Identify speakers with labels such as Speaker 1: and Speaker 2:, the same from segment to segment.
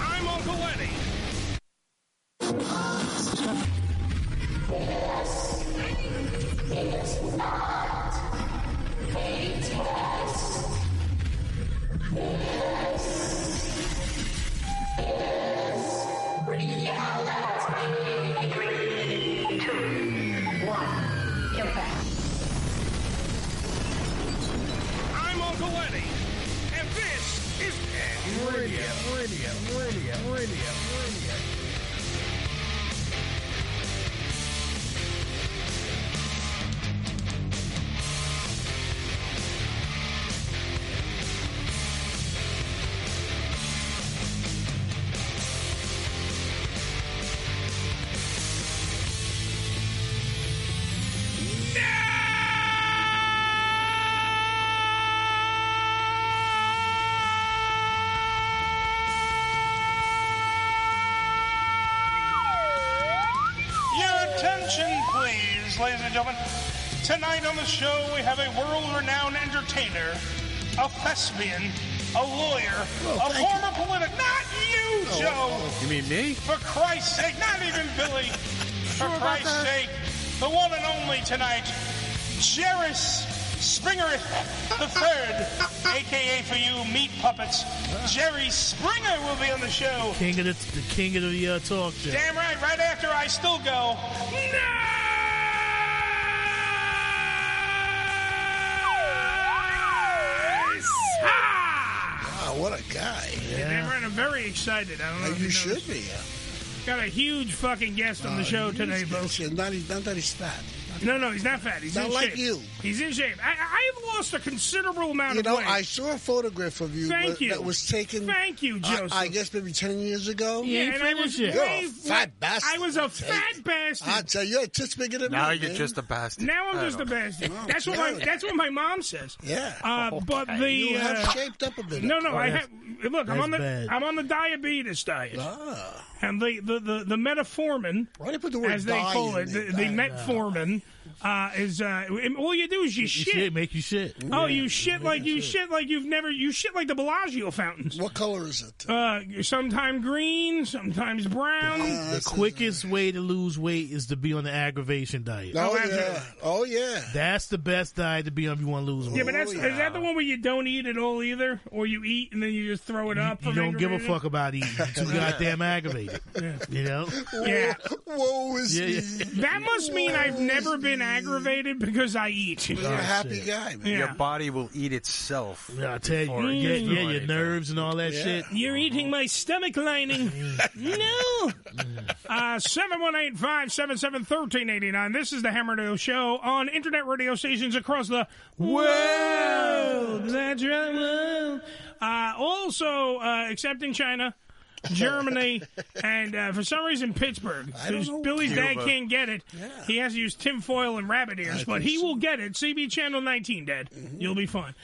Speaker 1: I'm Uncle Eddie. I'm Uncle Eddie, and this is Ed Radio. Radio, Radio, Radio, Radio. Your attention, please, ladies and gentlemen. Tonight on the show, we have a world-renowned entertainer, a thespian, a lawyer, a former politic. Not you, Joe.
Speaker 2: You mean me?
Speaker 1: For Christ's sake, not even Billy. For Christ's sake, the one and only tonight, Jerris Springer the Third, aka for you, Meat Puppets. Jerry Springer will be on the show.
Speaker 3: King of the, the king of the uh, talk show.
Speaker 1: Damn right, right after I still go. Nice! Ha!
Speaker 4: Wow, Ah, what a guy.
Speaker 5: Damn right, I'm very excited. I don't know.
Speaker 4: Uh,
Speaker 5: if
Speaker 4: You
Speaker 5: know
Speaker 4: should
Speaker 5: this.
Speaker 4: be. uh,
Speaker 5: Got a huge fucking guest on the show today,
Speaker 4: he's-
Speaker 5: folks.
Speaker 4: he's Not, he's not that he's fat.
Speaker 5: No, no, he's not fat. He's
Speaker 4: Not
Speaker 5: in
Speaker 4: like
Speaker 5: shape.
Speaker 4: you.
Speaker 5: He's in shape. I, I have lost a considerable amount
Speaker 4: You
Speaker 5: of
Speaker 4: know,
Speaker 5: weight.
Speaker 4: I saw a photograph of you,
Speaker 5: Thank
Speaker 4: that-
Speaker 5: you.
Speaker 4: that was taken.
Speaker 5: Thank you,
Speaker 4: I-
Speaker 5: Joseph.
Speaker 4: I, guess maybe ten years ago.
Speaker 5: yeah,
Speaker 3: you
Speaker 5: and I was
Speaker 3: finish it.
Speaker 4: You're
Speaker 5: way-
Speaker 4: a fat bastard.
Speaker 5: I was a fat bastard.
Speaker 4: I'd say you're just bigger than
Speaker 2: Now
Speaker 4: me.
Speaker 2: you're
Speaker 4: man.
Speaker 2: just a bastard.
Speaker 5: now I'm
Speaker 2: I
Speaker 5: just a
Speaker 2: don't
Speaker 5: bastard.
Speaker 4: Oh,
Speaker 5: that's what my
Speaker 4: really?
Speaker 5: that's what my mom says.
Speaker 4: Yeah.
Speaker 5: Uh,
Speaker 3: Oh,
Speaker 5: but the
Speaker 4: you
Speaker 5: uh,
Speaker 4: have shaped up a bit.
Speaker 5: no, no, I
Speaker 3: that's-
Speaker 5: have. Look, I'm
Speaker 3: Oh, that's
Speaker 5: on the
Speaker 3: bad.
Speaker 5: I'm on the diabetes diet,
Speaker 4: Ah,
Speaker 5: and the the the, the metformin.
Speaker 4: why do you put the word
Speaker 5: as they
Speaker 4: die
Speaker 5: call
Speaker 4: in
Speaker 5: it, the,
Speaker 4: there?
Speaker 5: the
Speaker 4: Die.
Speaker 5: metformin uh, is uh, all you do is you,
Speaker 3: You
Speaker 5: shit.
Speaker 3: shit, make you shit.
Speaker 5: Oh, you shit like you shit like you've never you shit like the Bellagio fountains.
Speaker 4: What color is it?
Speaker 5: Uh, sometimes green, sometimes brown.
Speaker 3: The quickest way to lose weight is to be on the aggravation diet.
Speaker 4: oh
Speaker 5: that's
Speaker 4: yeah. Oh yeah. Oh,
Speaker 3: That's the best diet to be on if you want to lose weight.
Speaker 5: Yeah, but that's is that the one where you don't eat at all either, or you eat and then you just throw it up?
Speaker 3: you
Speaker 5: from
Speaker 3: don't give a
Speaker 5: aggravation?
Speaker 3: fuck about eating. You're too goddamn aggravated. You know?
Speaker 5: Yeah,
Speaker 4: Whoa, is
Speaker 3: Yeah,
Speaker 4: me.
Speaker 3: yeah.
Speaker 5: that must mean I've never been aggravated because I eat.
Speaker 4: You're a happy
Speaker 3: shit.
Speaker 4: guy, man.
Speaker 2: know.
Speaker 5: Yeah.
Speaker 2: Oh, Your body will eat itself.
Speaker 3: Yeah, I tell you,
Speaker 2: before it
Speaker 3: yeah,
Speaker 2: gets
Speaker 3: yeah,
Speaker 2: through
Speaker 3: your
Speaker 2: anything.
Speaker 3: nerves and all that
Speaker 4: Yeah.
Speaker 3: shit.
Speaker 5: You're eating my stomach lining. no. Uh, 718-577-1389. This is the Hammer Hill Show on internet radio stations across the world. That's right. world. Uh, also, uh, except in China, Germany, and uh, for some reason Pittsburgh.
Speaker 4: don't know.
Speaker 5: Billy's dad
Speaker 2: Cuba.
Speaker 5: can't get it. He has to use tinfoil and rabbit ears, but he will get it. CB Channel 19, Dad.
Speaker 4: Mm-hmm.
Speaker 5: You'll be fine.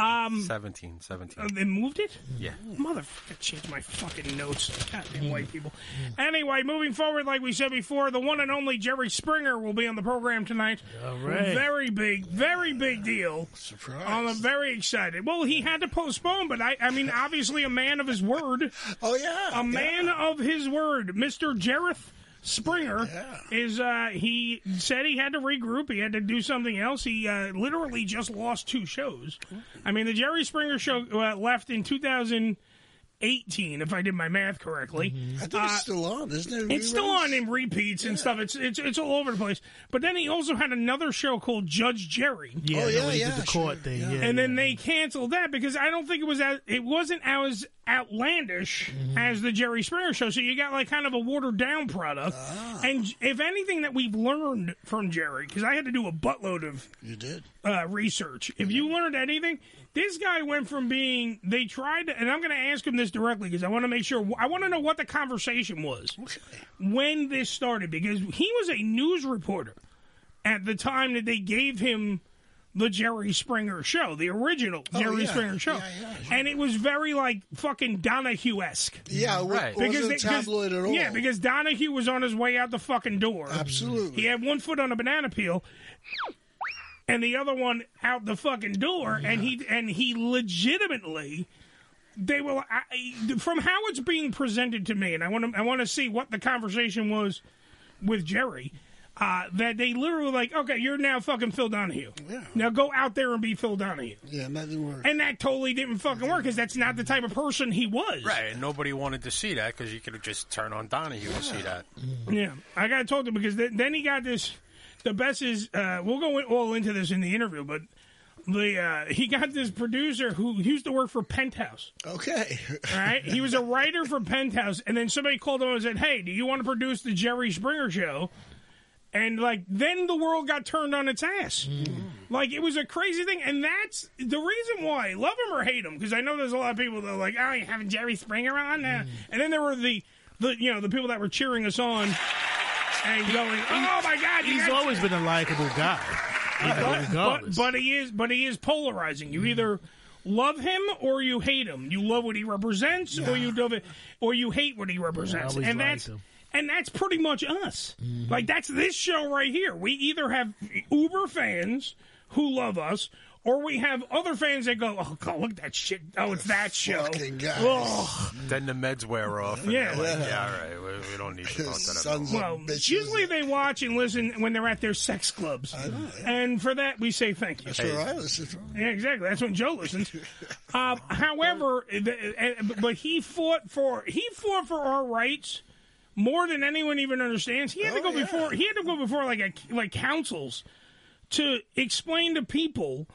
Speaker 2: 17, 17.
Speaker 5: They moved it?
Speaker 2: yeah.
Speaker 5: Motherfucker, change my fucking notes. Goddamn white people. Anyway, moving forward, like we said before, the one and only Jerry Springer will be on the program tonight.
Speaker 3: All right.
Speaker 5: Very big, very big deal. I'm
Speaker 4: Surprise.
Speaker 5: very excited. Well, he had to postpone, but I, I mean, obviously, a man of his word,
Speaker 4: Oh yeah.
Speaker 5: a man of his word, Mr. Jareth Springer
Speaker 4: Yeah.
Speaker 5: is. Uh, he said he had to regroup. He had to do something else. He uh, literally just lost two shows. I mean, the Jerry Springer show uh, left in 2018, if I did my math correctly.
Speaker 4: Mm-hmm.
Speaker 5: Uh,
Speaker 4: I think it's still on, isn't it?
Speaker 5: It's still on in repeats and stuff. It's it's it's all over the place. But then he also had another show called Judge Jerry.
Speaker 3: Yeah,
Speaker 4: Oh,
Speaker 3: the
Speaker 4: yeah,
Speaker 3: way he did
Speaker 4: yeah,
Speaker 3: the court
Speaker 4: sure,
Speaker 3: thing. Yeah.
Speaker 5: And then they canceled that because I don't think it was as, it wasn't as outlandish
Speaker 3: Mm-hmm.
Speaker 5: as the Jerry Springer show. So you got like kind of a watered down product.
Speaker 3: Ah.
Speaker 5: And if anything that we've learned from Jerry, because I had to do a buttload of
Speaker 4: You did.
Speaker 5: uh, research. If you learned anything, this guy went from being they tried to, and I'm going to ask him this directly because I want to make sure I want to know what the conversation was
Speaker 4: Okay.
Speaker 5: when this started because he was a news reporter at the time that they gave him the Jerry Springer show, the original Jerry
Speaker 4: Oh, yeah.
Speaker 5: Springer show. And it was very like fucking Donahue esque.
Speaker 4: Yeah, it wa- Right. wasn't tabloid at all.
Speaker 5: Yeah, because Donahue was on his way out the fucking door.
Speaker 4: Absolutely.
Speaker 5: He had one foot on a banana peel and the other one out the fucking door and he and he legitimately they will I, from how it's being presented to me and I want to I want to see what the conversation was with Jerry uh, that they literally like okay you're now fucking Phil Donahue now go out there and be Phil Donahue
Speaker 4: yeah and that didn't work
Speaker 5: and that totally didn't fucking work because that's not the type of person he was
Speaker 2: Right, and nobody wanted to see that because you could have just turned on Donahue and see that.
Speaker 5: Yeah, I got to talk to him because th- then he got this. The best is uh, we'll go in- all into this in the interview, but the uh, he got this producer who used to work for Penthouse.
Speaker 4: Okay,
Speaker 5: all right. He was a writer for Penthouse, and then somebody called him and said, "Hey, do you want to produce the Jerry Springer show?" And like then the world got turned on its ass.
Speaker 3: Mm.
Speaker 5: Like it was a crazy thing, and that's the reason why love him or hate him because I know there's a lot of people that are like, "Oh, you having Jerry Springer on?" Uh,
Speaker 3: Mm.
Speaker 5: And then there were the the you know the people that were cheering us on and going, "Oh my God, you
Speaker 3: He's
Speaker 5: guys-
Speaker 3: always been a likable guy. You know,
Speaker 5: but, but,
Speaker 3: regardless.
Speaker 5: but he is but he is polarizing.
Speaker 3: Mm-hmm.
Speaker 5: You either love him or you hate him. You love what he represents or you love it or you hate what he represents.
Speaker 3: always
Speaker 5: and
Speaker 3: liked
Speaker 5: that's
Speaker 3: him. Mm-hmm.
Speaker 5: and that's pretty much us. Like that's this show right here. We either have Uber fans who love us or we have other fans that go, oh God, look at that shit. Oh, it's that show.
Speaker 4: Fucking guys.
Speaker 5: Ugh.
Speaker 2: Then the meds wear off. And
Speaker 5: Yeah.
Speaker 2: yeah, like, yeah, all right. We, we don't need to talk that about.
Speaker 4: Sons
Speaker 5: Well,
Speaker 4: of bitches.
Speaker 5: usually they watch and listen when they're at their sex clubs, and for that we say thank you.
Speaker 4: That's where I was.
Speaker 5: Yeah, exactly. That's when Joe listens. um, however, the, uh, but he fought for he fought for our rights more than anyone even understands. He had
Speaker 4: Oh,
Speaker 5: to go before he had to go before like a, like councils to explain to people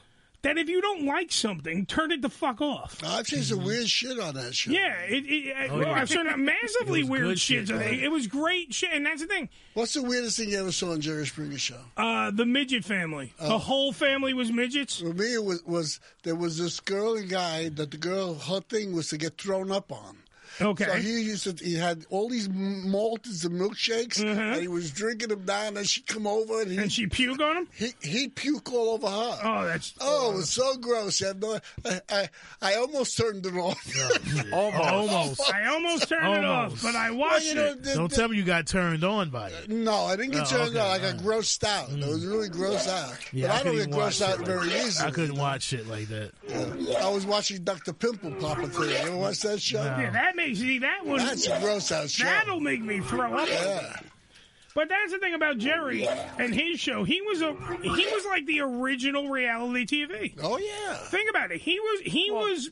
Speaker 5: that if you don't like something, turn it the fuck off.
Speaker 4: I've seen some weird shit on that show.
Speaker 5: Yeah, it, it, well, I've seen massively
Speaker 3: Oh, It was
Speaker 5: weird
Speaker 3: good
Speaker 5: shit.
Speaker 3: shit, man.
Speaker 5: It was great shit, and that's the thing.
Speaker 4: What's the weirdest thing you ever saw on Jerry Springer show?
Speaker 5: Uh, the midget family.
Speaker 4: Oh,
Speaker 5: The whole family was midgets.
Speaker 4: Uh-huh. For me, it was, was there was this girl and guy that the girl her thing was to get thrown up on.
Speaker 5: Okay.
Speaker 4: So he used to, he had all these m- malters and milkshakes, and he was drinking them down. And she'd come over, and he
Speaker 5: Uh-huh. and she puke on him.
Speaker 4: he he'd puke all over her.
Speaker 5: Oh, that's
Speaker 4: Oh, it was so gross. I, had no, I, I, I almost turned it off.
Speaker 3: almost.
Speaker 5: I almost turned it off,
Speaker 3: Almost.
Speaker 5: but I
Speaker 4: Well,
Speaker 5: watched
Speaker 4: you know,
Speaker 5: it.
Speaker 4: the-
Speaker 3: Don't
Speaker 4: the-
Speaker 3: tell me you got turned on by it.
Speaker 4: No, I didn't get
Speaker 3: Oh,
Speaker 4: turned
Speaker 3: okay,
Speaker 4: on. I got
Speaker 3: all
Speaker 4: grossed out. I was really grossed out.
Speaker 3: Yeah,
Speaker 4: but I, don't
Speaker 3: couldn't
Speaker 4: get
Speaker 3: even watch
Speaker 4: grossed out
Speaker 3: shit
Speaker 4: very
Speaker 3: like that.
Speaker 4: easily.
Speaker 3: I couldn't watch shit like that.
Speaker 4: I was watching Dr. Pimple Popper today. You ever watch that show?
Speaker 5: Oh, Yeah, that makes see that one.
Speaker 4: That's a gross out show.
Speaker 5: That'll make me throw up.
Speaker 4: Yeah.
Speaker 5: But that's the thing about Jerry and his show. He was a he was like the original reality TV.
Speaker 4: Oh yeah.
Speaker 5: Think about it. He was he was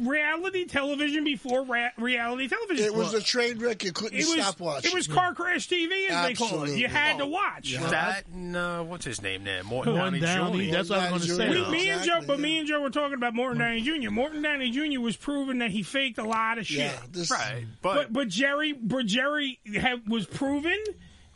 Speaker 5: reality television before ra- reality television.
Speaker 4: It was a train wreck you couldn't
Speaker 5: it was
Speaker 4: stop watching.
Speaker 5: it was car crash TV as they call it. You
Speaker 4: Absolutely.
Speaker 5: had to watch.
Speaker 2: That and uh, what's his name there? Morton Downey
Speaker 3: One down.
Speaker 2: Jr.
Speaker 3: That's what I was
Speaker 4: Downey
Speaker 3: going to
Speaker 4: Jr.
Speaker 3: say.
Speaker 5: Me and Joe,
Speaker 4: Exactly,
Speaker 5: but me
Speaker 4: yeah.
Speaker 5: and Joe were talking about Morton Downey Jr. Morton Downey Jr. was proven that he faked a lot of shit.
Speaker 4: yeah, this,
Speaker 2: right, but,
Speaker 5: But but Jerry but Jerry had, was proven,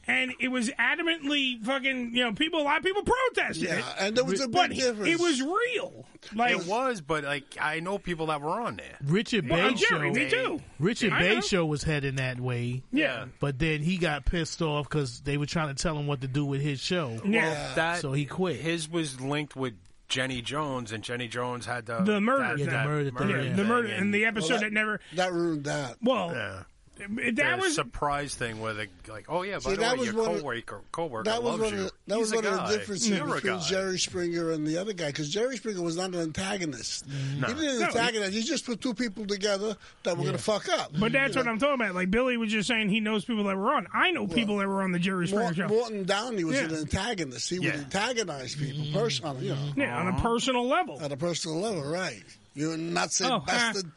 Speaker 5: and it was adamantly fucking you know people a lot of people protested it,
Speaker 4: Yeah, and there was a big
Speaker 5: but he-
Speaker 4: difference.
Speaker 5: it was real. Like
Speaker 2: it was. But like, I know people that were on there.
Speaker 3: Richard
Speaker 5: well,
Speaker 3: Bay
Speaker 5: Jerry,
Speaker 3: show.
Speaker 5: me too.
Speaker 3: Richard
Speaker 5: I know.
Speaker 3: Bay show was heading that way,
Speaker 5: Yeah,
Speaker 3: but then he got pissed off because they were trying to tell him what to do with his show.
Speaker 5: yeah.
Speaker 2: That
Speaker 3: So he quit.
Speaker 2: His was linked with Jenny Jones, and Jenny Jones had
Speaker 4: Oh,
Speaker 2: the
Speaker 5: The murder
Speaker 2: that-
Speaker 5: Yeah, the
Speaker 2: that
Speaker 3: murder thing, yeah.
Speaker 5: The murder
Speaker 2: thing,
Speaker 5: and the episode
Speaker 4: Well,
Speaker 5: that, never.
Speaker 4: that ruined that.
Speaker 5: Well,
Speaker 2: yeah.
Speaker 5: that,
Speaker 2: that
Speaker 5: was
Speaker 2: surprise thing where they like, oh yeah, by
Speaker 4: See,
Speaker 2: the
Speaker 4: that
Speaker 2: way,
Speaker 4: was
Speaker 2: your
Speaker 4: one of-
Speaker 2: coworker, coworker
Speaker 4: That was
Speaker 2: loves
Speaker 4: one
Speaker 2: you.
Speaker 4: of the, that was
Speaker 2: He's a
Speaker 4: one of
Speaker 2: guy.
Speaker 4: the differences
Speaker 2: You're a
Speaker 4: between
Speaker 2: guy.
Speaker 4: Jerry Springer and the other guy because Jerry Springer was not an antagonist. He didn't
Speaker 5: No,
Speaker 4: antagonize. He just put two people together that were going to fuck up.
Speaker 5: But that's what I'm talking about. Like Billy was just saying, he knows people that were on. I know people that were on the Jerry Springer
Speaker 4: Mort,
Speaker 5: show.
Speaker 4: Morton Downey was
Speaker 5: Yeah.
Speaker 4: an antagonist. He
Speaker 2: Yeah.
Speaker 4: would antagonize people personally, you know,
Speaker 5: yeah, on a personal level.
Speaker 4: at a personal level, right? You Nazi
Speaker 5: Oh, ah.
Speaker 4: bastard.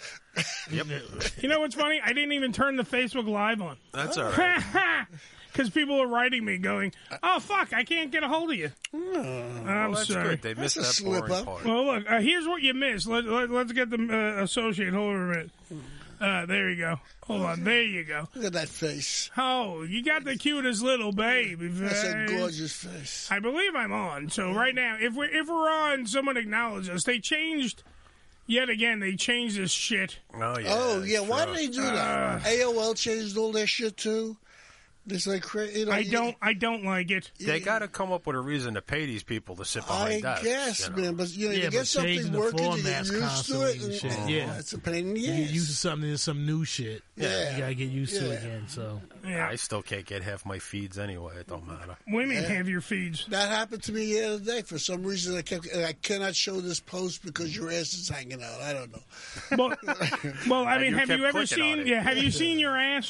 Speaker 5: You know what's funny? I didn't even turn the Facebook Live on.
Speaker 2: That's all right.
Speaker 5: Because people are writing me going, oh, fuck, I can't get a hold of you. I'm
Speaker 2: Hmm. Well, that's
Speaker 5: sorry.
Speaker 2: good. They missed
Speaker 4: a
Speaker 2: that boring
Speaker 4: slip-up.
Speaker 2: part.
Speaker 5: Well, look, uh, here's what you missed. Let, let, let's get the uh, associate. Hold on a minute. Uh, there you go. Hold on. There you go.
Speaker 4: Look at that face.
Speaker 5: Oh, you got the cutest little baby.
Speaker 4: That's a
Speaker 5: face.
Speaker 4: gorgeous face.
Speaker 5: I believe I'm on. So right now, if we're if we're on, someone acknowledge us. They changed yet again. They changed this shit.
Speaker 2: Oh yeah.
Speaker 4: Oh yeah, why
Speaker 2: sure. Uh,
Speaker 4: did they do that? AOL changed all their shit too. It's like cra- you know,
Speaker 5: I don't. I don't like it.
Speaker 2: They got to come up with a reason to pay these people to sit behind
Speaker 4: Uh, I
Speaker 2: desks.
Speaker 4: guess,
Speaker 2: you know.
Speaker 4: man, but you know,
Speaker 3: Yeah,
Speaker 4: you
Speaker 3: but
Speaker 4: get something
Speaker 3: changing the
Speaker 4: working, you get
Speaker 3: formats
Speaker 4: used to
Speaker 3: constantly
Speaker 4: it,
Speaker 3: and
Speaker 4: and,
Speaker 3: shit,
Speaker 4: and
Speaker 3: yeah.
Speaker 4: it's a pain in the ass.
Speaker 3: You're used to something, it's some new shit.
Speaker 4: Yeah.
Speaker 3: You gotta get used to
Speaker 4: Yeah.
Speaker 3: it again. So
Speaker 5: Yeah.
Speaker 2: I still can't get half my feeds anyway. It don't matter.
Speaker 5: Women have your feeds.
Speaker 4: That happened to me the other day. For some reason, I kept. I cannot show this post because your ass is hanging out. I don't know.
Speaker 5: Well, well I mean,
Speaker 2: you
Speaker 5: have
Speaker 2: kept
Speaker 5: you ever
Speaker 2: clicking on
Speaker 5: seen?
Speaker 2: it.
Speaker 5: Yeah, have you seen your ass,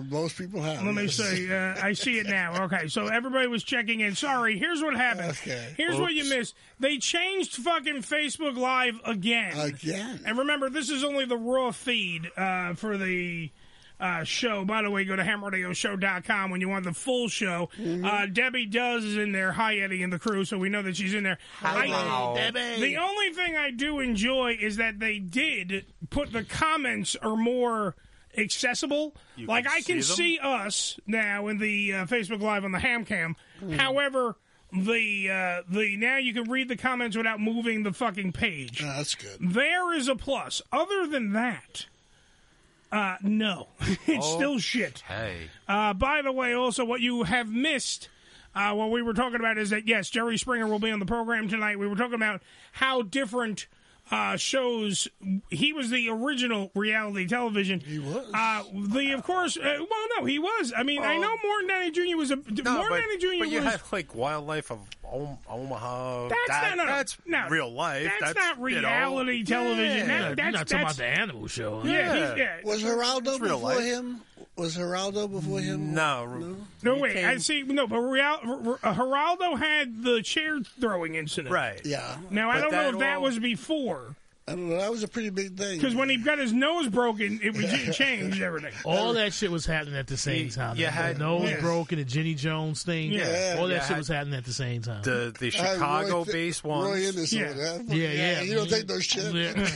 Speaker 4: Uh, most people have.
Speaker 5: Let me
Speaker 4: yes.
Speaker 5: see. Uh, I see it now. Okay, so everybody was checking in. Sorry, here's what happened.
Speaker 4: Okay.
Speaker 5: Here's what you missed. They changed fucking Facebook Live again.
Speaker 4: Again.
Speaker 5: And remember, this is only the raw feed uh, for the uh, show. By the way, go to hamradioshow.com when you want the full show.
Speaker 4: Mm-hmm.
Speaker 5: Uh, Debbie does is in there. Hi, Eddie and the crew. So we know that she's in there. I, the only thing I do enjoy is that they did put the comments are more accessible. like
Speaker 2: can
Speaker 5: I can
Speaker 2: see
Speaker 5: see us now in the uh, Facebook Live on the Ham Cam. However, the uh, the now you can read the comments without moving the fucking page.
Speaker 4: No, that's good.
Speaker 5: There is a plus. Other than that, uh, no, it's still shit.
Speaker 2: Hey,
Speaker 5: Uh, by the way, also what you have missed. Uh, what we were talking about is that yes, Jerry Springer will be on the program tonight. We were talking about how different uh, shows. He was the original reality television. He
Speaker 4: was.
Speaker 5: Uh, the of course. Uh, well, no, he was. I mean, I know Morton Downey Jr. was a
Speaker 2: no,
Speaker 5: Morton
Speaker 2: but,
Speaker 5: Downey Jr.
Speaker 2: but you
Speaker 5: was.
Speaker 2: had like wildlife of Om- Omaha.
Speaker 5: That's
Speaker 2: that,
Speaker 5: not- no, no,
Speaker 2: that's
Speaker 5: no.
Speaker 2: real life.
Speaker 5: That's
Speaker 2: That's,
Speaker 5: not reality
Speaker 2: you know,
Speaker 5: television.
Speaker 2: Yeah.
Speaker 5: That-
Speaker 3: you're
Speaker 5: that's-
Speaker 3: not talking
Speaker 5: that's-
Speaker 3: about the animal show.
Speaker 5: yeah,
Speaker 3: Yeah.
Speaker 5: he's- yeah.
Speaker 4: Was Geraldo before
Speaker 2: real life.
Speaker 4: him? Was Geraldo before him?
Speaker 2: no,
Speaker 5: No,
Speaker 2: he
Speaker 5: wait. I
Speaker 2: came-
Speaker 5: see. No, but Real, R- R- Geraldo had the chair throwing incident.
Speaker 2: Right.
Speaker 4: Yeah.
Speaker 5: Now, I
Speaker 2: But
Speaker 5: don't know
Speaker 2: that
Speaker 5: if that
Speaker 2: all-
Speaker 5: was before,
Speaker 4: I don't know. That was a pretty big thing.
Speaker 5: because when he got his nose broken, it was it changed everything.
Speaker 3: All that shit was happening at the same
Speaker 2: You-
Speaker 3: time.
Speaker 2: you
Speaker 3: The
Speaker 2: had-
Speaker 3: nose
Speaker 5: yeah.
Speaker 3: broken, the Jenny Jones thing.
Speaker 2: Yeah.
Speaker 3: All that
Speaker 2: You
Speaker 3: shit
Speaker 2: had
Speaker 3: was happening at the same time.
Speaker 2: The the
Speaker 4: I had Roy
Speaker 2: Chicago based
Speaker 4: Thi-
Speaker 2: ones.
Speaker 4: Roy Anderson.
Speaker 5: Yeah.
Speaker 4: that-
Speaker 3: yeah, yeah.
Speaker 4: You don't take no shit.
Speaker 3: Yeah.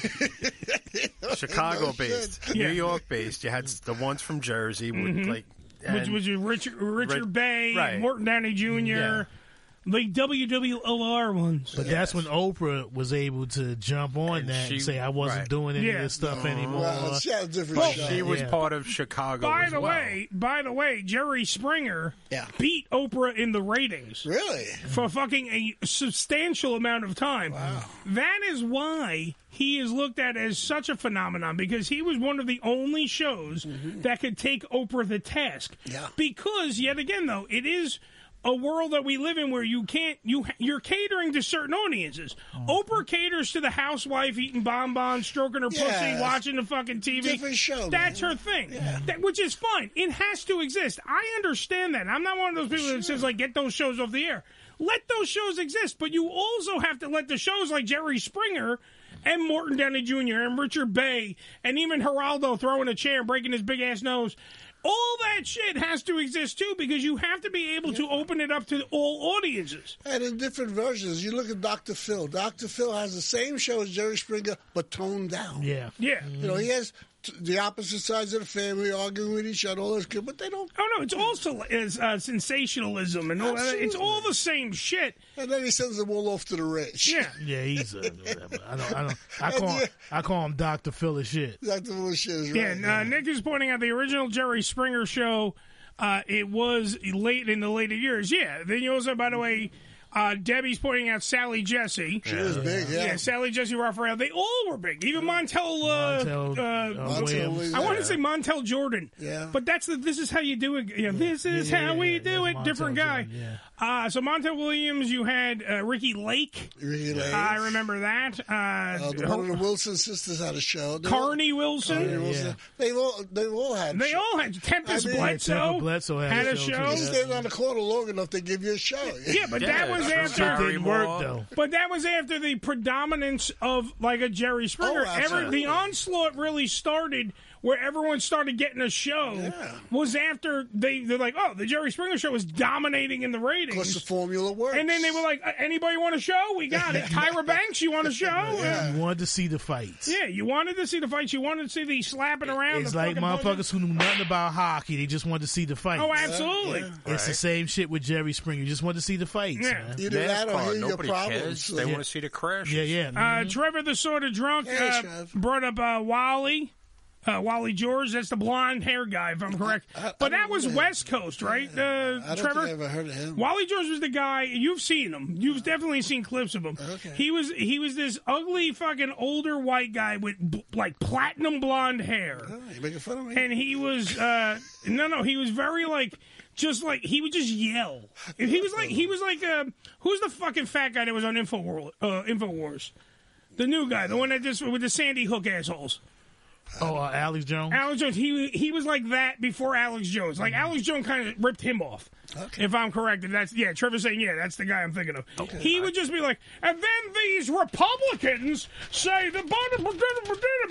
Speaker 2: Chicago based,
Speaker 5: Yeah. Mm-hmm.
Speaker 2: New York based. You had the ones from Jersey with like
Speaker 5: Which
Speaker 2: and-
Speaker 5: was Richard Richard
Speaker 2: Ri-
Speaker 5: Bay,
Speaker 2: right.
Speaker 5: Morton Downey Jr.,
Speaker 3: Yeah.
Speaker 5: the WWLR ones.
Speaker 3: But that's when Oprah was able to jump on
Speaker 2: And
Speaker 3: that
Speaker 2: she-
Speaker 3: and say, I wasn't
Speaker 2: right.
Speaker 3: doing any
Speaker 5: Yeah.
Speaker 3: of this stuff anymore.
Speaker 4: Well, it's a different
Speaker 5: Well,
Speaker 4: show.
Speaker 2: she was
Speaker 3: Yeah.
Speaker 2: part of Chicago.
Speaker 5: by
Speaker 2: as
Speaker 5: the
Speaker 2: well.
Speaker 5: way, by the way, Jerry Springer
Speaker 4: Yeah.
Speaker 5: beat Oprah in the ratings
Speaker 4: Really?
Speaker 5: for fucking a substantial amount of time. That is why he is looked at as such a phenomenon because he was one of the only shows that could take Oprah the task.
Speaker 4: Mm-hmm. Yeah.
Speaker 5: Because yet again though, it is a world that we live in where you can't you you're catering to certain audiences.
Speaker 4: Mm-hmm.
Speaker 5: Oprah caters to the housewife eating bonbons, stroking her
Speaker 4: Yeah.
Speaker 5: pussy, watching the fucking TV.
Speaker 4: Different show,
Speaker 5: That's
Speaker 4: man.
Speaker 5: her thing. That, which is fine. It has to exist. I understand that. I'm not one of those people that says like get those shows off the air. Let those shows exist, but you also have to let the shows like Jerry Springer and Morton Downey Jr. and Richard Bay and even Geraldo throwing a chair and breaking his big ass nose. All that shit has to exist too because you have to be able to open it up to all audiences.
Speaker 4: And in different versions. You look at Dr. Phil. Dr. Phil has the same show as Jerry Springer, but toned down.
Speaker 3: yeah.
Speaker 5: Yeah.
Speaker 4: You know, he has t- the opposite sides of the family arguing with each other, all this good, but they don't.
Speaker 5: Oh no, it's also is uh, sensationalism and all that. It's
Speaker 4: Absolutely.
Speaker 5: all the same shit.
Speaker 4: And then he sends them all off to the rich.
Speaker 5: Yeah.
Speaker 3: Yeah, he's a. I don't. I don't. I call. I call him Doctor Phil as shit.
Speaker 4: Dr. Phil shit is right.
Speaker 5: Yeah, and, uh, Nick is pointing out the original Jerry Springer show. Uh, it was late in the later years. Yeah. Then you also, by the way, uh, Debbie's pointing out Sally Jesse.
Speaker 4: It was big, yeah.
Speaker 5: Yeah, Sally Jesse Raphael. They all were big. Even Montel. Uh,
Speaker 3: Montel,
Speaker 5: uh,
Speaker 3: uh, Williams.
Speaker 4: Williams.
Speaker 5: I want to say Montel Jordan.
Speaker 4: Yeah.
Speaker 5: But that's the. This is how you do it. You know, this is
Speaker 3: yeah,
Speaker 5: how
Speaker 3: yeah,
Speaker 5: we
Speaker 3: yeah,
Speaker 5: do it.
Speaker 3: that's
Speaker 5: Different
Speaker 3: Montel
Speaker 5: guy.
Speaker 3: Jordan,
Speaker 5: uh, so Montel Williams. You had uh, Ricky Lake. Uh,
Speaker 4: Really.
Speaker 5: I remember that. Uh,
Speaker 4: Uh, the one of the Wilson sisters had a show. They all-
Speaker 5: Carney Wilson.
Speaker 4: Carney Wilson.
Speaker 3: Yeah.
Speaker 4: They've all they've all had.
Speaker 5: They
Speaker 4: show.
Speaker 5: all had Tempest
Speaker 4: I mean-
Speaker 5: Bledsoe,
Speaker 3: Yeah, Tempest Bledsoe had
Speaker 5: a
Speaker 3: a show,
Speaker 5: show.
Speaker 4: You stand on the corner long enough, they give you a show.
Speaker 5: Yeah, but that was
Speaker 2: Yeah,
Speaker 5: after.
Speaker 2: sure.
Speaker 3: Didn't work though.
Speaker 5: But that was after the predominance of like a Jerry Springer.
Speaker 4: Oh,
Speaker 5: Ever,
Speaker 4: absolutely.
Speaker 5: the onslaught really started where everyone started getting a show.
Speaker 4: Yeah.
Speaker 5: Was after they they're like, oh, the Jerry Springer show was dominating in the
Speaker 4: Because the
Speaker 5: ratings.
Speaker 4: formula works.
Speaker 5: And then they were like, "Uh, anybody want a show? We got it. Tyra Banks, you want a show? Uh,
Speaker 3: You wanted to see the fights.
Speaker 5: yeah, you wanted to see the fights. You wanted to see the slapping around.
Speaker 3: It's
Speaker 5: the
Speaker 3: like
Speaker 5: fucking punching.
Speaker 3: motherfuckers who knew nothing about hockey. They just wanted to see the fights.
Speaker 5: Oh, absolutely.
Speaker 3: It's the same shit with Jerry Springer. You just wanted to see the fights.
Speaker 5: Yeah.
Speaker 3: man.
Speaker 4: either that or
Speaker 2: NASCAR,
Speaker 4: hear your
Speaker 2: nobody
Speaker 4: problems.
Speaker 2: cares. They want to see the crash.
Speaker 3: Yeah, yeah.
Speaker 5: Uh, Trevor the sort of drunk
Speaker 4: Mm-hmm. Yeah,
Speaker 5: uh,
Speaker 4: Trev.
Speaker 5: brought up uh, Wally. Uh, Wally George, that's the blonde hair guy, if I'm correct. but that was West Coast, right, uh,
Speaker 4: I don't
Speaker 5: Trevor?
Speaker 4: think I ever heard of him.
Speaker 5: Wally George was the guy. You've seen him. You've definitely seen clips of him.
Speaker 4: Okay.
Speaker 5: He was he was this ugly fucking older white guy with b- like platinum blonde hair
Speaker 4: Oh, you making fun of me?
Speaker 5: and he was uh no no he was very like just like he would just yell And he was like he was like uh who's the fucking fat guy that was on infowars uh infowars the new guy the one that just with the sandy hook assholes
Speaker 3: Oh, uh, Alex Jones.
Speaker 5: alex jones he he was like that before alex jones
Speaker 3: Mm-hmm.
Speaker 5: like alex jones kind of ripped him off If I'm correct, if that's yeah, Trevor's saying yeah, that's the guy I'm thinking of. He would just be like, and then these Republicans say the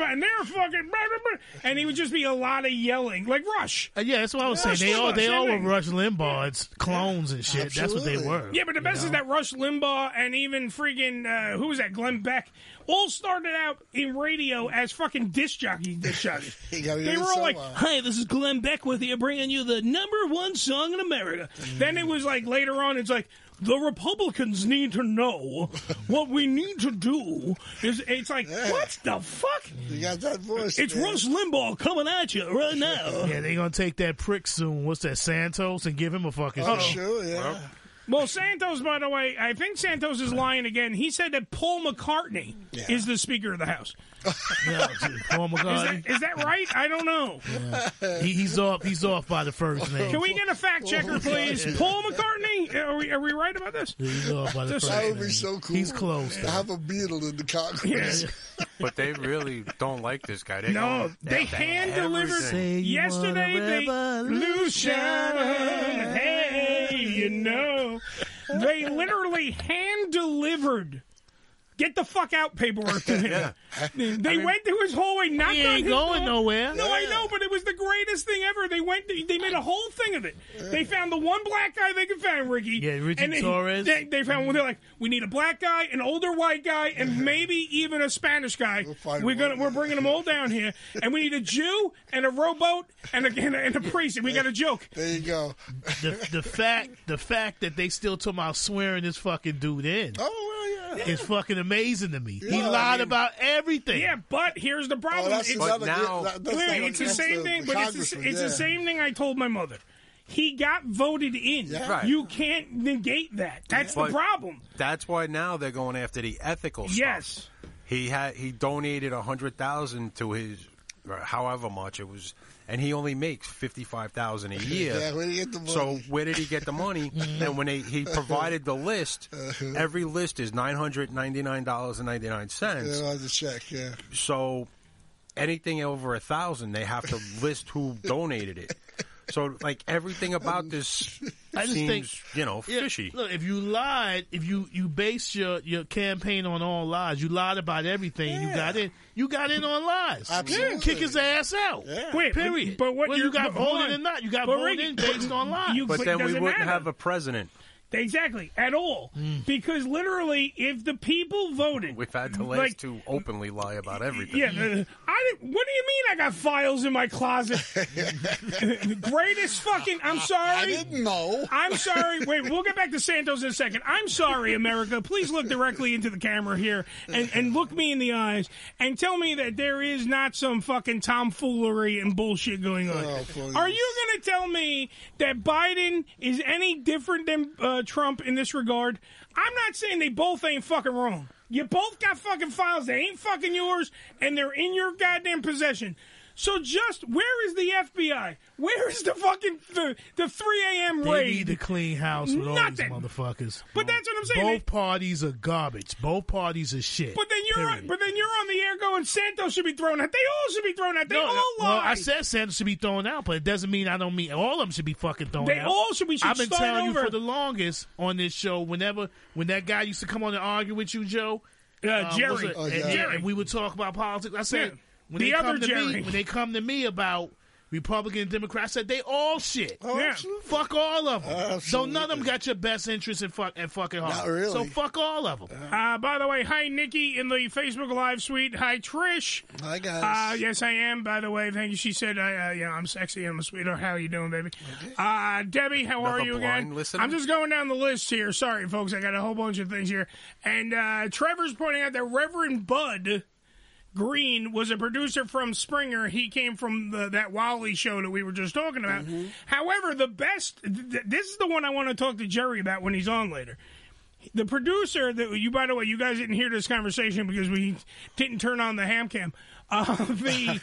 Speaker 5: and they're fucking, and he would just be a lot of yelling, like Rush.
Speaker 3: Uh, yeah, that's what I was saying. They
Speaker 5: Rush
Speaker 3: all they all were
Speaker 5: Limbaugh.
Speaker 3: Rush Limbaugh's clones and shit. That's
Speaker 4: Absolutely.
Speaker 3: what they were.
Speaker 5: Yeah, but the best is that Rush Limbaugh and even freaking uh, who was that? Glenn Beck all started out in radio as fucking disc jockey disc jockeys.
Speaker 4: You gotta
Speaker 5: they
Speaker 4: get
Speaker 5: were
Speaker 4: it
Speaker 5: all like,
Speaker 4: somewhere.
Speaker 5: "Hey, this is Glenn Beck with you, bringing you the number one song in America."
Speaker 4: Mm.
Speaker 5: Then it was like later on, it's like. The Republicans need to know what we need to do. Is it's like what the fuck?
Speaker 4: you got that voice.
Speaker 5: It's
Speaker 4: man.
Speaker 5: Rush Limbaugh coming at you right now.
Speaker 3: Yeah, they gonna take that prick soon. What's that, Santos, and give him a fucking.
Speaker 4: Oh,
Speaker 3: show.
Speaker 4: sure, yeah.
Speaker 5: Well, Santos, by the way, I think Santos is lying again. He said that Paul McCartney
Speaker 4: Yeah.
Speaker 5: is the Speaker of the House.
Speaker 3: Yeah, Oh, Paul
Speaker 5: Is
Speaker 3: McCartney.
Speaker 5: that, is that right? I don't know.
Speaker 3: He, he's off. He's off by the first name.
Speaker 5: Can we get a fact checker, please? Paul McCartney? Are we, are we right about this?
Speaker 3: He's off Oh, by the
Speaker 5: Just-
Speaker 3: first
Speaker 4: That
Speaker 3: name.
Speaker 4: would be so cool.
Speaker 3: He's close.
Speaker 4: To have a beetle in the Congress.
Speaker 2: But they really don't like this guy. They
Speaker 5: No,
Speaker 2: gonna-
Speaker 5: they hand delivered.
Speaker 2: everything.
Speaker 3: Say you want a
Speaker 5: Yesterday, they. Lucian,
Speaker 3: revolution.
Speaker 5: hey, you know. They literally hand delivered. Get the fuck out paperwork to him. They went to his hallway, knocked
Speaker 3: He
Speaker 5: on
Speaker 3: ain't
Speaker 5: his
Speaker 3: going
Speaker 5: door.
Speaker 3: nowhere.
Speaker 5: No, I know, but it was the greatest thing ever. They went. They made a whole thing of it. They found the one black guy they could find, Ricky.
Speaker 3: Yeah, Richie
Speaker 5: and they-
Speaker 3: Torres.
Speaker 5: They, they found. They're like, we need a black guy, an older white guy, and maybe even a Spanish guy.
Speaker 4: find
Speaker 5: we're gonna
Speaker 4: one.
Speaker 5: we're bringing them all down here, and we need a Jew and a rowboat and a and a, and a priest. And we got a joke.
Speaker 4: There you go.
Speaker 3: The, the fact, the fact that they still talking about swearing this fucking dude in
Speaker 4: Oh, well, yeah.
Speaker 3: is fucking amazing to me. He
Speaker 4: Yeah, I
Speaker 3: lied
Speaker 4: mean-
Speaker 3: about everything.
Speaker 5: Yeah, but here's the
Speaker 4: Oh,
Speaker 5: problem.
Speaker 4: that's
Speaker 5: It's-
Speaker 4: another,
Speaker 2: now-
Speaker 4: yeah, that- that's
Speaker 5: Clearly,
Speaker 4: not
Speaker 5: it's the
Speaker 4: against
Speaker 5: same thing, but it's, the,
Speaker 4: congressman,
Speaker 5: it's the
Speaker 4: yeah.
Speaker 5: same thing I told my mother. He got voted in.
Speaker 4: Yeah. Right.
Speaker 5: You can't negate that. That's
Speaker 2: But-
Speaker 5: the problem.
Speaker 2: That's why now they're going after the ethical stuff.
Speaker 5: Yes.
Speaker 2: He had he donated a hundred thousand to his, or however much it was, and he only makes fifty five thousand a year.
Speaker 4: Yeah, where did he get the money?
Speaker 2: So where did he get the money? and when they, he provided the list,
Speaker 4: Uh-huh.
Speaker 2: every list is nine hundred ninety nine dollars and ninety nine
Speaker 4: Yeah,
Speaker 2: cents.
Speaker 4: I'll have to check, yeah.
Speaker 2: So anything over a thousand, they have to list who donated it. So like everything about this
Speaker 3: I just
Speaker 2: seems
Speaker 3: think-
Speaker 2: you know
Speaker 3: Yeah,
Speaker 2: fishy.
Speaker 3: Look, if you lied, if you you based your your campaign on all lies, you lied about everything. You got in. You got in on lies.
Speaker 4: Absolutely.
Speaker 3: Kick his ass out.
Speaker 5: Wait, but-
Speaker 3: Period.
Speaker 5: but what
Speaker 3: Whether
Speaker 5: you're-
Speaker 3: you got
Speaker 5: but hold
Speaker 3: voted
Speaker 5: on.
Speaker 3: or not, you got
Speaker 5: But
Speaker 3: voted
Speaker 5: Ricky,
Speaker 3: in based on lies.
Speaker 5: you-
Speaker 2: But
Speaker 5: But
Speaker 2: then we
Speaker 5: doesn't
Speaker 2: wouldn't
Speaker 5: matter.
Speaker 2: have a president.
Speaker 5: Exactly. At all.
Speaker 4: Hmm.
Speaker 5: Because literally, if the people voted.
Speaker 2: We've had the last
Speaker 5: like,
Speaker 2: two openly lie about everything.
Speaker 5: Yeah, uh, I didn't- what do you mean I got files in my closet? the greatest fucking. I'm sorry.
Speaker 4: I didn't know.
Speaker 5: I'm sorry. Wait, we'll get back to Santos in a second. I'm sorry, America. Please look directly into the camera here and, and look me in the eyes and tell me that there is not some fucking tomfoolery and bullshit going on.
Speaker 4: Oh, please.
Speaker 5: Are you going to tell me that Biden is any different than uh, Trump in this regard? I'm not saying they both ain't fucking wrong. You both got fucking files that ain't fucking yours and they're in your goddamn possession. So just where is the FBI? Where is the fucking the, the 3 a.m.
Speaker 3: They
Speaker 5: raid?
Speaker 3: need to clean house with
Speaker 5: Nothing.
Speaker 3: all these motherfuckers.
Speaker 5: But that's what I'm saying.
Speaker 3: Both parties are garbage. Both parties are shit.
Speaker 5: But then you're on,
Speaker 3: Period.
Speaker 5: but then you're on the air going Santos should be thrown out. They all should be thrown out. They
Speaker 3: No,
Speaker 5: all
Speaker 3: no,
Speaker 5: lie.
Speaker 3: well, I said Sanders should be thrown out, but it doesn't mean I don't mean all of them should be fucking thrown
Speaker 5: They
Speaker 3: out.
Speaker 5: all should be- should
Speaker 3: I've been
Speaker 5: start
Speaker 3: telling
Speaker 5: over.
Speaker 3: you for the longest on this show. Whenever when that guy used to come on and argue with you, Joe,
Speaker 5: Uh,
Speaker 3: um, what's
Speaker 5: Jerry,
Speaker 3: it-
Speaker 4: Oh,
Speaker 3: and,
Speaker 4: yeah.
Speaker 5: Jerry.
Speaker 3: and we would talk about politics. I said
Speaker 5: Yeah.
Speaker 3: when
Speaker 5: The
Speaker 3: they
Speaker 5: other
Speaker 3: come to
Speaker 5: Jerry.
Speaker 3: me, when they come to me about Republican and Democrat, I said they all shit.
Speaker 4: Oh,
Speaker 5: Yeah.
Speaker 4: absolutely.
Speaker 3: Fuck all of them. So
Speaker 4: Absolutely.
Speaker 3: none of them got your best interest in fuck at fucking heart.
Speaker 4: Not really. Uh-huh.
Speaker 3: So fuck all of them.
Speaker 5: Uh, by the way, hi Nikki in the Facebook Live suite. Hi Trish.
Speaker 4: Hi,
Speaker 5: Uh,
Speaker 4: guys.
Speaker 5: yes, I am. By the way, thank you. She said, I, uh, "Yeah, I'm sexy. I'm a sweetheart. How you doing, baby?" Uh, Debbie, how are
Speaker 2: Another
Speaker 5: you
Speaker 2: blind
Speaker 5: again?
Speaker 2: listener?
Speaker 5: I'm just going down the list here. Sorry, folks. I got a whole bunch of things here. And uh, Trevor's pointing out that Reverend Bud Green was a producer from Springer. He came from the, that Wally show that we were just talking about.
Speaker 4: Mm-hmm.
Speaker 5: However, the best th- th- this is the one I want to talk to Jerry about when he's on later. The producer that you, by the way, you guys didn't hear this conversation because we didn't turn on the ham cam. Uh, the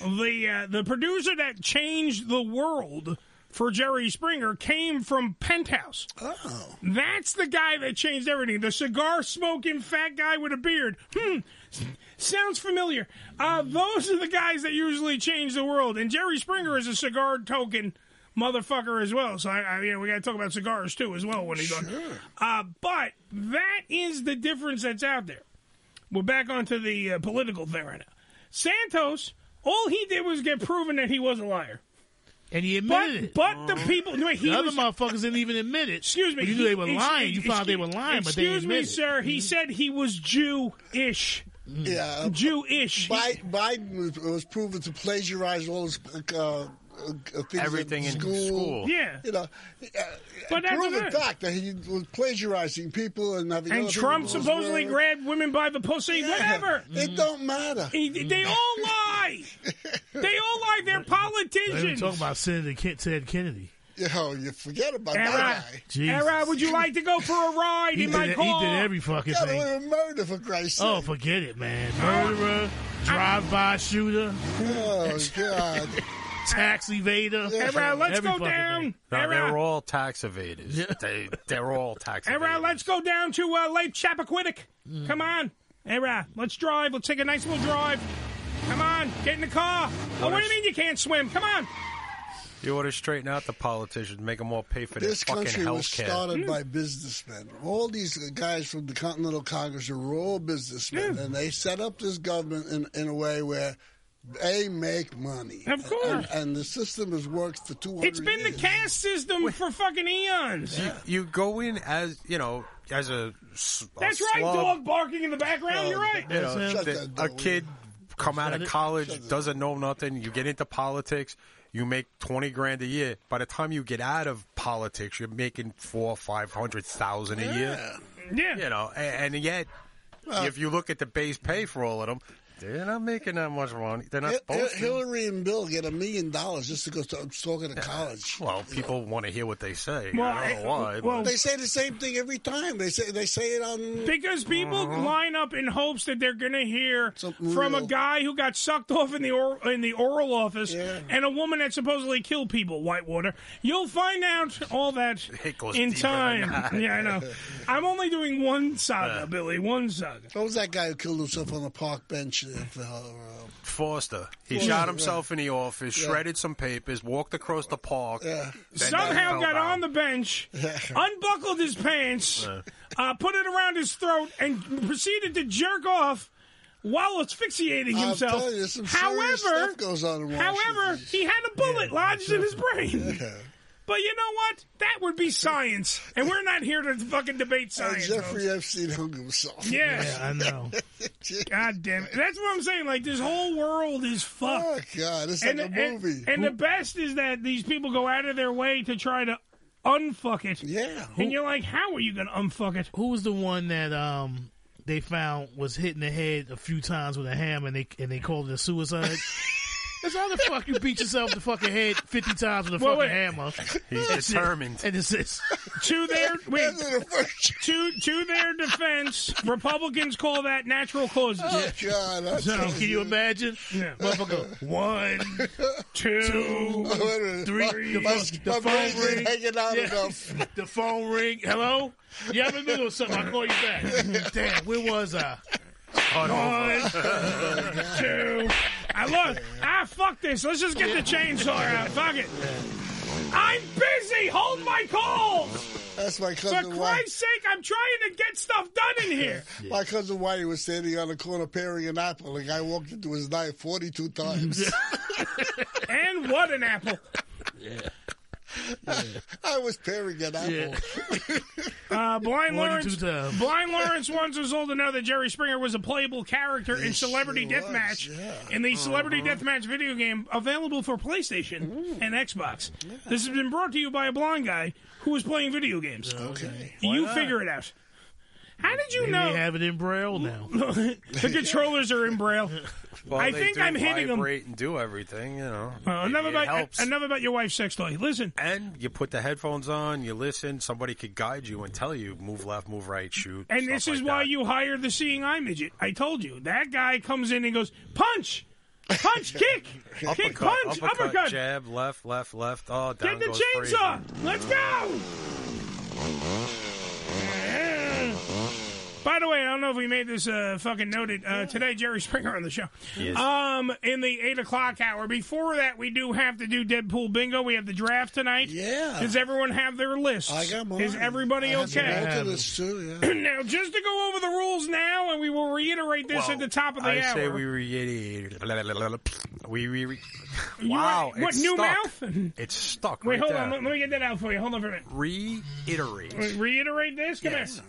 Speaker 5: the uh, the producer that changed the world for Jerry Springer came from Penthouse. Oh, that's the guy that changed everything. The cigar smoking fat guy with a beard. Hmm, s- sounds familiar. Uh, those are the guys that usually change the world. And Jerry Springer is a cigar token motherfucker as well. So I, I you know, we got to talk about cigars too as well when he's on. Uh, but that is the difference that's out there. We're back onto the uh, political thing right now. Santos, all he did was get proven that he was a liar.
Speaker 3: and he admitted
Speaker 5: But
Speaker 3: it.
Speaker 5: but the people, no, he
Speaker 3: The other
Speaker 5: was,
Speaker 3: motherfuckers didn't even admit it.
Speaker 5: excuse me,
Speaker 3: you knew
Speaker 5: he-
Speaker 3: they were
Speaker 5: ex-
Speaker 3: lying. You
Speaker 5: ex-
Speaker 3: found they were lying, but they
Speaker 5: excuse
Speaker 3: didn't
Speaker 5: me,
Speaker 3: admit it. Mm-hmm.
Speaker 5: sir. He said he was Jewish,
Speaker 4: Yeah.
Speaker 5: Jewish. He-
Speaker 4: Bi- Biden was, was proven to plagiarize all his uh, uh, things at
Speaker 2: Everything in school.
Speaker 5: yeah,
Speaker 4: You know, uh,
Speaker 5: But that's
Speaker 4: proven
Speaker 5: it.
Speaker 4: fact that he was plagiarizing people and having
Speaker 5: and
Speaker 4: other
Speaker 5: Trump
Speaker 4: people-
Speaker 5: supposedly grabbed women by the pussy.
Speaker 4: Yeah.
Speaker 5: Whatever.
Speaker 4: It don't matter.
Speaker 5: He- They all lie. They all lie. They're
Speaker 3: Mm. They were
Speaker 5: politicians.
Speaker 3: talking about Senator Ken- Ted Kennedy.
Speaker 4: You know, you forget about
Speaker 5: Era,
Speaker 4: that guy.
Speaker 3: Jesus.
Speaker 5: Era, would you like to go for a ride
Speaker 3: He
Speaker 5: in
Speaker 3: did,
Speaker 5: my
Speaker 3: it-
Speaker 5: car?
Speaker 3: he did every fucking
Speaker 4: Yeah,
Speaker 3: thing.
Speaker 4: they were murdered for Christ's sake.
Speaker 3: Oh, forget it, man. Murderer, drive-by shooter,
Speaker 4: Oh, God.
Speaker 3: tax evader.
Speaker 5: Era, let's
Speaker 3: Every
Speaker 5: go
Speaker 3: fucking
Speaker 5: down.
Speaker 3: thing.
Speaker 2: No, they're
Speaker 5: Era,
Speaker 2: all tax evaders. They, they're all tax
Speaker 5: Era,
Speaker 2: evaders.
Speaker 5: let's go down to uh, Lake Chappaquiddick.
Speaker 3: Hmm.
Speaker 5: Come on, Era, let's drive. Let's take a nice little drive. Come on, get in the car. oh, what do you mean you can't swim? Come on.
Speaker 2: You ought to straighten out the politicians, make them all pay for
Speaker 4: This
Speaker 2: their fucking
Speaker 4: country was
Speaker 2: health care.
Speaker 5: Hmm.
Speaker 4: started by businessmen. All these guys from the Continental Congress are all
Speaker 5: Hmm.
Speaker 4: businessmen, and they set up this government in, in a way where they make money.
Speaker 5: Of course.
Speaker 4: And, and the system has worked for 200
Speaker 5: It's been the
Speaker 4: years.
Speaker 5: caste system for fucking eons.
Speaker 2: You go in as you know, as a, s- a
Speaker 5: That's right,
Speaker 2: slum,
Speaker 5: dog barking in the background. You're right.
Speaker 2: you know,
Speaker 4: Shut
Speaker 2: the-
Speaker 4: that
Speaker 2: a
Speaker 4: door.
Speaker 2: kid come out of college doesn't know nothing. You get into politics, you make twenty grand a year. By the time you get out of politics, you're making four, five hundred thousand a year.
Speaker 5: Yeah.
Speaker 2: You know, a- and, and yet, if you look at the base pay for all of them, they're not making that much money. They're not
Speaker 4: Hi- Hi-
Speaker 2: supposed to.
Speaker 4: Hillary and Bill get a million dollars just to go to talking to college.
Speaker 2: Well, people want to hear what they say.
Speaker 5: Well,
Speaker 2: I don't know
Speaker 5: I-
Speaker 2: why. but-
Speaker 5: well,
Speaker 4: They say the same thing every time. They say they say it on
Speaker 5: Because people
Speaker 2: Uh-huh.
Speaker 5: line up in hopes that they're going to hear
Speaker 4: Something
Speaker 5: from a
Speaker 4: real.
Speaker 5: guy who got sucked off in the or- in the oral office
Speaker 4: Yeah.
Speaker 5: and a woman that supposedly killed people, Whitewater. You'll find out all that
Speaker 2: It goes
Speaker 5: in
Speaker 2: deeper than
Speaker 5: time.
Speaker 2: that. Uh,
Speaker 5: Yeah, I know. I'm only doing one saga, Billy. One saga.
Speaker 4: what was that guy who killed himself on the park bench? uh, For, uh,
Speaker 2: Forster. He shot himself in the office, shredded some papers, walked across the park.
Speaker 4: Yeah.
Speaker 2: then
Speaker 5: Somehow
Speaker 2: fell
Speaker 5: got
Speaker 2: down.
Speaker 5: on the bench, unbuckled his pants, uh, put it around his throat, and proceeded to jerk off while asphyxiating
Speaker 4: I'm
Speaker 5: himself.
Speaker 4: telling you, some
Speaker 5: however,
Speaker 4: serious stuff goes on in Washington.
Speaker 5: however, he had a bullet lodged in his brain. But you know what? That would be science, and we're not here to fucking debate
Speaker 4: uh,
Speaker 5: science.
Speaker 4: Jeffrey
Speaker 5: folks.
Speaker 4: Epstein hung himself.
Speaker 5: Yes.
Speaker 3: Yeah, I know.
Speaker 5: God damn it. That's what I'm saying. Like this whole world is fucked.
Speaker 4: Oh God, it's like
Speaker 5: and,
Speaker 4: a
Speaker 5: and-
Speaker 4: movie.
Speaker 5: and the best is that these people go out of their way to try to unfuck it.
Speaker 4: yeah.
Speaker 5: And you're like, how are you going to unfuck it?
Speaker 3: Who was the one that um they found was hit in the head a few times with a hammer and they and they called it a suicide? That's how the fuck you beat yourself the fucking head fifty times with a
Speaker 5: Well, wait.
Speaker 3: fucking hammer.
Speaker 2: He's determined.
Speaker 3: And it's this.
Speaker 5: To their wait,
Speaker 4: That's the first.
Speaker 5: to to their defense, Republicans call that natural causes.
Speaker 4: Oh God, I'm telling
Speaker 3: Can you imagine?
Speaker 5: Yeah.
Speaker 3: Motherfucker, one,
Speaker 5: Two.
Speaker 4: you. Oh, Wait a minute.
Speaker 3: three,
Speaker 4: My,
Speaker 3: the,
Speaker 4: my
Speaker 3: the
Speaker 4: brain's
Speaker 3: phone
Speaker 4: been
Speaker 3: ring.
Speaker 4: hanging out
Speaker 3: Yeah.
Speaker 4: enough.
Speaker 3: The phone ring. Hello? Yeah, I'm in the middle of something. I'll call you back. Damn, where was I?
Speaker 5: One, two. I look. Ah, fuck this. Let's just get the chainsaw out. Fuck it. I'm busy. Hold my calls.
Speaker 4: That's my
Speaker 5: For
Speaker 4: cousin. Whitey.
Speaker 5: Christ's sake, I'm trying to get stuff done in here.
Speaker 4: My cousin Whitey was standing on the corner paring an apple. The guy walked into his knife forty-two times.
Speaker 5: And what an apple.
Speaker 4: I was paring an apple.
Speaker 3: Yeah.
Speaker 5: Uh, Blind
Speaker 3: One, two
Speaker 5: Lawrence.
Speaker 3: times.
Speaker 5: Blind Lawrence once was old enough that Jerry Springer was a playable character in Celebrity
Speaker 4: sure was,
Speaker 5: Deathmatch
Speaker 4: yeah.
Speaker 3: Uh-huh.
Speaker 5: in the Celebrity Deathmatch video game available for PlayStation and Xbox. This has been brought to you by a blind guy who was playing video games.
Speaker 4: Okay.
Speaker 5: you figure it out. How did you
Speaker 3: Maybe
Speaker 5: know?
Speaker 3: They have it in braille now.
Speaker 5: the controllers are in braille.
Speaker 2: Well,
Speaker 5: I
Speaker 2: they
Speaker 5: think
Speaker 2: do
Speaker 5: I'm hitting them.
Speaker 2: vibrate and do everything, you know.
Speaker 5: Uh, enough
Speaker 2: Maybe it
Speaker 5: about
Speaker 2: helps.
Speaker 5: enough about your wife's sex toy. Listen,
Speaker 2: and you put the headphones on, you listen. Somebody could guide you and tell you move left, move right, shoot.
Speaker 5: and
Speaker 2: stuff
Speaker 5: this is
Speaker 2: like
Speaker 5: why
Speaker 2: that.
Speaker 5: you hire the seeing eye midget. I told you that guy comes in and goes punch, punch, kick, kick,
Speaker 2: Uppercut,
Speaker 5: punch,
Speaker 2: uppercut, jab, left, left, left. Oh, down
Speaker 5: Get the
Speaker 2: goes Frazier.
Speaker 5: chainsaw. Let's go. By the way, I don't know if we made this uh, fucking noted uh, today. Jerry Springer on the show.
Speaker 2: Yes.
Speaker 5: Um, in the eight o'clock hour. Before that, we do have to do Deadpool bingo. We have the draft tonight.
Speaker 4: Yeah.
Speaker 5: Does everyone have their list?
Speaker 4: I got mine.
Speaker 5: Is everybody
Speaker 4: I
Speaker 5: okay?
Speaker 4: Had to go to this too, yeah.
Speaker 5: Now, just to go over the rules now, and we will reiterate this
Speaker 2: Well,
Speaker 5: at the top of the
Speaker 2: I
Speaker 5: hour.
Speaker 2: say we reiterate. blah, blah, blah, blah, blah. We re. re-
Speaker 5: You
Speaker 2: Wow,
Speaker 5: want- what
Speaker 2: it's
Speaker 5: new
Speaker 2: stuck.
Speaker 5: mouth?
Speaker 2: It's stuck.
Speaker 5: Wait,
Speaker 2: right
Speaker 5: hold
Speaker 2: there.
Speaker 5: on. Let, let me get that out for you. Hold on for a minute.
Speaker 2: Reiterate.
Speaker 5: Wait, Reiterate this. Come
Speaker 2: Yes.
Speaker 5: here.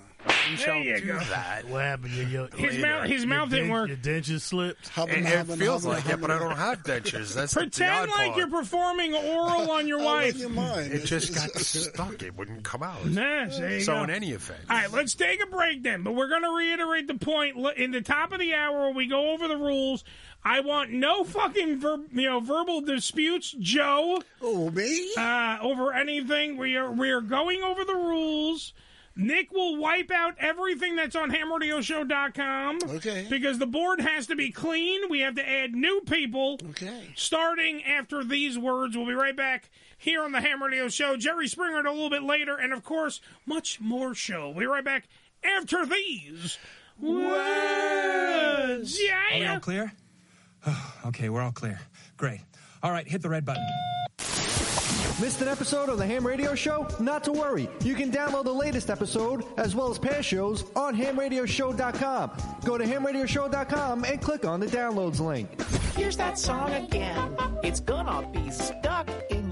Speaker 2: You shall
Speaker 5: you
Speaker 2: do
Speaker 5: go.
Speaker 2: that.
Speaker 3: What happened? Your, your,
Speaker 5: His
Speaker 2: Later.
Speaker 5: mouth, his
Speaker 3: your
Speaker 5: mouth didn't
Speaker 3: dent-
Speaker 5: work.
Speaker 3: Your dentures slipped.
Speaker 4: Hubbin,
Speaker 2: It, it
Speaker 4: hubbin,
Speaker 2: feels
Speaker 4: hubbin,
Speaker 2: like it, but I
Speaker 4: hubbin.
Speaker 2: don't have dentures. That's
Speaker 5: Pretend
Speaker 2: the odd
Speaker 5: like
Speaker 2: part.
Speaker 5: you're performing oral on your
Speaker 4: How was
Speaker 5: wife.
Speaker 4: your mind?
Speaker 2: It just got stuck. It wouldn't come out.
Speaker 5: Nah, there you
Speaker 2: So
Speaker 5: go.
Speaker 2: in any event,
Speaker 5: All right, let's take a break then. But we're going to reiterate the point L- in the top of the hour when we go over the rules. I want no fucking ver- you know verbal disputes, Joe,
Speaker 4: Oh, me?
Speaker 5: uh, over anything. We are we are going over the rules. Nick will wipe out everything that's on hamradioshow.com.
Speaker 4: Okay.
Speaker 5: Because the board has to be clean. We have to add new people.
Speaker 4: Okay.
Speaker 5: starting after these words. We'll be right back here on the Ham Radio Show. Jerry Springer a little bit later, and of course, much more show. We'll be right back after these words.
Speaker 6: Are we
Speaker 5: Yeah.
Speaker 6: all clear? okay, we're all clear. Great. All right, hit the red button.
Speaker 7: Missed an episode of the Ham Radio Show? Not to worry. You can download the latest episode, as well as past shows, on hamradioshow.com. Go to hamradioshow.com and click on the downloads link.
Speaker 8: Here's that song again. It's gonna be stuck in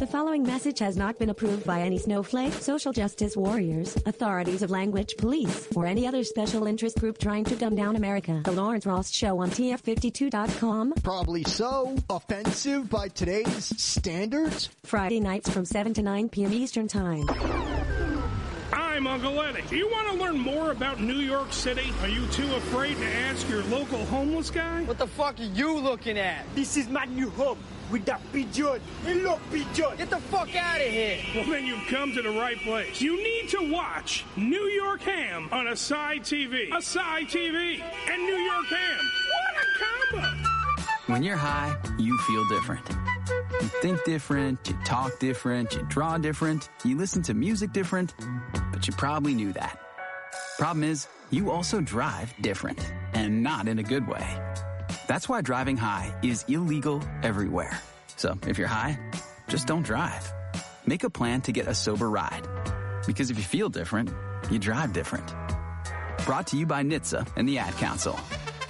Speaker 9: The following message has not been approved by any snowflake, social justice warriors, authorities of language police, or any other special interest group trying to dumb down America. The Lawrence Ross Show on TF52.com,
Speaker 7: Probably so. Offensive by today's standards?
Speaker 9: Friday nights from 7 to 9 p.m. Eastern Time.
Speaker 5: I'm Uncle Eddie. Do you want to learn more about New York City? Are you too afraid to ask your local homeless guy?
Speaker 1: What the fuck are you looking at?
Speaker 7: This is my new home with that pigeon. Hello, pigeon.
Speaker 1: Get the fuck out of here!
Speaker 5: Well, then you've come to the right place. You need to watch New York Ham on Asai TV. Asai TV and New York Ham. What a combo!
Speaker 10: When you're high, you feel different. You think different, you talk different, you draw different, you listen to music different, but you probably knew that. Problem is, you also drive different, and not in a good way. That's why driving high is illegal everywhere. So if you're high, just don't drive. Make a plan to get a sober ride. Because if you feel different, you drive different. Brought to you by NHTSA and the Ad Council.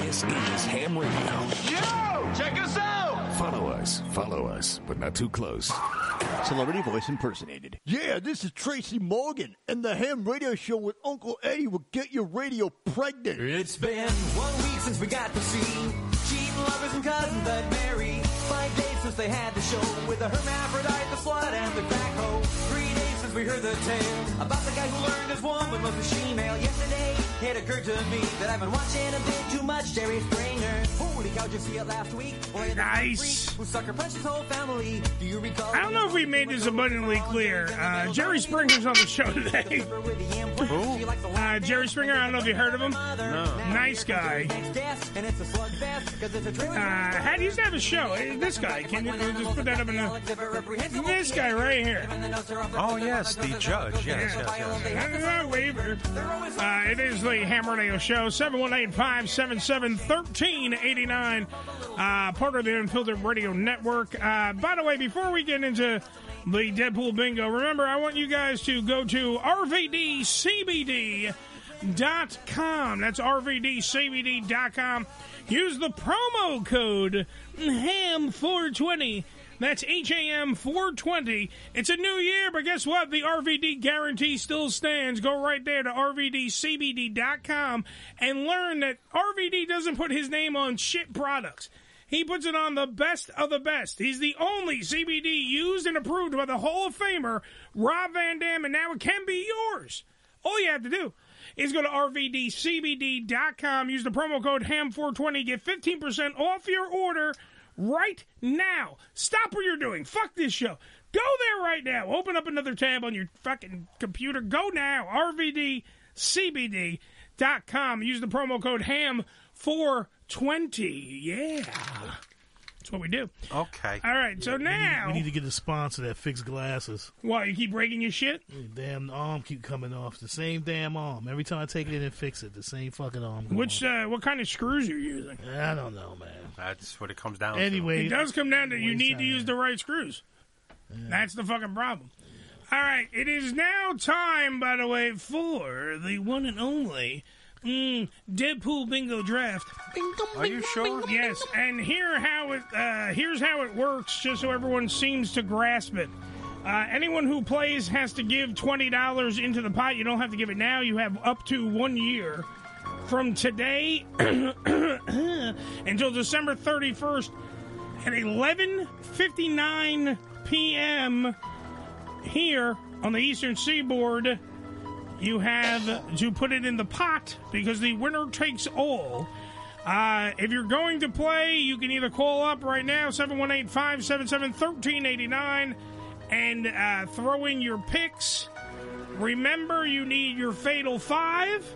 Speaker 1: This is Ham Radio.
Speaker 11: Yo! Check us out!
Speaker 1: Follow us, follow us, but not too close.
Speaker 7: Celebrity voice impersonated.
Speaker 1: Yeah, this is Tracy Morgan, and the Ham Radio Show with Uncle Eddie will get your radio pregnant.
Speaker 10: It's been one week since we got to see cheating lovers and cousins that marry. Five days since they had the show with the hermaphrodite, the slut, and the crack hoe. Three days since
Speaker 12: 'cause we heard the tale about the guy who learned his woman was a she-male. Yesterday, it occurred to me that I've been watching a bit too much Jerry Springer. Holy cow, did you see it last week? Boy, nice. Who sucker punched his whole family? Do you recall?
Speaker 5: I don't know if we made this abundantly clear. Uh, Jerry Springer's on the show today. Uh, Jerry Springer, I don't know if you heard of him. Nice guy.
Speaker 12: And it's a slugfest 'cause it's a trailer.
Speaker 5: Uh, how do you used to have a show? Uh, This guy. Can you uh, just put that up in the. This guy right here.
Speaker 2: Oh yes, the judge. Yes, yes, yes.
Speaker 5: Uh, waiver. Uh, it is the Ham Radio Show, 718 577 1389, Uh, part of the Unfiltered Radio Network. Uh, by the way, before we get into the Deadpool bingo, remember, I want you guys to go to RVDCBD.com. That's RVDCBD.com. Use the promo code HAM420. That's HAM 420. It's a new year, but guess what? The RVD guarantee still stands. Go right there to RVDCBD.com and learn that RVD doesn't put his name on shit products. He puts it on the best of the best. He's the only CBD used and approved by the Hall of Famer, Rob Van Dam, and now it can be yours. All you have to do is go to rvdcbd.com, use the promo code HAM420, get 15% off your order right now. Stop what you're doing. Fuck this show. Go there right now. Open up another tab on your fucking computer. Go now. rvdcbd.com. Use the promo code HAM420. Yeah. That's what we do.
Speaker 2: Okay.
Speaker 5: All right, so now.
Speaker 3: We need to get a sponsor that fixed glasses.
Speaker 5: Why, you keep breaking your shit?
Speaker 3: Damn arm keep coming off. The same damn arm. Every time I take it in and fix it, the same fucking arm.
Speaker 5: Which uh, what kind of screws you're using?
Speaker 3: I don't know, man.
Speaker 2: That's what it comes down
Speaker 3: Anyway,
Speaker 5: it
Speaker 2: to.
Speaker 5: does come down to you need to use the right screws. That's the fucking problem. All right, it is now time, by the way, for the one and only mm, Deadpool Bingo Draft.
Speaker 2: Are you sure?
Speaker 5: Yes, and here how it uh, here's how it works, just so everyone seems to grasp it. Uh, anyone who plays has to give twenty dollars into the pot. You don't have to give it now. You have up to one year from today until December thirty first at eleven fifty nine p.m. here on the Eastern Seaboard. You have to put it in the pot because the winner takes all. Uh, if you're going to play, you can either call up right now, 718 577 1389, and uh, throw in your picks. Remember, you need your Fatal Five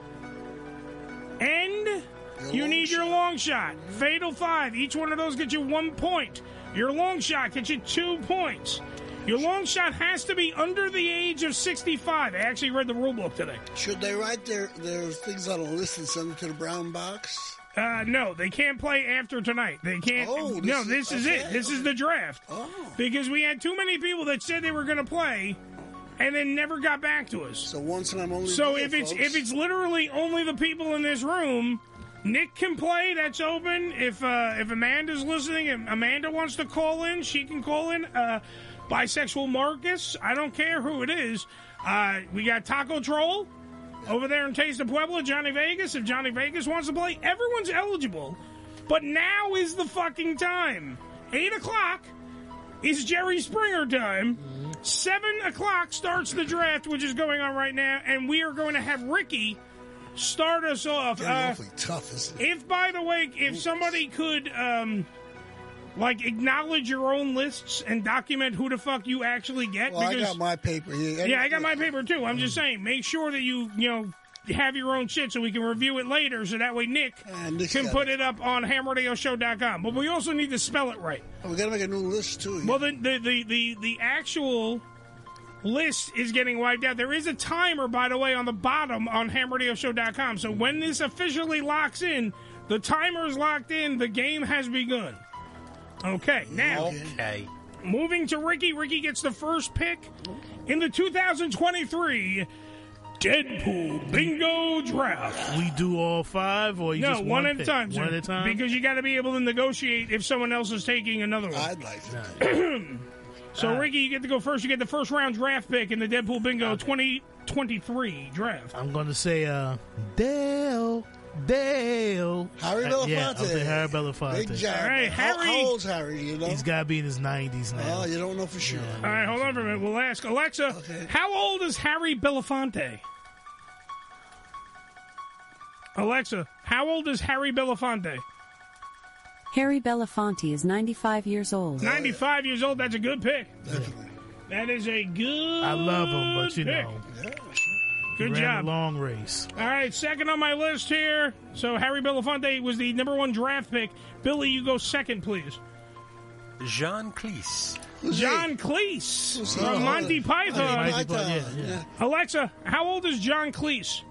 Speaker 5: and you need your long shot. Fatal Five. Each one of those gets you one point. Your long shot gets you two points. Your long shot has to be under the age of 65. I actually read the rule book today.
Speaker 4: Should they write their, their things on a list and send it to the brown box?
Speaker 5: Uh, no, they can't play after tonight. They can't.
Speaker 4: Oh, this
Speaker 5: no,
Speaker 4: is-
Speaker 5: this is it.
Speaker 4: okay. Oh.
Speaker 5: This is the draft. Because we had too many people that said they were going to play, and then never got back to us. So
Speaker 4: one time only.
Speaker 5: So
Speaker 4: deal,
Speaker 5: if it's
Speaker 4: folks.
Speaker 5: if it's literally only the people in this room, Nick can play. That's open. If uh, if Amanda's listening and Amanda wants to call in, she can call in. Uh, bisexual Marcus. I don't care who it is. Uh, we got Taco Troll over there in Taste of Puebla, Johnny Vegas. If Johnny Vegas wants to play, everyone's eligible. But now is the fucking time. Eight o'clock is Jerry Springer time. Seven o'clock starts the draft, which is going on right now, and we are going to have Ricky start us off.
Speaker 4: Getting
Speaker 5: Uh,
Speaker 4: awfully tough, isn't it?
Speaker 5: if, by the way, if somebody could, um, like, acknowledge your own lists and document who the fuck you actually get.
Speaker 4: Well, I
Speaker 5: because-
Speaker 4: got my paper here.
Speaker 5: yeah, I got my paper too. I'm just saying, make sure that you you know have your own shit so we can review it later. So that way Nick can
Speaker 4: Ah, got
Speaker 5: put it up on HamRadioShow.com. But we also need to spell it right.
Speaker 4: Oh, We got to make a new list too.
Speaker 5: Well, the the the the, the actual. List is getting wiped out. There is a timer, by the way, on the bottom on hamradioshow.com. So when this officially locks in, the timer is locked in, the game has begun. Okay, now.
Speaker 2: Okay.
Speaker 5: Moving to Ricky. Ricky gets the first pick in the 2023 Deadpool Bingo Draft.
Speaker 3: We do all five, or you
Speaker 5: no,
Speaker 3: just
Speaker 5: one,
Speaker 3: one
Speaker 5: at a
Speaker 3: pick?
Speaker 5: time.
Speaker 3: One
Speaker 5: sir,
Speaker 3: at a time.
Speaker 5: Because you got to be able to negotiate if someone else is taking another one. I'd
Speaker 4: like
Speaker 5: that. so, Ricky, you get to go first. You get the first round draft pick in the Deadpool Bingo 2023 draft.
Speaker 3: I'm going to say, uh, Dale. Dale.
Speaker 4: Harry
Speaker 3: Uh, yeah, I
Speaker 4: Belafonte.
Speaker 3: was saying Harry Belafonte.
Speaker 4: Big job. How, how old's Harry? You know.
Speaker 3: He's got to be in his 90s now.
Speaker 4: Oh, you don't know for sure.
Speaker 5: All right, hold on for a minute. We'll ask Alexa. How old is Harry Belafonte? Alexa, how old is Harry Belafonte?
Speaker 4: Uh,
Speaker 13: Harry Belafonte is 95 years old.
Speaker 5: 95 years old. That's a good pick. That is a good.
Speaker 3: I love him, but you
Speaker 5: pick.
Speaker 3: know.
Speaker 5: Good
Speaker 3: he ran
Speaker 5: job.
Speaker 3: a long race.
Speaker 5: All right, second on my list here. So Harry Belafonte was the number one draft pick. Billy, you go second, please.
Speaker 2: Jean Cleese.
Speaker 5: John Cleese
Speaker 2: he?
Speaker 5: from
Speaker 2: Oh,
Speaker 5: Monty
Speaker 2: Monty
Speaker 5: Python.
Speaker 2: Python, yeah, yeah.
Speaker 5: Alexa, how old is John Cleese?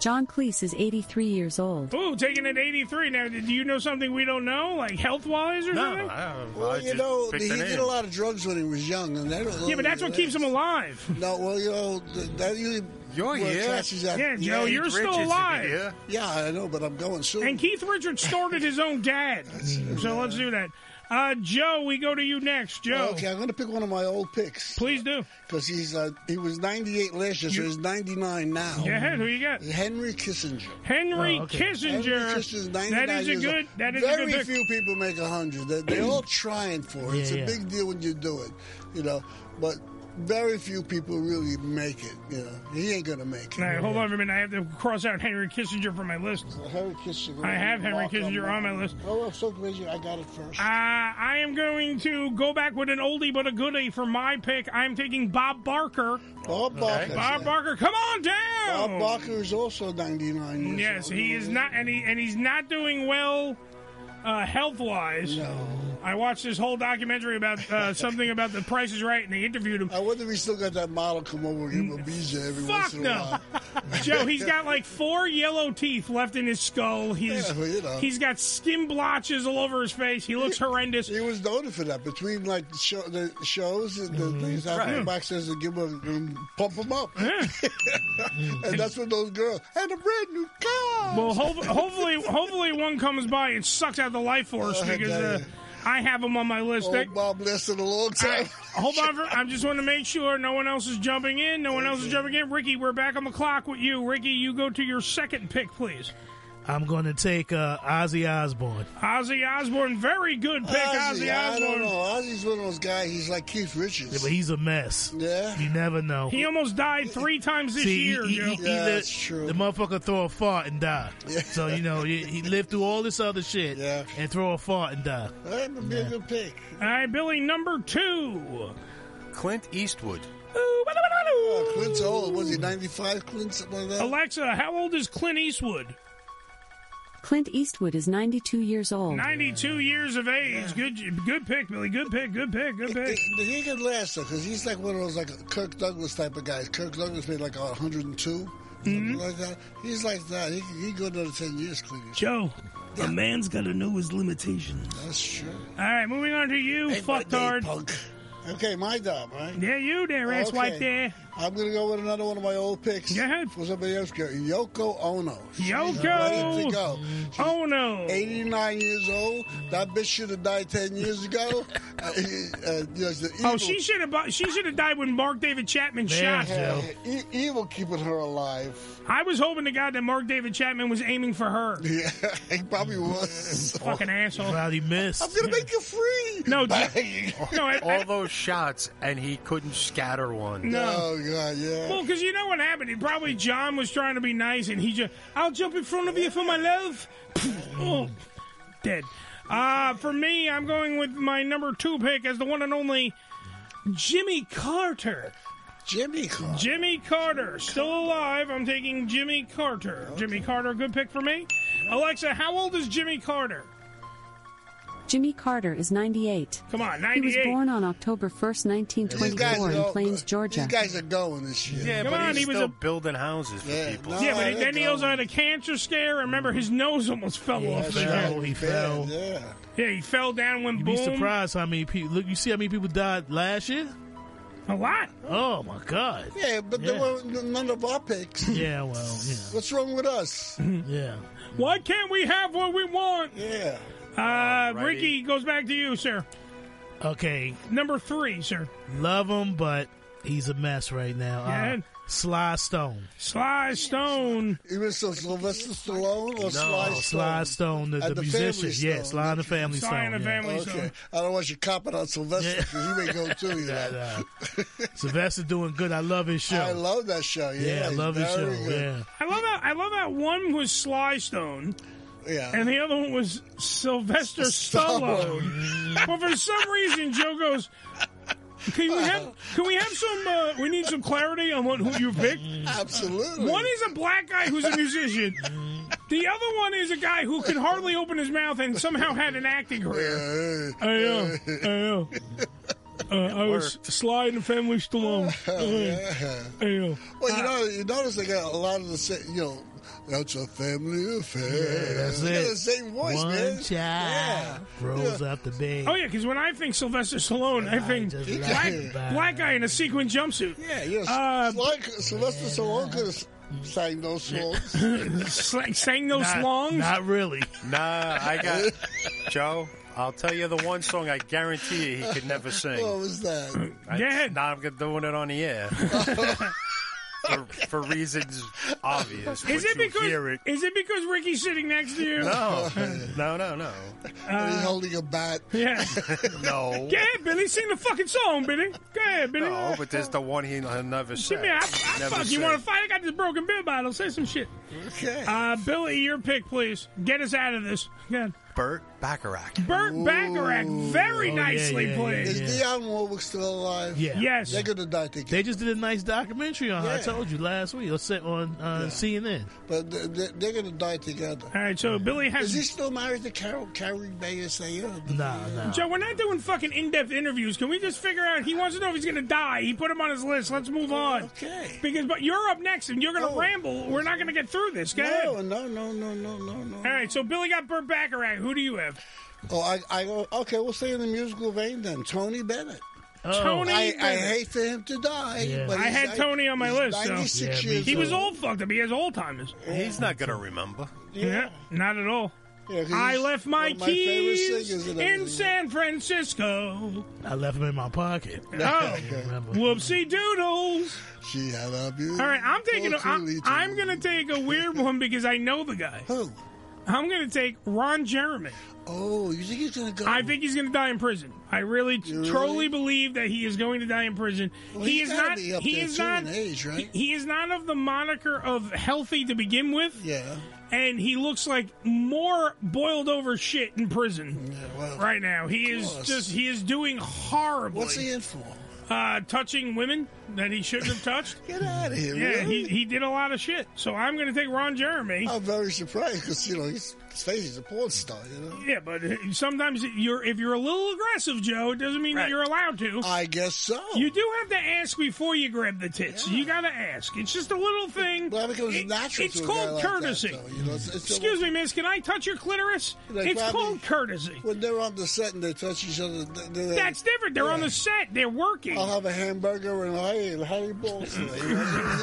Speaker 13: John Cleese is 83 years old.
Speaker 5: Ooh, taking it 83. Now, do you know something we don't know, like health wise or something?
Speaker 4: Well, you know, he did a lot of drugs when he was young, and that.
Speaker 5: Yeah, but that's what keeps him alive.
Speaker 4: No, well, you know, th- that usually.
Speaker 5: You're
Speaker 4: what
Speaker 5: here.
Speaker 4: catches that-
Speaker 5: Yeah, Joe, you're Keith still Richards, alive. if you're here.
Speaker 4: Yeah, I know, but I'm going soon.
Speaker 5: And Keith Richards started his own dad. so let's do that. Uh, Joe, we go to you next. Joe.
Speaker 4: Okay, I'm going to pick one of my old picks.
Speaker 5: Please do.
Speaker 4: Because he's uh, he was 98 last year, so he's 99 now.
Speaker 5: Yeah, who you got?
Speaker 4: Henry Kissinger.
Speaker 5: Henry Oh, okay. Kissinger.
Speaker 4: Henry Kissinger's 99
Speaker 5: That is a
Speaker 4: years
Speaker 5: good-
Speaker 4: old.
Speaker 5: that is a
Speaker 4: Very
Speaker 5: good pick.
Speaker 4: few people make 100. They're, they're all trying for it.
Speaker 5: Yeah,
Speaker 4: it's a
Speaker 5: yeah.
Speaker 4: big deal when you do it, you know. But very few people really make it, you know. He ain't going to make it.
Speaker 5: All right, hold on for a minute. I have to cross out Henry Kissinger from my list.
Speaker 4: Henry Kissinger.
Speaker 5: I have Henry
Speaker 4: Mark
Speaker 5: Kissinger on my list.
Speaker 4: Oh, I'm so glad you, I got it first.
Speaker 5: Uh, I am going to go back with an oldie but a goodie for my pick. I am taking Bob Barker.
Speaker 4: Bob Barker.
Speaker 5: Bob Barker, come on down.
Speaker 4: Bob Barker is also 99 years
Speaker 5: Oh. Yes,
Speaker 4: old.
Speaker 5: he is not, and he and he's not doing well uh, health wise. I watched this whole documentary about uh, something about the Price is Right, and they interviewed him. Mm.
Speaker 4: I wonder if we still got that model come over and give him a BJ every
Speaker 5: Fuck
Speaker 4: once in a
Speaker 5: no.
Speaker 4: while.
Speaker 5: Joe, he's got like four yellow teeth left in his skull. He's
Speaker 4: Yeah, well, you know.
Speaker 5: he's got skin blotches all over his face. He looks horrendous.
Speaker 4: He was noted for that between like the, show, the shows and the things out
Speaker 5: Right.
Speaker 4: the box says to give him and pump him up. and that's what those girls and a brand new car.
Speaker 5: Well, ho- hopefully, hopefully one comes by and sucks out the life force
Speaker 4: Oh, I
Speaker 5: because
Speaker 4: tell
Speaker 5: uh,
Speaker 4: you.
Speaker 5: I have him on my list.
Speaker 4: Old Bob lasted a long time.
Speaker 5: hold on, for, I just want to make sure no one else is jumping in. No one else is jumping in. Ricky, we're back on the clock with you. Ricky, you go to your second pick, please.
Speaker 3: I'm going to take uh, Ozzy Osbourne.
Speaker 5: Ozzy Osbourne, very good pick,
Speaker 4: Ozzy,
Speaker 5: Ozzy
Speaker 4: I don't
Speaker 5: Osbourne.
Speaker 4: know. Ozzy's one of those guys. He's like Keith Richards.
Speaker 3: Yeah, but he's a mess. Yeah. You never know.
Speaker 5: He almost died three times this
Speaker 3: See,
Speaker 5: year.
Speaker 3: he- he-
Speaker 5: Joe.
Speaker 3: he- either The motherfucker throw a fart and die. So, you know, he, he lived through all this other shit and throw a fart and die.
Speaker 4: That would be a good pick.
Speaker 5: All right, Billy, number two.
Speaker 2: Clint Eastwood.
Speaker 4: Oh, Clint's old. Was he 95, Clint? Something like that?
Speaker 5: Alexa, how old is Clint Eastwood?
Speaker 13: Clint Eastwood is 92 years
Speaker 3: Oh,
Speaker 13: old.
Speaker 5: 92 years of age. Good good pick, Billy. Good pick, good pick, good pick.
Speaker 4: He can last though, because he's like one of those like Kirk Douglas type of guys. Kirk Douglas made like 102,
Speaker 5: Mm-hmm.
Speaker 4: something like that. He's like that. He he go another 10 years, Clint.
Speaker 5: Joe, a man's got to know his limitations.
Speaker 4: That's true.
Speaker 5: All right, moving on to you, fucktard.
Speaker 4: Okay, my job, right?
Speaker 5: Yeah, you there, ass white there.
Speaker 4: I'm gonna go with another one of my old picks. Go
Speaker 5: ahead.
Speaker 4: For somebody else, go. Yoko Ono. She's
Speaker 5: Yoko
Speaker 4: ready to go.
Speaker 5: Ono.
Speaker 4: 89 years old. That bitch should have died 10 years ago. uh, uh, yes, the
Speaker 5: Oh,
Speaker 4: evil-
Speaker 5: she should have. She should have died when Mark David Chapman
Speaker 4: Yeah,
Speaker 5: shot. her.
Speaker 4: e- evil keeping her alive.
Speaker 5: I was hoping to God that Mark David Chapman was aiming for her.
Speaker 4: Yeah, he probably was.
Speaker 5: Fucking asshole.
Speaker 3: Probably missed.
Speaker 4: I'm gonna make you free.
Speaker 5: No,
Speaker 4: Bang.
Speaker 5: no, I-
Speaker 2: all those shots, and he couldn't scatter one.
Speaker 5: No. Oh,
Speaker 4: God, yeah.
Speaker 5: Well, because you know what happened. He probably John was trying to be nice, and he just, I'll jump in front of you for my love. oh, dead. Uh, for me, I'm going with my number two pick as the one and only Jimmy Carter.
Speaker 4: Jimmy Carter.
Speaker 5: Jimmy Carter, still alive. I'm taking Jimmy Carter. Jimmy Carter, good pick for me. Alexa, how old is Jimmy Carter?
Speaker 13: Jimmy Carter is 98.
Speaker 5: Come on,
Speaker 13: He was
Speaker 5: 98.
Speaker 13: born on October
Speaker 4: These
Speaker 13: 1st,
Speaker 4: guys
Speaker 13: 1924
Speaker 4: are
Speaker 13: in
Speaker 4: all-
Speaker 13: Plains, Georgia.
Speaker 4: These guys are going this year.
Speaker 2: Yeah,
Speaker 5: Come
Speaker 2: but
Speaker 5: on,
Speaker 2: he's
Speaker 5: he was
Speaker 2: still
Speaker 5: a-
Speaker 2: building houses for people.
Speaker 5: yeah, but then he
Speaker 4: go.
Speaker 5: also had a cancer scare. Remember, his nose almost fell
Speaker 3: Yeah,
Speaker 5: off.
Speaker 3: he
Speaker 5: the
Speaker 3: fell, he fell.
Speaker 4: Yeah.
Speaker 5: Yeah, he fell down when
Speaker 3: You'd
Speaker 5: boom.
Speaker 3: be surprised how many people. Look, you see how many people died last year?
Speaker 5: A lot.
Speaker 3: Oh, my God.
Speaker 4: Yeah, but
Speaker 3: Yeah.
Speaker 4: there were none of our picks.
Speaker 3: Yeah, well, yeah.
Speaker 4: What's wrong with us?
Speaker 3: yeah.
Speaker 5: Why can't we have what we want?
Speaker 4: Yeah.
Speaker 5: Uh, Ricky goes back to you, sir.
Speaker 3: Okay.
Speaker 5: Number three, sir.
Speaker 3: Love him, but He's a mess right now.
Speaker 5: Yeah.
Speaker 3: Uh, Sly Stone.
Speaker 5: Sly Stone.
Speaker 4: You mean so Sylvester Stallone or Sly Stone?
Speaker 3: Sly Stone, the,
Speaker 4: At
Speaker 3: the,
Speaker 4: the
Speaker 3: musician.
Speaker 4: Family
Speaker 3: Yeah,
Speaker 4: Stone.
Speaker 3: Sly and the Family Stone. yeah.
Speaker 4: okay. I don't want you copping on Sylvester because he may go too. You know?
Speaker 3: Sylvester doing good. I love his show.
Speaker 4: I love that show. Yeah,
Speaker 3: Yeah, I
Speaker 4: he's
Speaker 3: love his
Speaker 4: very
Speaker 3: show,
Speaker 4: good.
Speaker 3: yeah.
Speaker 5: I love that. I love that one was Sly Stone.
Speaker 4: Yeah.
Speaker 5: And the other one was Sylvester Stallone. but for some reason, Joe goes. Can we have? Can we have some? Uh, we need some clarity on what who you picked.
Speaker 4: Absolutely.
Speaker 5: One is a black guy who's a musician. The other one is a guy who could hardly open his mouth and somehow had an acting career. I know. I know. Uh, I was Sly and the Family Stallone.
Speaker 4: Oh,
Speaker 5: Uh, I know.
Speaker 4: Well, you know, you notice they got a lot of the same. You know, that's a family affair.
Speaker 3: Yeah, that's
Speaker 4: They got
Speaker 3: it.
Speaker 4: the same voice,
Speaker 3: One
Speaker 4: man.
Speaker 3: child
Speaker 4: Yeah.
Speaker 3: rolls out the bed.
Speaker 5: Oh yeah, because when I think Sylvester Stallone, I think
Speaker 4: like
Speaker 5: black,
Speaker 4: that.
Speaker 5: black guy in a sequin jumpsuit. Uh,
Speaker 4: Yeah, you know, like Sylvester Stallone could have sang those songs.
Speaker 5: Slang, sang those
Speaker 2: Nah,
Speaker 5: songs?
Speaker 2: not
Speaker 3: really.
Speaker 2: Nah, I got Joe. I'll tell you the one song I guarantee you he could never sing.
Speaker 4: What was that?
Speaker 2: I, Now I'm doing it on the air. for, for reasons obvious.
Speaker 5: Is
Speaker 2: but
Speaker 5: it
Speaker 2: you
Speaker 5: because
Speaker 2: hear it.
Speaker 5: is it because Ricky's sitting next to you? Uh,
Speaker 2: No, no, no, no.
Speaker 4: And he's holding a bat.
Speaker 5: Yeah.
Speaker 2: no.
Speaker 5: Go ahead, Billy. Sing the fucking song, Billy. Go ahead, Billy.
Speaker 2: No, but there's the one he he'll never
Speaker 5: Shit,
Speaker 2: said.
Speaker 5: man, I, I fuck. You want to fight? I got this broken beer bottle. Say some shit.
Speaker 4: Okay.
Speaker 5: Uh, Billy, your pick, please. Get us out of this. Good.
Speaker 2: Burt Bacharach.
Speaker 5: Burt Bacharach, very nicely played.
Speaker 4: Is Dionne Warwick still alive?
Speaker 3: Yeah. Yes.
Speaker 4: They're going to die together.
Speaker 3: They just did a nice documentary on her. I
Speaker 4: Yeah.
Speaker 3: told you last week. It's set on uh, CNN.
Speaker 4: But they- they- they're going to die together.
Speaker 5: All right, so Billy has.
Speaker 4: Is he still married to Carol Carrie Bayer Sayer?
Speaker 3: Nah, nah.
Speaker 5: Joe, we're not doing fucking in-depth interviews. Can we just figure out? He wants to know if he's going to die. He put him on his list. Let's
Speaker 4: Oh,
Speaker 5: move on. Okay. Because, but you're up next, and you're going to ramble. We're not going to get through this. Go
Speaker 4: No,
Speaker 5: ahead.
Speaker 4: no, no, no, no, no, no.
Speaker 5: All right. So Billy got Burt Bacharach. Who do you have?
Speaker 4: Oh, I, I go. Okay, we'll stay in the musical vein then. Tony Bennett.
Speaker 5: Oh. Tony
Speaker 4: I, I
Speaker 5: Bennett.
Speaker 4: hate for him to die. But
Speaker 5: I
Speaker 4: he's
Speaker 5: had
Speaker 4: like-
Speaker 5: Tony on my
Speaker 4: he's
Speaker 5: list. so-
Speaker 4: 96 years
Speaker 5: he was
Speaker 4: old.
Speaker 5: all fucked up. He has Alzheimer's.
Speaker 2: He's not gonna remember.
Speaker 5: Yeah, not at all.
Speaker 4: Yeah, 'cause
Speaker 5: I
Speaker 4: he's
Speaker 5: left my
Speaker 4: one of my favorite
Speaker 5: keys
Speaker 4: singers and
Speaker 5: in
Speaker 4: everything.
Speaker 5: San Francisco.
Speaker 3: I left them in my pocket.
Speaker 5: Oh, whoopsie doodles.
Speaker 4: She had a beautiful.
Speaker 5: All right, I'm taking. A, I'm,
Speaker 4: little
Speaker 5: I'm going to take a weird one because I know the guy.
Speaker 4: Who?
Speaker 5: I'm going to take Ron Jeremy.
Speaker 4: Oh, you think he's going to go?
Speaker 5: I think he's going to die in prison. I really truly believe that he is going to die in prison.
Speaker 4: Well,
Speaker 5: he
Speaker 4: he's
Speaker 5: is
Speaker 4: gotta
Speaker 5: not.
Speaker 4: be up
Speaker 5: he
Speaker 4: there
Speaker 5: is
Speaker 4: too
Speaker 5: not.
Speaker 4: in age, right?
Speaker 5: He, he is not of the moniker of healthy to begin with.
Speaker 4: Yeah.
Speaker 5: And he looks like more boiled over shit in prison right now. He is
Speaker 4: course.
Speaker 5: just. He is doing horribly.
Speaker 4: What's he in for?
Speaker 5: Uh, touching women that he shouldn't have touched.
Speaker 4: Get out of here!
Speaker 5: yeah,
Speaker 4: really?
Speaker 5: he, he did a lot of shit. So I'm going to take Ron Jeremy.
Speaker 4: I'm very surprised because you know he's, his face is a porn star. You know.
Speaker 5: Yeah, but uh, sometimes you're if you're a little aggressive, Joe, it doesn't mean that you're allowed to.
Speaker 4: I guess so.
Speaker 5: You do have to ask before you grab the tits. You got to ask. It's just a little thing. Well,
Speaker 4: becomes natural
Speaker 5: It's
Speaker 4: to a guy
Speaker 5: called
Speaker 4: like that,
Speaker 5: courtesy.
Speaker 4: though, you know, it's- it's a-
Speaker 5: Excuse me, miss. Can I touch your clitoris?
Speaker 4: They
Speaker 5: it's
Speaker 4: probably-
Speaker 5: called courtesy.
Speaker 4: When they're on the set and they touch each other, they, they,
Speaker 5: That's different. They're on
Speaker 4: Yeah.
Speaker 5: the set. They're working.
Speaker 4: I'll have a hamburger and I and Harry balls today. you know?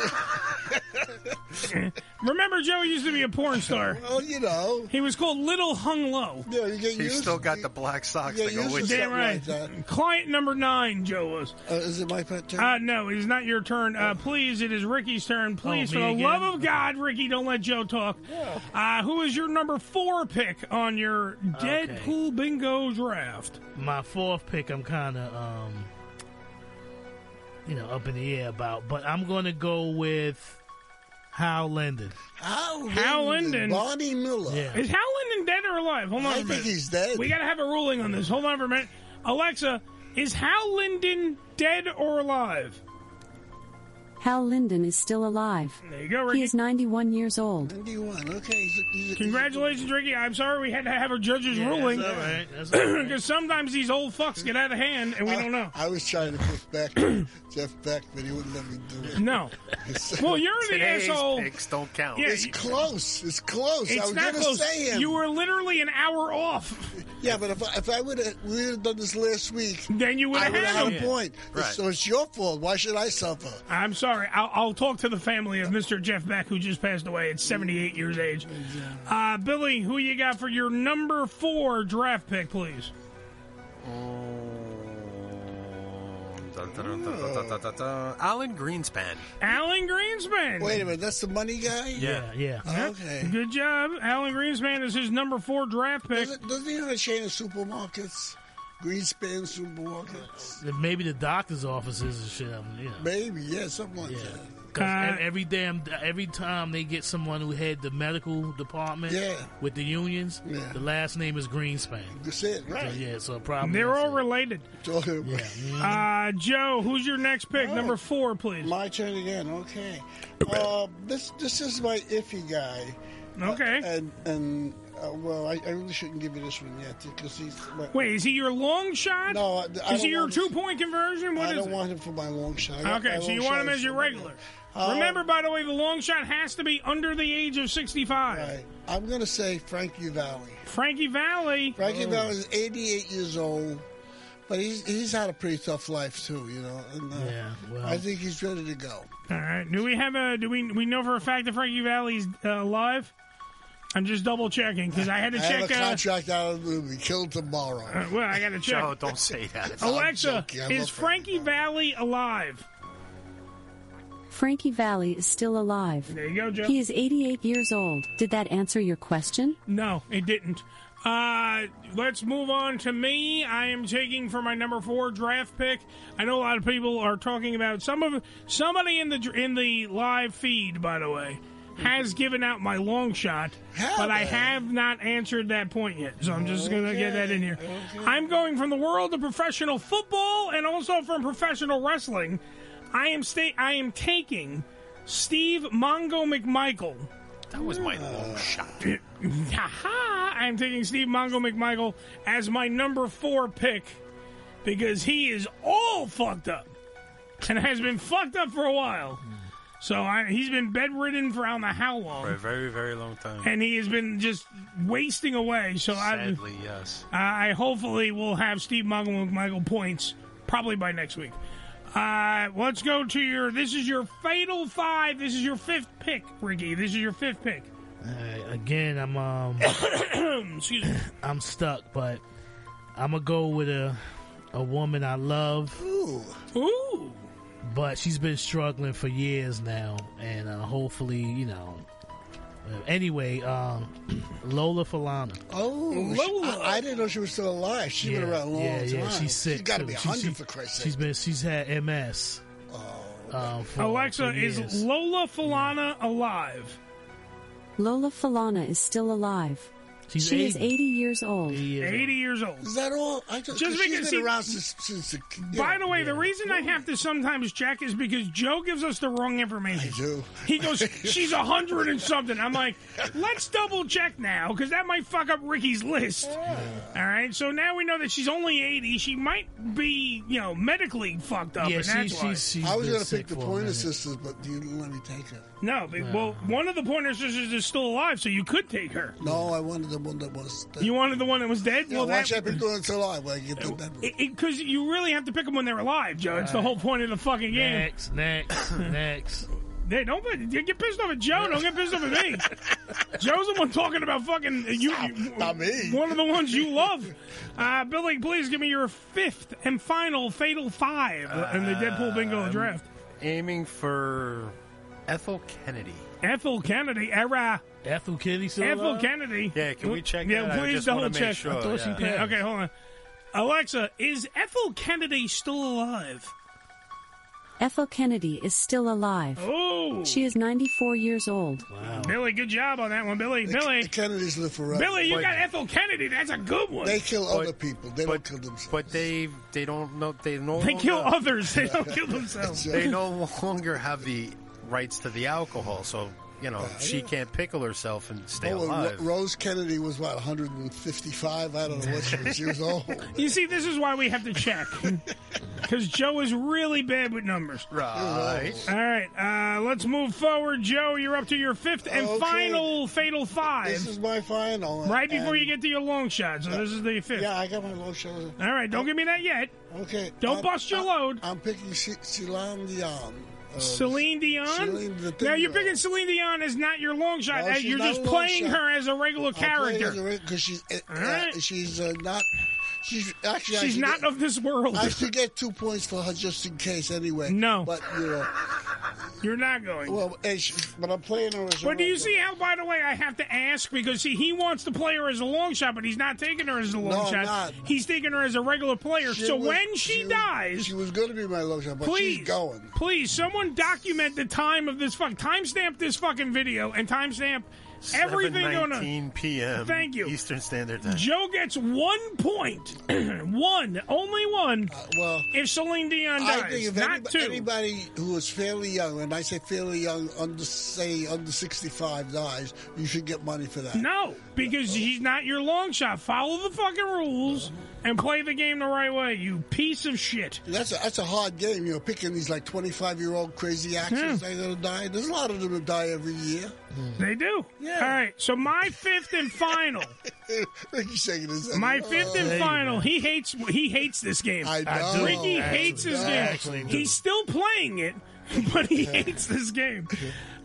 Speaker 5: Remember, Joe used to be a porn star.
Speaker 4: well, you know.
Speaker 5: He was called Little Hung Low.
Speaker 4: Yeah, you get
Speaker 2: He's
Speaker 4: used.
Speaker 2: still got the black socks
Speaker 4: Yeah,
Speaker 2: to go
Speaker 4: use
Speaker 2: with
Speaker 4: the
Speaker 2: it.
Speaker 5: Damn
Speaker 4: something
Speaker 5: right.
Speaker 4: like that.
Speaker 5: Client number nine, Joe was.
Speaker 4: Uh, is it my pet turn?
Speaker 5: Uh, no, it is not your turn. Uh, please, it is Ricky's turn. Please,
Speaker 3: Oh, me
Speaker 5: for the
Speaker 3: again?
Speaker 5: love of God, Ricky, don't let Joe talk. Uh, who is your number four pick on your Deadpool bingo draft?
Speaker 3: my fourth pick, I'm kind of, um, you know, up in the air about, but I'm going to go with Hal Linden.
Speaker 4: How
Speaker 5: Hal Linden.
Speaker 4: Bonnie Miller.
Speaker 3: Yeah.
Speaker 5: Is Hal Linden dead or alive? Hold on.
Speaker 4: I
Speaker 5: a
Speaker 4: think
Speaker 5: minute.
Speaker 4: he's dead.
Speaker 5: We got to have a ruling on this. Hold on for a minute. Alexa, is Hal Linden dead or alive?
Speaker 13: Hal Linden is still alive.
Speaker 5: There you go, Ricky.
Speaker 13: He is 91 years old.
Speaker 4: Ninety-one. Okay. He's, he's,
Speaker 5: Congratulations, Ricky. I'm sorry we had to have a judge's
Speaker 3: Yeah, that's
Speaker 5: ruling.
Speaker 3: all right. That's all right.
Speaker 5: Because sometimes these old fucks get out of hand and we
Speaker 4: I,
Speaker 5: don't know.
Speaker 4: I was trying to push back Jeff Beck, but he wouldn't let me do it.
Speaker 5: No. Well, you're the
Speaker 2: Today's
Speaker 5: asshole.
Speaker 2: picks don't count.
Speaker 5: Yeah,
Speaker 4: It's
Speaker 5: you-
Speaker 4: close. It's close. I
Speaker 5: It's
Speaker 4: was
Speaker 5: not
Speaker 4: gonna
Speaker 5: close.
Speaker 4: say him.
Speaker 5: You were literally an hour off.
Speaker 4: yeah, but if I, if I would have we would have done this last week,
Speaker 5: Then you would
Speaker 4: I
Speaker 5: have
Speaker 4: would
Speaker 5: had
Speaker 4: have
Speaker 5: him.
Speaker 4: had a point.
Speaker 2: Right.
Speaker 4: So it's your fault. Why should I suffer?
Speaker 5: I'm sorry. I'll, I'll talk to the family of Mr. Jeff Beck, who just passed away at 78 years age. Uh, Billy, who you got for your number four draft pick, please?
Speaker 2: Mm, Dun, dun, dun, dun, dun, dun, dun, dun. Alan Greenspan.
Speaker 5: Alan Greenspan.
Speaker 4: Wait a minute, that's the money guy. Oh,
Speaker 2: Yeah.
Speaker 3: yeah.
Speaker 4: Okay.
Speaker 5: Good job. Alan Greenspan is his number four draft pick.
Speaker 4: Doesn't, doesn't he have a chain of supermarkets? Greenspan supermarkets.
Speaker 3: Then Maybe the doctor's offices and shit. um, You know.
Speaker 4: Maybe yeah, something like that.
Speaker 3: 'Cause
Speaker 5: Uh,
Speaker 3: ev- every damn every time they get someone who had the medical department
Speaker 4: Yeah.
Speaker 3: with the unions, the last name is Greenspan.
Speaker 4: That's it, right?
Speaker 3: So, yeah, so probably
Speaker 5: They're all related. Uh, Joe, who's your next pick? Number four, please.
Speaker 4: Oh, My turn again. Okay. Uh, this this is my iffy guy.
Speaker 5: Okay.
Speaker 4: and and uh, well, I, I really shouldn't give you this one yet because he's. My,
Speaker 5: Wait, is he your long shot?
Speaker 4: No, I, I
Speaker 5: is
Speaker 4: don't
Speaker 5: he your
Speaker 4: want-
Speaker 5: two point conversion? What
Speaker 4: I
Speaker 5: is
Speaker 4: don't
Speaker 5: it?
Speaker 4: want him for my long shot. I-
Speaker 5: okay,
Speaker 4: my
Speaker 5: so
Speaker 4: long
Speaker 5: you want
Speaker 4: shot
Speaker 5: him as
Speaker 4: is-
Speaker 5: your regular.
Speaker 4: Uh,
Speaker 5: Remember, by the way, the long shot has to be under the age of 65.
Speaker 4: I'm going to say Frankie Valley.
Speaker 5: Frankie Valley.
Speaker 3: Oh.
Speaker 4: Frankie Valley is 88 years old, but he's he's had a pretty tough life too, you know. And, uh,
Speaker 5: Yeah, well-
Speaker 4: I think he's ready to go.
Speaker 5: All right. Do we have a? Do we we know for a fact that Frankie Valley's uh, alive? I'm just double checking because I had to
Speaker 4: I
Speaker 5: check.
Speaker 4: have a
Speaker 5: uh,
Speaker 4: contract out of the movie. Killed tomorrow.
Speaker 5: Uh, well, I gotta check.
Speaker 2: Joe, don't say that.
Speaker 5: Alexa,
Speaker 4: joking. I
Speaker 5: is
Speaker 4: love
Speaker 5: Frankie Valley alive?
Speaker 13: Frankie Valley is still alive.
Speaker 5: There you go, Joe.
Speaker 13: He is 88 years old. Did that answer your question?
Speaker 5: No, it didn't. Uh, let's move on to me. I am taking for my number four draft pick. I know a lot of people are talking about some of somebody in the dr- in the live feed. By the way, has given out my long shot, but I have not answered that point yet. So I'm just gonna get that in here. I'm going from the world of professional football and also from professional wrestling. I am sta- I am taking Steve Mongo McMichael.
Speaker 2: That was my long shot.
Speaker 5: Aha! I'm taking Steve Mongo McMichael as my number four pick because he is all fucked up and has been fucked up for a while. So I, he's been bedridden for I don't know how long,
Speaker 2: For a very, very long time.
Speaker 5: and he has been just wasting away. So I,
Speaker 2: Sadly, yes.
Speaker 5: I I hopefully will have Steve Mongo McMichael points probably by next week. Uh, let's go to your. This is your fatal five. This is your fifth pick, Ricky. This is your fifth pick.
Speaker 3: Alright, again, I'm um,
Speaker 5: excuse me,
Speaker 3: I'm stuck, but I'm gonna go with a a woman I love.
Speaker 4: Ooh,
Speaker 5: ooh,
Speaker 3: but she's been struggling for years now, and uh, hopefully, you know. uh, Anyway, um, Lola Falana.
Speaker 4: Oh, she-
Speaker 3: Lola.
Speaker 4: I, I didn't know she was still alive. She's been around a long
Speaker 3: yeah,
Speaker 4: time.
Speaker 3: yeah, she's sick.
Speaker 4: She's got to
Speaker 3: too.
Speaker 4: be
Speaker 3: She-
Speaker 4: 100
Speaker 3: she-
Speaker 4: for Christ's
Speaker 3: She's
Speaker 4: sake.
Speaker 3: been, she's had MS. Oh.
Speaker 5: Alexa, is Lola Falana alive?
Speaker 13: Lola Falana is still alive.
Speaker 5: She's
Speaker 13: she is
Speaker 5: 80.
Speaker 13: 80 years old.
Speaker 5: 80 years old.
Speaker 4: Is that all? I
Speaker 5: Just
Speaker 4: just, because she's
Speaker 5: because
Speaker 4: been
Speaker 5: he-
Speaker 4: around since, since the,
Speaker 5: By the way, the reason I have to sometimes check is because Joe gives us the wrong information. I
Speaker 4: do.
Speaker 5: He goes, she's a hundred and something. I'm like, let's double check now because that might fuck up Ricky's list. All right, so now we know that she's only 80. She might be, you know, medically fucked up.
Speaker 3: Yeah,
Speaker 5: and that's
Speaker 3: she's-
Speaker 5: why.
Speaker 3: she's- she's
Speaker 4: I was
Speaker 3: been
Speaker 4: going to
Speaker 3: sick
Speaker 4: pick the
Speaker 3: for a
Speaker 4: Pointer
Speaker 3: minute.
Speaker 4: Sisters, but you didn't let me take her.
Speaker 5: No, but, well, one of the Pointer Sisters is still alive, so you could take her.
Speaker 4: No, I wanted the one that was. Dead.
Speaker 5: You wanted the one that was dead?
Speaker 4: Yeah,
Speaker 5: well,
Speaker 4: watch
Speaker 5: that,
Speaker 4: that been doing until I when I get the bedroom.
Speaker 5: Because you really have to pick them when they're alive, Joe. It's the whole point of the fucking game.
Speaker 3: Next, next, next.
Speaker 5: Hey, don't put- you get pissed off at Joe. Don't get pissed off at me. Joe's the one talking about fucking uh, you. you- One of the ones you love. Uh, Billy, please give me your fifth and final fatal five in the Deadpool Bingo
Speaker 2: Um,
Speaker 5: draft.
Speaker 2: Aiming for Ethel Kennedy.
Speaker 5: Ethel Kennedy era.
Speaker 3: Ethel Kennedy still
Speaker 5: Ethel
Speaker 3: alive?
Speaker 5: Kennedy.
Speaker 2: Yeah, can we check
Speaker 5: Yeah,
Speaker 2: that? I
Speaker 5: please
Speaker 2: just
Speaker 5: double
Speaker 2: wanna make
Speaker 5: check.
Speaker 2: sure, I thought she yeah. passed.
Speaker 5: Okay, hold on. Alexa, is Ethel Kennedy still alive?
Speaker 13: Ethel Kennedy is still alive.
Speaker 5: Oh.
Speaker 13: She is 94 years old.
Speaker 4: Oh.
Speaker 5: Billy, good job on that one, Billy. Billy,
Speaker 4: Kennedys live forever.
Speaker 5: Billy, you got Ethel Kennedy. That's a good one.
Speaker 4: They kill
Speaker 2: But-
Speaker 4: other people. They don't kill themselves.
Speaker 2: But they they don't know they no
Speaker 5: They kill
Speaker 2: longer-
Speaker 5: others. They don't kill themselves.
Speaker 2: They no longer have the rights to the alcohol, so you know she can't pickle herself and stay
Speaker 4: Oh, and Ro-
Speaker 2: alive.
Speaker 4: Rose Kennedy was what 155. I don't know what she was. She was old.
Speaker 5: You see, this is why we have to check. Because Joe is really bad with numbers.
Speaker 2: Right.
Speaker 5: All right. Uh, let's move forward. Joe, you're up to your fifth and
Speaker 4: Okay.
Speaker 5: final Fatal Five.
Speaker 4: This is my final.
Speaker 5: right before
Speaker 4: and-
Speaker 5: you get to your long shot. So this is the fifth.
Speaker 4: Yeah, I got my low shoulder.
Speaker 5: All right. Don't give me that yet.
Speaker 4: Okay.
Speaker 5: Don't
Speaker 4: I'm-
Speaker 5: bust your
Speaker 4: I'm-
Speaker 5: load.
Speaker 4: I'm picking Ce- Celine Dion. Uh,
Speaker 5: Celine Dion.
Speaker 4: Celine- the thing
Speaker 5: now you're
Speaker 4: girl.
Speaker 5: picking Celine Dion as not your long shot.
Speaker 4: No,
Speaker 5: Uh,
Speaker 4: she's
Speaker 5: you're
Speaker 4: not
Speaker 5: just
Speaker 4: a long
Speaker 5: playing
Speaker 4: shot.
Speaker 5: her as a regular character.
Speaker 4: because she's uh, uh,
Speaker 5: right.
Speaker 4: she's uh, not She's actually. I
Speaker 5: She's
Speaker 4: should
Speaker 5: not
Speaker 4: get-
Speaker 5: of this world.
Speaker 4: I should get two points for her just in case, anyway. No, but you know,
Speaker 5: you're not going.
Speaker 4: Well, and she- but I'm playing her as. a
Speaker 5: But do you
Speaker 4: regular.
Speaker 5: see how? By the way, I have to ask because see, he wants to play her as a long shot, but he's not taking her as a long
Speaker 4: No, I'm
Speaker 5: shot.
Speaker 4: not.
Speaker 5: He's taking her as a regular player.
Speaker 4: She
Speaker 5: so
Speaker 4: was-
Speaker 5: when she, dies,
Speaker 4: She was going to be my long shot, but
Speaker 5: please,
Speaker 4: she's going.
Speaker 5: please, someone document the time of this fuck. Timestamp this fucking video and timestamp everything going on.
Speaker 2: 19 p.m.
Speaker 5: Thank you.
Speaker 2: Eastern Standard Time.
Speaker 5: Joe gets one point, one, only one.
Speaker 4: Uh, well,
Speaker 5: if Celine Dion dies,
Speaker 4: I think if
Speaker 5: not
Speaker 4: anyb-
Speaker 5: two.
Speaker 4: anybody who is fairly young, and I say fairly young, under say under sixty-five dies, you should get money for that.
Speaker 5: No, because he's not your long shot. Follow the fucking rules and play the game the right way, you piece of shit.
Speaker 4: That's a, that's a hard game. You're picking these like twenty-five-year-old crazy actors. They're going to die. There's a lot of them that die every year.
Speaker 5: Hmm. They do. Yeah. All right. So my fifth and final.
Speaker 4: Ricky shaking his head.
Speaker 5: My fifth and
Speaker 4: Hey,
Speaker 5: final.
Speaker 4: man.
Speaker 5: He hates. He hates this game.
Speaker 4: I I do. do.
Speaker 5: Ricky
Speaker 4: I
Speaker 5: hates
Speaker 4: actually
Speaker 5: this
Speaker 4: do. I
Speaker 5: game.
Speaker 4: actually do.
Speaker 5: He's still playing it, but he hates this game.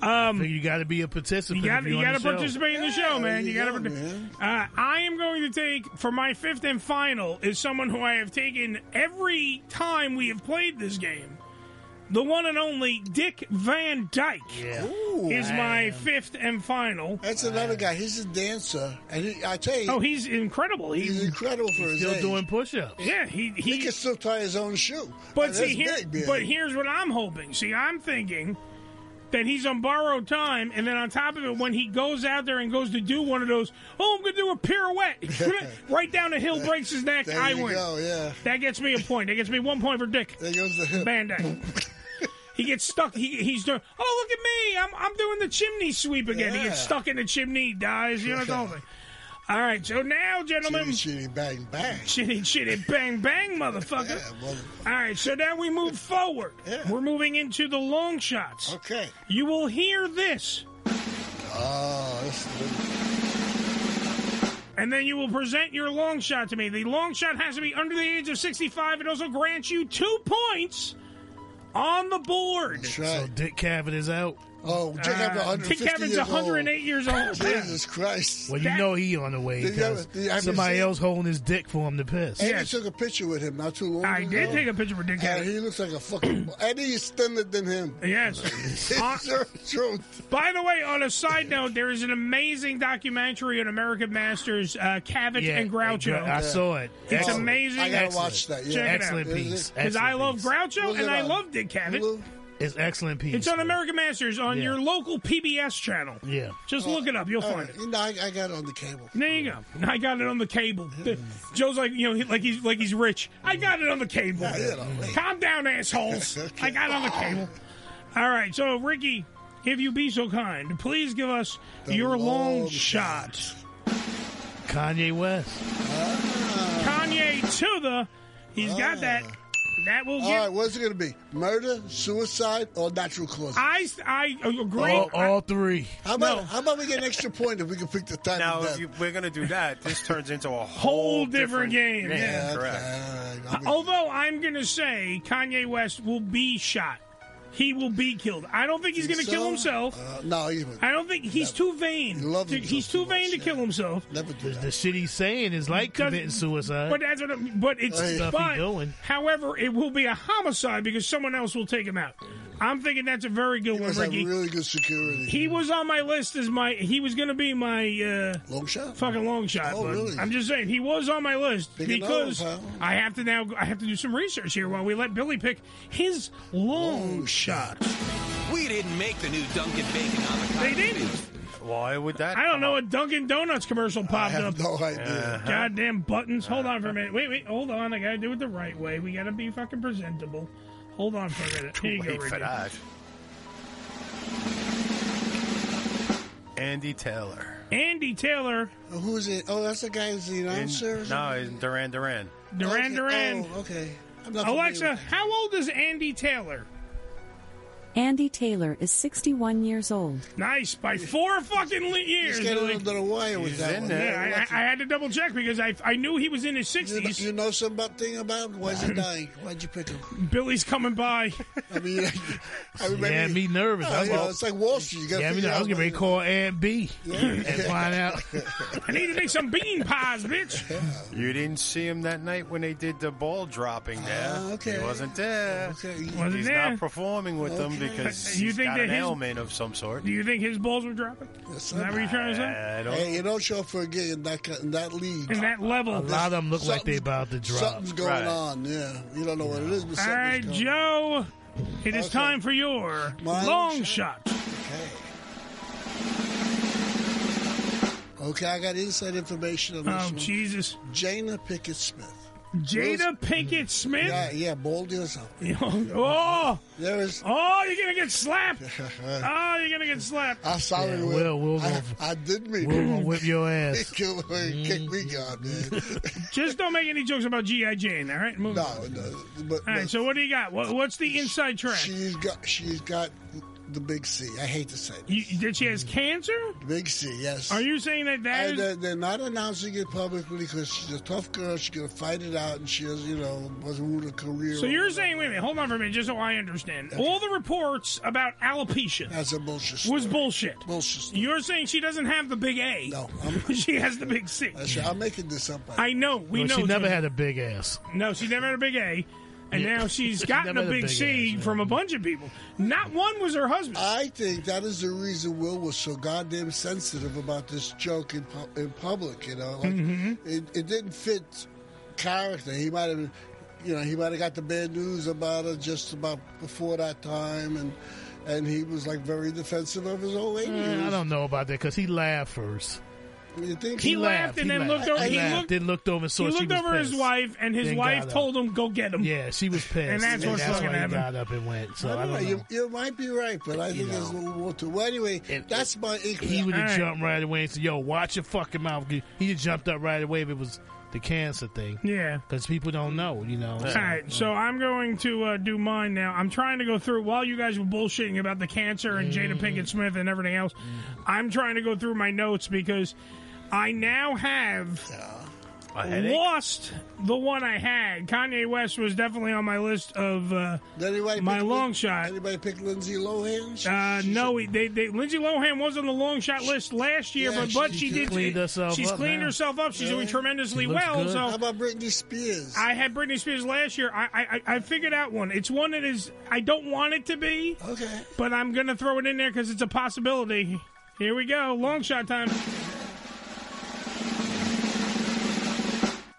Speaker 3: So you got to be a participant.
Speaker 5: Um, You got you got to participate in the show, man. You
Speaker 3: got
Speaker 5: got to. Uh, I am going to take for my fifth and final is someone who I have taken every time we have played this game. The one and only Dick Van Dyke is my fifth and final.
Speaker 4: That's another guy. He's a dancer, and he, I tell you,
Speaker 5: Oh, he's incredible. He-
Speaker 4: he's incredible for
Speaker 5: He's
Speaker 4: his
Speaker 5: still
Speaker 4: age.
Speaker 5: doing push-ups. Yeah, he, he
Speaker 4: can still tie his own shoe.
Speaker 5: But
Speaker 4: And
Speaker 5: see
Speaker 4: that's
Speaker 5: here,
Speaker 4: big, man.
Speaker 5: but here's what I'm hoping. See, I'm thinking that he's on borrowed time, and then on top of it, when he goes out there and goes to do one of those, oh, I'm gonna do a pirouette right down the hill, breaks his neck,
Speaker 4: There
Speaker 5: I
Speaker 4: you
Speaker 5: win.
Speaker 4: go, yeah.
Speaker 5: That gets me a point. That gets me one point for Dick.
Speaker 4: There goes the hip.
Speaker 5: He gets stuck. He, he's doing. Oh, look at me! I'm I'm doing the chimney sweep again. He gets
Speaker 4: Yeah.
Speaker 5: stuck in the chimney, he dies. You know the whole thing. All right, so now, gentlemen,
Speaker 4: chitty, bang bang,
Speaker 5: chitty chitty bang bang, motherfucker. All right, so now we move forward. We're moving into the long shots.
Speaker 4: Okay.
Speaker 5: You will hear this,
Speaker 4: Oh, this
Speaker 5: and then you will present your long shot to me. The long shot has to be under the age of 65. It also grants you two points on the board.
Speaker 3: So Dick Cavett is out.
Speaker 4: Oh,
Speaker 5: Dick Cavett's Uh, 150 Dick Cavett's years old. 108 years old. Jesus
Speaker 4: Christ!
Speaker 3: Well, you know he on the way.
Speaker 4: Did you ever-
Speaker 3: 'cause
Speaker 4: did you ever
Speaker 3: somebody
Speaker 4: see-
Speaker 3: else holding his dick for him to piss.
Speaker 4: Eddie took a picture with him not too long I ago.
Speaker 5: did take a picture with Dick
Speaker 4: And he looks like a fucking. Eddie is thinner than him.
Speaker 5: Yes. Uh,
Speaker 4: truth.
Speaker 5: By the way, on a side note, there is an amazing documentary on American Masters, uh, Cavett
Speaker 3: Yeah,
Speaker 5: and Groucho.
Speaker 3: I saw it.
Speaker 5: It's
Speaker 3: Excellent.
Speaker 5: amazing.
Speaker 4: I gotta watch that, yeah.
Speaker 5: Check it
Speaker 3: Excellent
Speaker 5: out.
Speaker 3: piece.
Speaker 5: Because I
Speaker 3: Excellent
Speaker 5: love
Speaker 3: piece.
Speaker 5: Groucho
Speaker 3: What's
Speaker 5: and
Speaker 3: it
Speaker 5: I
Speaker 3: on?
Speaker 5: love Dick Cavett.
Speaker 3: It's excellent piece.
Speaker 5: It's on American Masters on
Speaker 3: Yeah.
Speaker 5: your local PBS channel.
Speaker 3: Yeah.
Speaker 5: Just look it up. You'll
Speaker 4: Oh, all
Speaker 5: find
Speaker 4: right.
Speaker 5: it.
Speaker 4: You know, I, I got it on the cable.
Speaker 5: There you go. I got it on the cable. The- Joe's like, you know, he- like he's like he's rich. I got it on the cable. Calm down, assholes. I got it on the cable. All right, so Ricky, if you be so kind, please give us your long, shot.
Speaker 3: Kanye West.
Speaker 5: Kanye to the. he's
Speaker 4: Ah.
Speaker 5: got that. That will
Speaker 4: All
Speaker 5: get-
Speaker 4: right, what's it going to be? Murder, suicide, or natural causes?
Speaker 5: I, I agree.
Speaker 3: All, all three.
Speaker 4: How about how about we get an extra point if we can pick the time
Speaker 2: Now,
Speaker 4: of
Speaker 2: if
Speaker 4: death?
Speaker 2: you, we're going to do that. This turns into a whole,
Speaker 5: Whole different game, yeah.
Speaker 2: correct.
Speaker 5: Uh, Although I'm going to say Kanye West will be shot. He will be killed. I don't think he's going to
Speaker 4: Think
Speaker 5: kill
Speaker 4: so?
Speaker 5: himself.
Speaker 4: Uh, no, he's
Speaker 5: I don't think he's too vain. to- he's too vain to kill himself.
Speaker 4: never do
Speaker 3: The, the shit he's saying is like committing suicide.
Speaker 5: But that's what. I'm- But it's.
Speaker 3: Hey. Stuff he
Speaker 5: but,
Speaker 3: doing.
Speaker 5: However, it will be a homicide because someone else will take him out. I'm thinking that's a very good one,
Speaker 4: must have
Speaker 5: Ricky.
Speaker 4: really good security.
Speaker 5: he was on my list as my. He was going to be my uh,
Speaker 4: long shot.
Speaker 5: Fucking long shot.
Speaker 4: Oh,
Speaker 5: bud.
Speaker 4: really?
Speaker 5: I'm just saying he was on my list
Speaker 4: Pick another
Speaker 5: because
Speaker 4: one,
Speaker 5: I have to now. I have to do some research here while we let Billy pick his long, shot.
Speaker 14: We didn't make the new Dunkin' Bacon avocado.
Speaker 5: They didn't.
Speaker 2: Why would that?
Speaker 5: I don't know. A Dunkin' Donuts commercial popped
Speaker 2: have
Speaker 5: up.
Speaker 2: no idea.
Speaker 5: Goddamn buttons. Hold on for
Speaker 2: Uh-huh.
Speaker 5: a minute. Wait, wait. Hold on. I gotta do it the right way. We gotta be fucking presentable. Hold on for a minute. Here you go,
Speaker 2: Wait for
Speaker 5: Ricky.
Speaker 2: that. Andy Taylor.
Speaker 5: Andy Taylor.
Speaker 4: Who's it? Oh, that's the guy who's the announcer. or
Speaker 2: In-
Speaker 4: something?
Speaker 2: no, in Duran Duran.
Speaker 5: Duran
Speaker 4: Okay,
Speaker 5: Duran.
Speaker 4: Oh, okay. I'm not familiar
Speaker 5: Alexa,
Speaker 4: with-
Speaker 5: how old is Andy Taylor?
Speaker 13: Andy Taylor is 61 years old.
Speaker 5: Nice by four fucking le- years.
Speaker 4: get a
Speaker 5: Like-
Speaker 4: little bit away with that one. You're
Speaker 5: Yeah,
Speaker 4: lucky.
Speaker 5: I, I, I had to double check because I, I knew he was in his sixties. You,
Speaker 4: know something about why's he dying? Why'd you pick him?
Speaker 5: Billy's coming by.
Speaker 4: I mean, I remember.
Speaker 3: Yeah, me nervous.
Speaker 4: Oh,
Speaker 3: I was
Speaker 4: you know,
Speaker 3: all-
Speaker 4: it's like Wall Street. You got
Speaker 3: Yeah, I mean, I was getting ready to call Aunt B and find out.
Speaker 5: I need to make some bean pies, bitch.
Speaker 2: You didn't see him that night when they did the ball dropping there. okay. He wasn't there.
Speaker 5: Wasn't
Speaker 2: He's
Speaker 5: there.
Speaker 2: not performing with them
Speaker 5: Okay.
Speaker 2: because
Speaker 5: You
Speaker 2: he's
Speaker 5: think
Speaker 2: got
Speaker 5: that
Speaker 2: an
Speaker 5: his-
Speaker 2: ailment of some sort.
Speaker 5: Do you think his balls were dropping? Is that what you're trying to say?
Speaker 2: I don't-
Speaker 4: Hey, you don't show up for a gig in that, in that league.
Speaker 5: In that level.
Speaker 3: A lot of them look like they about to drop.
Speaker 4: Something's going
Speaker 3: Right.
Speaker 4: on, yeah. You don't know what it is, but
Speaker 5: All
Speaker 4: something's
Speaker 5: right,
Speaker 4: going
Speaker 5: Joe. It is
Speaker 4: Okay.
Speaker 5: time for your
Speaker 4: My
Speaker 5: long shot.
Speaker 4: on. Okay, I got inside information on
Speaker 5: Oh,
Speaker 4: this one.
Speaker 5: Jesus.
Speaker 4: Jana Pickett Smith.
Speaker 5: Jada Pinkett Smith.
Speaker 4: Yeah, yeah, bold yourself.
Speaker 5: oh,
Speaker 4: there is.
Speaker 5: Oh, you're gonna get slapped. oh, you're gonna get slapped.
Speaker 4: I'm sorry,
Speaker 3: Yeah,
Speaker 4: Will.
Speaker 3: Will, Will
Speaker 4: I,
Speaker 3: will-
Speaker 4: I did mean
Speaker 3: Will will
Speaker 4: it.
Speaker 3: whip your ass. Mm-hmm.
Speaker 4: Kill the way he kicked me, God, man.
Speaker 5: Just don't make any jokes about GI Jane. All right, move no, on.
Speaker 4: But,
Speaker 5: all right. So what do you got? What, what's the inside track?
Speaker 4: She's got she's got the big C. I hate to say that.
Speaker 5: You, that she has cancer?
Speaker 4: Big C, yes.
Speaker 5: Are you saying that that
Speaker 4: And
Speaker 5: is-
Speaker 4: they're, they're not announcing it publicly because she's a tough girl. She's gonna fight it out, and she has, you know, wasn't ruin a career.
Speaker 5: So you're saying, wait a minute, hold on for a minute, just so I understand. All the reports about alopecia
Speaker 4: that's a bullshit.
Speaker 5: was bullshit.
Speaker 4: Bullshit.
Speaker 5: You're saying she doesn't have the big A. No, she has the big C.
Speaker 4: I'm making this up.
Speaker 5: I know. We
Speaker 3: Well,
Speaker 5: know
Speaker 3: she never
Speaker 5: Jim.
Speaker 3: had a big ass.
Speaker 5: No, she never had a big A. And
Speaker 3: Yeah.
Speaker 5: now she's
Speaker 3: She
Speaker 5: gotten
Speaker 3: never
Speaker 5: a
Speaker 3: had a
Speaker 5: big,
Speaker 3: big
Speaker 5: C from a bunch of people. Not one was her husband.
Speaker 4: I think that is the reason Will was so goddamn sensitive about this joke in, pu- in public. You know, like
Speaker 5: Mm-hmm.
Speaker 4: it, it didn't fit character. He might have, you know, he might have got the bad news about her just about before that time, and and he was like very defensive of his old lady.
Speaker 5: Mm.
Speaker 3: Eh, I don't know about that because he laughed first.
Speaker 4: You think
Speaker 5: He laughed and
Speaker 3: he
Speaker 5: then looked over-
Speaker 3: He
Speaker 5: he
Speaker 3: laughed,
Speaker 5: looked-
Speaker 3: then looked over. and
Speaker 5: he
Speaker 3: saw she
Speaker 5: looked
Speaker 3: was
Speaker 5: over his
Speaker 3: pissed.
Speaker 5: wife, and his
Speaker 3: Then
Speaker 5: wife
Speaker 3: got up.
Speaker 5: told him, "Go get him."
Speaker 3: Yeah, she was pissed,
Speaker 5: And that's what's fucking
Speaker 3: why he
Speaker 5: happened.
Speaker 3: got up and went. So
Speaker 4: I don't know. You,
Speaker 3: know.
Speaker 4: you might be right, but I
Speaker 3: You
Speaker 4: think there's a little more to. Well, anyway, that's my inkling.
Speaker 3: He would have jumped right away and said, "Yo, watch your fucking mouth." He just jumped up right away if it was the cancer thing.
Speaker 5: Yeah,
Speaker 3: because people don't know, you know.
Speaker 5: All right, so I'm going to uh, do mine now. I'm trying to go through while you guys were bullshitting about the cancer and Jada Pinkett Smith and everything else. I'm trying to go through my notes because I now have
Speaker 2: A headache?
Speaker 5: lost the one I had. Kanye West was definitely on my list of uh, my long shot.
Speaker 4: Anybody pick Lindsay Lohan?
Speaker 5: Uh, no, he- they, they, Lindsay Lohan was on the long shot list last year,
Speaker 4: Yeah,
Speaker 5: but, but she,
Speaker 4: she
Speaker 5: did
Speaker 3: cleaned herself
Speaker 5: She's
Speaker 3: up
Speaker 5: cleaned
Speaker 3: now.
Speaker 5: herself up. She's
Speaker 3: Yeah.
Speaker 5: doing tremendously
Speaker 3: She looks
Speaker 5: well.
Speaker 3: good.
Speaker 5: So
Speaker 3: How
Speaker 4: about Britney Spears?
Speaker 5: I had Britney Spears last year. I, I I I figured out one. It's one that is I don't want it to be.
Speaker 4: Okay.
Speaker 5: But I'm gonna throw it in there because it's a possibility. Here we go. Long shot time.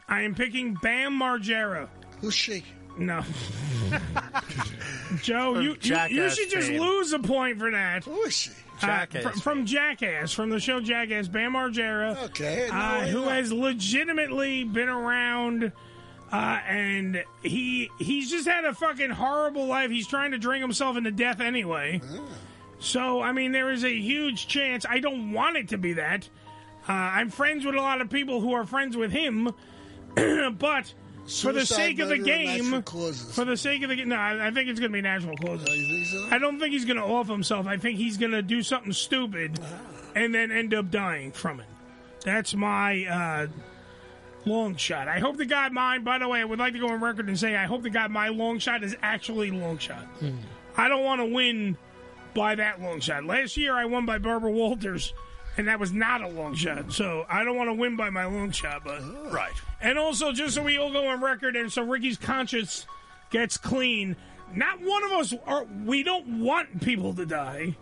Speaker 5: I am picking Bam Margera.
Speaker 4: Who's she?
Speaker 5: No. Joe, you, you, you
Speaker 2: Jackass
Speaker 5: should just
Speaker 2: fame.
Speaker 5: lose a point for that. Uh,
Speaker 4: Who is she?
Speaker 2: Jackass
Speaker 5: from, Jackass, from the show Jackass, Bam Margera.
Speaker 4: Okay, no,
Speaker 5: uh,
Speaker 4: why
Speaker 5: who
Speaker 4: not?
Speaker 5: has legitimately been around. Uh, and he he's just had a fucking horrible life. He's trying to drink himself into death anyway. So I mean, there is a huge chance. I don't want it to be that. Uh, I'm friends with a lot of people who are friends with him, but for the
Speaker 4: Suicide
Speaker 5: sake of the
Speaker 4: murder and natural
Speaker 5: game,
Speaker 4: causes.
Speaker 5: for the sake of the game, no, I, I think it's going to be natural causes. I don't think he's going to off himself. I think he's going to do something stupid and then end up dying from it. That's my uh, long shot. I hope the guy mine. By the way, I would like to go on record and say I hope the guy my long shot is actually long shot. I don't want to win by that long shot. Last year I won by Barbara Walters, and that was not a long shot. So I don't want to win by my long shot, but right. And also, just so we all go on record, and so Ricky's conscience gets clean. Not one of us are. We don't want people to die.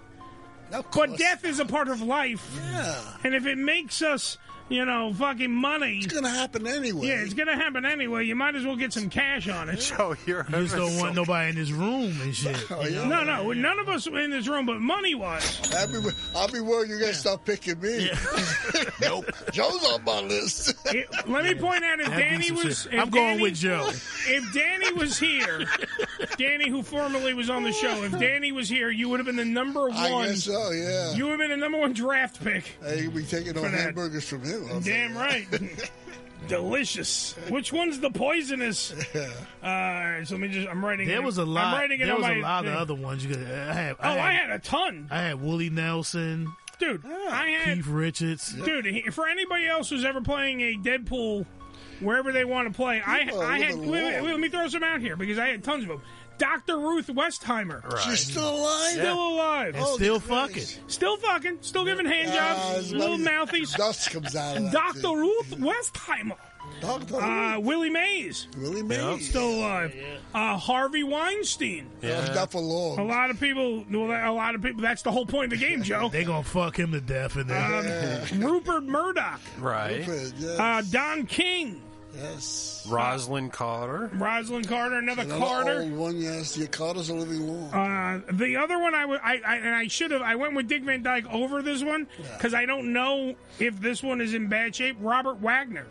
Speaker 5: But death is a part of life. Yeah. And if it makes us, you know, fucking money. It's
Speaker 4: going to happen anyway.
Speaker 5: Yeah, it's going to happen anyway. You might as well get some cash on it.
Speaker 2: So you're
Speaker 3: You just don't want nobody in this room and shit. you
Speaker 5: No,
Speaker 3: know?
Speaker 5: no, none of us were in this room, but money wise.
Speaker 4: I'll be, I'll be worried you guys stop picking me. nope. Joe's on my list.
Speaker 5: Let me point out if
Speaker 4: That'd be
Speaker 5: Danny
Speaker 4: some
Speaker 5: was.
Speaker 4: shit.
Speaker 5: If
Speaker 4: I'm going
Speaker 5: Danny-
Speaker 4: with Joe.
Speaker 5: If Danny was here, Danny, who formerly was on the show, if Danny was here, you would have been the number one.
Speaker 4: I guess so, yeah.
Speaker 5: You would have been the number one draft pick.
Speaker 4: Hey, we taking
Speaker 5: For
Speaker 4: on
Speaker 5: that.
Speaker 4: Oh, hamburgers from him. I'll tell
Speaker 5: Damn
Speaker 4: you.
Speaker 5: right. delicious. Which one's the poisonous? Uh, all right, so let me just. I'm writing.
Speaker 3: There
Speaker 5: it-
Speaker 3: was a lot.
Speaker 5: I'm writing it
Speaker 3: there
Speaker 5: on
Speaker 3: was
Speaker 5: my
Speaker 3: a lot
Speaker 5: thing.
Speaker 3: of other ones. You could, I had,
Speaker 5: Oh, I had a ton.
Speaker 3: I had Willie Nelson,
Speaker 5: dude. I had
Speaker 3: Keith Richards.
Speaker 5: dude. he- For anybody else who's ever playing a Deadpool, wherever they want to play, I,
Speaker 4: People are
Speaker 5: I had.
Speaker 4: living
Speaker 5: Wait, wait,
Speaker 4: long.
Speaker 5: wait, let me throw some out here because I had tons of them. Doctor Ruth Westheimer.
Speaker 4: She's still alive?
Speaker 5: Still alive.
Speaker 4: And still fucking.
Speaker 5: Still fucking. Still giving hand
Speaker 4: Ah,
Speaker 5: jobs.
Speaker 4: it's
Speaker 5: little
Speaker 4: bloody
Speaker 5: mouthies.
Speaker 4: Dust comes out of that.
Speaker 5: Doctor
Speaker 4: too.
Speaker 5: Ruth Westheimer.
Speaker 4: Dr.
Speaker 5: Uh,
Speaker 4: Ruth.
Speaker 5: Willie Mays.
Speaker 4: Willie Mays.
Speaker 5: Still alive. Uh, Harvey Weinstein.
Speaker 4: Yeah. Oh, not for long.
Speaker 5: A lot of people. Well, that- a lot of people. That's the whole point of the game, Joe.
Speaker 3: They gonna fuck him to death in there.
Speaker 5: Um, Rupert Murdoch.
Speaker 2: Right.
Speaker 4: Rupert, yes.
Speaker 5: Uh, Don King.
Speaker 4: yes.
Speaker 2: Rosalind Carter.
Speaker 5: Rosalind Carter. Another,
Speaker 4: Another
Speaker 5: Carter.
Speaker 4: old one, yes. Your Carters are living long.
Speaker 5: Uh, the other one I wa- I- I- and I should have I went with Dick Van Dyke over this one because I don't know if this one is in bad shape. Robert Wagner.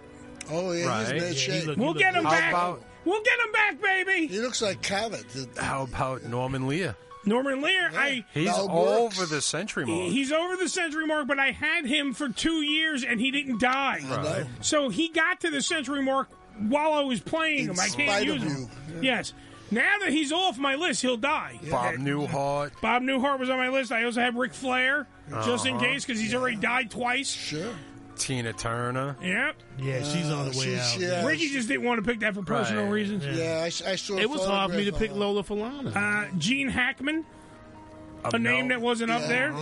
Speaker 4: Oh yeah, he's in
Speaker 2: Right.
Speaker 4: bad
Speaker 2: Yeah,
Speaker 4: shape.
Speaker 2: he look-
Speaker 5: We'll get him
Speaker 2: How
Speaker 5: back.
Speaker 2: about-
Speaker 5: we'll get him back, baby.
Speaker 4: He looks like Cabot.
Speaker 2: How about Norman Lear?
Speaker 5: Norman Lear. I
Speaker 2: He's over the century mark.
Speaker 5: He's over the century mark, but I had him for two years and he didn't die.
Speaker 2: Right.
Speaker 5: So he got to the century mark while I was playing
Speaker 4: In
Speaker 5: him. I can't
Speaker 4: spite of
Speaker 5: use him.
Speaker 4: you.
Speaker 5: Yes. Now that he's off my list, he'll die.
Speaker 2: Bob Newhart.
Speaker 5: Bob Newhart was on my list. I also had Ric Flair, just in
Speaker 2: Uh-huh.
Speaker 5: case, because he's already died twice. Sure.
Speaker 2: Tina Turner.
Speaker 5: Yep.
Speaker 3: Yeah, she's on the way
Speaker 4: Uh, she's-
Speaker 3: out.
Speaker 4: yeah.
Speaker 5: Ricky just didn't want to pick that for personal
Speaker 2: Right.
Speaker 5: reasons.
Speaker 4: Yeah, I, I saw. a
Speaker 3: It was hard for me to
Speaker 4: photograph
Speaker 3: pick
Speaker 4: of him.
Speaker 3: Lola Falana.
Speaker 5: Uh, Gene Hackman, a
Speaker 2: Amel-
Speaker 5: name that wasn't up there.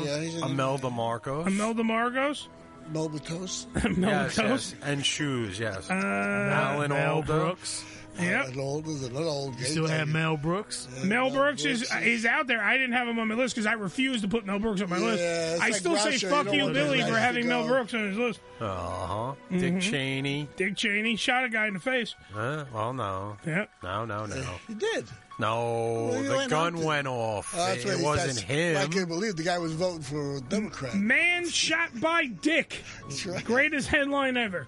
Speaker 2: Imelda Marcos.
Speaker 5: Imelda Marcos.
Speaker 4: Melba Toast.
Speaker 2: Yes,
Speaker 5: Imelda Marcos.
Speaker 2: yes. And shoes, yes.
Speaker 5: Uh,
Speaker 2: Alan
Speaker 3: Mel
Speaker 2: Alda.
Speaker 3: Brooks.
Speaker 5: Yep.
Speaker 4: An old, there's another old.
Speaker 3: You still have Mel Brooks.
Speaker 4: uh,
Speaker 5: Mel Brooks is is out there. I didn't have him on my list because I refused to put Mel Brooks on my
Speaker 4: Yeah,
Speaker 5: list.
Speaker 4: it's
Speaker 5: I
Speaker 4: like
Speaker 5: still say
Speaker 4: Groucho, you
Speaker 5: fuck
Speaker 4: don't
Speaker 5: you,
Speaker 4: want
Speaker 5: Billy,
Speaker 4: his
Speaker 5: for
Speaker 4: guys
Speaker 5: having
Speaker 4: to
Speaker 5: Mel
Speaker 4: go.
Speaker 5: Brooks on his list.
Speaker 2: Uh huh. Dick Cheney.
Speaker 5: Mm-hmm. Dick Cheney shot a guy in the face.
Speaker 2: Uh, well, no.
Speaker 5: Yep.
Speaker 2: No, no, no.
Speaker 4: He did.
Speaker 2: No,
Speaker 4: Well, he
Speaker 2: the
Speaker 4: went
Speaker 2: gun
Speaker 4: out to-
Speaker 2: went off.
Speaker 4: Oh, that's
Speaker 2: it
Speaker 4: right, he-
Speaker 2: wasn't him.
Speaker 4: that's- I can't believe the guy was voting for a Democrat.
Speaker 5: Man shot by Dick. Greatest headline ever.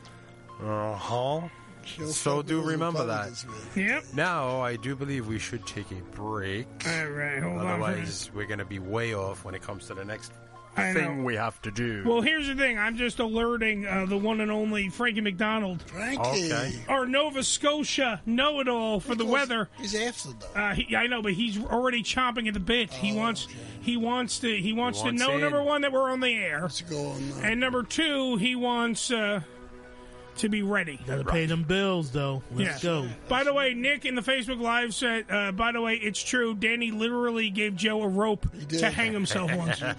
Speaker 2: Uh huh. So do remember that.
Speaker 5: Yep.
Speaker 2: Now, I do believe we should take a break.
Speaker 5: All right, hold on. for a minute.
Speaker 2: Otherwise, we're going to be way off when it comes to the next
Speaker 5: I
Speaker 2: thing
Speaker 5: know.
Speaker 2: we have to do.
Speaker 5: Well, here's the thing. I'm just alerting uh, the one and only Frankie McDonald,
Speaker 4: Frankie.
Speaker 2: Okay.
Speaker 5: our Nova Scotia know-it-all for the weather.
Speaker 4: He's after though. Oh,
Speaker 5: Uh, he, I know, but he's already chomping at the bit. he wants, he wants to, he wants,
Speaker 2: wants
Speaker 5: to know
Speaker 2: in.
Speaker 5: number one that we're on the air,
Speaker 4: Let's go on. now.
Speaker 5: and number two, he wants uh, to be ready.
Speaker 3: Gotta pay them bills though. Let's
Speaker 5: Yeah.
Speaker 3: go.
Speaker 5: By the way, Nick in the Facebook Live said, uh, by the way, it's true. Danny literally gave Joe a rope
Speaker 4: did.
Speaker 5: to hang himself once.
Speaker 2: that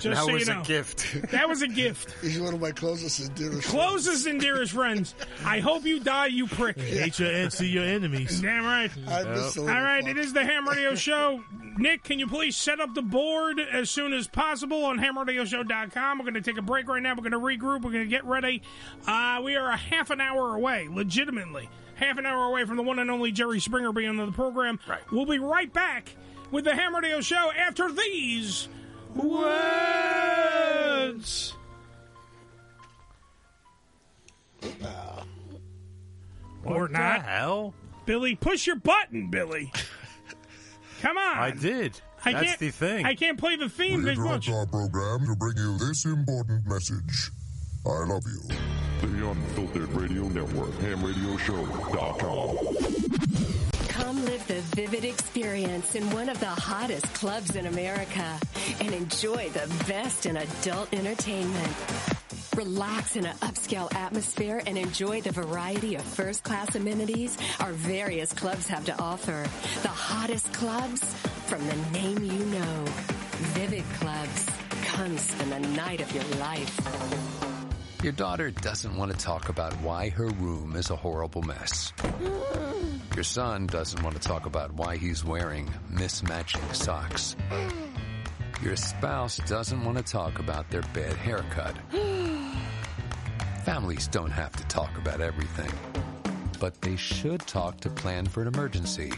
Speaker 5: so you
Speaker 2: was
Speaker 5: know.
Speaker 2: a gift.
Speaker 5: that was a gift.
Speaker 4: He's one of my closest endurers.
Speaker 5: Closest and dearest friends. I hope you die, you prick.
Speaker 3: Hate your and see your enemies.
Speaker 5: Damn right.
Speaker 4: I miss the
Speaker 5: All
Speaker 4: little
Speaker 5: right,
Speaker 4: fuck.
Speaker 5: it is the Ham Radio Show. Nick, can you please set up the board as soon as possible on hamradioshow.com? We're going to take a break right now. We're going to regroup. We're going to get ready. Uh, we are a half an hour away, legitimately. Half an hour away from the one and only Jerry Springer being on the program. Right. We'll be right back with the Ham Radio Show after these words. or not.
Speaker 2: The hell?
Speaker 5: Billy, push your button, Billy. Come on.
Speaker 2: I did.
Speaker 5: I
Speaker 2: That's
Speaker 5: can't,
Speaker 2: the thing.
Speaker 5: I can't play the theme
Speaker 15: We
Speaker 5: this
Speaker 15: interrupt
Speaker 5: much.
Speaker 15: our program to bring you this important message. I love you. The Unfiltered Radio Network, hamradioshow.com.
Speaker 16: Come live the vivid experience in one of the hottest clubs in America and enjoy the best in adult entertainment. Relax in an upscale atmosphere and enjoy the variety of first class amenities our various clubs have to offer. The hottest clubs from the name you know. Vivid Clubs. Come spend the night of your life.
Speaker 17: Your daughter doesn't want to talk about why her room is a horrible mess. Your son doesn't want to talk about why he's wearing mismatching socks. Your spouse doesn't want to talk about their bad haircut. Families don't have to talk about everything, but they should talk to plan for an emergency.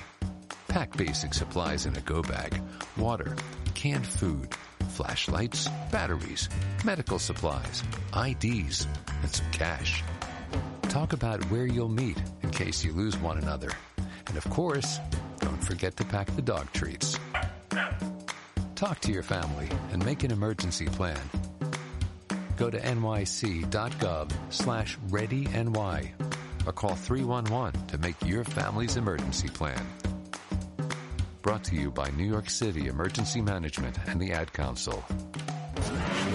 Speaker 17: Pack basic supplies in a go bag water, canned food, flashlights, batteries, medical supplies, IDs, and some cash. Talk about where you'll meet in case you lose one another. And of course, don't forget to pack the dog treats. Talk to your family and make an emergency plan. Go to nyc.gov slash readyny or call 311 to make your family's emergency plan. Brought to you by New York City Emergency Management and the Ad Council.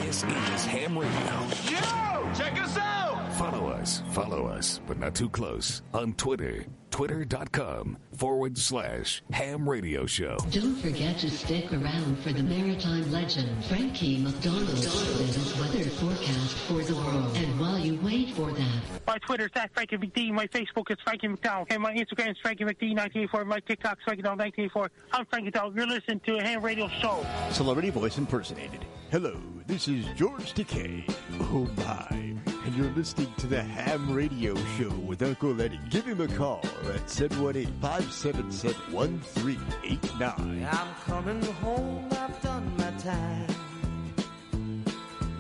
Speaker 18: This is Ham Radio.
Speaker 19: Yo, check us out.
Speaker 18: Follow us, follow us, but not too close on Twitter. Twitter.com forward slash ham radio show.
Speaker 20: Don't forget to stick around for the maritime legend, Frankie McDonald's latest weather forecast for the world. And while you wait for that,
Speaker 8: My Twitter is at Frankie McD. My Facebook is Frankie McDowell. And my Instagram is Frankie McD1984. My TikTok is Frankie McDowell1984. I'm Frankie McDowell. You're listening to a ham radio show.
Speaker 21: Celebrity voice impersonated. Hello, this is George Takei. Oh my. And you're listening to the Ham Radio Show with Uncle Eddie. Give him a call at 718 577 1389.
Speaker 12: I'm coming home, I've done my time.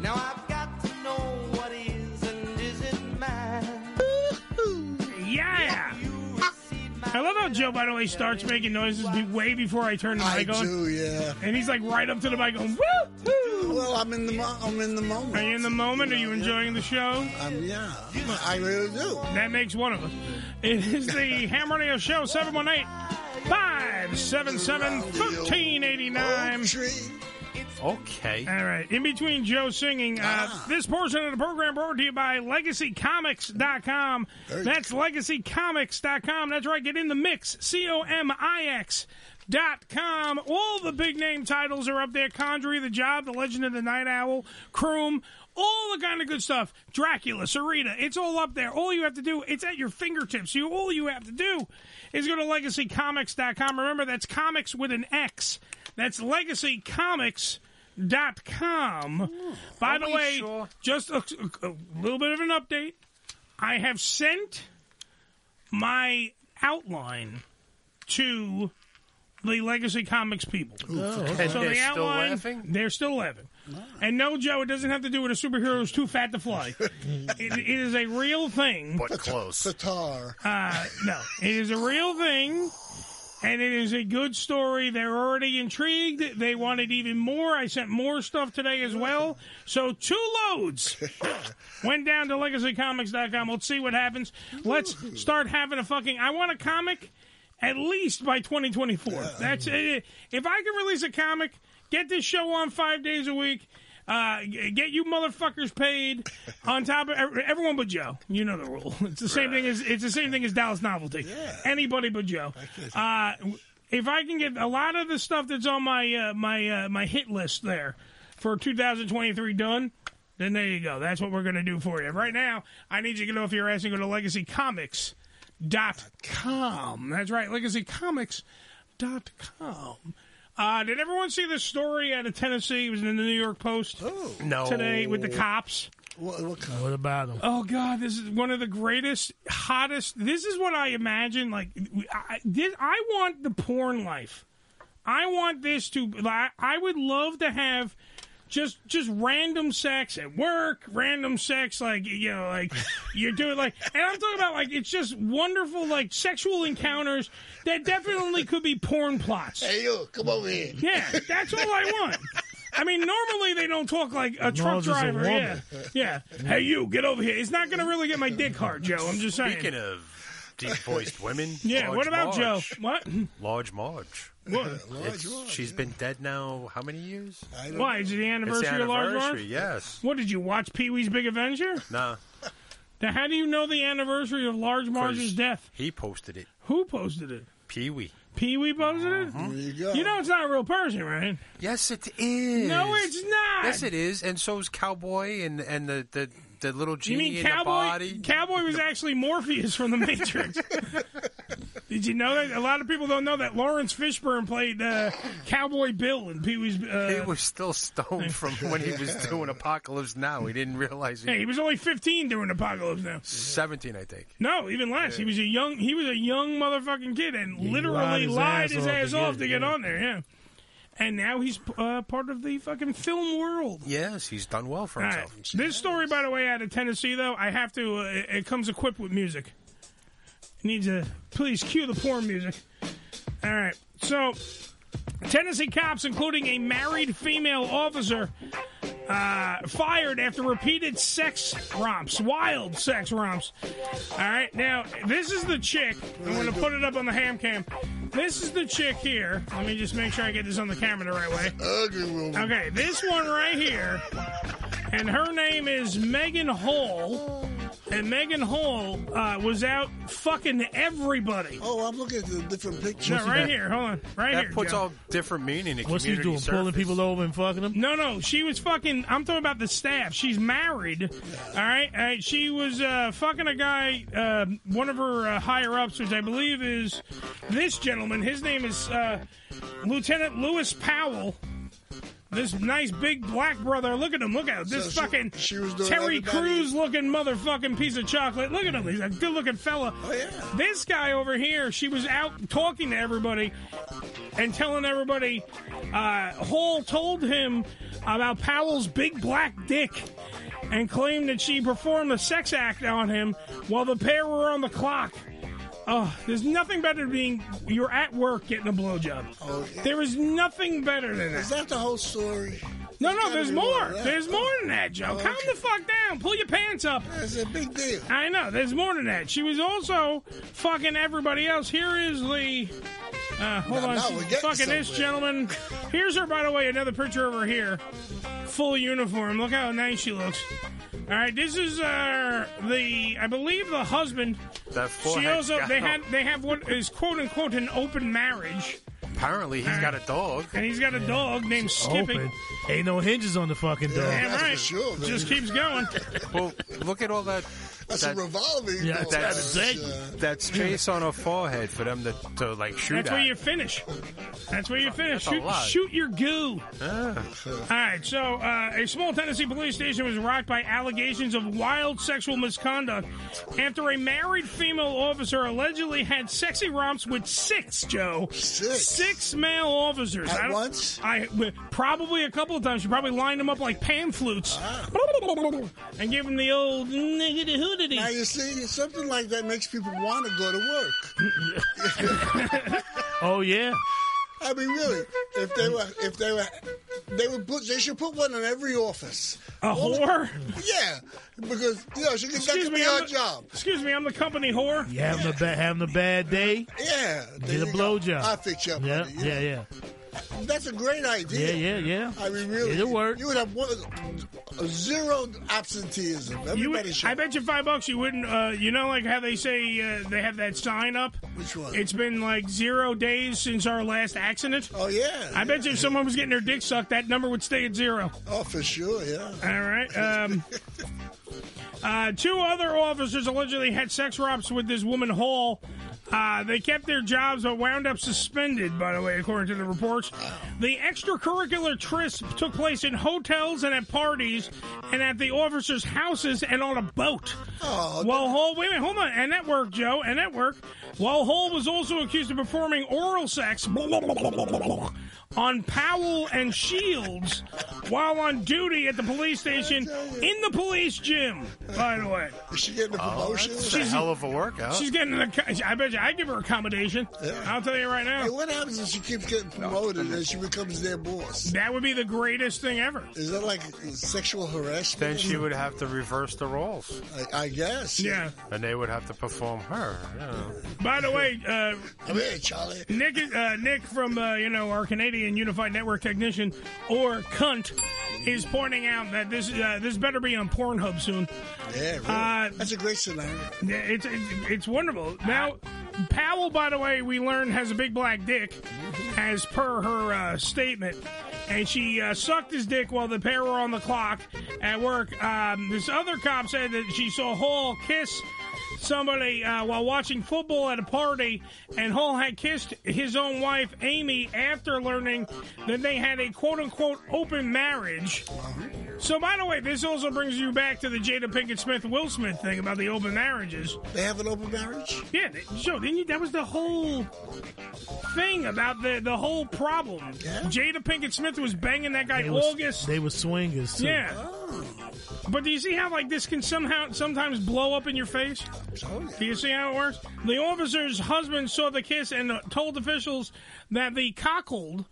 Speaker 12: Now I've got to know what is and isn't mine.
Speaker 5: Yeah. I love how Joe, by the way, starts making noises be- way before I turn the
Speaker 4: I
Speaker 5: mic on.
Speaker 4: do, yeah.
Speaker 5: And he's like right up to the mic going, woo
Speaker 4: Well, I'm in the mo- I'm in the moment.
Speaker 5: Are you in the moment? Are you enjoying the show?
Speaker 4: Um, yeah, I really do.
Speaker 5: That makes one of us. It is the Ham Radio Show, 718 577 1589.
Speaker 2: Okay.
Speaker 5: All right. In between Joe singing, uh, this portion of the program brought to you by LegacyComics.com. That's LegacyComics.com. That's right. Get in the mix. C O M I X. Dot com. All the big name titles are up there. Conjury, The Job, The Legend of the Night Owl, Croom, all the kind of good stuff. Dracula, Serena, it's all up there. All you have to do, it's at your fingertips. You all you have to do is go to legacycomics.com. Remember that's comics with an X. That's legacycomics.com. By
Speaker 22: Are
Speaker 5: the
Speaker 22: we
Speaker 5: way,
Speaker 22: sure?
Speaker 5: just a, a little bit of an update. I have sent my outline to the Legacy Comics people.
Speaker 22: Oh, okay.
Speaker 5: So the
Speaker 22: And they're still
Speaker 5: outline,
Speaker 22: laughing?
Speaker 5: they're still laughing. And no, Joe, it doesn't have to do with a superhero who's too fat to fly. it, it is a real thing. But close.
Speaker 4: Qatar.
Speaker 5: Uh, no, it is a real thing. And it is a good story. They're already intrigued. They wanted even more. I sent more stuff today as well. So two loads went down to legacycomics.com. Let's see what happens. Let's start having a fucking. I want a comic at least by 2024. That's it. If I can release a comic, get this show on five days a week. Uh, g- get you motherfuckers paid on top of ev- everyone but Joe. You know the rule. It's the same thing as it's the same thing as Dallas novelty. Anybody but Joe. Uh, if I can get a lot of the stuff that's on my uh, my uh, my hit list there for 2023 done, then there you go. That's what we're gonna do for you. Right now, I need you to get off your ass and go to Legacy Comics dot com. That's right, legacycomics.com. Uh, did everyone see this story out of Tennessee? It was in the New York Post
Speaker 2: No.
Speaker 5: today with the cops.
Speaker 4: What, what,
Speaker 5: about them? Oh God, this is one of the greatest, hottest. This is what I imagine. Like, I, this, I want the porn life. I want this to. I, I would love to have just just random sex at work, random sex like you know, like you're doing like. And I'm talking about like it's just wonderful like sexual encounters that definitely could be porn plots.
Speaker 4: Hey, you, come over here.
Speaker 5: Yeah, that's all I want. I mean, normally they don't talk like a
Speaker 4: No,
Speaker 5: truck
Speaker 4: there's a
Speaker 5: driver. yeah,
Speaker 4: woman.
Speaker 5: yeah. Hey, you, get over here. It's not going to really get my dick hard, Joe. I'm just saying.
Speaker 2: Speaking of deep voiced women.
Speaker 5: yeah.
Speaker 2: Large
Speaker 5: What about Joe?
Speaker 2: Marge.
Speaker 5: What?
Speaker 2: Large Marge.
Speaker 5: What?
Speaker 2: It's- she's been dead now how many years?
Speaker 5: Why is it the anniversary,
Speaker 2: It's the
Speaker 5: of Large Marge?
Speaker 2: anniversary, Yes.
Speaker 5: What did you watch? Pee Wee's Big Adventure.
Speaker 2: Nah.
Speaker 5: Now, how do you know the anniversary of Large Marge's
Speaker 2: 'cause
Speaker 5: death?
Speaker 2: He posted it.
Speaker 5: Who posted it?
Speaker 2: Pee Wee.
Speaker 5: Pee Wee posted it. Uh-huh. There you go. You know it's not a real person, right?
Speaker 2: Yes, it is.
Speaker 5: No, it's not.
Speaker 2: Yes, it is. And so is Cowboy and and the the, the little
Speaker 5: You
Speaker 2: genie
Speaker 5: mean
Speaker 2: in the
Speaker 5: Cowboy?
Speaker 2: body.
Speaker 5: Cowboy was actually Morpheus from The Matrix. Did you know that? A lot of people don't know that Lawrence Fishburne played uh, Cowboy Bill in Pee Wee's. Uh,
Speaker 2: He was still stoned from when he was doing Apocalypse Now. He didn't realize.
Speaker 5: Hey, he was only 15 during Apocalypse Now.
Speaker 2: seventeen, I think.
Speaker 5: No, even less. He was a young. He was a young motherfucking kid, and literally
Speaker 2: lied his
Speaker 5: lied
Speaker 2: ass
Speaker 5: his
Speaker 2: off to
Speaker 5: ass
Speaker 2: get
Speaker 5: off
Speaker 2: it,
Speaker 5: to get
Speaker 2: yeah.
Speaker 5: on there. Yeah, and now he's uh, part of the fucking film world.
Speaker 2: Yes, he's done well for
Speaker 5: All
Speaker 2: himself.
Speaker 5: right. This story, by the way, out of Tennessee, though, I have to. Uh, it- it comes equipped with music. It needs a please cue the porn music. All right, so Tennessee cops, including a married female officer, uh, fired after repeated sex romps, wild sex romps. All right, now this is the chick. I'm going to put it up on the ham cam. This is the chick here. Let me just make sure I get this on the camera the right way. Okay, this one right here, and her name is Megan Hall. And Megan Hall uh, was out fucking everybody.
Speaker 4: Oh, I'm looking at the different pictures.
Speaker 5: No, right here. Hold on. Right
Speaker 2: that
Speaker 5: here.
Speaker 2: puts
Speaker 5: Joe.
Speaker 2: all different meaning in
Speaker 3: What's he
Speaker 2: community
Speaker 3: doing? Pulling
Speaker 2: service.
Speaker 3: people over and fucking them?
Speaker 5: No, no, she was fucking. I'm talking about the staff. She's married. All right, all right. She was uh, fucking a guy, uh, one of her uh, higher ups, which I believe is this gentleman. His name is uh, Lieutenant Lewis Powell. This nice big black brother. Look at him. Look at him. This
Speaker 4: So she-
Speaker 5: fucking
Speaker 4: she was doing
Speaker 5: Terry
Speaker 4: everybody-
Speaker 5: Crews looking motherfucking piece of chocolate. Look at him. He's a good looking fella.
Speaker 4: Oh,
Speaker 5: This guy over here, she was out talking to everybody and telling everybody uh, Hall told him about Powell's big black dick and claimed that she performed a sex act on him while the pair were on the clock. Oh, there's nothing better than being you're at work getting a blowjob. there is nothing better than that. Is
Speaker 4: Oh, that the whole story?
Speaker 5: No,
Speaker 4: There's
Speaker 5: no,
Speaker 4: gotta
Speaker 5: there's
Speaker 4: be
Speaker 5: more.
Speaker 4: more to that.
Speaker 5: There's more than that, Joe.
Speaker 4: Oh,
Speaker 5: Calm
Speaker 4: okay.
Speaker 5: the fuck down. Pull your pants up.
Speaker 4: That's a big deal.
Speaker 5: I know. There's more than that. She was also fucking everybody else. Here is the. Uh, hold
Speaker 4: Now-
Speaker 5: on.
Speaker 4: now
Speaker 5: She's
Speaker 4: we're getting
Speaker 5: fucking this
Speaker 4: somewhere.
Speaker 5: gentleman. Here's her, by the way, another picture of her here. Full uniform. Look how nice she looks. All right, this is uh, the, I believe, the husband.
Speaker 2: That
Speaker 5: She
Speaker 2: forehead
Speaker 5: also
Speaker 2: got
Speaker 5: they
Speaker 2: him.
Speaker 5: had they have what is quote unquote an open marriage,
Speaker 2: Apparently, he's got a dog.
Speaker 5: and he's got a dog named Skippy.
Speaker 3: Open. Ain't no hinges on the fucking door.
Speaker 5: Damn right. Just keeps going.
Speaker 2: Well, look at all that.
Speaker 4: That's
Speaker 2: that,
Speaker 4: a revolving.
Speaker 2: that,
Speaker 4: door.
Speaker 2: that space on her forehead for them to, to like shoot
Speaker 5: That's
Speaker 2: at.
Speaker 5: where you finish. That's where you finish.
Speaker 2: that's a
Speaker 5: Shoot,
Speaker 2: lot.
Speaker 5: shoot your goo.
Speaker 2: Ah.
Speaker 5: All right. So, uh, a small Tennessee police station was rocked by allegations of wild sexual misconduct after a married female officer allegedly had sexy romps with six Joe, six, male officers
Speaker 4: At
Speaker 5: I don't-
Speaker 4: once?
Speaker 5: I probably a couple of times. She probably lined them up like pan flutes and gave them the old niggity hoodity.
Speaker 4: Ah. Now you see, something like that makes people want to go to work.
Speaker 3: Oh yeah.
Speaker 4: I mean, really, if they were, if they were, they would put, they should put one in every office.
Speaker 5: A whore?
Speaker 4: yeah, because you know she could, that
Speaker 5: Excuse
Speaker 4: could
Speaker 5: me,
Speaker 4: be
Speaker 5: I'm
Speaker 4: our
Speaker 5: the-
Speaker 4: job.
Speaker 5: Excuse me, I'm the company whore.
Speaker 3: You having a bad having a bad day?
Speaker 4: Yeah, there
Speaker 3: Get a
Speaker 4: you go.
Speaker 3: blowjob.
Speaker 4: I'll fix you up,
Speaker 3: Yeah,
Speaker 4: honey, you
Speaker 3: yeah,
Speaker 4: know.
Speaker 3: yeah.
Speaker 4: That's a great idea.
Speaker 3: Yeah, yeah, yeah.
Speaker 4: I mean, really,
Speaker 3: It'll work.
Speaker 4: You would have one, zero absenteeism. Everybody
Speaker 5: You would,
Speaker 4: should.
Speaker 5: I bet you five bucks you wouldn't. Uh, you know, like how they say uh, they have that sign up.
Speaker 4: Which one?
Speaker 5: It's been like zero days since our last accident.
Speaker 4: Oh yeah.
Speaker 5: I bet you if someone was getting their dick sucked, that number would stay at zero.
Speaker 4: Oh, for sure, yeah.
Speaker 5: All right. Um, uh, two other officers allegedly had sex romps with this woman Hall. Uh, they kept their jobs but wound up suspended, by the way, according to the reports. The extracurricular trysts took place in hotels and at parties and at the officers' houses and on a boat. Oh, while Hall, wait a minute, hold on. And at work, Joe, and at work, while Hall was also accused of performing oral sex on Powell and Shields while on duty at the police station in the police gym, by the way.
Speaker 4: Is she getting a promotion?
Speaker 2: Oh, That's a hell of a workout.
Speaker 5: She's getting an. acc- I bet you I give her accommodation. I'll tell you right now.
Speaker 4: Hey, what happens if she keeps getting promoted and she becomes their boss?
Speaker 5: That would be the greatest thing ever.
Speaker 4: Is that like sexual harassment?
Speaker 2: then she would have to reverse the roles,
Speaker 4: I, I guess.
Speaker 5: Yeah.
Speaker 2: and they would have to perform her.
Speaker 5: By the way, uh,
Speaker 4: Come here, Charlie.
Speaker 5: Nick, is- uh, Nick from uh, you know our Canadian Unified Network technician or cunt is pointing out that this uh, this better be on Pornhub soon.
Speaker 4: Yeah, really.
Speaker 5: Uh,
Speaker 4: That's a great scenario.
Speaker 5: Yeah, it's it's, it's wonderful. Now, Powell, by the way, we learned has a big black dick, as per her uh, statement, and she uh, sucked his dick while the pair were on the clock at work. Um, this other cop said that she saw Hall kiss somebody uh, while watching football at a party, and Hall had kissed his own wife Amy after learning that they had a quote unquote open marriage. So, by the way, this also brings you back to the Jada Pinkett Smith Will Smith thing about the open marriages.
Speaker 4: They have an open marriage?
Speaker 5: Yeah, they, so didn't you? That was the whole thing about the the whole problem. Jada Pinkett Smith was banging that guy
Speaker 3: They was-
Speaker 5: August.
Speaker 3: They were swingers too.
Speaker 5: Yeah. But do you see how like this can somehow sometimes blow up in your face? Do you see how it works? The officer's husband saw the kiss and uh, told officials that the cockhold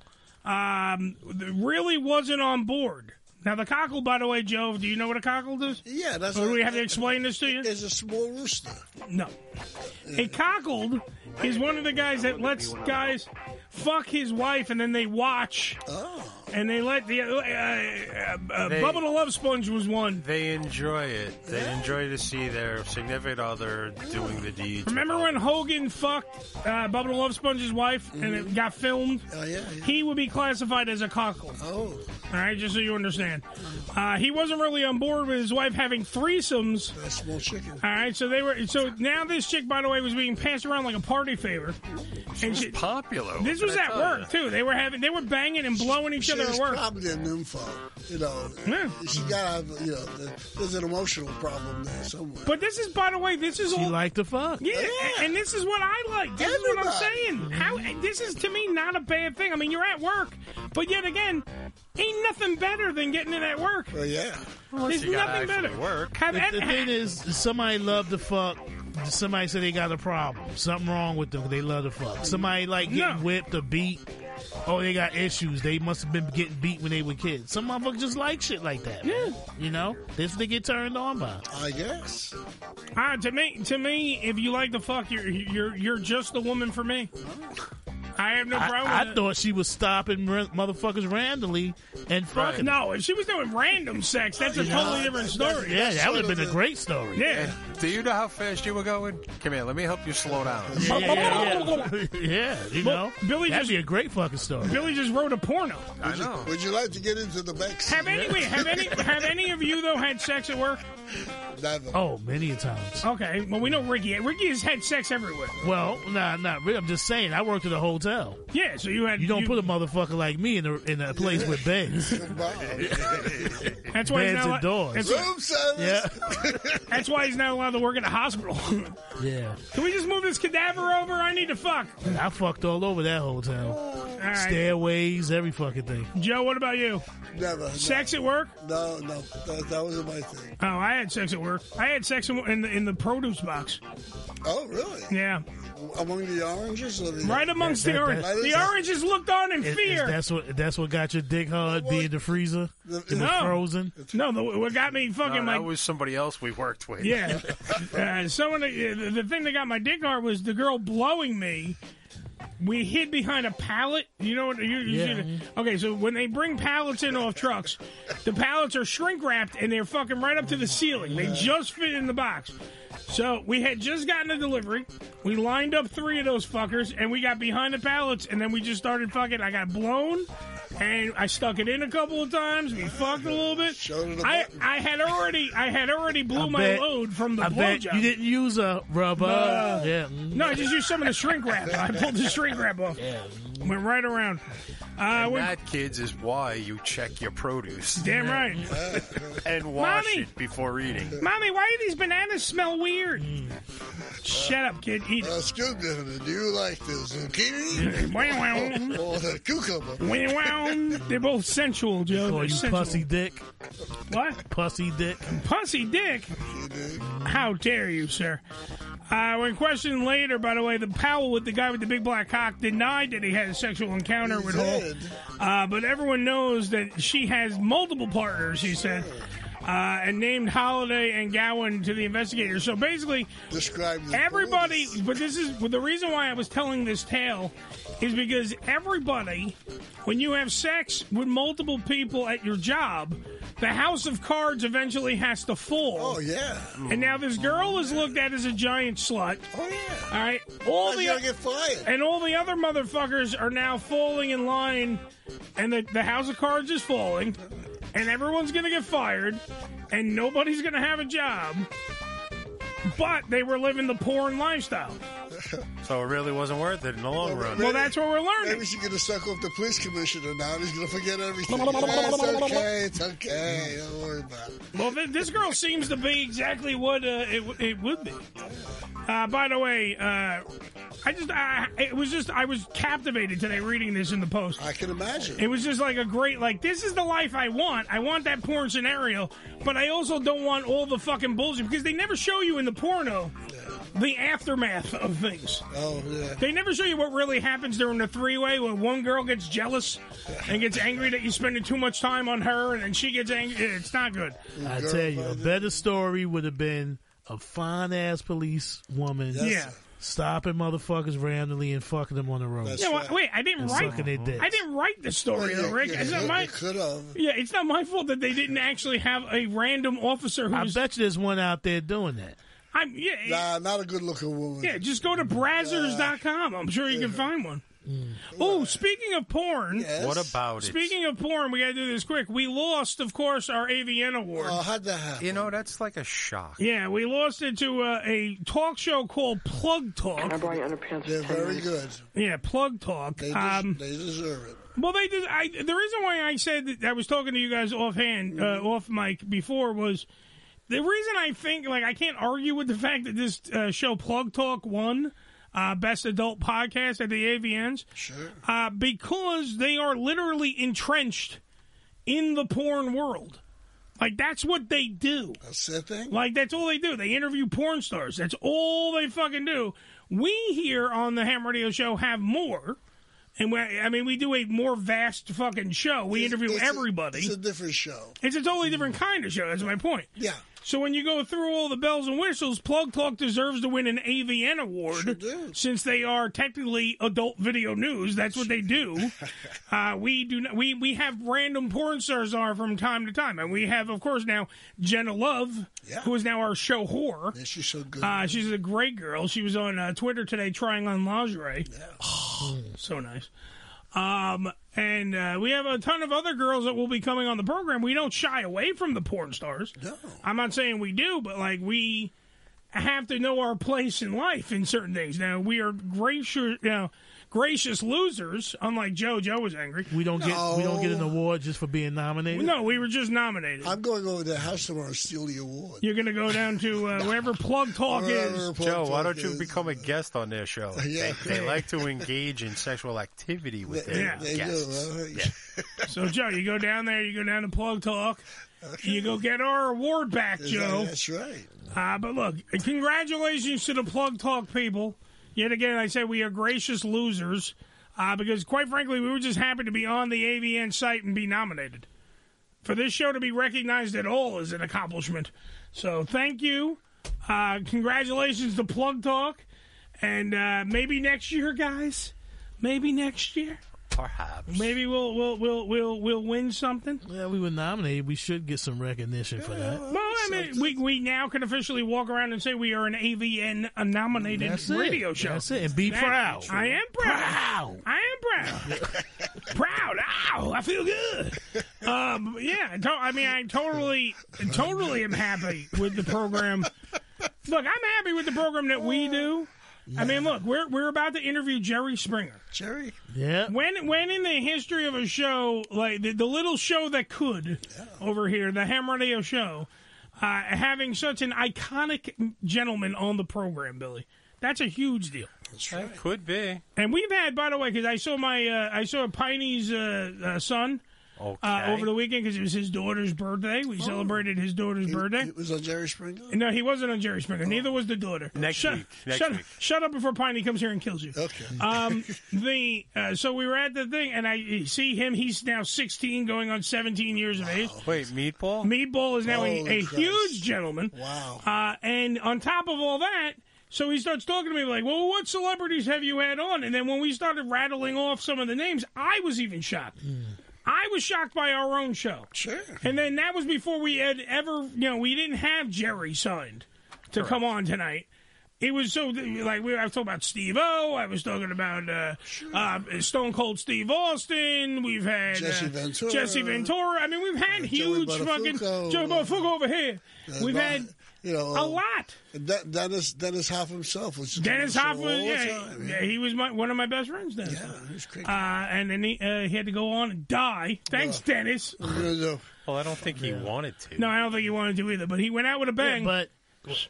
Speaker 5: um, really wasn't on board. Now the cockle, by the way, Joe, do you know what a cockle is?
Speaker 4: Yeah, that's.
Speaker 5: Or do
Speaker 4: what-
Speaker 5: we have to explain this to you?
Speaker 4: It's a small rooster.
Speaker 5: No, a cockled is one of the guys that lets guys fuck his wife, and then they watch. Oh. And they let the uh, uh, uh,
Speaker 2: They-
Speaker 5: Bubba the Love Sponge was one.
Speaker 2: They enjoy it. They enjoy to see their significant other doing the deeds.
Speaker 5: Remember when Hogan fucked uh, Bubba the Love Sponge's wife and it got filmed? Oh, yeah, He would be classified as a cockle. Oh. All right, just so you understand. Uh, he wasn't really on board with his wife having threesomes.
Speaker 4: That small chicken.
Speaker 5: All right, so they were. So now this chick, by the way, was being passed around like a party favor. She was
Speaker 2: popular. Oh,
Speaker 5: This
Speaker 4: What
Speaker 5: was
Speaker 4: can I
Speaker 5: at
Speaker 4: tell
Speaker 5: work
Speaker 4: you?
Speaker 5: too. They were having, they were banging and blowing each
Speaker 4: She
Speaker 5: other at
Speaker 4: was
Speaker 5: work.
Speaker 4: probably an info, you know. She got to have, you know, there's an emotional problem there somewhere.
Speaker 5: But this is, by the way, this is
Speaker 4: She
Speaker 5: all
Speaker 4: liked
Speaker 3: to fuck.
Speaker 5: Yeah,
Speaker 4: Yeah.
Speaker 5: and this is what I like. This is what I'm saying. How this is to me not a bad thing. I mean, you're at work, but yet again, ain't nothing better than getting it at work.
Speaker 4: Well, yeah,
Speaker 5: there's nothing better. Have
Speaker 3: the,
Speaker 5: ed-
Speaker 3: the thing is, somebody love to fuck. Somebody said they got a problem, something wrong with them. They love to fuck. Somebody like getting whipped or beat. Oh, they got issues. They must have been getting beat when they were kids. Some motherfuckers just like shit like that. Yeah, you know, this they get turned on by.
Speaker 4: I guess.
Speaker 5: Ah, to me, to me, if you like the fuck, you're you're you're just the woman for me. I have no problem.
Speaker 3: I,
Speaker 5: with it.
Speaker 3: thought she was stopping ra- motherfuckers randomly and fucking.
Speaker 5: No, if she was doing random sex, that's a
Speaker 3: You
Speaker 5: totally
Speaker 3: know,
Speaker 5: different
Speaker 3: that's-
Speaker 5: story.
Speaker 3: yeah, that would've been a great story.
Speaker 5: Yeah.
Speaker 2: Oh, Do you know how fast you were going? Come here, let me help you slow down.
Speaker 3: Yeah, yeah, yeah. Yeah, you
Speaker 2: Well,
Speaker 3: know,
Speaker 2: Billy
Speaker 3: that'd
Speaker 2: just-
Speaker 3: be a great fucking story.
Speaker 5: Billy just wrote a porno.
Speaker 2: I know.
Speaker 4: Oh. Would you like to get into the back
Speaker 5: Have any wait, have any have any of you though had sex at work?
Speaker 4: Never.
Speaker 3: Oh, many a times.
Speaker 5: Okay, well we know Ricky. Ricky has had sex everywhere.
Speaker 3: Well, nah, not really. I'm just saying. I worked at a hotel.
Speaker 5: Yeah, so you had.
Speaker 3: You don't put a motherfucker like me in a in a place with beds.
Speaker 5: That's why he's
Speaker 3: beds
Speaker 5: not
Speaker 3: and
Speaker 5: allo-
Speaker 3: doors.
Speaker 5: That's why- That's why he's not allowed to work at a hospital.
Speaker 3: Yeah,
Speaker 5: Can we just move this cadaver over? I need to fuck.
Speaker 3: yeah. I fucked all over that hotel.
Speaker 5: right.
Speaker 3: Stairways, every fucking thing.
Speaker 5: Joe, what about you?
Speaker 4: Never.
Speaker 5: Sex at work?
Speaker 4: No, no, that, that wasn't my thing.
Speaker 5: Oh, I had sex at work. I had sex in in the, in the produce box.
Speaker 4: Oh, really?
Speaker 5: Yeah.
Speaker 4: Among the oranges? Or the,
Speaker 5: Right amongst the orange. The oranges looked on in
Speaker 3: Is- is
Speaker 5: fear.
Speaker 3: that's what that's what got your dick hard being in the freezer. It was
Speaker 5: No.
Speaker 3: frozen.
Speaker 5: No, the, what got me
Speaker 2: No,
Speaker 5: fucking
Speaker 2: that
Speaker 5: my
Speaker 2: was somebody else we worked with.
Speaker 5: Yeah. Uh, someone, uh, the, the thing that got my dick hard was the girl blowing me. We hid behind a pallet. You know what? You, you
Speaker 3: Yeah.
Speaker 5: see the- okay, so when they bring pallets in off trucks, the pallets are shrink wrapped and they're fucking right up to the ceiling. They just fit in the box. So we had just gotten a delivery. We lined up three of those fuckers and we got behind the pallets and then we just started fucking. I got blown and I stuck it in a couple of times. We fucked a little bit. I, I had already I had already blew
Speaker 3: I
Speaker 5: my
Speaker 3: bet-
Speaker 5: load from the
Speaker 3: I bet
Speaker 5: blowjob.
Speaker 3: you didn't use a rubber.
Speaker 5: No.
Speaker 3: Yeah.
Speaker 5: No, I just used some of the shrink wrap. I pulled the shrink wrap off. Yeah. Went right around. Uh,
Speaker 2: And
Speaker 5: we-
Speaker 2: that, kids, is why you check your produce.
Speaker 5: Damn right.
Speaker 2: and wash
Speaker 5: Mommy.
Speaker 2: it before eating.
Speaker 5: Mommy, why do these bananas smell weird? Shut up, kid. Eat
Speaker 4: Uh, excuse me, honey, do you like the zucchini?
Speaker 5: Wow, wow.
Speaker 4: or, or the cucumber?
Speaker 5: Wow, wow. They're both sensual, Joe.
Speaker 3: Call
Speaker 5: They're
Speaker 3: you
Speaker 5: sensual.
Speaker 3: pussy dick.
Speaker 5: What?
Speaker 3: Pussy dick.
Speaker 5: Pussy dick? How dare you, sir? Uh, when questioned later, by the way, the Powell with the guy with the big black cock denied that he had a sexual encounter with her. Uh, but everyone knows that she has multiple partners, she said, uh, and named Holiday and Gowan to the investigators. So basically,
Speaker 4: describe
Speaker 5: everybody. But this is well, the reason why I was telling this tale is because everybody, when you have sex with multiple people at your job, the house of cards eventually has to fall. Oh
Speaker 4: yeah.
Speaker 5: And now this girl is looked at as a giant slut.
Speaker 4: Oh yeah.
Speaker 5: All right. All
Speaker 4: Now
Speaker 5: the
Speaker 4: you're gonna get fired.
Speaker 5: and all the other motherfuckers are now falling in line, and the, the house of cards is falling, and everyone's gonna get fired, and nobody's gonna have a job. But they were living the porn lifestyle.
Speaker 2: So it really wasn't worth it in the long run.
Speaker 5: Well, that's what we're learning.
Speaker 4: Maybe she's gonna suck up the police commissioner now. and He's gonna forget everything. yeah, it's okay. It's okay. Don't worry about it.
Speaker 5: Well, th- this girl seems to be exactly what uh, it, w- it would be. Uh, by the way, uh, I just I, it was just I was captivated today reading this in the post.
Speaker 4: I can imagine.
Speaker 5: It was just like a great like this is the life I want. I want that porn scenario, but I also don't want all the fucking bullshit because they never show you in the porno the aftermath of things.
Speaker 4: Oh, yeah.
Speaker 5: They never show you what really happens during the three way when one girl gets jealous and gets angry that you're spending too much time on her, and then she gets angry. It's not good.
Speaker 3: I tell you, a better story would have been a fine ass police woman.
Speaker 5: Yes, Yeah. sir.
Speaker 3: Stopping motherfuckers randomly and fucking them on the road.
Speaker 5: yeah, well, wait, I didn't
Speaker 3: And
Speaker 5: write.
Speaker 3: sucking their dicks.
Speaker 5: I didn't write the story,
Speaker 3: Well,
Speaker 5: though,
Speaker 3: yeah,
Speaker 5: Rick.
Speaker 3: yeah,
Speaker 5: it's not
Speaker 3: they
Speaker 5: my. Yeah, it's not my fault that they didn't actually have a random officer who
Speaker 3: I
Speaker 5: was.
Speaker 3: bet you there's one out there doing that.
Speaker 5: I'm yeah. Nah,
Speaker 4: not a good looking woman.
Speaker 5: Yeah, just go to Brazzers.com. I'm sure you can find one.
Speaker 4: Mm.
Speaker 5: Oh, speaking of porn,
Speaker 2: Yes. What about it?
Speaker 5: Speaking of porn, we got to do this quick. We lost, of course, our AVN award.
Speaker 4: Uh, how'd that happen?
Speaker 2: You know, that's like a shock.
Speaker 5: Yeah, we lost it to uh, a talk show called Plug Talk.
Speaker 4: Can I borrow your
Speaker 5: underpants?
Speaker 4: They're very good.
Speaker 5: Yeah, Plug Talk.
Speaker 4: They, des-
Speaker 5: um,
Speaker 4: they deserve it.
Speaker 5: well, they did. I, the reason why I said that I was talking to you guys offhand, uh, off mic before, was the reason I think like I can't argue with the fact that this uh, show Plug Talk won uh, best adult podcast at the AVNs. Sure, uh, because they are literally entrenched in the porn world. Like that's what they do.
Speaker 4: That's their thing.
Speaker 5: Like that's all they do. They interview porn stars. That's all they fucking do. We here on the Ham Radio Show have more, and we, I mean we do a more vast fucking show. We interview
Speaker 4: It's a-
Speaker 5: everybody.
Speaker 4: it's a different show.
Speaker 5: It's a totally different kind of show. That's my point.
Speaker 4: Yeah.
Speaker 5: So when you go through all the bells and whistles, Plug Talk deserves to win an AVN award since they are technically adult video news. That's what they do. uh, we do not, we we have random porn stars are from time to time, and we have of course now Jenna Love, who is now our show whore.
Speaker 4: Yeah, she's so good.
Speaker 5: Uh, she's a great girl. She was on uh, Twitter today trying on lingerie. so nice. Um, and uh, we have a ton of other girls that will be coming on the program. We don't shy away from the porn stars. No. I'm not saying we do, but like we have to know our place in life in certain things. Now we are gracious, you know, gracious losers. Unlike Joe, Joe was angry.
Speaker 3: We don't get we don't get an award just for being nominated.
Speaker 5: No, we were just nominated.
Speaker 4: I'm going over to the house tomorrow and steal the award.
Speaker 5: You're going to go down to uh, wherever Plug Talk is.
Speaker 2: Joe, why don't you become a guest on their show?
Speaker 5: Yeah.
Speaker 2: They, they like to engage in sexual activity with their
Speaker 5: They- they do,
Speaker 2: guests.
Speaker 5: So Joe, you go down there, you go down to Plug Talk, you go get our award back,
Speaker 4: Is that-
Speaker 5: Joe.
Speaker 4: that's right.
Speaker 5: Uh, but look, congratulations to the Plug Talk people. Yet again, I say we are gracious losers uh, because, quite frankly, we were just happy to be on the AVN site and be nominated. For this show to be recognized at all is an accomplishment. So thank you. Uh, congratulations to Plug Talk. And uh, maybe next year, guys. Maybe next year.
Speaker 2: Perhaps.
Speaker 5: Maybe we'll we'll we'll we'll we'll win something.
Speaker 3: Yeah, we were nominated. We should get some recognition for that.
Speaker 5: Well, I mean, we, we now can officially walk around and say we are an AVN uh, nominated
Speaker 3: That's it.
Speaker 5: radio show.
Speaker 3: That's it. And be proud.
Speaker 5: I am proud. I am proud. proud. Ow! I feel good. Um, yeah. To- I mean, I totally, totally am happy with the program. Look, I'm happy with the program that we do. I mean, look, we're we're about to interview Jerry Springer.
Speaker 4: Jerry.
Speaker 3: Yeah.
Speaker 5: When when in the history of a show like the, the little show that could over here, the Ham Radio Show, uh, having such an iconic gentleman on the program, Billy, that's a huge deal.
Speaker 2: That could be.
Speaker 5: And we've had, by the way, because I saw my uh, I saw Piney's uh, uh, son. Uh,
Speaker 2: Okay.
Speaker 5: over the weekend because it was his daughter's birthday. We celebrated his daughter's birthday. It
Speaker 4: Oh. was on Jerry Springer? Oh.
Speaker 5: No, he wasn't on Jerry Springer. Neither was the daughter.
Speaker 2: Next
Speaker 5: shut,
Speaker 2: week. Next
Speaker 5: shut,
Speaker 2: week.
Speaker 5: shut up before Piney comes here and kills you. Okay. Um, the uh, so we were at the thing, and I see him. He's now 16, going on 17 years of age.
Speaker 2: Wait, meatball?
Speaker 5: Meatball is now
Speaker 2: Holy
Speaker 5: a, a
Speaker 2: Christ.
Speaker 5: huge gentleman.
Speaker 4: Wow.
Speaker 5: Uh, and on top of all that, so he starts talking to me like, "Well, what celebrities have you had on?" And then when we started rattling off some of the names, I was even shocked. I was shocked by our own show. Sure. And then that was before we had ever, you know, we didn't have Jerry signed to come on tonight. It was so like we. I was talking about Steve O. I was talking about uh, uh, Stone Cold Steve Austin. We've had
Speaker 4: Jesse
Speaker 5: uh,
Speaker 4: Ventura.
Speaker 5: Jesse Ventura. I mean, we've had huge fucking
Speaker 4: Uh, Buttafuoco.
Speaker 5: Joe Buttafuoco over here.
Speaker 4: Uh,
Speaker 5: we've
Speaker 4: Ron-
Speaker 5: had
Speaker 4: you know
Speaker 5: a lot.
Speaker 4: De- Dennis Dennis Hoff himself was just
Speaker 5: Dennis
Speaker 4: on the show
Speaker 5: Hoffman,
Speaker 4: all the
Speaker 5: yeah,
Speaker 4: time.
Speaker 5: yeah, he was my, one of my best friends. Dennis, yeah, Uh, and then he, uh, he had to go on and die. Thanks, Dennis.
Speaker 2: Well, I don't think he wanted to.
Speaker 5: No, I don't think he wanted to either. But he went out with a bang.
Speaker 3: but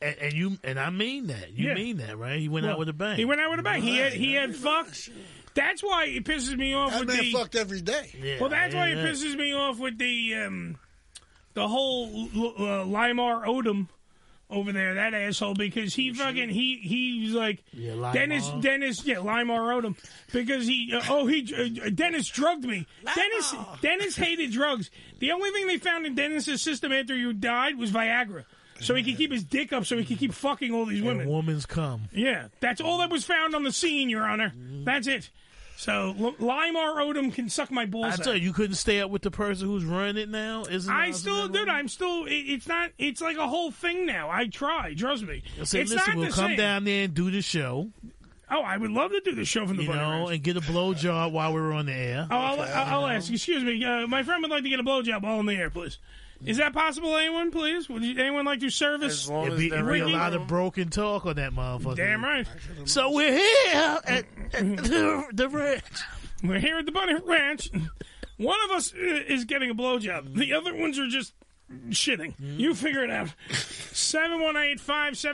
Speaker 3: and, and you and I mean that. You
Speaker 5: Yeah.
Speaker 3: mean that, right? He went out
Speaker 5: Well,
Speaker 3: with a bang.
Speaker 5: He went out with a bang. He had he had fucked. That's why it pisses me off
Speaker 4: That
Speaker 5: with
Speaker 4: man
Speaker 5: the
Speaker 4: fucked every day.
Speaker 5: well, that's why it
Speaker 4: Yeah.
Speaker 5: pisses me off with the um, the whole L- uh, Limar Odom over there, that asshole, because he fucking he he was like
Speaker 3: Yeah, Lime
Speaker 5: Dennis
Speaker 3: Morrow.
Speaker 5: Dennis yeah Limar wrote him because he uh, oh he uh, Dennis drugged me. Dennis Dennis hated drugs. The only thing they found in Dennis's system after you died was Viagra, so he could keep his dick up, so he could keep fucking all these women.
Speaker 3: Woman's come.
Speaker 5: Yeah, that's all that was found on the scene, Your Honor. That's it. So L- Limar Odom can suck my balls.
Speaker 3: I
Speaker 5: out.
Speaker 3: tell you, you couldn't stay up with the person who's running it now. Isn't
Speaker 5: I still, dude. I'm still. It, it's not. It's like a whole thing now. I try. Trust me.
Speaker 3: Say,
Speaker 5: it's
Speaker 3: listen,
Speaker 5: not
Speaker 3: we'll
Speaker 5: the
Speaker 3: come
Speaker 5: same.
Speaker 3: down there and do the show.
Speaker 5: Oh, I would love to do the show from the
Speaker 3: you
Speaker 5: burning
Speaker 3: know,
Speaker 5: ranch.
Speaker 3: and get a blowjob while we were on the air.
Speaker 5: Oh, I'll, I'll, I'll ask. Excuse me. Uh, my friend would like to get a blowjob all in the air, please. Is that possible? Anyone, please? Would you, anyone like to service? As
Speaker 3: It'd be, it'd be a lot of broken talk on that motherfucker.
Speaker 5: Damn right.
Speaker 3: So we're here at, at the, the ranch.
Speaker 5: We're here at the Bunny Ranch. One of us uh, is getting a blowjob. The other ones are just shitting. You figure it out.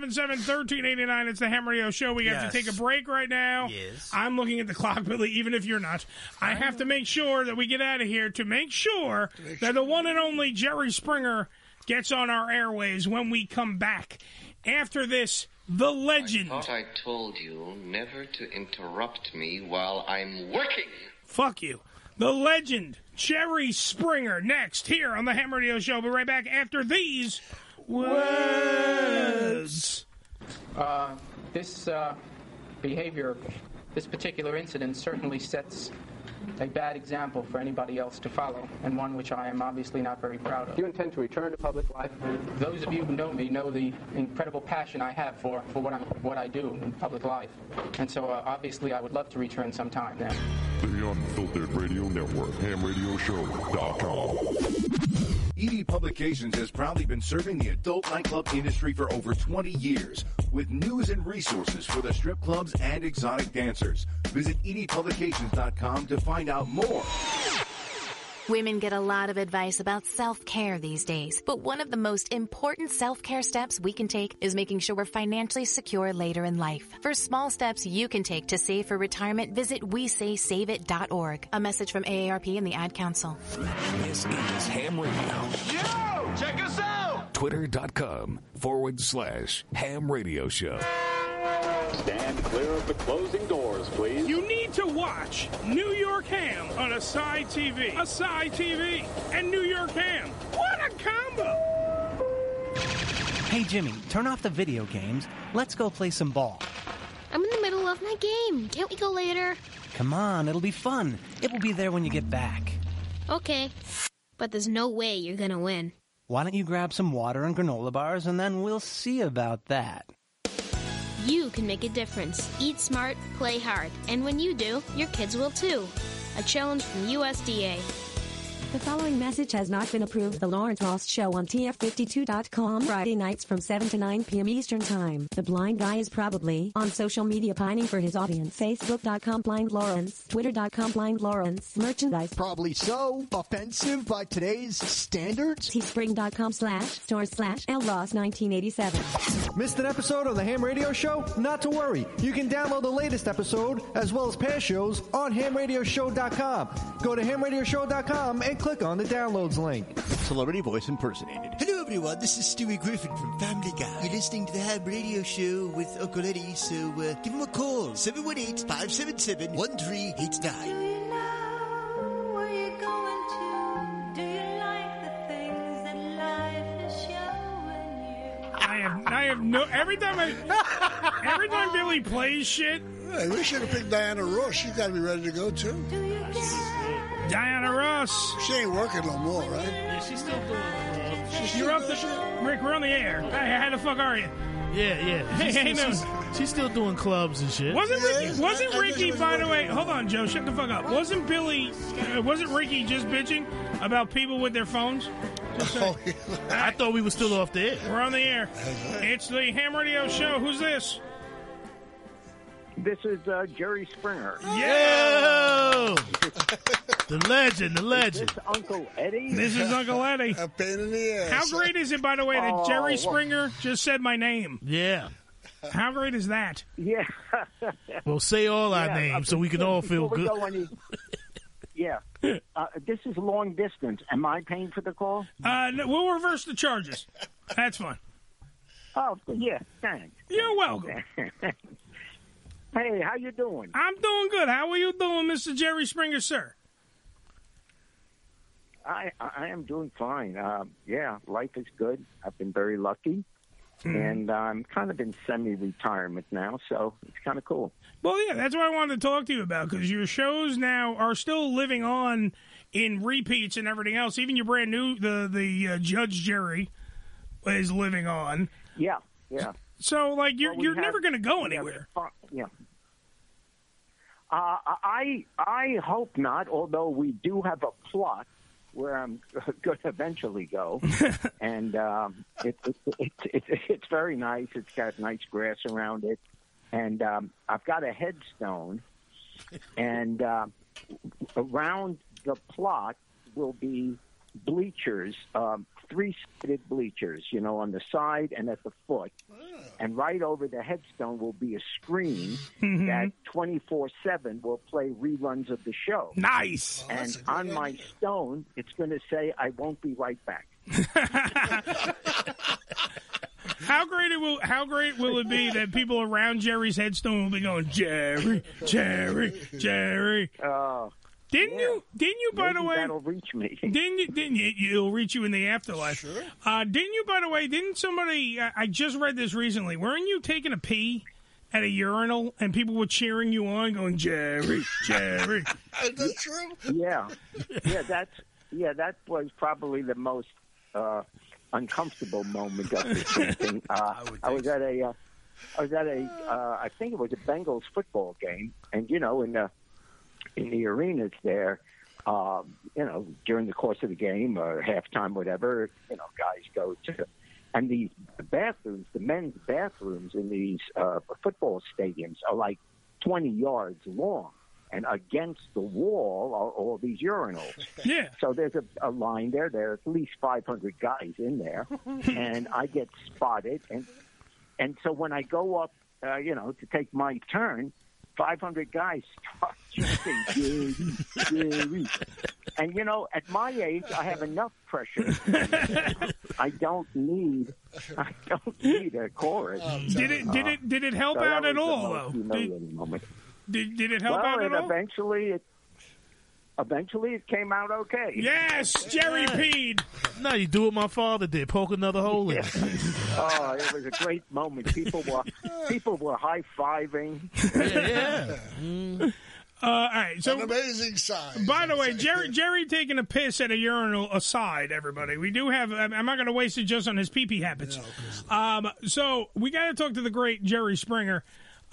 Speaker 5: 718-577-1389. It's the Ham Radio Show. We have to
Speaker 1: Yes.
Speaker 5: take a break right now.
Speaker 1: Yes.
Speaker 5: I'm looking at the clock, Billy, even if you're not. I have to make sure that we get out of here to make sure that the one and only Jerry Springer gets on our airwaves when we come back. After this, the legend.
Speaker 10: Thought I told you never to interrupt me while I'm working.
Speaker 5: Fuck you. The legend, Jerry Springer, next here on the Ham Radio Show. Be right back after these words.
Speaker 22: Uh, this uh, behavior, this particular incident, certainly sets a bad example for anybody else to follow, and one which I am obviously not very proud of. You intend to return to public life. Those of you who know me know the incredible passion I have for, for what, I'm, what I do in public life, and so uh, obviously I would love to return sometime now.
Speaker 15: The Unfiltered Radio Network, hamradioshow.com.
Speaker 23: ED E Publications has proudly been serving the adult nightclub industry for over 20 years with news and resources for the strip clubs and exotic dancers. Visit E edpublications.com to find out more.
Speaker 24: Women get a lot of advice about self care these days, but one of the most important self care steps we can take is making sure we're financially secure later in life. For small steps you can take to save for retirement, visit WeSaySaveIt.org. A message from AARP and the Ad Council.
Speaker 18: This is Ham Radio.
Speaker 19: Yo, check us out.
Speaker 18: Twitter.com forward slash Ham Radio Show.
Speaker 25: Stand clear of the closing doors, please.
Speaker 5: You need to watch New York Ham on a side TV. A side TV and New York Ham. What a combo!
Speaker 6: Hey Jimmy, turn off the video games. Let's go play some ball.
Speaker 26: I'm in the middle of my game. Can't we go later?
Speaker 6: Come on, it'll be fun. It will be there when you get back.
Speaker 26: Okay. But there's no way you're gonna win.
Speaker 6: Why don't you grab some water and granola bars and then we'll see about that.
Speaker 26: You can make a difference. Eat smart, play hard, and when you do, your kids will too. A challenge from USDA.
Speaker 9: The following message has not been approved. The Lawrence Ross Show on TF52.com Friday nights from 7 to 9 p.m. Eastern Time. The blind guy is probably on social media pining for his audience. Facebook.com blind Lawrence, Twitter.com blind Lawrence, merchandise. Probably so. Offensive by today's standards. Teespring.com slash store slash LLoss 1987.
Speaker 7: Missed an episode of the Ham Radio Show? Not to worry. You can download the latest episode as well as past shows on hamradioshow.com. Go to hamradioshow.com and click on the downloads link.
Speaker 21: Celebrity voice impersonated.
Speaker 27: Hello, everyone. This is Stewie Griffin from Family Guy. You're listening to the Ham Radio Show with Uncle Eddie, so uh, give him a call 718 577 1389.
Speaker 26: Where you going to? Do you like the things that life is showing
Speaker 5: I have I have no every time I every time Billy plays shit.
Speaker 4: Hey, we should have picked Diana Ross. She's got to be ready to go too.
Speaker 5: Diana Ross.
Speaker 4: She ain't working no more, right?
Speaker 3: Yeah, she's still doing
Speaker 5: You're up the Rick, we're on the air. Hey, how the fuck are you?
Speaker 3: Yeah, yeah.
Speaker 5: Hey,
Speaker 3: She's,
Speaker 5: hey, no.
Speaker 3: she's, she's still doing clubs and shit.
Speaker 5: Wasn't Ricky, wasn't Ricky by the way, hold on, Joe, shut the fuck up. Wasn't Billy, uh, wasn't Ricky just bitching about people with their phones?
Speaker 3: I thought we were still off the air.
Speaker 5: We're on the air. It's the Ham Radio Show. Who's this?
Speaker 28: This is uh, Jerry Springer.
Speaker 3: Yeah! the legend, the legend.
Speaker 28: This Uncle Eddie.
Speaker 5: This is Uncle Eddie.
Speaker 4: A pain in the ass.
Speaker 5: How great is it, by the way, that
Speaker 28: Oh,
Speaker 5: Jerry
Speaker 28: what-
Speaker 5: Springer just said my name?
Speaker 3: Yeah.
Speaker 5: How great is that? Yeah.
Speaker 3: Well, say all our
Speaker 28: Yeah,
Speaker 3: names so we can all feel
Speaker 28: Before we
Speaker 3: good.
Speaker 28: go any- yeah. Uh, this is long distance. Am I paying for the call?
Speaker 5: Uh, no, we'll reverse the charges. That's fine.
Speaker 28: Oh, yeah, thanks.
Speaker 5: You're welcome.
Speaker 28: hey, how you doing?
Speaker 5: I'm doing good. How are you doing, Mr. Jerry Springer, sir?
Speaker 28: I I I am doing fine. Um, yeah, life is good. I've been very lucky, and I'm kind of in semi-retirement now, so it's kind of cool.
Speaker 5: Well, yeah, that's what I wanted to talk to you about because your shows now are still living on in repeats and everything else. Even your brand new the the uh, Judge Jerry is living on.
Speaker 28: Yeah, yeah.
Speaker 5: So like you're
Speaker 28: Well, we
Speaker 5: you're
Speaker 28: have-
Speaker 5: never going to go
Speaker 28: we have
Speaker 5: anywhere.
Speaker 28: fun- yeah. Uh, I I hope not. Although we do have a plot where I'm going to eventually go, and um, it, it, it, it, it's very nice. It's got nice grass around it, and um, I've got a headstone, and uh, around the plot will be bleachers, um, three-sided bleachers. You know, on the side and at the foot, and right over the headstone will be a screen that 24 7 will play reruns of the show.
Speaker 5: Nice.
Speaker 28: And on my stone, it's going to say, I won't be right back.
Speaker 5: How great it will how great will it be that people around Jerry's headstone will be going Jerry, Jerry, Jerry.
Speaker 28: Oh.
Speaker 5: Didn't you? Didn't you? By the
Speaker 28: Maybe
Speaker 5: way,
Speaker 28: that'll reach me.
Speaker 5: Didn't you? Didn't you? It'll reach you in the afterlife. Sure. Uh, didn't you? By the way, didn't somebody? I, I just read this recently. Weren't you taking a pee at a urinal and people were cheering you on, going Jerry, Jerry?
Speaker 28: That's true? Yeah. Yeah, that's, yeah, that was probably the most uh, uncomfortable moment of this whole thing. Uh, I, was at a, uh, I was at a, uh, I think it was a Bengals football game, and you know, in the in the arenas there, um, you know, during the course of the game or halftime, whatever, you know, guys go to, and these bathrooms, the men's bathrooms in these uh, football stadiums are like 20 yards long. And against the wall are all these urinals.
Speaker 5: Yeah.
Speaker 28: So there's a, a line there. There are at least 500 guys in there, and I get spotted. And and so when I go up, uh, you know, to take my turn, 500 guys start chanting, Jerry, Jerry. And, you know, at my age, I have enough pressure. I don't need, I don't need a chorus.
Speaker 5: Did it- did it- did it help
Speaker 28: so that
Speaker 5: out at
Speaker 28: was the
Speaker 5: all,
Speaker 28: most
Speaker 5: though?
Speaker 28: humiliating moment.
Speaker 5: Did did it help
Speaker 28: well,
Speaker 5: out at
Speaker 28: and
Speaker 5: all?
Speaker 28: eventually it, eventually it came out okay.
Speaker 5: Yes, Jerry peed.
Speaker 3: No, you do what my father did. Poke another hole in.
Speaker 28: Oh, it was a great moment. People were people were high fiving.
Speaker 4: Yeah.
Speaker 5: Uh, all right. So
Speaker 4: An amazing sign.
Speaker 5: By the way, Jerry, Jerry taking a piss at a urinal aside, everybody, we do have. I'm I'm not going to waste it just on his pee pee habits. um, so we got to talk to the great Jerry Springer.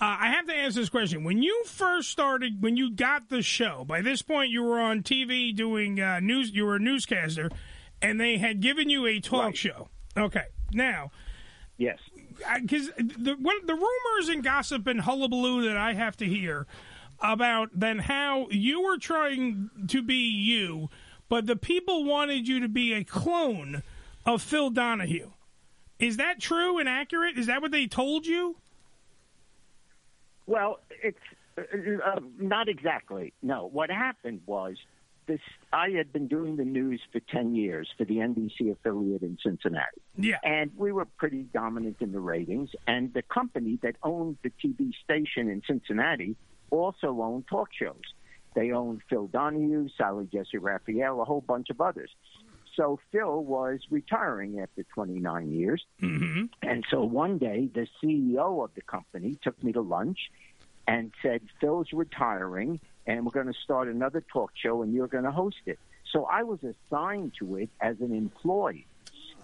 Speaker 5: Uh, I have to ask this question: When you first started, when you got the show, by this point you were on TV doing uh, news. You were a newscaster, and they had given you a talk show. Okay, now
Speaker 28: Yes.
Speaker 5: because the what, the rumors and gossip and hullabaloo that I have to hear about then how you were trying to be you, but the people wanted you to be a clone of Phil Donahue. Is that true and accurate? Is that what they told you?
Speaker 28: Well, it's uh, uh, not exactly. No, what happened was this: I had been doing the news for ten years for the NBC affiliate in Cincinnati.
Speaker 5: Yeah.
Speaker 28: And we were pretty dominant in the ratings. And the company that owned the TV station in Cincinnati also owned talk shows. They owned Phil Donahue, Sally Jesse Raphael, a whole bunch of others. So Phil was retiring after 29 years.
Speaker 1: Mm-hmm.
Speaker 28: And so one day, the CEO of the company took me to lunch and said, Phil's retiring, and we're going to start another talk show, and you're going to host it. So I was assigned to it as an employee.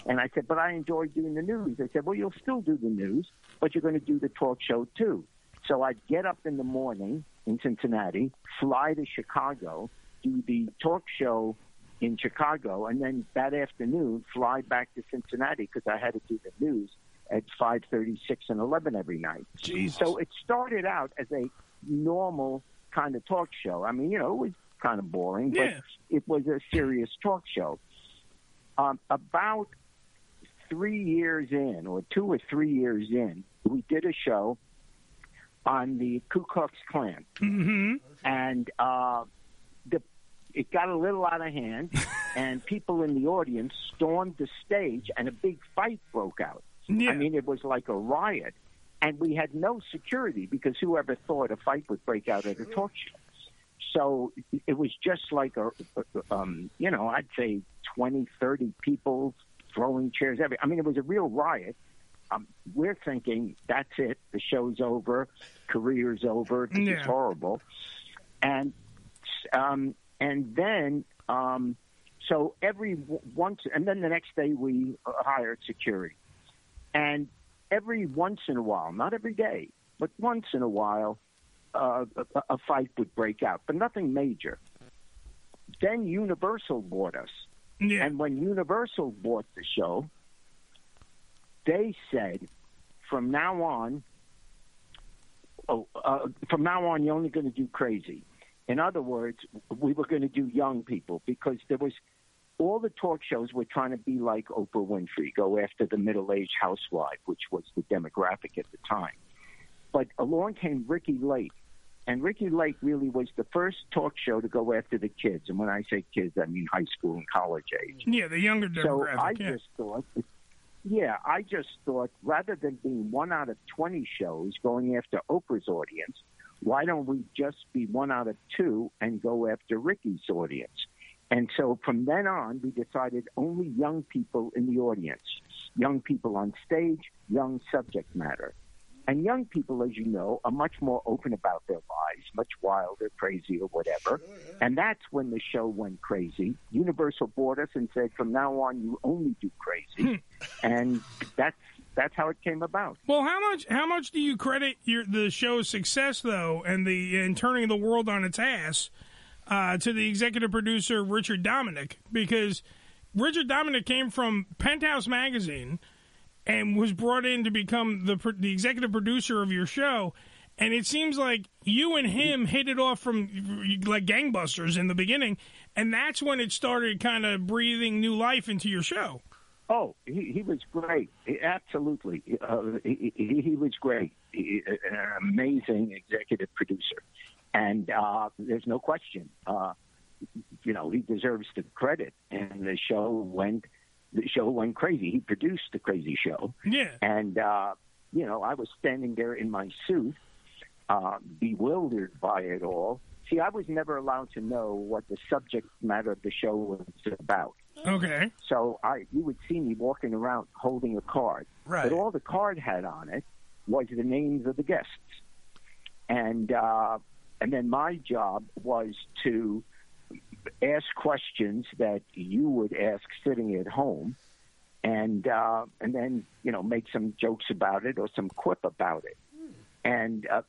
Speaker 28: And I said, But I enjoy doing the news. They said, Well, you'll still do the news, but you're going to do the talk show too. So I'd get up in the morning in Cincinnati, fly to Chicago, do the talk show in Chicago, and then that afternoon fly back to Cincinnati because I had to do the news at 5:30, 6, and 11 every night. So it started out as a normal kind of talk show. I mean, you know, it was kind of boring,
Speaker 1: Yeah.
Speaker 28: but it was a serious talk show. Um, about three years in, or two or three years in, we did a show on the Ku Klux Klan,
Speaker 5: Mm-hmm.
Speaker 28: and uh, the it got a little out of hand, and people in the audience stormed the stage, and a big fight broke out. I mean, it was like a riot, and we had no security because whoever thought a fight would break out at a talk show. So it was just like a, um, you know, I'd say 20, 30 people throwing chairs. Every, I mean, it was a real riot. Um, we're thinking that's it. The show's over. Career's over. This
Speaker 1: Yeah.
Speaker 28: is horrible. And um, and then um, so every w- once and then the next day we uh, hired security. And every once in a while, not every day, but once in a while, uh, a, a fight would break out, but nothing major. Then Universal bought us. And when Universal bought the show, they said, from now on, oh, uh, from now on, you're only going to do crazy. In other words, we were going to do young people because there was all the talk shows were trying to be like Oprah Winfrey, go after the middle-aged housewife, which was the demographic at the time. But along came Ricky Lake, and Ricky Lake really was the first talk show to go after the kids. And when I say kids, I mean high school and college age.
Speaker 5: Yeah, the younger
Speaker 28: So
Speaker 5: demographic.
Speaker 28: I
Speaker 5: yeah.
Speaker 28: just thought, yeah, I just thought rather than being one out of 20 shows going after Oprah's audience, why don't we just be one out of two and go after Ricky's audience? And so from then on, we decided only young people in the audience, young people on stage, young subject matter. And young people, as you know, are much more open about their lives, much wilder, crazier, whatever. And that's when the show went crazy. Universal bought us and said, from now on, you only do crazy. and that's that's how it came about.
Speaker 5: Well, how much how much do you credit your the show's success though, and the and turning the world on its ass uh, to the executive producer Richard Dominic? Because Richard Dominic came from Penthouse magazine and was brought in to become the pro- the executive producer of your show. And it seems like you and him hit it off from like gangbusters in the beginning, and that's when it started kind of breathing new life into your show.
Speaker 28: Oh, he, he was great. He- Absolutely. Uh, he, he, he was great. He, an amazing executive producer. And uh, there's no question, uh, you know, he deserves the credit. And the show went, the show went crazy. He produced the crazy show.
Speaker 5: Yeah.
Speaker 28: And, uh, you know, I was standing there in my suit, uh, bewildered by it all. See, I was never allowed to know what the subject matter of the show was about.
Speaker 5: Okay.
Speaker 28: So I, you would see me walking around holding a card.
Speaker 5: Right.
Speaker 28: But all the card had on it was the names of the guests, and uh, and then my job was to ask questions that you would ask sitting at home, and uh, and then you know make some jokes about it or some quip about it, and uh,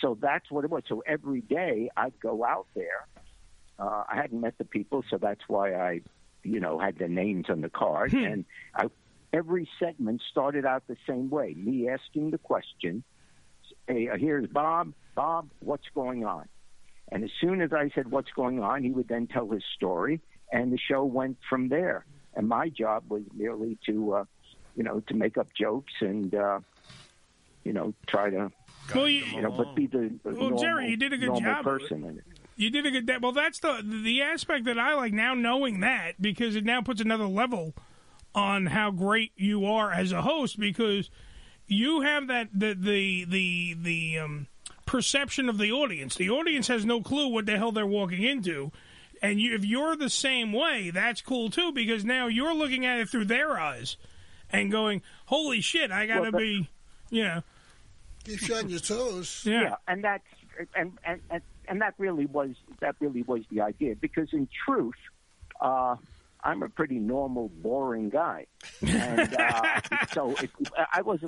Speaker 28: so that's what it was. So every day I'd go out there. Uh, I hadn't met the people, so that's why I, you know, had the names on the card.
Speaker 5: Hmm.
Speaker 28: And I, every segment started out the same way: me asking the question. Hey, uh, here's Bob. Bob, what's going on? And as soon as I said what's going on, he would then tell his story, and the show went from there. And my job was merely to, uh, you know, to make up jokes and, uh, you know, try to,
Speaker 5: Well, you-
Speaker 28: know, but be the the
Speaker 5: Well,
Speaker 28: normal,
Speaker 5: Jerry, you did a good
Speaker 28: normal
Speaker 5: job of it.
Speaker 28: person in it.
Speaker 5: You did a good. That, well, that's the the aspect that I like now, knowing that because it now puts another level on how great you are as a host because you have that the the the the um, perception of the audience. The audience has no clue what the hell they're walking into, and you, if you're the same way, that's cool too because now you're looking at it through their eyes and going, "Holy shit, I gotta
Speaker 28: Well, that-
Speaker 5: be," you know.
Speaker 28: Keep you on your toes.
Speaker 5: Yeah.
Speaker 28: and that's and, and and and that really was that really was the idea because in truth, uh, I'm a pretty normal, boring guy, and uh, so if, I was,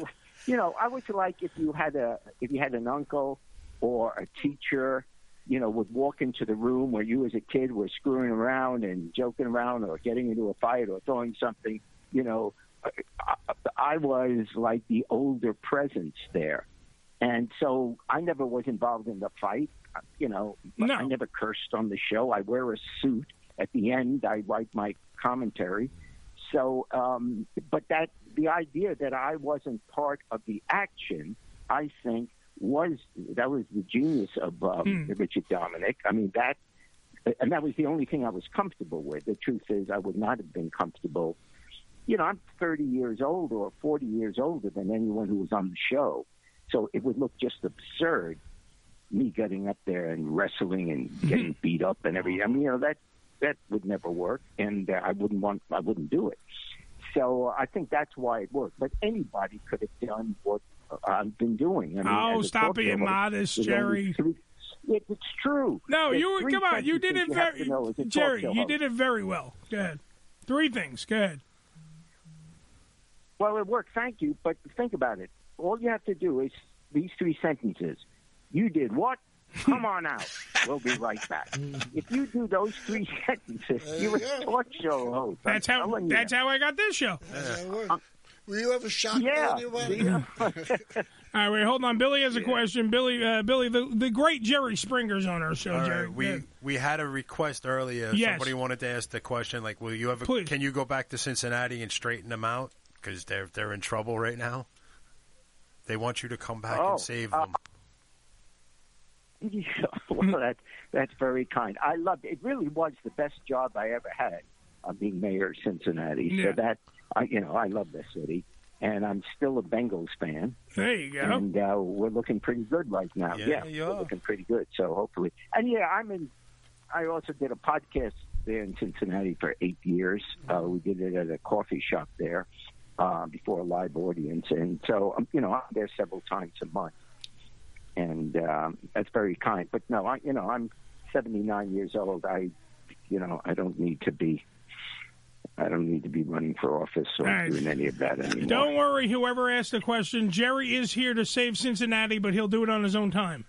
Speaker 28: you know, I was like if you had a if you had an uncle or a teacher. You know, would walk into the room where you as a kid were screwing around and joking around or getting into a fight or throwing something. You know, I, I was like the older presence there. And so I never was involved in the fight. You know, I never cursed on the show. I wear a suit. At the end, I write my commentary. So, um, but that the idea that I wasn't part of the action, I think, was that was the genius of um, Richard Dominic. I mean, that and that was the only thing I was comfortable with. The truth is, I would not have been comfortable you know, I'm 30 years old or 40 years older than anyone who was on the show. So it would look just absurd me getting up there and wrestling
Speaker 5: Mm-hmm.
Speaker 28: and getting beat up and everything. I mean, you know, that that would never work, and uh, I wouldn't want, I wouldn't do it. So I think that's why it worked. But anybody could have done what I've been doing. I mean,
Speaker 5: Oh,
Speaker 28: as a
Speaker 5: stop
Speaker 28: talk
Speaker 5: being
Speaker 28: show host,
Speaker 5: modest,
Speaker 28: there's only
Speaker 5: Jerry.
Speaker 28: three- It, it's true.
Speaker 5: No,
Speaker 28: There's
Speaker 5: you
Speaker 28: three
Speaker 5: come on.
Speaker 28: things
Speaker 5: You did
Speaker 28: think
Speaker 5: it
Speaker 28: have to
Speaker 5: very,
Speaker 28: know as a talk
Speaker 5: Jerry.
Speaker 28: show
Speaker 5: You
Speaker 28: host.
Speaker 5: did it very well. Go ahead. Three things. Go ahead.
Speaker 28: Well, it worked. Thank you. But think about it. All you have to do is these three sentences. You did what? Come on out. We'll be right back. If you do those three sentences, you're a talk show host.
Speaker 5: That's how. That's how I got this show.
Speaker 28: Were you ever shocked?
Speaker 4: Yeah.
Speaker 28: anybody?
Speaker 5: All right, wait, hold on. Billy has a question. Billy, uh, Billy, the, the great Jerry Springer's on our show.
Speaker 2: All
Speaker 5: Jerry,
Speaker 2: right, we
Speaker 5: Yeah.
Speaker 2: we had a request earlier.
Speaker 5: Yes.
Speaker 2: Somebody wanted to ask the question, like, will you ever?
Speaker 5: Please.
Speaker 2: Can you go back to Cincinnati and straighten them out? Because they're they're in trouble right now. They want you to come back
Speaker 28: Oh,
Speaker 2: and save
Speaker 28: uh,
Speaker 2: them.
Speaker 28: well, that, that's very kind. I loved it. It really was the best job I ever had of being mayor of Cincinnati. So that, I, you know, I love this city. And I'm still a Bengals fan.
Speaker 5: There you go.
Speaker 28: And uh, we're looking pretty good right now.
Speaker 5: Yeah,
Speaker 28: Yeah,
Speaker 5: you
Speaker 28: we're
Speaker 5: are.
Speaker 28: looking pretty good. So hopefully. And yeah, I'm in. I also did a podcast there in Cincinnati for eight years. Uh, we did it at a coffee shop there uh, before a live audience. And so, um, you know, I'm there several times a month and um, that's very kind. But no, I you know I'm 79 years old. I you know I don't need to be I don't need to be running for office or
Speaker 5: Nice.
Speaker 28: doing any of that anymore.
Speaker 5: Don't worry, whoever asked the question, Jerry is here to save Cincinnati, but he'll do it on his own time.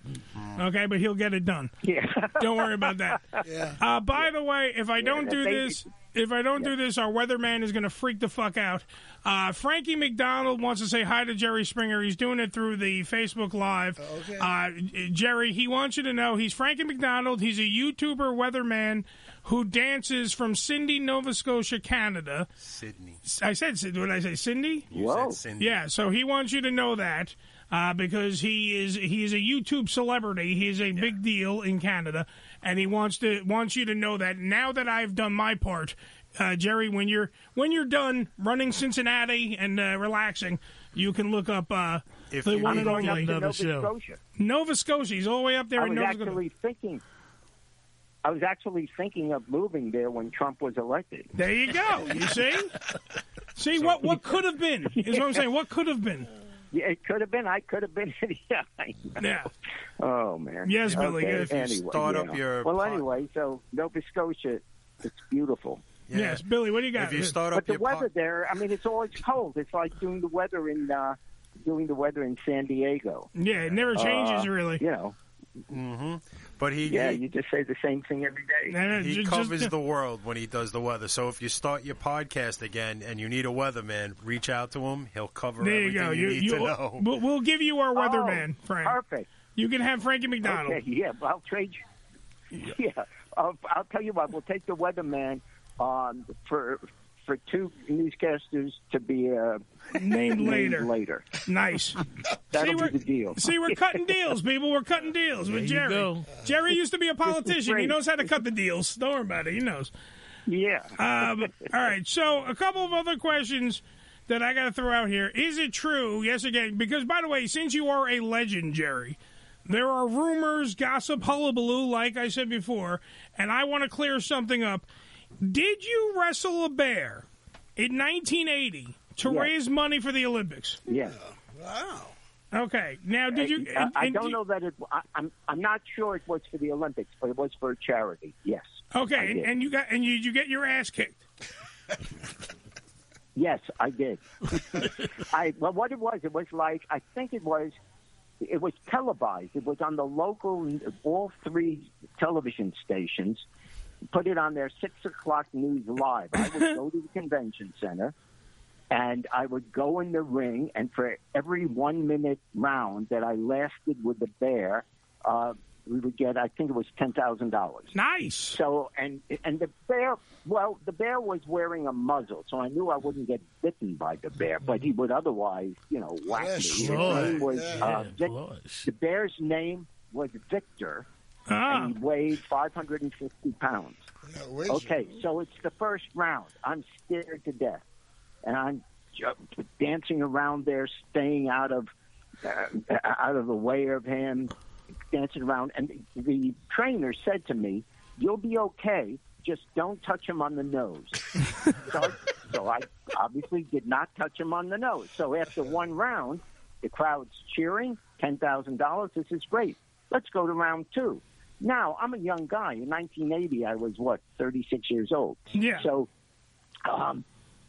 Speaker 5: Okay, but he'll get it done.
Speaker 28: Mm-hmm. Yeah.
Speaker 5: Don't worry about that.
Speaker 28: Yeah.
Speaker 5: Uh, by the way, if I don't
Speaker 28: Yeah,
Speaker 5: do
Speaker 28: they-
Speaker 5: this, if I don't do this, our weatherman is going to freak the fuck out. Uh, Frankie McDonald wants to say hi to Jerry Springer. He's doing it through the Facebook Live.
Speaker 28: Oh,
Speaker 5: Okay. Uh, Jerry, he wants you to know he's Frankie McDonald. He's a YouTuber weatherman who dances from Cindy, Nova Scotia, Canada.
Speaker 2: Sydney.
Speaker 5: I said, Sid- what did I say, Cindy?
Speaker 2: You Whoa. said Cindy.
Speaker 5: Yeah, so he wants you to know that uh, because he is he is a YouTube celebrity. He is a big deal in Canada, and he wants to wants you to know that. Now that I've done my part, uh, Jerry, when you're when you're done running Cincinnati and uh, relaxing, you can look up uh,
Speaker 2: If
Speaker 5: the
Speaker 2: you
Speaker 5: one
Speaker 2: need-
Speaker 5: and
Speaker 2: I'm going up
Speaker 5: only
Speaker 2: to Nova
Speaker 28: Scotia.
Speaker 5: Nova Scotia. He's all the way up there
Speaker 28: I
Speaker 5: in
Speaker 28: was
Speaker 5: Nova Scotia.
Speaker 28: actually thinking. I was actually thinking of moving there when Trump was elected.
Speaker 5: There you go. You see, see what what could have been is what I'm saying. What could have been?
Speaker 28: Yeah, it could have been. I could have been. yeah. I know.
Speaker 5: Yeah.
Speaker 28: Oh man.
Speaker 5: Yes, Billy,
Speaker 28: Okay,
Speaker 5: if you
Speaker 28: anyway,
Speaker 5: start
Speaker 28: yeah.
Speaker 5: up your
Speaker 28: well,
Speaker 5: pod-
Speaker 28: anyway, so Nova Scotia, it's beautiful.
Speaker 5: Yes, Billy. What do you got?
Speaker 28: If you start up But the your weather there, I mean, it's always cold. It's like doing the weather in uh, doing the weather in San Diego.
Speaker 5: Yeah, it never changes
Speaker 28: Uh,
Speaker 5: really.
Speaker 28: You know.
Speaker 2: Mm-hmm. But he
Speaker 28: Yeah,
Speaker 2: he,
Speaker 28: you just say the same thing every day.
Speaker 2: he covers the world when he does the weather. So if you start your podcast again and you need a weatherman, reach out to him. He'll cover
Speaker 5: There you
Speaker 2: everything
Speaker 5: go.
Speaker 2: you,
Speaker 5: You,
Speaker 2: need
Speaker 5: you,
Speaker 2: to know.
Speaker 5: We'll, we'll give you our weatherman,
Speaker 28: Oh,
Speaker 5: Frank.
Speaker 28: Perfect.
Speaker 5: You can have Frankie McDonald.
Speaker 28: Okay, yeah, but I'll trade you. Yeah, I'll, I'll tell you what. We'll take the weatherman um, for for two newscasters to be uh,
Speaker 5: Named later.
Speaker 28: Later.
Speaker 5: Nice.
Speaker 28: That'll
Speaker 5: See,
Speaker 28: be
Speaker 5: we're-
Speaker 28: the deal.
Speaker 5: See, we're cutting deals, people. We're cutting deals
Speaker 28: There
Speaker 5: with
Speaker 28: you
Speaker 5: Jerry.
Speaker 28: go.
Speaker 5: Jerry used to be a
Speaker 28: This is
Speaker 5: politician. He
Speaker 28: great.
Speaker 5: knows how to cut the deals. Don't worry about it. He knows.
Speaker 28: Yeah.
Speaker 5: Um, all right. So, a couple of other questions that I got to throw out here. Is it true? Yes, again, because by the way, since you are a legend, Jerry, there are rumors, gossip, hullabaloo, like I said before, and I want to clear something up. Did you wrestle a bear in 1980 to
Speaker 28: Yes.
Speaker 5: raise money for the Olympics?
Speaker 28: Yeah.
Speaker 5: Okay. Now, did you?
Speaker 28: I, I
Speaker 5: and-
Speaker 28: don't know that it. I, I'm I'm not sure it was for the Olympics, but it was for a charity. Yes. I
Speaker 5: Okay, and,
Speaker 28: did.
Speaker 5: and you got and you you get your ass kicked.
Speaker 28: Yes, I did. I well, what it was, it was like I think it was, it was televised. It was on the local, all three television stations, put it on their six o'clock news live. I would go to the convention center, and I would go in the ring, and for every one minute round that I lasted with the bear, uh, we would get I think it was ten thousand dollars.
Speaker 5: Nice.
Speaker 28: So and and the bear, well, the bear was wearing a muzzle, so I knew I wouldn't get bitten by the bear, but he would otherwise, you know, whack me.
Speaker 1: Yes,
Speaker 28: His
Speaker 1: Lord.
Speaker 28: name was
Speaker 1: Yeah,
Speaker 28: uh, Vic- the bear's name was Victor, and he weighed five hundred and fifty pounds.
Speaker 4: where's-
Speaker 28: okay, so it's the first round. I'm scared to death. and I'm ju- dancing around there, staying out of uh, out of the way of him, dancing around. And the trainer said to me, "You'll be okay. Just don't touch him on the nose." so, I- so I obviously did not touch him on the nose. So after one round, the crowd's cheering. Ten thousand dollars. This is great. Let's go to round two. Now I'm a young guy. In 1980, I was what 36 years old.
Speaker 5: Yeah.
Speaker 28: So um,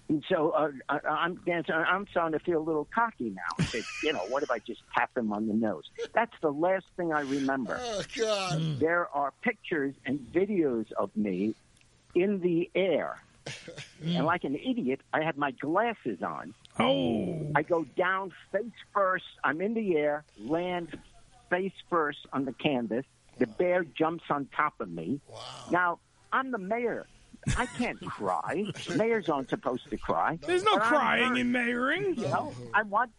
Speaker 28: and so uh, I, I'm dancing. I'm starting to feel a little cocky now. I said, you know, what if I just tap him on the nose? That's the last thing I remember.
Speaker 4: Oh God!
Speaker 28: There are pictures and videos of me in the air,
Speaker 5: Mm.
Speaker 28: and like an idiot, I had my glasses on.
Speaker 5: Oh!
Speaker 28: I go down face first. I'm in the air, land face first on the canvas. The bear jumps on top of me. Wow. Now I'm the mayor. I can't cry. Mayors aren't supposed to cry.
Speaker 5: There's no
Speaker 28: But I'm
Speaker 5: crying
Speaker 28: hurt.
Speaker 5: in mayoring.
Speaker 28: You know, I want.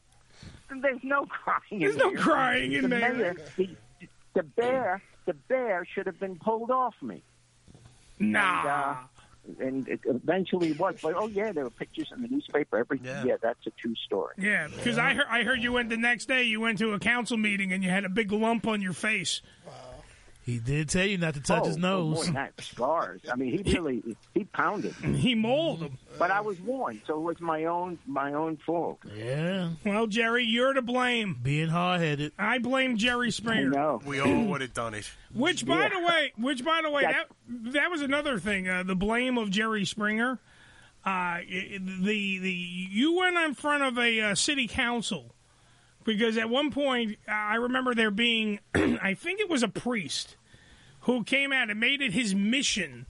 Speaker 28: There's no crying.
Speaker 5: There's
Speaker 28: in
Speaker 5: no
Speaker 28: there.
Speaker 5: crying in
Speaker 28: the
Speaker 5: there.
Speaker 28: Mayor, the, the bear, the bear should have been pulled off me.
Speaker 5: Nah.
Speaker 28: And, uh, and it eventually was, but oh yeah, there were pictures in the newspaper every. Yeah, that's a true story.
Speaker 5: Yeah, because I heard I heard you went the next day. You went to a council meeting and you had a big lump on your face.
Speaker 3: He did tell you not to touch
Speaker 28: oh,
Speaker 3: his
Speaker 28: oh,
Speaker 3: nose.
Speaker 28: boy, that scars. I mean, he really he pounded.
Speaker 5: He mauled him.
Speaker 28: But I was warned, so it was my own my own fault.
Speaker 3: Yeah.
Speaker 5: Well, Jerry, you're to blame.
Speaker 3: Being hard headed.
Speaker 5: I blame Jerry Springer.
Speaker 2: We all would have done it.
Speaker 5: Which, by
Speaker 2: Yeah.
Speaker 5: the way, which, by the way,
Speaker 2: That-
Speaker 5: that that was another thing. Uh, the blame of Jerry Springer. Uh, i- the the you went in front of a uh, city council because at one point uh, I remember there being, I think it was a priest who came out and made it his mission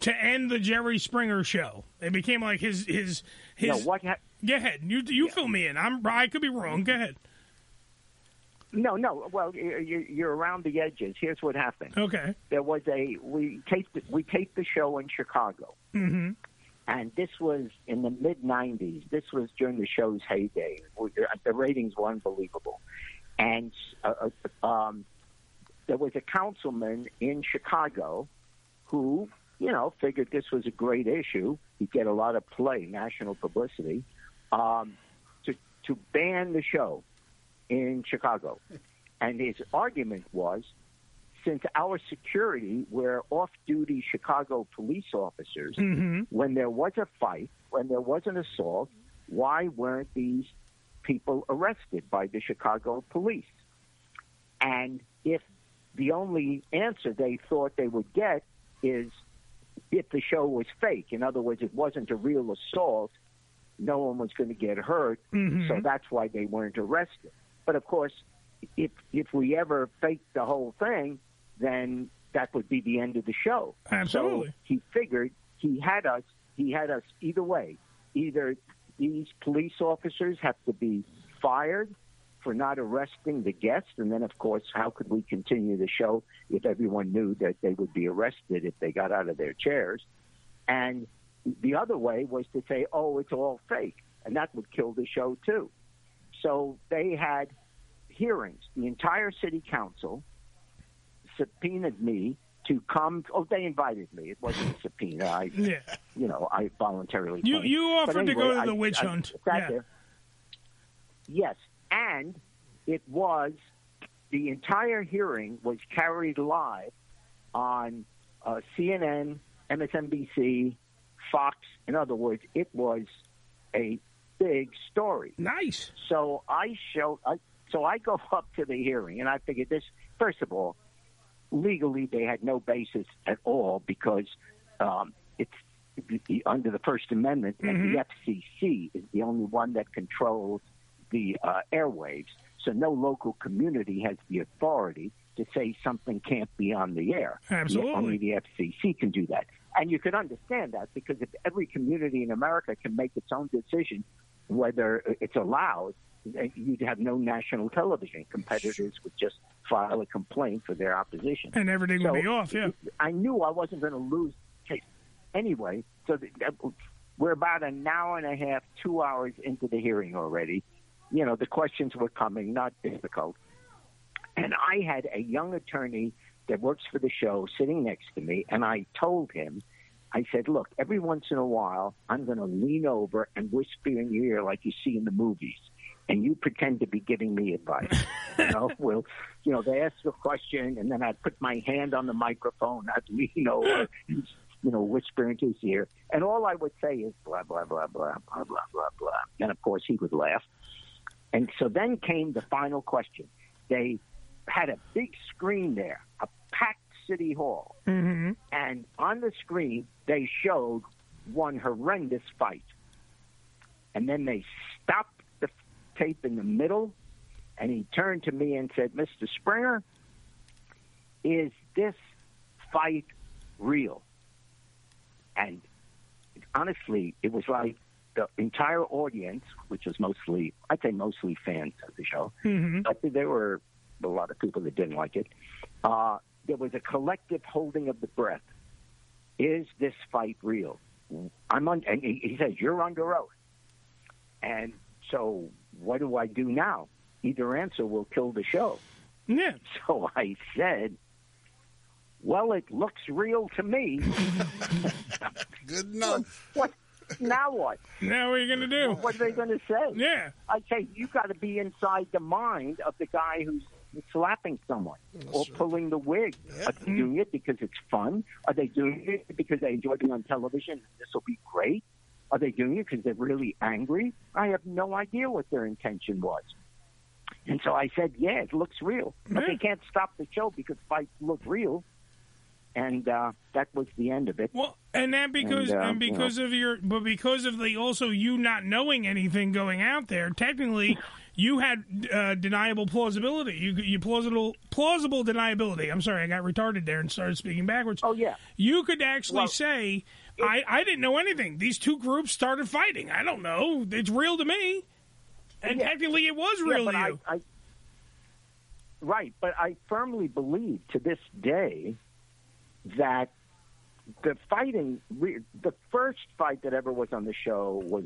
Speaker 5: to end the Jerry Springer show. It became like his his his.
Speaker 28: No, what hap-
Speaker 5: Go ahead, you you fill me in. I'm I could be wrong. Go ahead.
Speaker 28: No, no. Well, you- you- you're around the edges. Here's what happened.
Speaker 5: Okay.
Speaker 28: There was a we taped we taped the show in Chicago,
Speaker 5: Mm-hmm.
Speaker 28: and this was in the mid '90s. This was during the show's heyday. We- uh, The ratings were unbelievable, and uh, uh, um, there was a councilman in Chicago who, you know, figured this was a great issue. He'd get a lot of play, national publicity, um, to to ban the show in Chicago. And his argument was since our security were off duty Chicago police officers,
Speaker 8: Mm-hmm.
Speaker 5: Mhm.
Speaker 28: when there was a fight, when there was an assault, why weren't these people arrested by the Chicago police? And if the only answer they thought they would get is if the show was fake, in other words, it wasn't a real assault, no one was going to get hurt,
Speaker 5: Mhm.
Speaker 28: so that's why they weren't arrested. But of course, if if we ever faked the whole thing, then that would be the end of the show.
Speaker 5: Absolutely.
Speaker 28: So he figured he had us. He had us either way. Either these police officers have to be fired for not arresting the guests, and then of course, how could we continue the show if everyone knew that they would be arrested if they got out of their chairs? And the other way was to say, "Oh, it's all fake," and that would kill the show too. So they had hearings. The entire city council subpoenaed me to come. Oh, they invited me. It wasn't a subpoena. I,
Speaker 5: Yeah.
Speaker 28: you know, I voluntarily.
Speaker 5: You-
Speaker 28: came.
Speaker 5: you
Speaker 28: But
Speaker 5: offered to go
Speaker 28: anyway,
Speaker 5: to the
Speaker 28: I-
Speaker 5: witch
Speaker 28: I
Speaker 5: hunt.
Speaker 28: sat
Speaker 5: Yeah.
Speaker 28: there. Yes, and it was the entire hearing was carried live on uh, CNN, MSNBC, Fox. In other words, it was a big story.
Speaker 5: Nice.
Speaker 28: So I show. I, so I go up to the hearing, and I figured this. First of all, legally they had no basis at all because um, it's under the First Amendment,
Speaker 5: Mm-hmm.
Speaker 28: and the FCC is the only one that controls the uh, airwaves. So no local community has the authority to say something can't be on the air.
Speaker 5: Absolutely.
Speaker 28: Only the FCC can do that. And you can understand that because if every community in America can make its own decision whether it's allowed, then you'd have no national television. Competitors would just file a complaint for their opposition.
Speaker 5: And everything would
Speaker 28: So
Speaker 5: be off. Yeah.
Speaker 28: I knew I wasn't going to lose the case anyway. So th- that- we're about an hour and a half, two hours into the hearing already. You know, the questions were coming, not difficult. And I had a young attorney that works for the show sitting next to me, and I told him I said, look, every once in a while, I'm going to lean over and whisper in your ear like you see in the movies. And you pretend to be giving me advice. You know, well, you know, they ask a question, and then I'd put my hand on the microphone, I'd lean over, and, you know, whisper into his ear. And all I would say is blah, blah, blah, blah, blah, blah, blah, blah. And of course, he would laugh. And so then came the final question. They had a big screen there, a packed city hall.
Speaker 1: Mm-hmm.
Speaker 28: And on the screen, they showed one horrendous fight. And then they stopped the tape in the middle, and he turned to me and said, Mr. Springer, is this fight real? And honestly, it was like the entire audience, which was mostly, I'd say mostly fans of the show,
Speaker 1: Mm-hmm.
Speaker 28: I think there were a lot of people that didn't like it. Uh, there was a collective holding of the breath. Is this fight real? I'm on, and he he says, You're under oath. And so, what do I do now? Either answer will kill the show.
Speaker 5: Yeah.
Speaker 28: So I said, Well, it looks real to me.
Speaker 4: Good enough.
Speaker 28: What? Now what?
Speaker 5: Now what are you going to do?
Speaker 28: What are they going to say?
Speaker 5: Yeah.
Speaker 28: I say you got to be inside the mind of the guy who's slapping someone or pulling the wig. Are they doing it because it's fun? Are they doing it because they enjoy being on television? This will be great. Are they doing it because they're really angry? I have no idea what their intention was. And so I said, yeah, it looks real. But they can't stop the show because fights look real. And uh, that was the end of it.
Speaker 5: Well, And that because and,
Speaker 28: And, uh, you
Speaker 5: because
Speaker 28: know.
Speaker 5: of your but because of the also you not knowing anything going out there, technically you had uh, deniable plausibility. You you plausible plausible deniability. I'm sorry, I got retarded there and started speaking backwards. Oh
Speaker 28: yeah.
Speaker 5: You could actually say I I didn't know anything. These two groups started fighting. I don't know. It's real to me. And
Speaker 28: Yeah.
Speaker 5: technically it was
Speaker 28: Yeah,
Speaker 5: real
Speaker 28: but
Speaker 5: to
Speaker 28: I-
Speaker 5: you.
Speaker 28: I- right, but I firmly believe to this day that the fighting, re- the first fight that ever was on the show was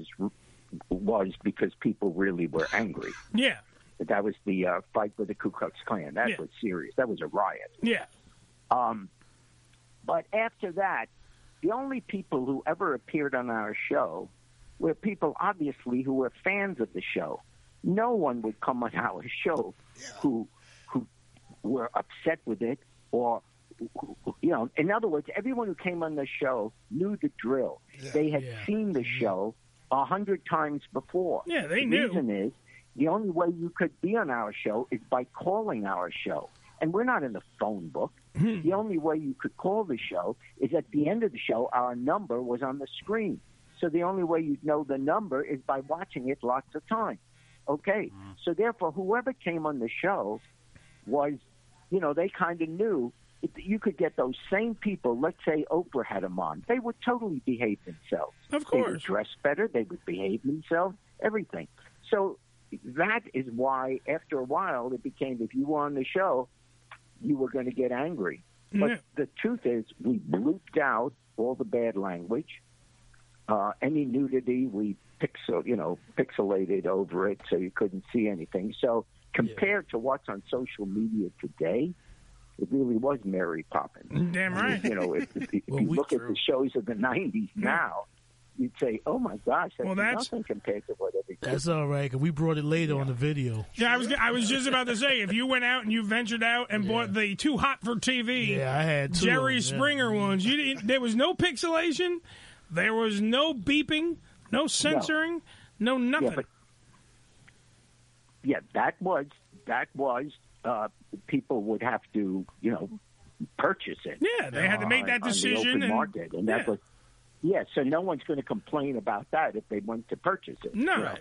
Speaker 28: was because people really were angry.
Speaker 5: yeah.
Speaker 28: That was the uh, fight with the Ku Klux Klan. That was serious. That was a riot.
Speaker 5: Yeah.
Speaker 28: Um, but after that, the only people who ever appeared on our show were people, obviously, who were fans of the show. No one would come on our show who who were upset with it or who- who- you know in other words everyone who came on the show knew the drill they had seen the show a hundred times before
Speaker 5: Mm-hmm. Yeah, they
Speaker 28: the
Speaker 5: knew.
Speaker 28: reason is the only way you could be on our show is by calling our show and we're not in the phone book
Speaker 5: Hmm.
Speaker 28: the only way you could call the show is at the end of the show our number was on the screen so the only way you'd know the number is by watching it lots of times okay
Speaker 5: Hmm.
Speaker 28: so therefore whoever came on the show was, you know, they kind of knew if you could get those same people. Let's say Oprah had them on; they would totally behave themselves.
Speaker 5: Of
Speaker 28: they would
Speaker 5: course.
Speaker 28: dress better. They would behave themselves. Everything. So that is why, after a while, it became if you were on the show, you were going to get angry. But
Speaker 5: Yeah.
Speaker 28: the truth is, we blooped out all the bad language, uh, any nudity. We pixel, you know, pixelated over it so you couldn't see anything. So compared to what's on social media today, it really was Mary Poppins.
Speaker 5: Damn
Speaker 28: I mean,
Speaker 5: right.
Speaker 28: You know, if, if, if you look at the shows of the '90s now, you'd say, "Oh my gosh, that's,
Speaker 3: Well, that's-
Speaker 28: nothing compared to what everything."
Speaker 3: That's all right. 'cause we brought it later on the video.
Speaker 5: Yeah, I was I was just about to say if you went out and you ventured out and bought the too hot for TV,
Speaker 3: Yeah, I had two
Speaker 5: Jerry
Speaker 3: of 'em, yeah.
Speaker 5: Springer ones. You didn't. There was no pixelation, there was no beeping, no censoring, no, nothing.
Speaker 28: yeah, that was that was uh, people would have to you know purchase it.
Speaker 5: Yeah, they had to make
Speaker 28: on-
Speaker 5: that
Speaker 28: on the
Speaker 5: decision
Speaker 28: open
Speaker 5: and-
Speaker 28: market, and that
Speaker 5: yeah.
Speaker 28: was yeah. So no one's going to complain about that if they want to purchase it.
Speaker 5: No.
Speaker 28: you know.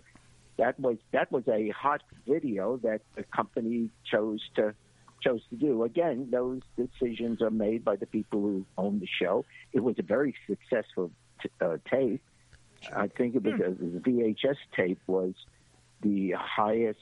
Speaker 28: that was that was a hot video that the company chose to chose to do. Again, those decisions are made by the people who own the show. It was a very successful t- uh, tape. I think it was
Speaker 5: Hmm.
Speaker 28: uh, the VHS tape was the highest,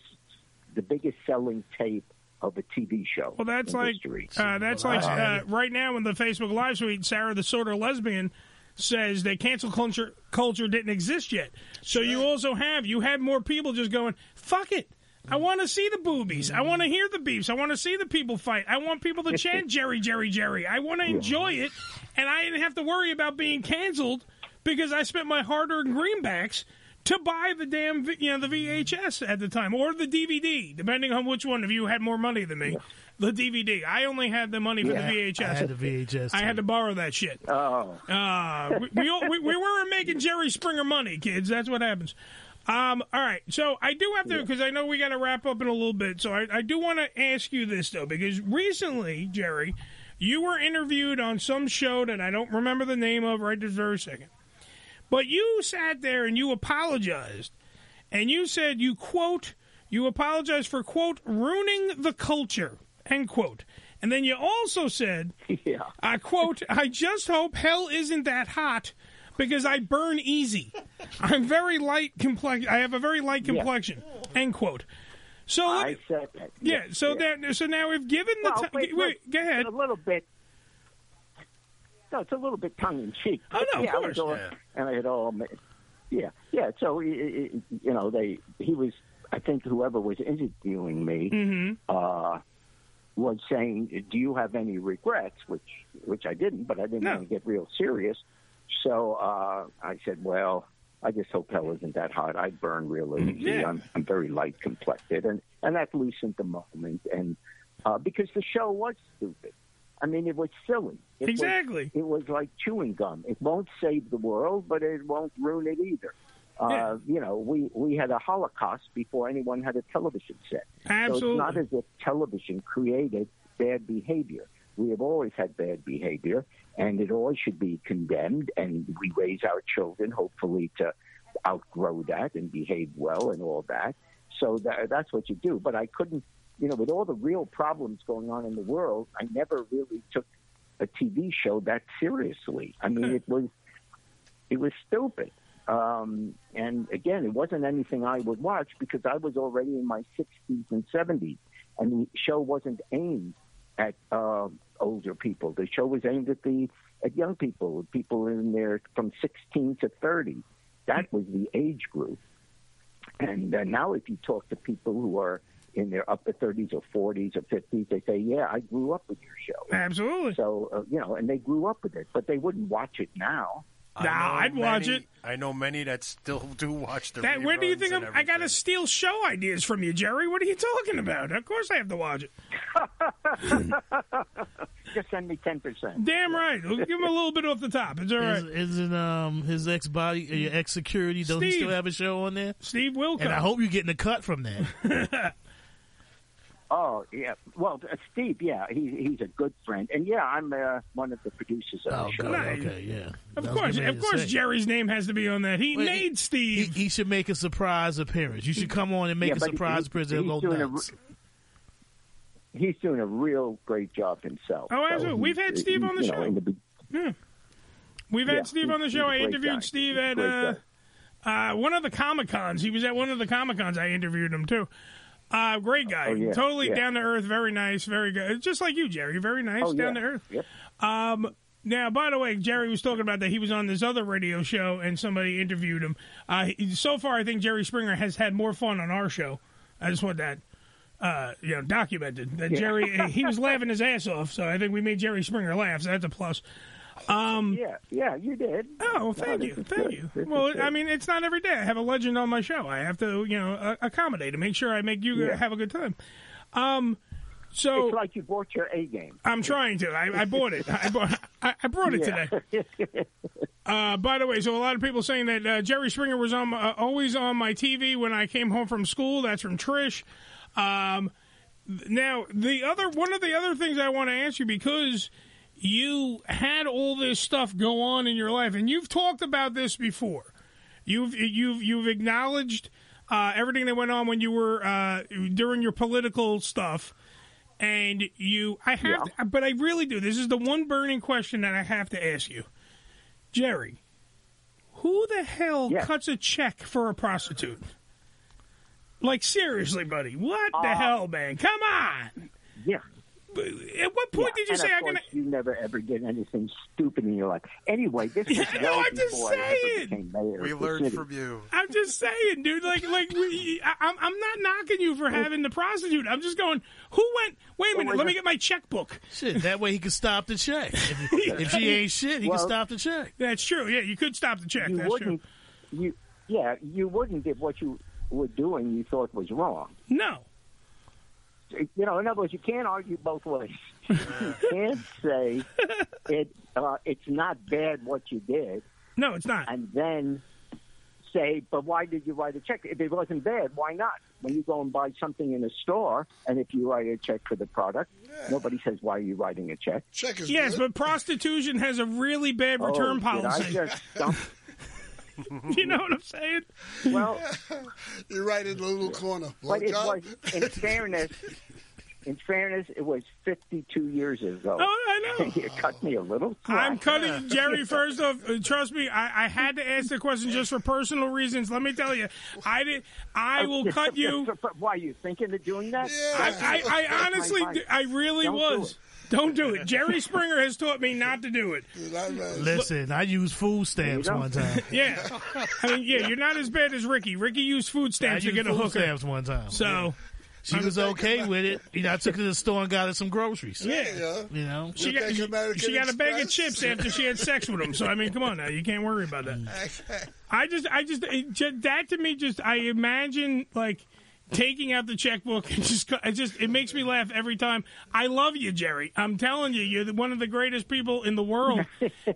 Speaker 28: the biggest selling tape of a TV show.
Speaker 5: well, that's
Speaker 28: in
Speaker 5: like
Speaker 28: history.
Speaker 5: uh, that's like uh, right now in the Facebook live suite, Sarah the sort of lesbian says that cancel culture culture didn't exist yet. So you also have you have more people just going fuck it. I want to see the boobies. I want to hear the beeps. I want to see the people fight. I want people to chant Jerry, Jerry, Jerry. I want to enjoy it, and I didn't have to worry about being canceled because I spent my hard-earned greenbacks to buy the damn, V- you know, the VHS at the time or the DVD, depending on which one of you had more money than me. The DVD. I only had the money for
Speaker 3: Yeah.
Speaker 5: the VHS.
Speaker 3: I had the VHS
Speaker 5: I had
Speaker 3: tape.
Speaker 5: to borrow that shit.
Speaker 28: Oh.
Speaker 5: Uh, we, we, all- we, we weren't making Jerry Springer money, kids. That's what happens. Um, all right. So I do have to, because I know we got to wrap up in a little bit. So I, I do want to ask you this, though, because recently, Jerry, you were interviewed on some show that I don't remember the name of right this very second. But you sat there and you apologized. And you said you quote, you apologize for quote, ruining the culture, end quote. And then you also said,
Speaker 28: yeah.
Speaker 5: I quote, I just hope hell isn't that hot because I burn easy. I'm very light complexion. I have a very light complexion, end quote. So, let me-
Speaker 28: said that.
Speaker 5: yeah, so that, so now if given the
Speaker 28: Well,
Speaker 5: time,
Speaker 28: wait,
Speaker 5: wait, go ahead.
Speaker 28: A little bit. No, it's a little bit tongue in cheek.
Speaker 5: Oh, no, of
Speaker 28: yeah, I was
Speaker 5: course.
Speaker 28: all-
Speaker 5: Yeah.
Speaker 28: And it all, ma- yeah, yeah. So y- y- y- you know, they he was. I think whoever was interviewing me
Speaker 29: Mm-hmm.
Speaker 5: Mhm.
Speaker 28: uh, was saying, "Do you have any regrets?" Which which I didn't, but I didn't want to get real serious. So uh, I said, "Well." I just hope hell isn't that hot. I burn real easy.
Speaker 5: Mm-hmm. Yeah.
Speaker 28: I'm, I'm very light complected, and and that loosened the moment. And uh, because the show was stupid, I mean, it was silly. It was-
Speaker 5: Exactly.
Speaker 28: it was like chewing gum. It won't save the world, but it won't ruin it either. Uh, you know, we, we had a Holocaust before anyone had a television set. So
Speaker 5: Absolutely.
Speaker 28: it's not as if television created bad behavior. We have always had bad behavior, and it always should be condemned. And we raise our children, hopefully, to outgrow that and behave well and all that. So that, that's what you do. But I couldn't, you know, with all the real problems going on in the world, I never really took a TV show that seriously. I mean, it was it was stupid. Um, and again, it wasn't anything I would watch because I was already in my 60s and 70s, and the show wasn't aimed at uh, older people. The show was aimed at the at young people, people in there from 16 to 30. That was the age group. And uh, now, if you talk to people who are in their upper 30s or 40s or 50s, they say, "Yeah, I grew up with your show."
Speaker 5: Absolutely.
Speaker 28: So uh, you know, and they grew up with it, but they wouldn't watch it now.
Speaker 2: I know
Speaker 5: I'd watch
Speaker 2: many-
Speaker 5: it.
Speaker 2: I know many that still do watch the.
Speaker 5: That, where do you
Speaker 2: reruns
Speaker 5: think
Speaker 2: and
Speaker 5: I'm, I got to steal show ideas from you, Jerry? What are you talking about? Of course I have to watch it.
Speaker 28: Just send me ten percent.
Speaker 5: Damn right. We'll give him a little bit off the top. It's all right.
Speaker 3: Is, isn't um his ex body, your ex security? Don't he still
Speaker 5: Steve.
Speaker 3: have a show on there?
Speaker 5: Steve Wilco.
Speaker 3: And I hope you're getting a cut from that.
Speaker 28: Oh yeah, well uh, Steve, yeah, he, he's a good friend, and yeah, I'm uh, one of the producers of the show.
Speaker 3: Oh, Okay, yeah.
Speaker 5: Of
Speaker 3: That was
Speaker 5: course,
Speaker 3: gonna
Speaker 5: of
Speaker 3: be
Speaker 5: course,
Speaker 3: insane.
Speaker 5: Jerry's name has to be on that. He
Speaker 3: Wait,
Speaker 5: made Steve.
Speaker 3: He, he should make a surprise appearance. You should come on and make
Speaker 28: Yeah,
Speaker 3: a
Speaker 28: but he-
Speaker 3: surprise
Speaker 28: he-
Speaker 3: appearance. He'll
Speaker 28: he's
Speaker 3: go
Speaker 28: doing a
Speaker 3: nuts.
Speaker 28: He's doing a real great job himself.
Speaker 5: Oh, absolutely.
Speaker 28: he-
Speaker 5: We've had
Speaker 28: he-
Speaker 5: Steve on the
Speaker 28: you know,
Speaker 5: show.
Speaker 28: in the-
Speaker 5: Hmm. We've had
Speaker 28: Yeah,
Speaker 5: Steve
Speaker 28: he's-
Speaker 5: on the
Speaker 28: he's
Speaker 5: show.
Speaker 28: a
Speaker 5: I
Speaker 28: great
Speaker 5: interviewed
Speaker 28: guy.
Speaker 5: Steve
Speaker 28: He's a
Speaker 5: at
Speaker 28: great
Speaker 5: uh,
Speaker 28: guy.
Speaker 5: uh, one of the Comic Cons. He was at one of the Comic Cons. I interviewed him too. Uh, great guy,
Speaker 28: Oh, yeah,
Speaker 5: totally
Speaker 28: yeah.
Speaker 5: down to earth, very nice, very good, just like you, Jerry. Very nice,
Speaker 28: Oh,
Speaker 5: down
Speaker 28: yeah.
Speaker 5: to earth.
Speaker 28: Yep.
Speaker 5: Um, now, by the way, Jerry was talking about that he was on this other radio show and somebody interviewed him. Uh, he- so far, I think Jerry Springer has had more fun on our show. I just want that uh, you know documented. That
Speaker 28: Yeah.
Speaker 5: Jerry he was laughing his ass off, so I think we made Jerry Springer laugh. So that's a plus. Um,
Speaker 28: yeah, yeah, you did.
Speaker 5: Oh, well, thank you, thank you. Well, I mean, it's not every day I have a legend on my show. I have to, you know, uh, accommodate and make sure I make you
Speaker 28: Yeah.
Speaker 5: have a good time. Um, so
Speaker 28: it's like you bought your A game.
Speaker 5: I'm trying to. I, I bought it. I bought. I, I brought it
Speaker 28: Yeah.
Speaker 5: today. Uh, by the way, so a lot of people saying that uh, Jerry Springer was on my, uh, always on my TV when I came home from school. That's from Trish. Um, th- now the other one of the other things I want to ask you because you had all this stuff go on in your life, and you've talked about this before. You've you've you've acknowledged uh, everything that went on when you were uh, during your political stuff, and you I have, to, but I really do. This is the one burning question that I have to ask you, Jerry. Who the hell cuts a check for a prostitute?
Speaker 28: Uh,
Speaker 5: Like seriously, buddy, what the hell, man? Come on.
Speaker 28: Yeah.
Speaker 5: At what point did you
Speaker 28: and
Speaker 5: say
Speaker 28: of
Speaker 5: I can?
Speaker 28: course You never ever did anything stupid in your life. Anyway, this was
Speaker 5: You know,
Speaker 28: well
Speaker 5: I'm just
Speaker 28: before I ever
Speaker 5: saying.
Speaker 28: became mayor.
Speaker 2: We
Speaker 28: of the
Speaker 2: learned
Speaker 28: city.
Speaker 2: from you.
Speaker 5: I'm just saying, dude. Like, like we, I, I'm, I'm not knocking you for having the prostitute. I'm just going. Who went?
Speaker 28: Oh
Speaker 5: Wait a minute. Let me get my checkbook.
Speaker 3: Shit, that way he could stop the check. If, if she ain't shit, he
Speaker 28: Well-
Speaker 3: can stop the check.
Speaker 5: That's true. Yeah, you could stop the check.
Speaker 28: You
Speaker 5: That's true.
Speaker 28: wouldn't. You yeah, you wouldn't if what you were doing you thought was wrong.
Speaker 5: No.
Speaker 28: You know, in other words, you can't argue both ways. you can't say it. Uh, it's not bad what you did.
Speaker 5: No, it's not.
Speaker 28: And then say, but why did you write a check? If it wasn't bad, why not? When you go and buy something in a store, and if you write a check for the product, nobody says, why are you writing a check?
Speaker 4: Check
Speaker 5: Yes, but prostitution has a really bad
Speaker 28: Oh,
Speaker 5: return
Speaker 28: did I
Speaker 5: policy.
Speaker 28: just dump
Speaker 5: you know what I'm saying?
Speaker 28: Well,
Speaker 4: you're right in the little corner.
Speaker 28: But it
Speaker 4: Blowjob?
Speaker 28: was, in fairness, in fairness, it was 52 years ago.
Speaker 5: Oh, I know.
Speaker 28: you cut me a little.
Speaker 5: I'm
Speaker 28: slack.
Speaker 5: cutting Jerry. First off, uh, trust me, I, I had to ask the question just for personal reasons. Let me tell you, I did. I will cut you.
Speaker 28: Why are you thinking of doing that?
Speaker 5: I, I, I honestly,
Speaker 28: That's my
Speaker 5: I really
Speaker 28: Don't do
Speaker 5: was. Don't do it. Jerry Springer has taught me not to do it.
Speaker 3: Listen, I used food stamps one time.
Speaker 5: Yeah, I mean, yeah, you're not as bad as Ricky. Ricky used food
Speaker 3: I
Speaker 5: stamps
Speaker 3: used
Speaker 5: to get a
Speaker 3: food
Speaker 5: hooker.
Speaker 3: stamps one time.
Speaker 5: So
Speaker 3: Yeah. she
Speaker 5: I'm
Speaker 3: was
Speaker 5: thinking
Speaker 3: okay
Speaker 5: about-
Speaker 3: with it. You know, I took her to the store and got her some groceries.
Speaker 5: yeah,
Speaker 3: you know,
Speaker 5: she got, she, she got a bag of chips after she had sex with him. So I mean, come on now, you can't worry about that. I just, I just, it ju- that to me, just I imagine like taking out the checkbook and just, it just, it makes me laugh every time. I love you, Jerry. I'm telling you, you're the- one of the greatest people in the world.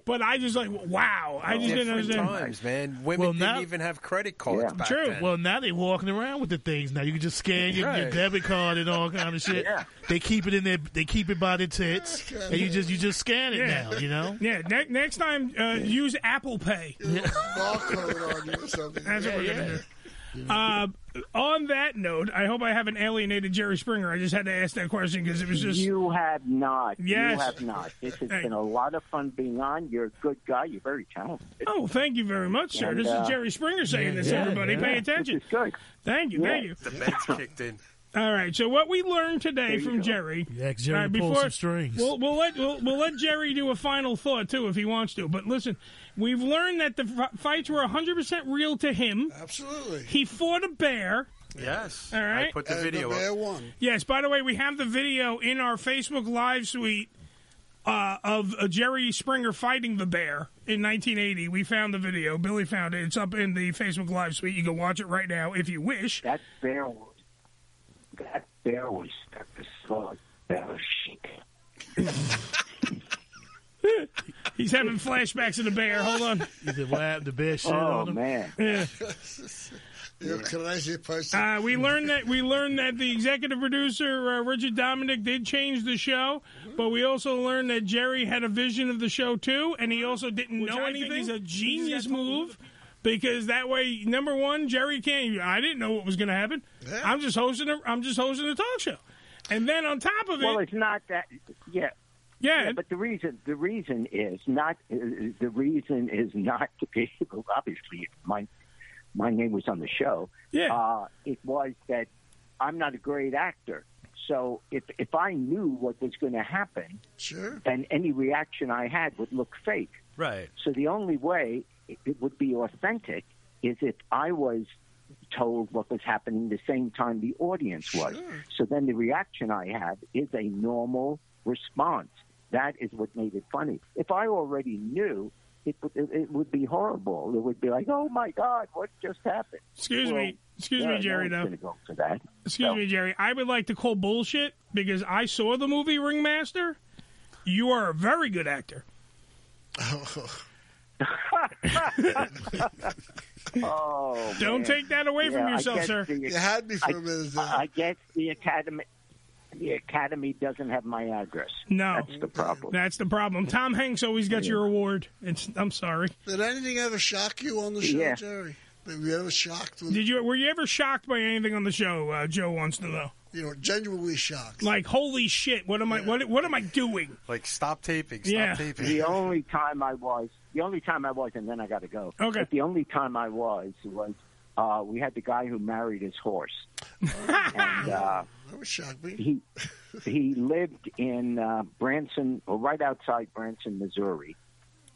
Speaker 5: But I just like, wow, I just didn't
Speaker 2: Different
Speaker 5: understand.
Speaker 2: times, man. Women
Speaker 3: Well,
Speaker 2: didn't
Speaker 3: now-
Speaker 2: even have credit cards back
Speaker 3: True.
Speaker 2: then.
Speaker 3: Well, now they walking around with the things. Now you can just scan your, your
Speaker 2: Right.
Speaker 3: debit card and all kind of shit.
Speaker 2: Yeah.
Speaker 3: They keep it in their. They keep it by the tits, and you just you just scan it
Speaker 5: Oh, Yeah.
Speaker 3: now. You know.
Speaker 5: Yeah, ne- next time uh, use Apple Pay.
Speaker 4: barcode on you or something.
Speaker 5: That's what we're gonna do. Uh, on that note, I hope I haven't alienated Jerry Springer. I just had to ask that question because it was just
Speaker 28: you have not.
Speaker 5: Yes.
Speaker 28: You have not. This has been a lot of fun being on. You're a good guy. You're very talented.
Speaker 5: Oh, thank you very much, sir.
Speaker 28: And,
Speaker 5: this
Speaker 28: uh,
Speaker 5: is Jerry Springer saying
Speaker 28: yeah,
Speaker 5: this.
Speaker 28: yeah,
Speaker 5: everybody,
Speaker 28: yeah.
Speaker 5: pay attention.
Speaker 28: This is good.
Speaker 5: Thank you, thank you.
Speaker 2: The bed's kicked in.
Speaker 5: All right. So what we learned today
Speaker 2: There you
Speaker 5: from
Speaker 2: go.
Speaker 5: Jerry.
Speaker 3: Yeah, 'cause Jerry
Speaker 5: All right,
Speaker 3: pulled
Speaker 5: before-
Speaker 3: some strings.
Speaker 5: We'll, we'll let we'll, we'll let Jerry do a final thought too if he wants to. But listen, we've learned that the f- fights were 100 percent real to him.
Speaker 4: Absolutely.
Speaker 5: He fought a bear.
Speaker 2: Yes.
Speaker 5: All right.
Speaker 2: I put Uh, the video up.
Speaker 5: Yes. By the way, we have the video in our Facebook Live suite uh, of uh, Jerry Springer fighting the bear in 1980. We found the video. Billy found it. It's up in the Facebook Live suite. You can watch it right now if you wish.
Speaker 28: That bear was. That bear was stuck to sword. That was shit.
Speaker 5: He's having flashbacks of the bear. Hold on.
Speaker 3: You said, "What happened to bear shit
Speaker 28: Oh,
Speaker 3: on them?"
Speaker 28: man.
Speaker 5: Yeah.
Speaker 4: You're a crazy person.
Speaker 5: Uh, we learned that we learned that the executive producer uh, Richard Dominic did change the show, but we also learned that Jerry had a vision of the show too, and he also didn't
Speaker 1: Which
Speaker 5: know
Speaker 1: I think
Speaker 5: anything.
Speaker 1: is a
Speaker 5: genius move because that way, number one, Jerry can't. I didn't know what was going to happen. I'm just hosting. A, I'm just hosting a talk show, and then on top of it,
Speaker 28: Well, it's not that. Yeah.
Speaker 5: Yeah.
Speaker 28: but the reason the reason is not uh, the reason is not to be well, obviously my my name was on the show.
Speaker 5: Yeah.
Speaker 28: Uh, it was that I'm not a great actor. So if if I knew what was going to happen,
Speaker 4: sure.
Speaker 28: then any reaction I had would look fake.
Speaker 2: Right.
Speaker 28: So the only way it, it would be authentic is if I was told what was happening the same time the audience was. So then the reaction I had is a normal response. That is what made it funny. If I already knew, it would, it, it would be horrible. It would be like, oh my God, what just happened?
Speaker 5: Excuse
Speaker 28: Well,
Speaker 5: me. Excuse
Speaker 28: yeah,
Speaker 5: me, Jerry.
Speaker 28: No
Speaker 5: though.
Speaker 28: one's gonna go for that.
Speaker 5: Excuse me, Jerry. I would like to call bullshit because I saw the movie Ringmaster. You are a very good actor.
Speaker 28: Oh,
Speaker 5: Don't
Speaker 28: man.
Speaker 5: take that away from
Speaker 28: Yeah, I
Speaker 5: yourself,
Speaker 28: guess
Speaker 5: sir.
Speaker 28: the-
Speaker 5: You had me uh, for
Speaker 28: I-
Speaker 5: a minute there.
Speaker 28: I, I guess the academy, the academy doesn't have my address.
Speaker 5: No.
Speaker 28: that's the problem.
Speaker 5: That's the problem. Tom Hanks always gets your award. It's, I'm sorry.
Speaker 4: Did anything ever shock you on the show,
Speaker 5: Yeah.
Speaker 4: Jerry? Were you ever shocked? With,
Speaker 5: Did you were you ever shocked by anything on the show? Uh, Joe wants to know.
Speaker 4: you know, genuinely shocked.
Speaker 5: Like, holy shit! What am I? What what am I doing?
Speaker 2: Like, stop taping. Stop taping.
Speaker 28: The only time I was, the only time I was, and then I got to go.
Speaker 5: Okay.
Speaker 28: But the only time I was was Uh, we had the guy who married his horse. and uh,
Speaker 4: That would shock me.
Speaker 28: he he lived in uh, Branson, or right outside Branson, Missouri,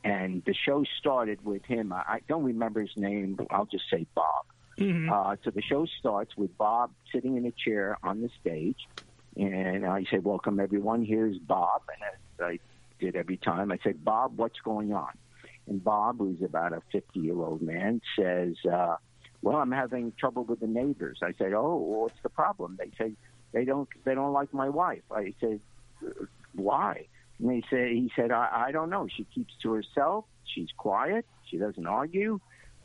Speaker 28: and the show started with him. I, I don't remember his name, but I'll just say Bob.
Speaker 8: Mm-hmm.
Speaker 29: Mm-hmm.
Speaker 28: Uh, so the show starts with Bob sitting in a chair on the stage, and I say, "Welcome everyone. Here's Bob." And as I did every time, I said, "Bob, what's going on?" And Bob, who's about a 50 year old man, says, uh, "Well, I'm having trouble with the neighbors." I said, "Oh, well, what's the problem?" They say, "They don't they don't like my wife." I said, "Uh, "Why?" And they said, "He said I, I don't know. She keeps to herself. She's quiet. She doesn't argue."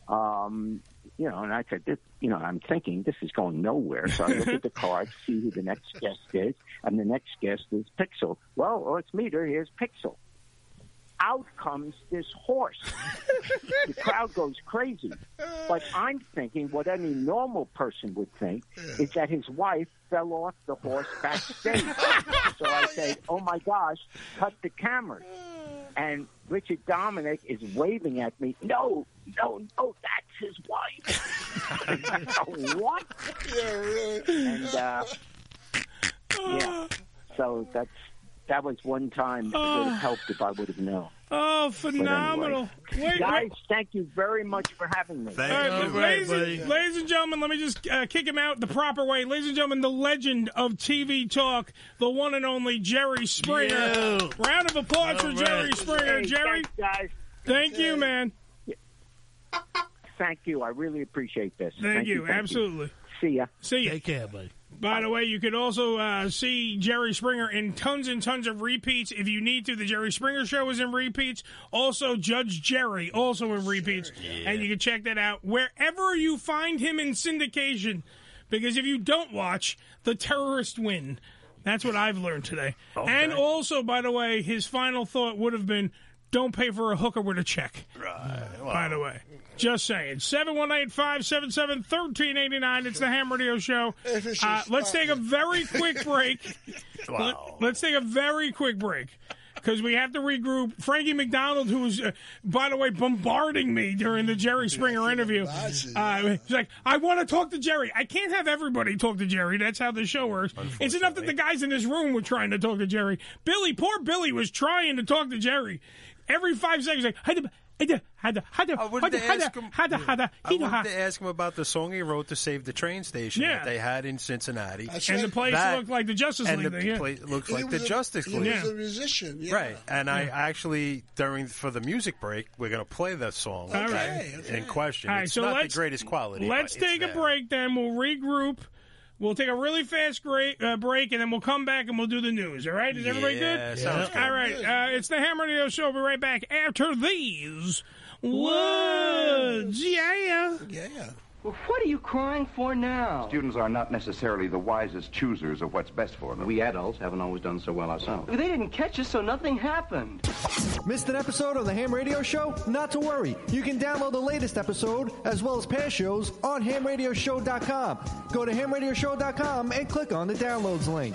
Speaker 28: Um, you know, and I said, this, you know, I'm thinking this is going nowhere. So I look at the card, see who the next guest is, and the next guest is Pixel. Well, oh, let's meet her. Here's Pixel. Out comes this horse. the crowd goes crazy. But I'm thinking what any normal person would think is that his wife fell off the horse backstage. so I say, oh my gosh, cut the cameras. And Richard Dominic is waving at me, no, no, no, that's his wife. what? And, uh, yeah. So that's that was one time that would have helped if I would have known.
Speaker 5: Oh,
Speaker 28: But anyway.
Speaker 5: phenomenal! Wait,
Speaker 28: guys,
Speaker 5: wait.
Speaker 28: thank you very much for having me.
Speaker 5: All right, ladies, and, ladies and gentlemen, let me just uh, kick him out the proper way. Ladies and gentlemen, the legend of TV talk, the one and only Jerry Springer.
Speaker 28: Yeah.
Speaker 5: Round of applause for
Speaker 28: All right.
Speaker 5: Jerry Springer.
Speaker 28: Hey,
Speaker 5: Jerry,
Speaker 28: thanks, guys.
Speaker 5: thank you, man.
Speaker 28: Thank you. I really appreciate this.
Speaker 5: Thank you.
Speaker 28: thank
Speaker 5: Absolutely.
Speaker 28: See ya.
Speaker 5: See ya.
Speaker 28: Take
Speaker 3: care, buddy.
Speaker 5: By the way, you could also uh, see Jerry Springer in tons and tons of repeats if you need to. The Jerry Springer Show is in repeats. Also, Judge Jerry also in repeats, and you can check that out wherever you find him in syndication. Because if you don't watch, the terrorists win. That's what I've learned today. And also, by the way, his final thought would have been, "Don't pay for a hooker with a check." By the way, just saying. 718 577 1389. It's the Ham Radio Show. Uh, let's take a very quick break.
Speaker 1: Wow.
Speaker 5: Let, us take a very quick break because we have to regroup. Frankie McDonald, who was, uh, by the way, bombarding me during the Jerry Springer interview, uh, he's like, I want to talk to Jerry. I can't have everybody talk to Jerry. That's how the show works. It's enough that the guys in this room were trying to talk to Jerry. Billy, poor Billy, was trying to talk to Jerry. Every five seconds, like, I did. I did, I did, I did, I
Speaker 2: wanted to ask him- I
Speaker 5: he
Speaker 2: wanted to ask him about the song he wrote to save the train station
Speaker 5: Yeah.
Speaker 2: that they had in Cincinnati,
Speaker 5: That's And right. the place looked like the Justice
Speaker 2: and
Speaker 5: League
Speaker 2: The
Speaker 5: thing, yeah.
Speaker 2: place looked
Speaker 5: He
Speaker 2: like the
Speaker 5: was a-
Speaker 2: Justice
Speaker 5: he
Speaker 2: League,
Speaker 4: He's a musician. Yeah.
Speaker 2: right? And I actually during for the music break, we're going to play that song
Speaker 5: All
Speaker 2: that-
Speaker 5: right.
Speaker 2: in question.
Speaker 5: All right,
Speaker 2: it's
Speaker 5: so
Speaker 2: not the
Speaker 5: let's-
Speaker 2: greatest quality. but
Speaker 5: Let's
Speaker 2: it's
Speaker 5: take a
Speaker 2: there.
Speaker 5: break, then we'll regroup. We'll take a really fast great, uh, break, and then we'll come back and we'll do the news. All right? Is everybody
Speaker 2: Yeah,
Speaker 5: good?
Speaker 2: sounds good.
Speaker 5: All right. Uh, it's the Ham Radio Show. We'll be right back after these words. Yeah.
Speaker 4: Yeah.
Speaker 29: Well, what are you crying for now?
Speaker 11: Students are not necessarily the wisest choosers of what's best for them. We adults haven't always done so well ourselves.
Speaker 29: They didn't catch us, so nothing happened.
Speaker 7: Missed an episode of the Ham Radio Show? Not to worry. You can download the latest episode as well as past shows on hamradioshow.com. Go to hamradioshow.com and click on the downloads link.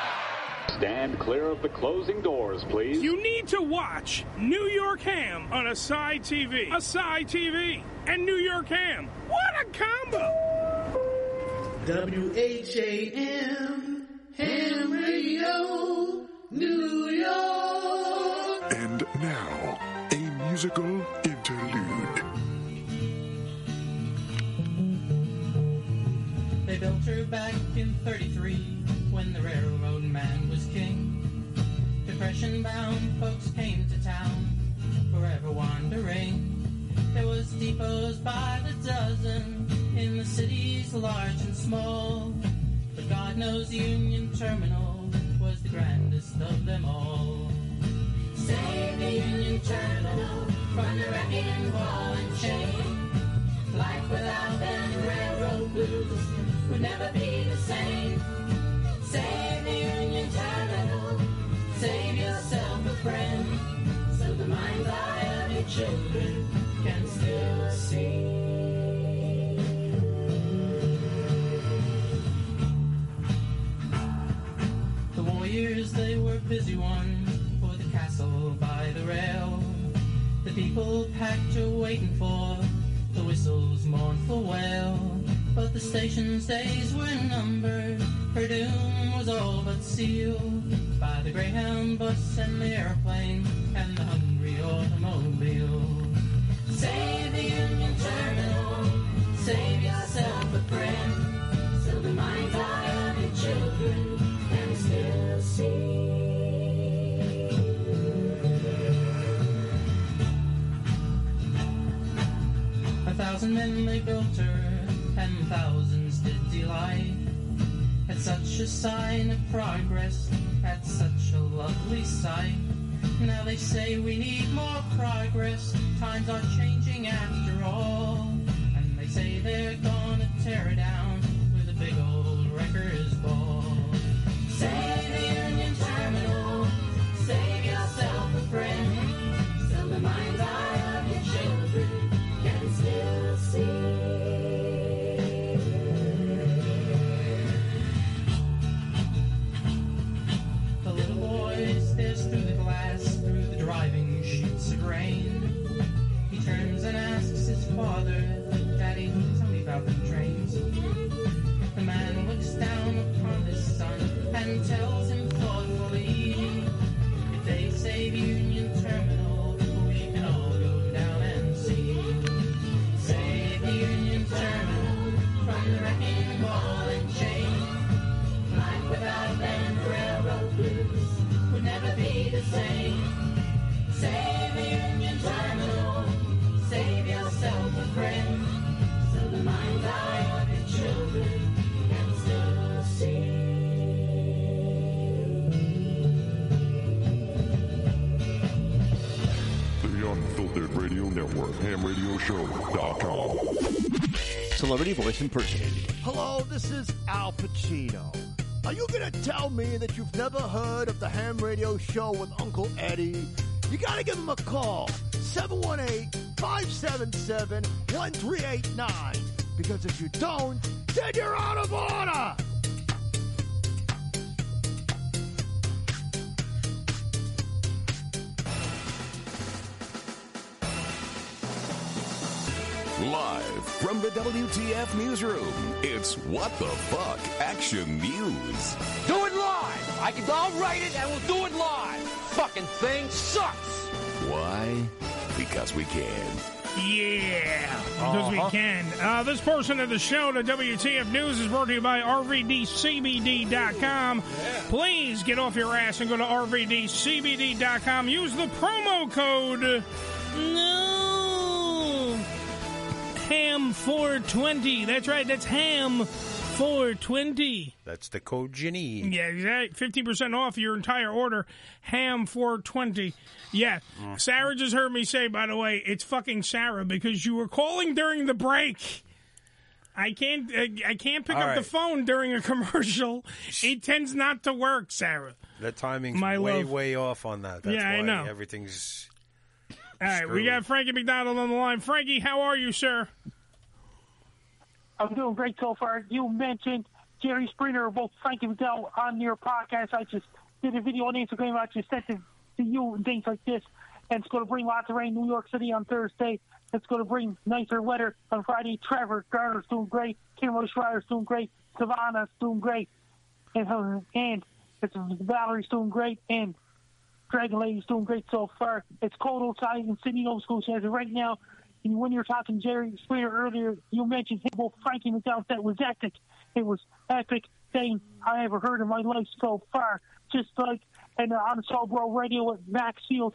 Speaker 25: Stand clear of the closing doors, please.
Speaker 5: You need to watch New York Ham on a side TV. A side TV and New York Ham. What a combo!
Speaker 11: W H A M Ham Radio New York.
Speaker 15: And now, a musical interlude.
Speaker 30: They built her back in 33 when the railroad man was king. Depression bound folks came to town forever wandering. There was depots by the dozen in the cities large and small. But God knows Union Terminal was the grandest of them all. Save the Union Terminal from the wrecking ball and chain. Life without them, railroad blues, would never be the same. Save the Union Terminal. Save yourself a friend. So the mind's eye of your children can still see. The war years, they were busy ones for the castle by the rail. The people packed are waiting for the whistle's mournful wail. But the station's days were numbered. Her doom was all but sealed by the Greyhound bus and the airplane and the hungry automobile. Save the Union Terminal, save yourself a friend. So the mind's eye of your children can still see. A thousand men they built her, and thousands did delight. At such a sign of progress, at such a lovely sight. Now they say we need more progress, times are changing after all. And they say they're gonna tear it down with a big old wrecker's ball. Save the Union Terminal, save yourself a friend. So the mind's eye of your children can still see. The little boy stares through the glass, through the driving sheets of rain. He turns and asks his father, Daddy, tell me about the trains. The man looks down upon his son and tells him thoughtfully, If they save Union Terminal, we can all go down and see. Save the Union Terminal from the wrecking ball and chain. Life without them railroad blues would never be the same. Save the Union Terminal, save yourself a friend. So the mind's eye of your children can still
Speaker 15: The Unfiltered Radio Network, hamradioshow.com.
Speaker 21: Celebrity voice impersonated.
Speaker 1: Hello, this is Al Pacino. Are you gonna tell me that you've never heard of the ham radio show with Uncle Eddie? You gotta give him a call. 718-577-1389. Because if you don't, then you're out of order!
Speaker 18: Live from the WTF newsroom, it's What the Fuck Action News.
Speaker 10: Do it live! I can, I'll write it and we'll do it live! Fucking thing sucks!
Speaker 18: Why? Because we can.
Speaker 5: Yeah, because we can. Uh, this portion of the show, the WTF News, is brought to you by RVDCBD.com. Please get off your ass and go to RVDCBD.com. Use the promo code no ham 420. That's right. That's ham 420.
Speaker 2: That's the code you need.
Speaker 5: Yeah, exactly. Fifteen percent off your entire order. Ham four twenty. Yeah.
Speaker 2: Mm.
Speaker 5: Sarah just heard me say, by the way, it's fucking Sarah because you were calling during the break. I can't. I- I can't pick
Speaker 2: All
Speaker 5: up the
Speaker 2: right.
Speaker 5: phone during a commercial. It tends not to work, Sarah.
Speaker 2: The timing's
Speaker 5: My
Speaker 2: way,
Speaker 5: love.
Speaker 2: way off on that. That's
Speaker 5: Yeah,
Speaker 2: why
Speaker 5: I know.
Speaker 2: everything's.
Speaker 5: All right, we
Speaker 2: Screw
Speaker 5: got Frankie McDonald on the line. Frankie, how are you, sir?
Speaker 12: I'm doing great so far. You mentioned Jerry Springer, both Frank and Dell on your podcast. I just did a video on Instagram. I just sent it to you and things like this. And it's going to bring lots of rain in New York City on Thursday. It's going to bring nicer weather on Friday. Trevor Garner's doing great. Kimberly Schreier's doing great. Savannah's doing great. And, uh, and it's, Valerie's doing great. And Dragon Lady's doing great so far. It's cold outside in Sydney, Nova Scotia as of right now. And when you were talking Jerry Springer earlier, you mentioned him, well, Frankie McDowell. That was epic. It was epic thing I ever heard in my life so far. Just like and uh, on Sobro Radio with Max Field,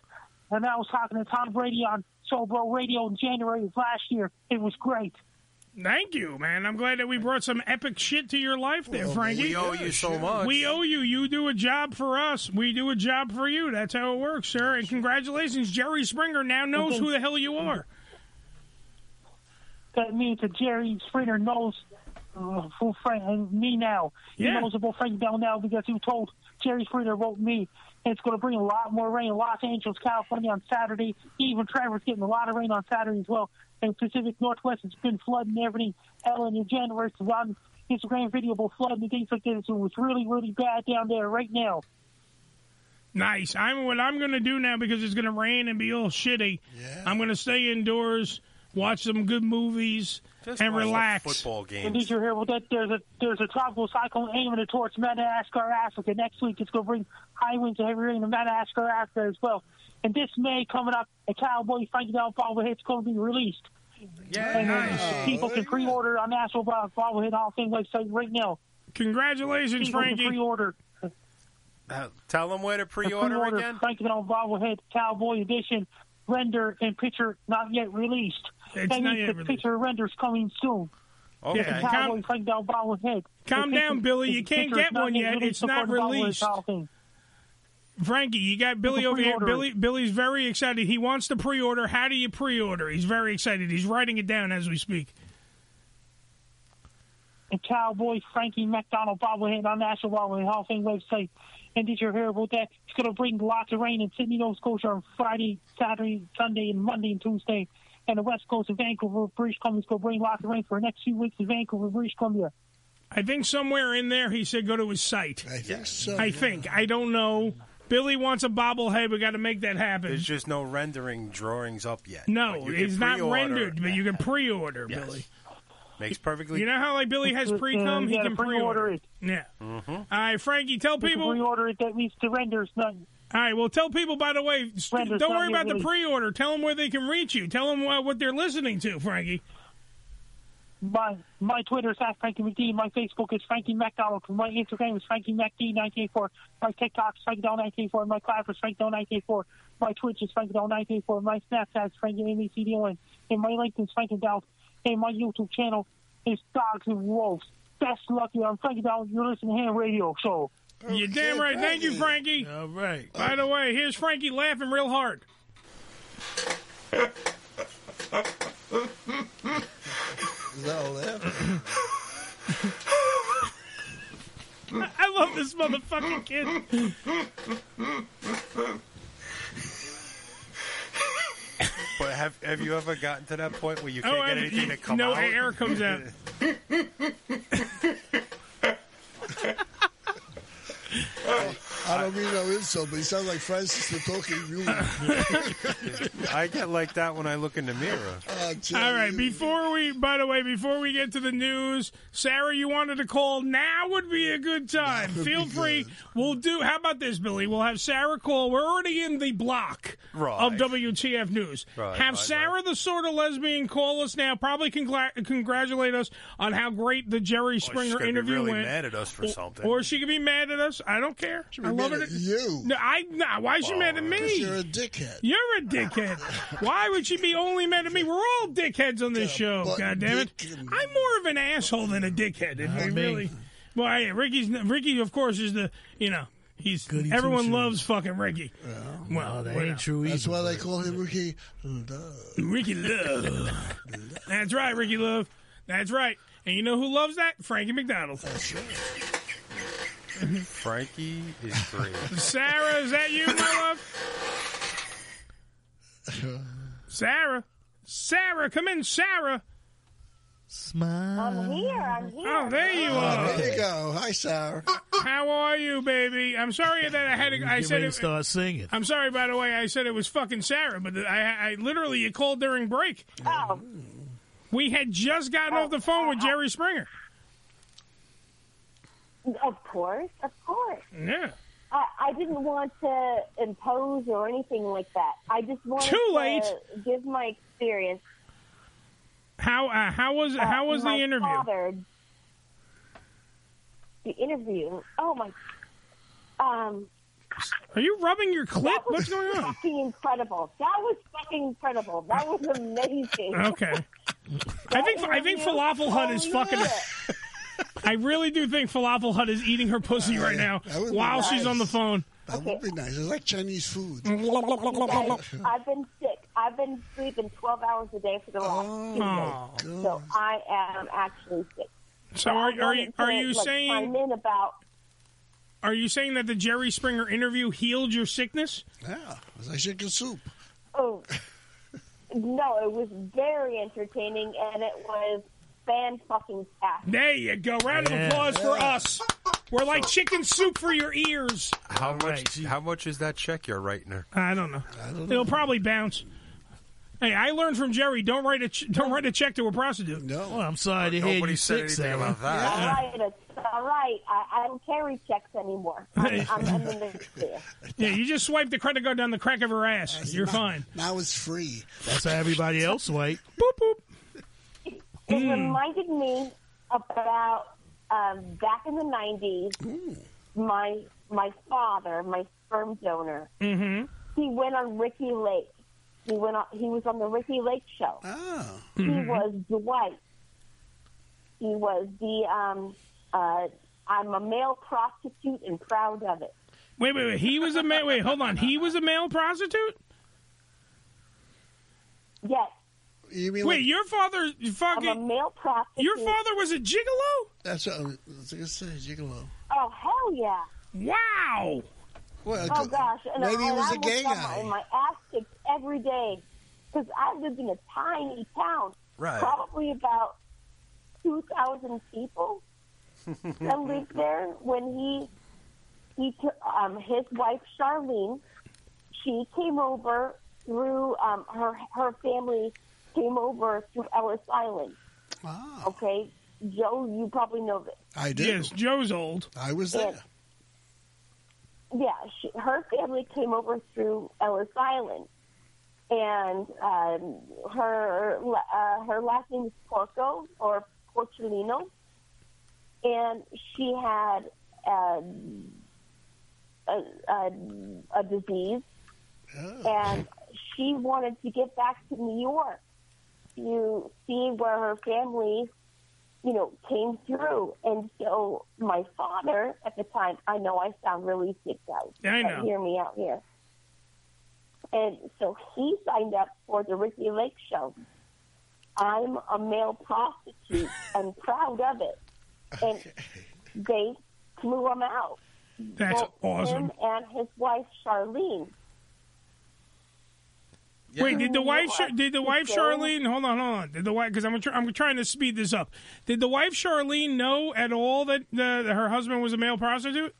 Speaker 12: and I was talking to Tom Brady on Sobro Radio in January of last year. It was great.
Speaker 5: Thank you, man. I'm glad that we brought some epic shit to your life there,
Speaker 2: Well,
Speaker 5: Frankie.
Speaker 2: we owe you so much.
Speaker 5: We owe you. You do a job for us. We do a job for you. That's how it works, sir. And congratulations, Jerry Springer now knows who the hell you are.
Speaker 12: That means that Jerry Springer knows uh, for Frank, uh, me now.
Speaker 5: Yeah.
Speaker 12: He knows about Frank Bell now because he told Jerry Springer about me. And it's going to bring a lot more rain in Los Angeles, California on Saturday. Even Trevor's getting a lot of rain on Saturday as well. And Pacific Northwest has been flooding everything. Ellen and January is on Instagram video about flooding and things like this. It was really, really bad down there right now.
Speaker 5: Nice. I'm what I'm going to do now because it's going to rain and be all shitty. I'm going to stay indoors, watch some good movies,
Speaker 2: Just
Speaker 5: and
Speaker 2: watch the
Speaker 5: relax.
Speaker 2: football games.
Speaker 12: And did you hear about that? There's a there's a tropical cyclone aiming it towards Madagascar, Africa. Next week, it's going to bring high winds and heavy rain to Madagascar, Africa as well. And this May coming up, a cowboy Frankie Down bobblehead's going to be released. Yeah, and, uh, people can pre-order on National Bo- Bobblehead Hall of Fame website right now.
Speaker 5: Congratulations,
Speaker 12: people
Speaker 5: Frankie.
Speaker 12: Can pre-order.
Speaker 2: Uh, tell them where to pre-order
Speaker 12: pre-order
Speaker 2: again.
Speaker 12: Frankie Down bobblehead Cowboy Edition render and picture not yet released.
Speaker 5: It's
Speaker 12: that
Speaker 5: not
Speaker 12: means
Speaker 5: yet
Speaker 12: the
Speaker 5: released.
Speaker 12: picture renders coming soon.
Speaker 5: Okay.
Speaker 12: It's a
Speaker 5: Calm-
Speaker 12: Cowboy Frankie Down bobblehead.
Speaker 5: Calm
Speaker 12: The
Speaker 5: down,
Speaker 12: picture-
Speaker 5: Billy. You
Speaker 12: the
Speaker 5: can't
Speaker 12: picture is
Speaker 5: get one
Speaker 12: yet
Speaker 5: yet. It's not
Speaker 12: before the Bobblehead
Speaker 5: released.
Speaker 12: Hall of Fame.
Speaker 5: Frankie, you got Billy
Speaker 12: can
Speaker 5: over here.
Speaker 12: pre-order
Speaker 5: Billy, Billy's very excited. He wants to pre-order. How do you pre-order? He's very excited. He's writing it down as we speak.
Speaker 12: and Cowboy Frankie McDonald bobblehead on National Bobblehead Hall of Fame website. And did you hear about that? It's going to bring lots of rain in Sydney, Nova Scotia on Friday, Saturday, Sunday, and Monday and Tuesday. And the west coast of Vancouver, British Columbia is going to bring lots of rain for the next few weeks in Vancouver, British Columbia.
Speaker 5: I think somewhere in there he said go to his site. I think so. I think. I don't know. Billy wants a bobblehead. We got to make that happen.
Speaker 2: There's just no rendering drawings up yet. But
Speaker 5: no,
Speaker 2: you can
Speaker 5: it's not
Speaker 2: pre-order.
Speaker 5: rendered, but you can pre-order,
Speaker 2: Yes.
Speaker 5: Billy.
Speaker 2: Makes perfectly.
Speaker 5: You know how like Billy has
Speaker 12: Yeah,
Speaker 5: pre-cum, he
Speaker 12: yeah,
Speaker 5: can
Speaker 12: pre-order
Speaker 5: pre-order
Speaker 12: it.
Speaker 5: Yeah.
Speaker 2: Mm-hmm.
Speaker 5: All right, Frankie, tell
Speaker 12: You can
Speaker 5: people.
Speaker 12: pre-order it. That means the render's not.
Speaker 5: All right, well, tell people. By the way, s-
Speaker 12: Render's
Speaker 5: don't
Speaker 12: not
Speaker 5: worry
Speaker 12: yet
Speaker 5: about the
Speaker 12: released.
Speaker 5: pre-order. Tell them where they can reach you. Tell them uh, what they're listening to, Frankie.
Speaker 12: My my Twitter is at Frankie McD. My Facebook is Frankie McDonald. My Instagram is Frankie McD984. My TikTok is Frankie Down984. My Clapper is Frankie Down984. My Twitch is Frankie Down984. My Snapchat is Frankie McDon. And my LinkedIn is Frankie Down. And my YouTube channel is Dogs and Wolves. Best luck you. I'm Frankie Down. You're listening to Ham Radio Show.
Speaker 5: You're damn right. Thank you, Frankie. All right. By the way, here's Frankie laughing real hard.
Speaker 4: Is that all that?
Speaker 5: I love this motherfucking kid.
Speaker 2: But have have you ever gotten to that point where you
Speaker 5: Oh,
Speaker 2: can't get
Speaker 5: I-
Speaker 2: anything to come
Speaker 5: no
Speaker 2: out?
Speaker 5: air comes out.
Speaker 4: I don't mean no insult, but he sounds like Francis the talking mule.
Speaker 2: I get like that when I look in the mirror.
Speaker 5: All right. Before we, by the way, before we get to the news, Sarah, you wanted to call. Now would be a good time. Feel free. We'll do. How about this, Billy? We'll have Sarah call. We're already in the block of WTF news.
Speaker 2: Right,
Speaker 5: have
Speaker 2: right,
Speaker 5: Sarah, the sort of lesbian, call us now. Probably congla- congratulate us on how great the Jerry Springer
Speaker 2: gonna be
Speaker 5: interview
Speaker 2: really
Speaker 5: went.
Speaker 2: mad at us for
Speaker 5: Or-
Speaker 2: something.
Speaker 5: or she could be mad at us. I don't care. I love
Speaker 4: mad
Speaker 5: it.
Speaker 4: at you.
Speaker 5: No, I. No, why is she mad at me?
Speaker 4: Oh, You're a dickhead.
Speaker 5: You're a dickhead. Why would she be only mad at me? We're all dickheads on this show. God damn it! I'm more of an asshole than a dickhead. If we
Speaker 3: me.
Speaker 5: really. Well, I, Ricky's Ricky, of course, is the you know he's
Speaker 3: Goody
Speaker 5: everyone
Speaker 3: two-shoes.
Speaker 5: loves fucking Ricky. well,
Speaker 3: that
Speaker 5: whatever.
Speaker 3: ain't true either.
Speaker 4: That's why they call him Ricky.
Speaker 5: Ricky Love. That's right, Ricky Love. That's right. And you know who loves that? Frankie McDonald.
Speaker 4: Oh,
Speaker 2: Frankie is great.
Speaker 5: Sarah, is that you, my love? Sarah, Sarah, come in, Sarah.
Speaker 4: Smile.
Speaker 5: I'm here. I'm here. Oh, there you are.
Speaker 4: there you go. Hi, Sarah.
Speaker 5: How are you, baby? I'm sorry that I had. To, I
Speaker 3: Get
Speaker 5: said
Speaker 3: ready to
Speaker 5: it.
Speaker 3: start singing.
Speaker 5: I'm sorry, by the way. I said it was fucking Sarah, but I, I literally you called during break. Oh. We had just gotten off the phone with Jerry Springer.
Speaker 13: Of course, of course.
Speaker 5: Yeah.
Speaker 13: I, I didn't want to impose or anything like that. I just wanted
Speaker 5: Too
Speaker 13: to
Speaker 5: late.
Speaker 13: give my experience.
Speaker 5: How uh, how was
Speaker 13: Uh,
Speaker 5: how was the
Speaker 13: my
Speaker 5: interview?
Speaker 13: Father, the interview. Oh my. Um.
Speaker 5: Are you rubbing your clit?
Speaker 13: That
Speaker 5: What's
Speaker 13: was
Speaker 5: going on?
Speaker 13: Fucking incredible. That was fucking incredible. That was amazing.
Speaker 5: Okay. I think I think Falafel Hut is fucking. I really do think Falafel Hut is eating her pussy right now
Speaker 4: Oh, would be
Speaker 5: while she's
Speaker 4: nice.
Speaker 5: on the phone.
Speaker 4: That would be nice. It's like Chinese food.
Speaker 13: You guys, I've been sick. I've been sleeping 12 hours a day for the last two days. So I am actually sick.
Speaker 5: So are, are you are you
Speaker 13: like,
Speaker 5: saying
Speaker 13: chime in about
Speaker 5: are you saying that the Jerry Springer interview healed your sickness?
Speaker 4: Yeah, was like chicken soup.
Speaker 13: Oh, no, it was very entertaining, and it was fan fucking fast.
Speaker 5: There you go. Round of
Speaker 2: Yeah.
Speaker 5: applause for us. We're like chicken soup for your ears.
Speaker 2: How much? How much is that check you're writing her?
Speaker 5: I don't know. It'll probably bounce. Hey, I learned from Jerry. Don't write a ch- don't write a check to a prostitute. No,
Speaker 3: I'm sorry to hear Nobody you said sick, anything Sarah. about that.
Speaker 13: All right, it's all right. I, I don't carry checks anymore. I'm, I'm, I'm in the clear.
Speaker 5: Yeah, you just swipe the credit card down the crack of her ass. You're fine.
Speaker 4: Now it's free.
Speaker 3: That's how everybody else wait.
Speaker 13: It
Speaker 5: Hmm.
Speaker 13: reminded me about um, back in the '90s. My my father, my sperm donor,
Speaker 5: Mm-hmm.
Speaker 13: he went on Ricky Lake. He went on. He was on the Ricky Lake show.
Speaker 4: Oh.
Speaker 13: He was Dwight. He was the um, uh, I'm a male prostitute and proud of it.
Speaker 5: Wait, wait, wait. He was a male. Wait, hold on. He was a male prostitute.
Speaker 13: Yes.
Speaker 4: You
Speaker 5: mean wait, your father fucking
Speaker 13: I'm a male prostitute.
Speaker 5: Your father was a gigolo.
Speaker 4: That's what I was I was gonna say. Gigolo.
Speaker 13: Oh hell yeah!
Speaker 5: Wow.
Speaker 4: Well,
Speaker 13: oh gosh, and
Speaker 4: maybe
Speaker 13: I,
Speaker 4: he
Speaker 13: and
Speaker 4: was
Speaker 13: I
Speaker 4: a gay
Speaker 13: almost got
Speaker 4: guy.
Speaker 13: My, my ass kicked every day because I lived in a tiny town,
Speaker 4: Right.
Speaker 13: probably about two thousand people. that lived there when he he took um, his wife Charlene. She came over through um, her her family came over through Ellis Island.
Speaker 4: Wow.
Speaker 13: Okay, Joe, you probably know this.
Speaker 4: I do.
Speaker 5: Yes, Joe's old.
Speaker 4: I was there.
Speaker 13: yeah, she, her family came over through Ellis Island, and um, her uh, her last name is Porco or Porcellino, and she had um, a, a, a disease,
Speaker 5: Oh.
Speaker 13: and she wanted to get back to New York to see where her family you know, came through. And so my father at the time, I know I sound really sick, guys.
Speaker 5: I
Speaker 13: but
Speaker 5: know.
Speaker 13: Hear me out here. And so he signed up for the Ricky Lake show. I'm a male prostitute and proud of it. And they flew him out.
Speaker 5: That's
Speaker 13: Both Him
Speaker 5: awesome.
Speaker 13: and his wife Charlene.
Speaker 5: Wait, did the wife Char- did the wife
Speaker 13: Joe-
Speaker 5: Charlene? Hold on, hold on. Did the wife? Because I'm try- I'm trying to speed this up. Did the wife Charlene know at all that the, that her husband was a male prostitute?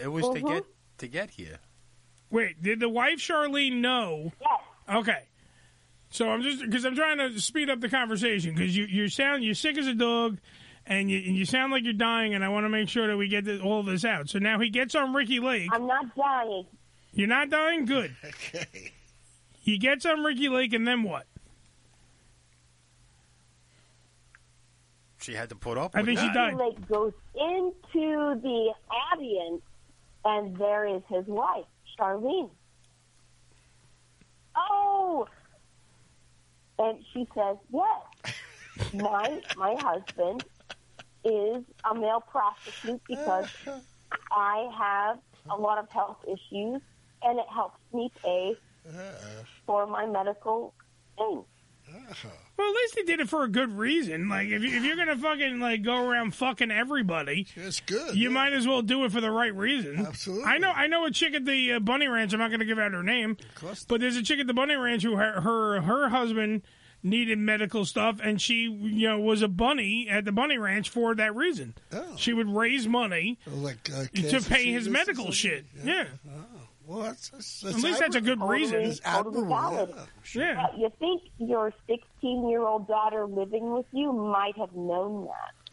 Speaker 2: It was to get to get here.
Speaker 5: Wait, did the wife Charlene know?
Speaker 13: Yes.
Speaker 5: Okay. So I'm just because I'm trying to speed up the conversation because you you sound you're sick as a dog, and you and you sound like you're dying, and I want to make sure that we get this, all this out. So now he gets on Ricky Lake.
Speaker 13: I'm not dying.
Speaker 5: You're not dying. Good. Okay. He gets on Ricky Lake, and then what?
Speaker 2: She had to put up.
Speaker 5: I
Speaker 2: with
Speaker 5: think she
Speaker 2: that.
Speaker 5: died.
Speaker 13: Like goes into the audience, and there is his wife, Charlene. Oh, and she says, "Yes, my my husband is a male prostitute because I have a lot of health issues, and it helps me pay
Speaker 2: Uh-huh.
Speaker 13: for my medical things."
Speaker 5: Well, at least they did it for a good reason. Like, if, you, if you're gonna fucking like go around fucking everybody,
Speaker 4: that's good.
Speaker 5: You might as well do it for the right reason. Absolutely. I know. I know a chick at the uh, Bunny Ranch. I'm not gonna give out her name, but there's a chick at the Bunny Ranch who her her, her husband needed medical stuff, and she you know was a bunny at the Bunny Ranch for that reason. She would raise money
Speaker 4: Like uh,
Speaker 5: to
Speaker 4: Kansas
Speaker 5: pay
Speaker 4: City
Speaker 5: his
Speaker 4: or
Speaker 5: medical
Speaker 4: something?
Speaker 5: shit. Yeah.
Speaker 4: Well, that's, that's,
Speaker 5: At least that's a good
Speaker 4: admirable.
Speaker 5: reason.
Speaker 4: It's
Speaker 13: Totally
Speaker 4: admirable,
Speaker 13: valid.
Speaker 4: yeah.
Speaker 5: Yeah.
Speaker 13: Uh, You think your 16 year old daughter living with you might have known that.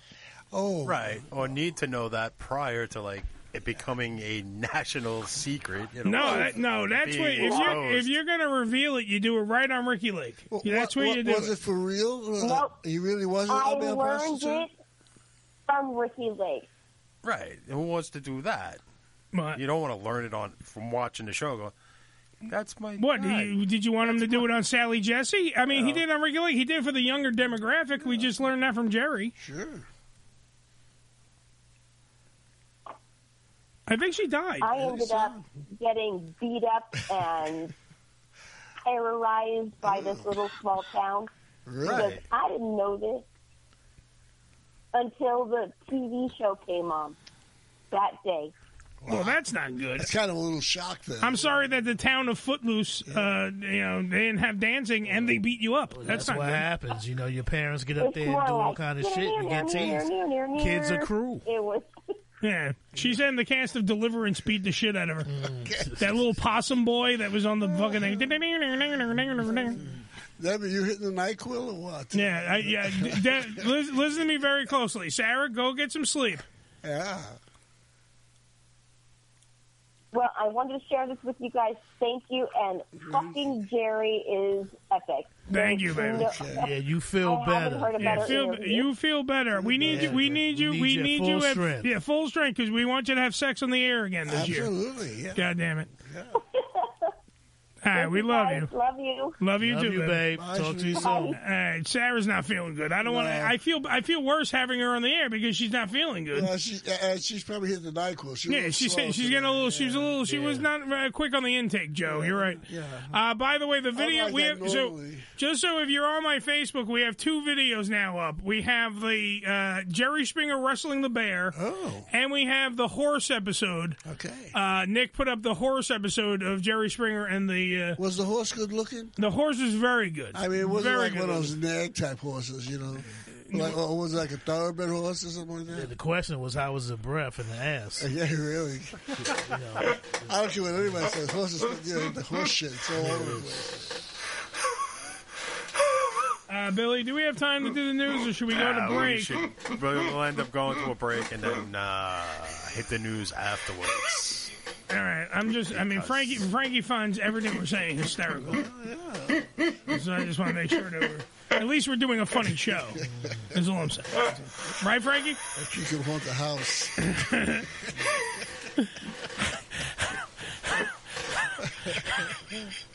Speaker 4: Oh,
Speaker 2: right. Or need to know that prior to like it becoming a national secret. You know,
Speaker 5: No,
Speaker 2: of
Speaker 5: that, no, that's
Speaker 2: being
Speaker 5: what if you
Speaker 2: exposed.
Speaker 5: if you're gonna reveal it, you do it right on Ricky Lake. that's what,
Speaker 4: Wa-
Speaker 5: you do.
Speaker 4: was it for real? Uh,
Speaker 13: Nope.
Speaker 4: He really wasn't
Speaker 13: I
Speaker 4: a male
Speaker 13: learned
Speaker 4: prostitute?
Speaker 13: it from Ricky Lake.
Speaker 2: Right. Who wants to do that? You don't want to learn it on from watching the show. Going, that's my
Speaker 5: What do you, did you want him to do it on Sally Jesse? I mean, he did it on Ricky Lake. He did it for the younger demographic. We just learned that from Jerry.
Speaker 4: Sure.
Speaker 5: I think she died.
Speaker 13: I ended up getting beat up and terrorized by this little small town.
Speaker 4: Right.
Speaker 13: Because I didn't know this. until the TV show came on that day.
Speaker 5: Well, that's not good. That's
Speaker 4: kind of a little shock there.
Speaker 5: I'm sorry that the town of Footloose, uh, you know, they didn't have dancing and they beat you up. that's,
Speaker 3: That's,
Speaker 5: not
Speaker 3: what
Speaker 5: good.
Speaker 3: happens. You know, your parents get up
Speaker 5: It's
Speaker 3: there and
Speaker 5: more
Speaker 3: do all
Speaker 5: like,
Speaker 3: kind of shit and get teased. Kids are cruel.
Speaker 13: It was
Speaker 5: Yeah, she's in the cast of Deliverance beat the shit out of her.
Speaker 3: Mm.
Speaker 5: that little possum boy that was on the fucking
Speaker 4: Mm.
Speaker 5: thing.
Speaker 4: Debbie, you hitting the NyQuil or what?
Speaker 5: Yeah, I, yeah. d- d- listen, listen to me very closely, Sarah. Go get some sleep.
Speaker 4: Yeah.
Speaker 13: Well, I wanted to share this with you guys. Thank you, and fucking Jerry is epic.
Speaker 5: Thank you, baby. Oh,
Speaker 13: No-
Speaker 3: Yeah, you feel
Speaker 13: I haven't
Speaker 3: better.
Speaker 13: heard a
Speaker 5: Yeah,
Speaker 13: better
Speaker 5: feel,
Speaker 13: interview.
Speaker 5: you feel better. We need you. We need you.
Speaker 3: need
Speaker 5: We
Speaker 3: you at
Speaker 5: need
Speaker 3: full
Speaker 5: you. At,
Speaker 3: strength.
Speaker 5: yeah, full strength because we want you to have sex on the air again this year.
Speaker 4: Absolutely. Yeah.
Speaker 5: God damn it. All right, we love you.
Speaker 13: Love you.
Speaker 5: Love you too, babe.
Speaker 3: Talk to you soon.
Speaker 5: All right, Sarah's not feeling good. I don't want. to I feel. I feel worse having her on the air because she's not feeling good.
Speaker 4: Well, she, uh, uh, she's probably hitting the NyQuil. She
Speaker 5: yeah, she's she's getting a little. She's a little. She was not uh, quick on the intake, Joe. You're right.
Speaker 4: Yeah.
Speaker 5: Uh, by the way, the video
Speaker 4: like
Speaker 5: we
Speaker 4: that
Speaker 5: have. So,
Speaker 4: normally.
Speaker 5: just so if you're on my Facebook, we have two videos now up. We have the uh, Jerry Springer wrestling the bear.
Speaker 4: Oh.
Speaker 5: And we have the horse episode.
Speaker 4: Okay.
Speaker 5: Uh, Nick put up the horse episode of Jerry Springer and the. Uh,
Speaker 4: was the horse good looking?
Speaker 5: The horse was very good.
Speaker 4: I mean, it wasn't
Speaker 5: very
Speaker 4: like one of
Speaker 5: good-looking.
Speaker 4: those nag type horses, you know. Like, or was it like a thoroughbred horse or something like that?
Speaker 3: The question was, how was the breath in the ass?
Speaker 4: Yeah, really. I don't care what anybody says. Horses, you know, the horse shit. It's all over the place.
Speaker 5: Uh, Billy, do we have time to do the news, or should we go
Speaker 2: Nah,
Speaker 5: to break?
Speaker 2: should- we'll end up going to a break and then uh, hit the news afterwards.
Speaker 5: All right, I'm just. I mean, Frankie. Frankie finds everything we're saying hysterical.
Speaker 4: Oh,
Speaker 5: So I just want to make sure that we're at least we're doing a funny show. Is all I'm saying. Right, Frankie?
Speaker 4: You can haunt the house.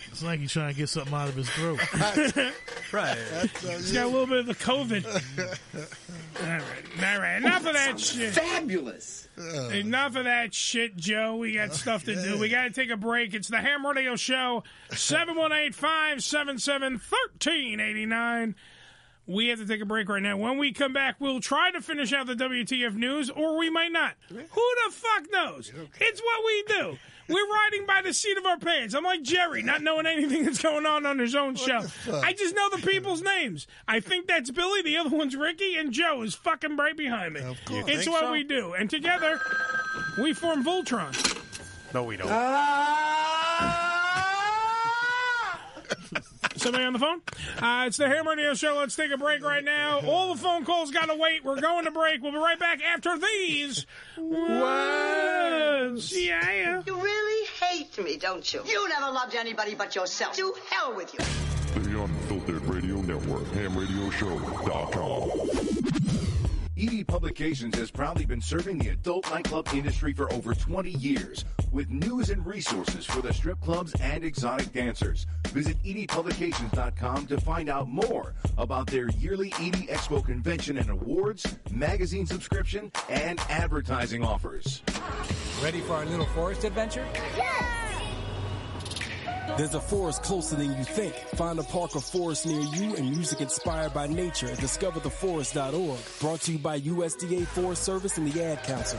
Speaker 3: It's like he's trying to get something out of his throat.
Speaker 2: right.
Speaker 4: uh,
Speaker 5: He's got a little bit of the COVID. All right, all right. Enough of that shit. Fabulous. Enough of that shit, Joe. We got stuff to do. We got to take a break. It's the Ham Radio Show, 718 577 1389. We have to take a break right now. When we come back, we'll try to finish out the WTF news, or we might not. Who the fuck knows? It's what we do. We're riding by the seat of our pants. I'm like Jerry, not knowing anything that's going on on his own show. I just know the people's names. I think that's Billy. The other one's Ricky, and Joe is fucking right behind me.
Speaker 2: course.
Speaker 5: It's
Speaker 2: think
Speaker 5: what
Speaker 2: so?
Speaker 5: we do, and together we form Voltron.
Speaker 2: No, we don't.
Speaker 5: Somebody on the phone? Uh, it's the Ham Radio Show. Let's take a break right now. All the phone calls got to wait. We're going to break. We'll be right back after these. words. Yeah.
Speaker 14: You really hate me, don't you? You never loved anybody but yourself. To hell with you.
Speaker 15: The Unfiltered Radio Network, hamradioshow.com.
Speaker 16: ED E Publications has proudly been serving the adult nightclub industry for over 20 years with news and resources for the strip clubs and exotic dancers. Visit E edpublications.com to find out more about their yearly ED Expo convention and awards, magazine subscription, and advertising offers.
Speaker 17: Ready for our little forest adventure? There's a forest closer than you think. Find a park or forest near you and music inspired by nature at discovertheforest.org. Brought to you by USDA Forest Service and the Ad Council.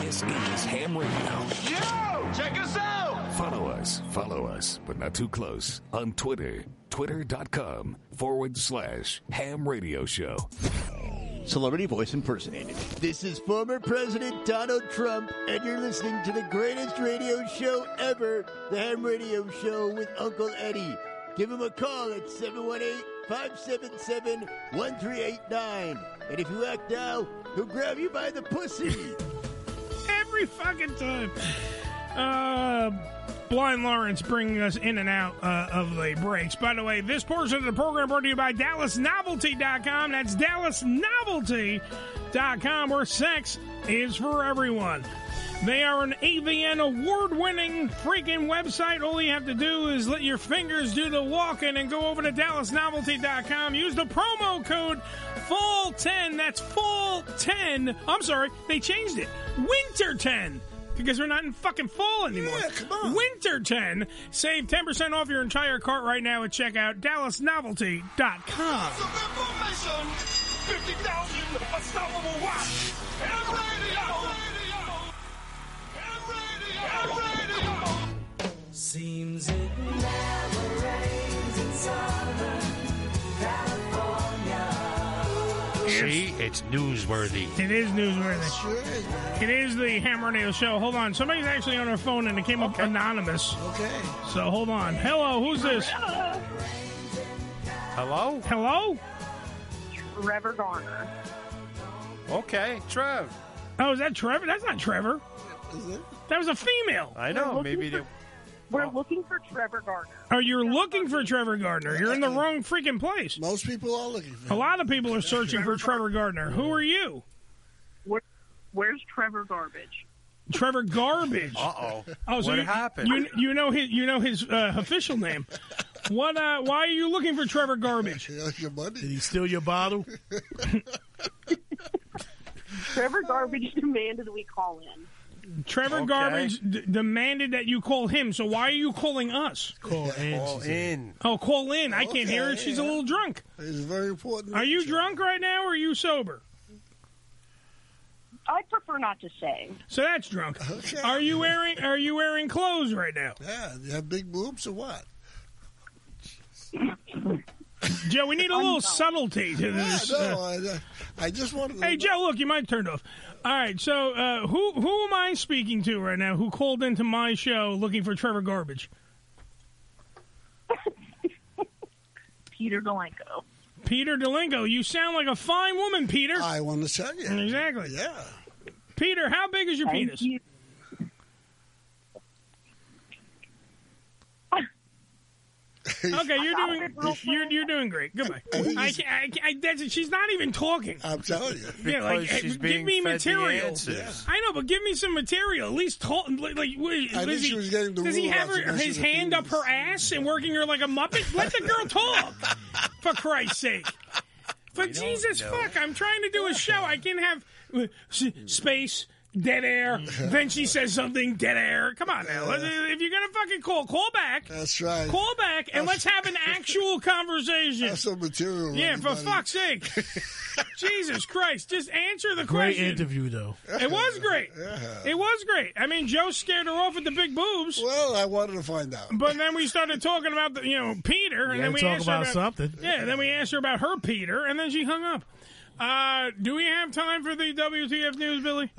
Speaker 18: This is Ham Radio.
Speaker 10: Yo, check us out.
Speaker 18: Follow us, follow us, but not too close on Twitter. Twitter.com forward slash Ham Radio Show.
Speaker 21: Celebrity voice impersonated.
Speaker 1: This is former President Donald Trump, and you're listening to the greatest radio show ever, the Ham Radio Show with Uncle Eddie. Give him a call at 718-577-1389. And if you act now, he'll grab you by the pussy.
Speaker 5: Every fucking time. Uh, Blind Lawrence bringing us in and out uh, of the breaks. By the way, this portion of the program brought to you by DallasNovelty.com. That's DallasNovelty.com, where sex is for everyone. They are an AVN award winning freaking website. All you have to do is let your fingers do the walking and go over to DallasNovelty.com. Use the promo code FULL10. That's FULL10. I'm sorry, they changed it. Winter 10 because we're not in fucking fall anymore. Winter 10. Save 10% off your entire cart right now at checkout dallasnovelty.com.
Speaker 10: Information. 50,000 unstoppable watts. Ham radio.
Speaker 8: Seems it never rains in Southern California.
Speaker 7: See, it's newsworthy.
Speaker 5: It is newsworthy. It is the Hammer Nail Show. Hold on. Somebody's actually on their phone and it came up anonymous. Okay. So hold on. Hello, who's this?
Speaker 7: Hello?
Speaker 5: Hello?
Speaker 29: Trevor Garner.
Speaker 7: Okay, Trev.
Speaker 5: Oh, is that Trevor? That's not Trevor. That was a female.
Speaker 7: I know.
Speaker 5: We're
Speaker 7: Maybe
Speaker 5: looking
Speaker 7: they. Oh.
Speaker 29: We're looking for Trevor Garner.
Speaker 5: Oh, you're looking for Trevor Gardner. You're in the wrong freaking place. Most people are looking for A lot of people are searching for Trevor Gardner. Who are you?
Speaker 29: Where, where's Trevor Garbage?
Speaker 5: Trevor Garbage.
Speaker 7: Uh-oh.
Speaker 5: Oh, so
Speaker 7: Uh, What
Speaker 5: you,
Speaker 7: happened?
Speaker 5: You, you know his, you know his uh, official name. What? Uh, why are you looking for Trevor Garbage? Did he steal your bottle?
Speaker 29: Trevor Garbage demanded we call in.
Speaker 5: Trevor
Speaker 29: Okay.
Speaker 5: Garbage d- demanded that you call him. So why are you calling us? Call
Speaker 3: in, Call she said.
Speaker 7: in.
Speaker 5: Oh, call in. I can't hear her.
Speaker 3: Okay,
Speaker 5: She's a little drunk. It's very important. Are you drunk right now or are you sober?
Speaker 29: I prefer not to say.
Speaker 5: So that's drunk. Are you wearing Are you wearing clothes right now? Yeah. You have big boobs or what? Joe, we need a little subtlety to this.
Speaker 4: Yeah,
Speaker 5: uh,
Speaker 4: no, I, I just wanted to.
Speaker 5: Hey Joe, look, your mic turned off. All right, so uh, who who am I speaking to right now? Who called into my show looking for Trevor Garbage?
Speaker 29: Peter Delenko.
Speaker 5: Peter Delingo, you sound like a fine woman, Peter. I want to tell you exactly. Yeah, Peter, how big is your
Speaker 29: Thank
Speaker 5: penis?
Speaker 29: you.
Speaker 5: Okay, you're
Speaker 29: I
Speaker 5: doing
Speaker 29: got it.
Speaker 5: you're, you're doing great. Goodbye. I, can't- I, can't- I, that's it. She's not even talking. I'm telling you. Yeah, like eh,
Speaker 7: Because she's
Speaker 5: give
Speaker 7: being
Speaker 5: me
Speaker 7: fed the
Speaker 5: material.
Speaker 7: answers.
Speaker 5: I know, but give me some material. At least talk. Like, like what-
Speaker 4: I think
Speaker 5: does he,
Speaker 4: she was getting the
Speaker 5: does he
Speaker 4: rule
Speaker 5: have
Speaker 4: out
Speaker 5: her,
Speaker 4: to measure
Speaker 5: his
Speaker 4: the
Speaker 5: hand up her ass and working her like a muppet? Let the girl talk, for Christ's sake. For Jesus
Speaker 7: know.
Speaker 5: fuck, I'm trying to do a show. I can have uh, s- space, dead air. then she says something, dead air. Come on now. Let's- If you're gonna fucking call, call back. That's right. Call back and let's have an actual conversation. That's some material. Yeah, for fuck's sake. Jesus Christ, just answer the
Speaker 3: Great
Speaker 5: question.
Speaker 3: interview though.
Speaker 5: It was great.
Speaker 4: Uh,
Speaker 5: It was great. I mean, Joe scared her off with the big boobs. Well, I wanted to find out. But then we started talking about the, you know, Peter, and
Speaker 3: You
Speaker 5: then
Speaker 3: gotta
Speaker 5: we
Speaker 3: talk
Speaker 5: asked
Speaker 3: about
Speaker 5: her about
Speaker 3: something.
Speaker 5: Yeah, then we asked her about her Peter, and then she hung up. Uh, do we have time for the WTF news, Billy?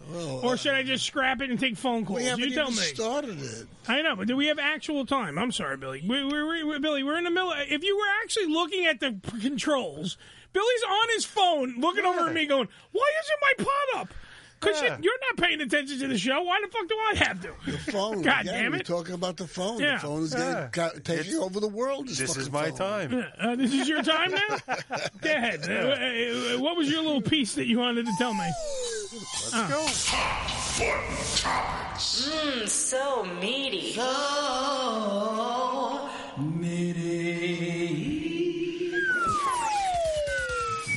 Speaker 5: or should I just scrap it and take phone calls?
Speaker 4: we haven't
Speaker 5: you tell
Speaker 4: even
Speaker 5: me.
Speaker 4: started it.
Speaker 5: I know, but do we have actual time? I'm sorry, Billy. We, we, we, we- Billy, we're in the middle. If you were actually looking at the p- controls, Billy's on his phone looking over at me going, Why isn't my pot up? Because
Speaker 4: Yeah.
Speaker 5: you, are not paying attention to the show. Why the fuck do I have to? The
Speaker 4: phone.
Speaker 5: God
Speaker 4: Oh, yeah,
Speaker 5: damn
Speaker 4: We're
Speaker 5: it.
Speaker 4: talking about the phone.
Speaker 5: Yeah.
Speaker 4: The phone is
Speaker 5: Yeah.
Speaker 4: getting, got, taking over the world. This,
Speaker 5: This is
Speaker 4: fucking
Speaker 5: my
Speaker 4: phone.
Speaker 5: Yeah, uh, this is your time now? Go ahead. Uh, uh, uh, what was your little piece that you wanted to tell me? Let's
Speaker 7: go.
Speaker 8: Mmm, so meaty.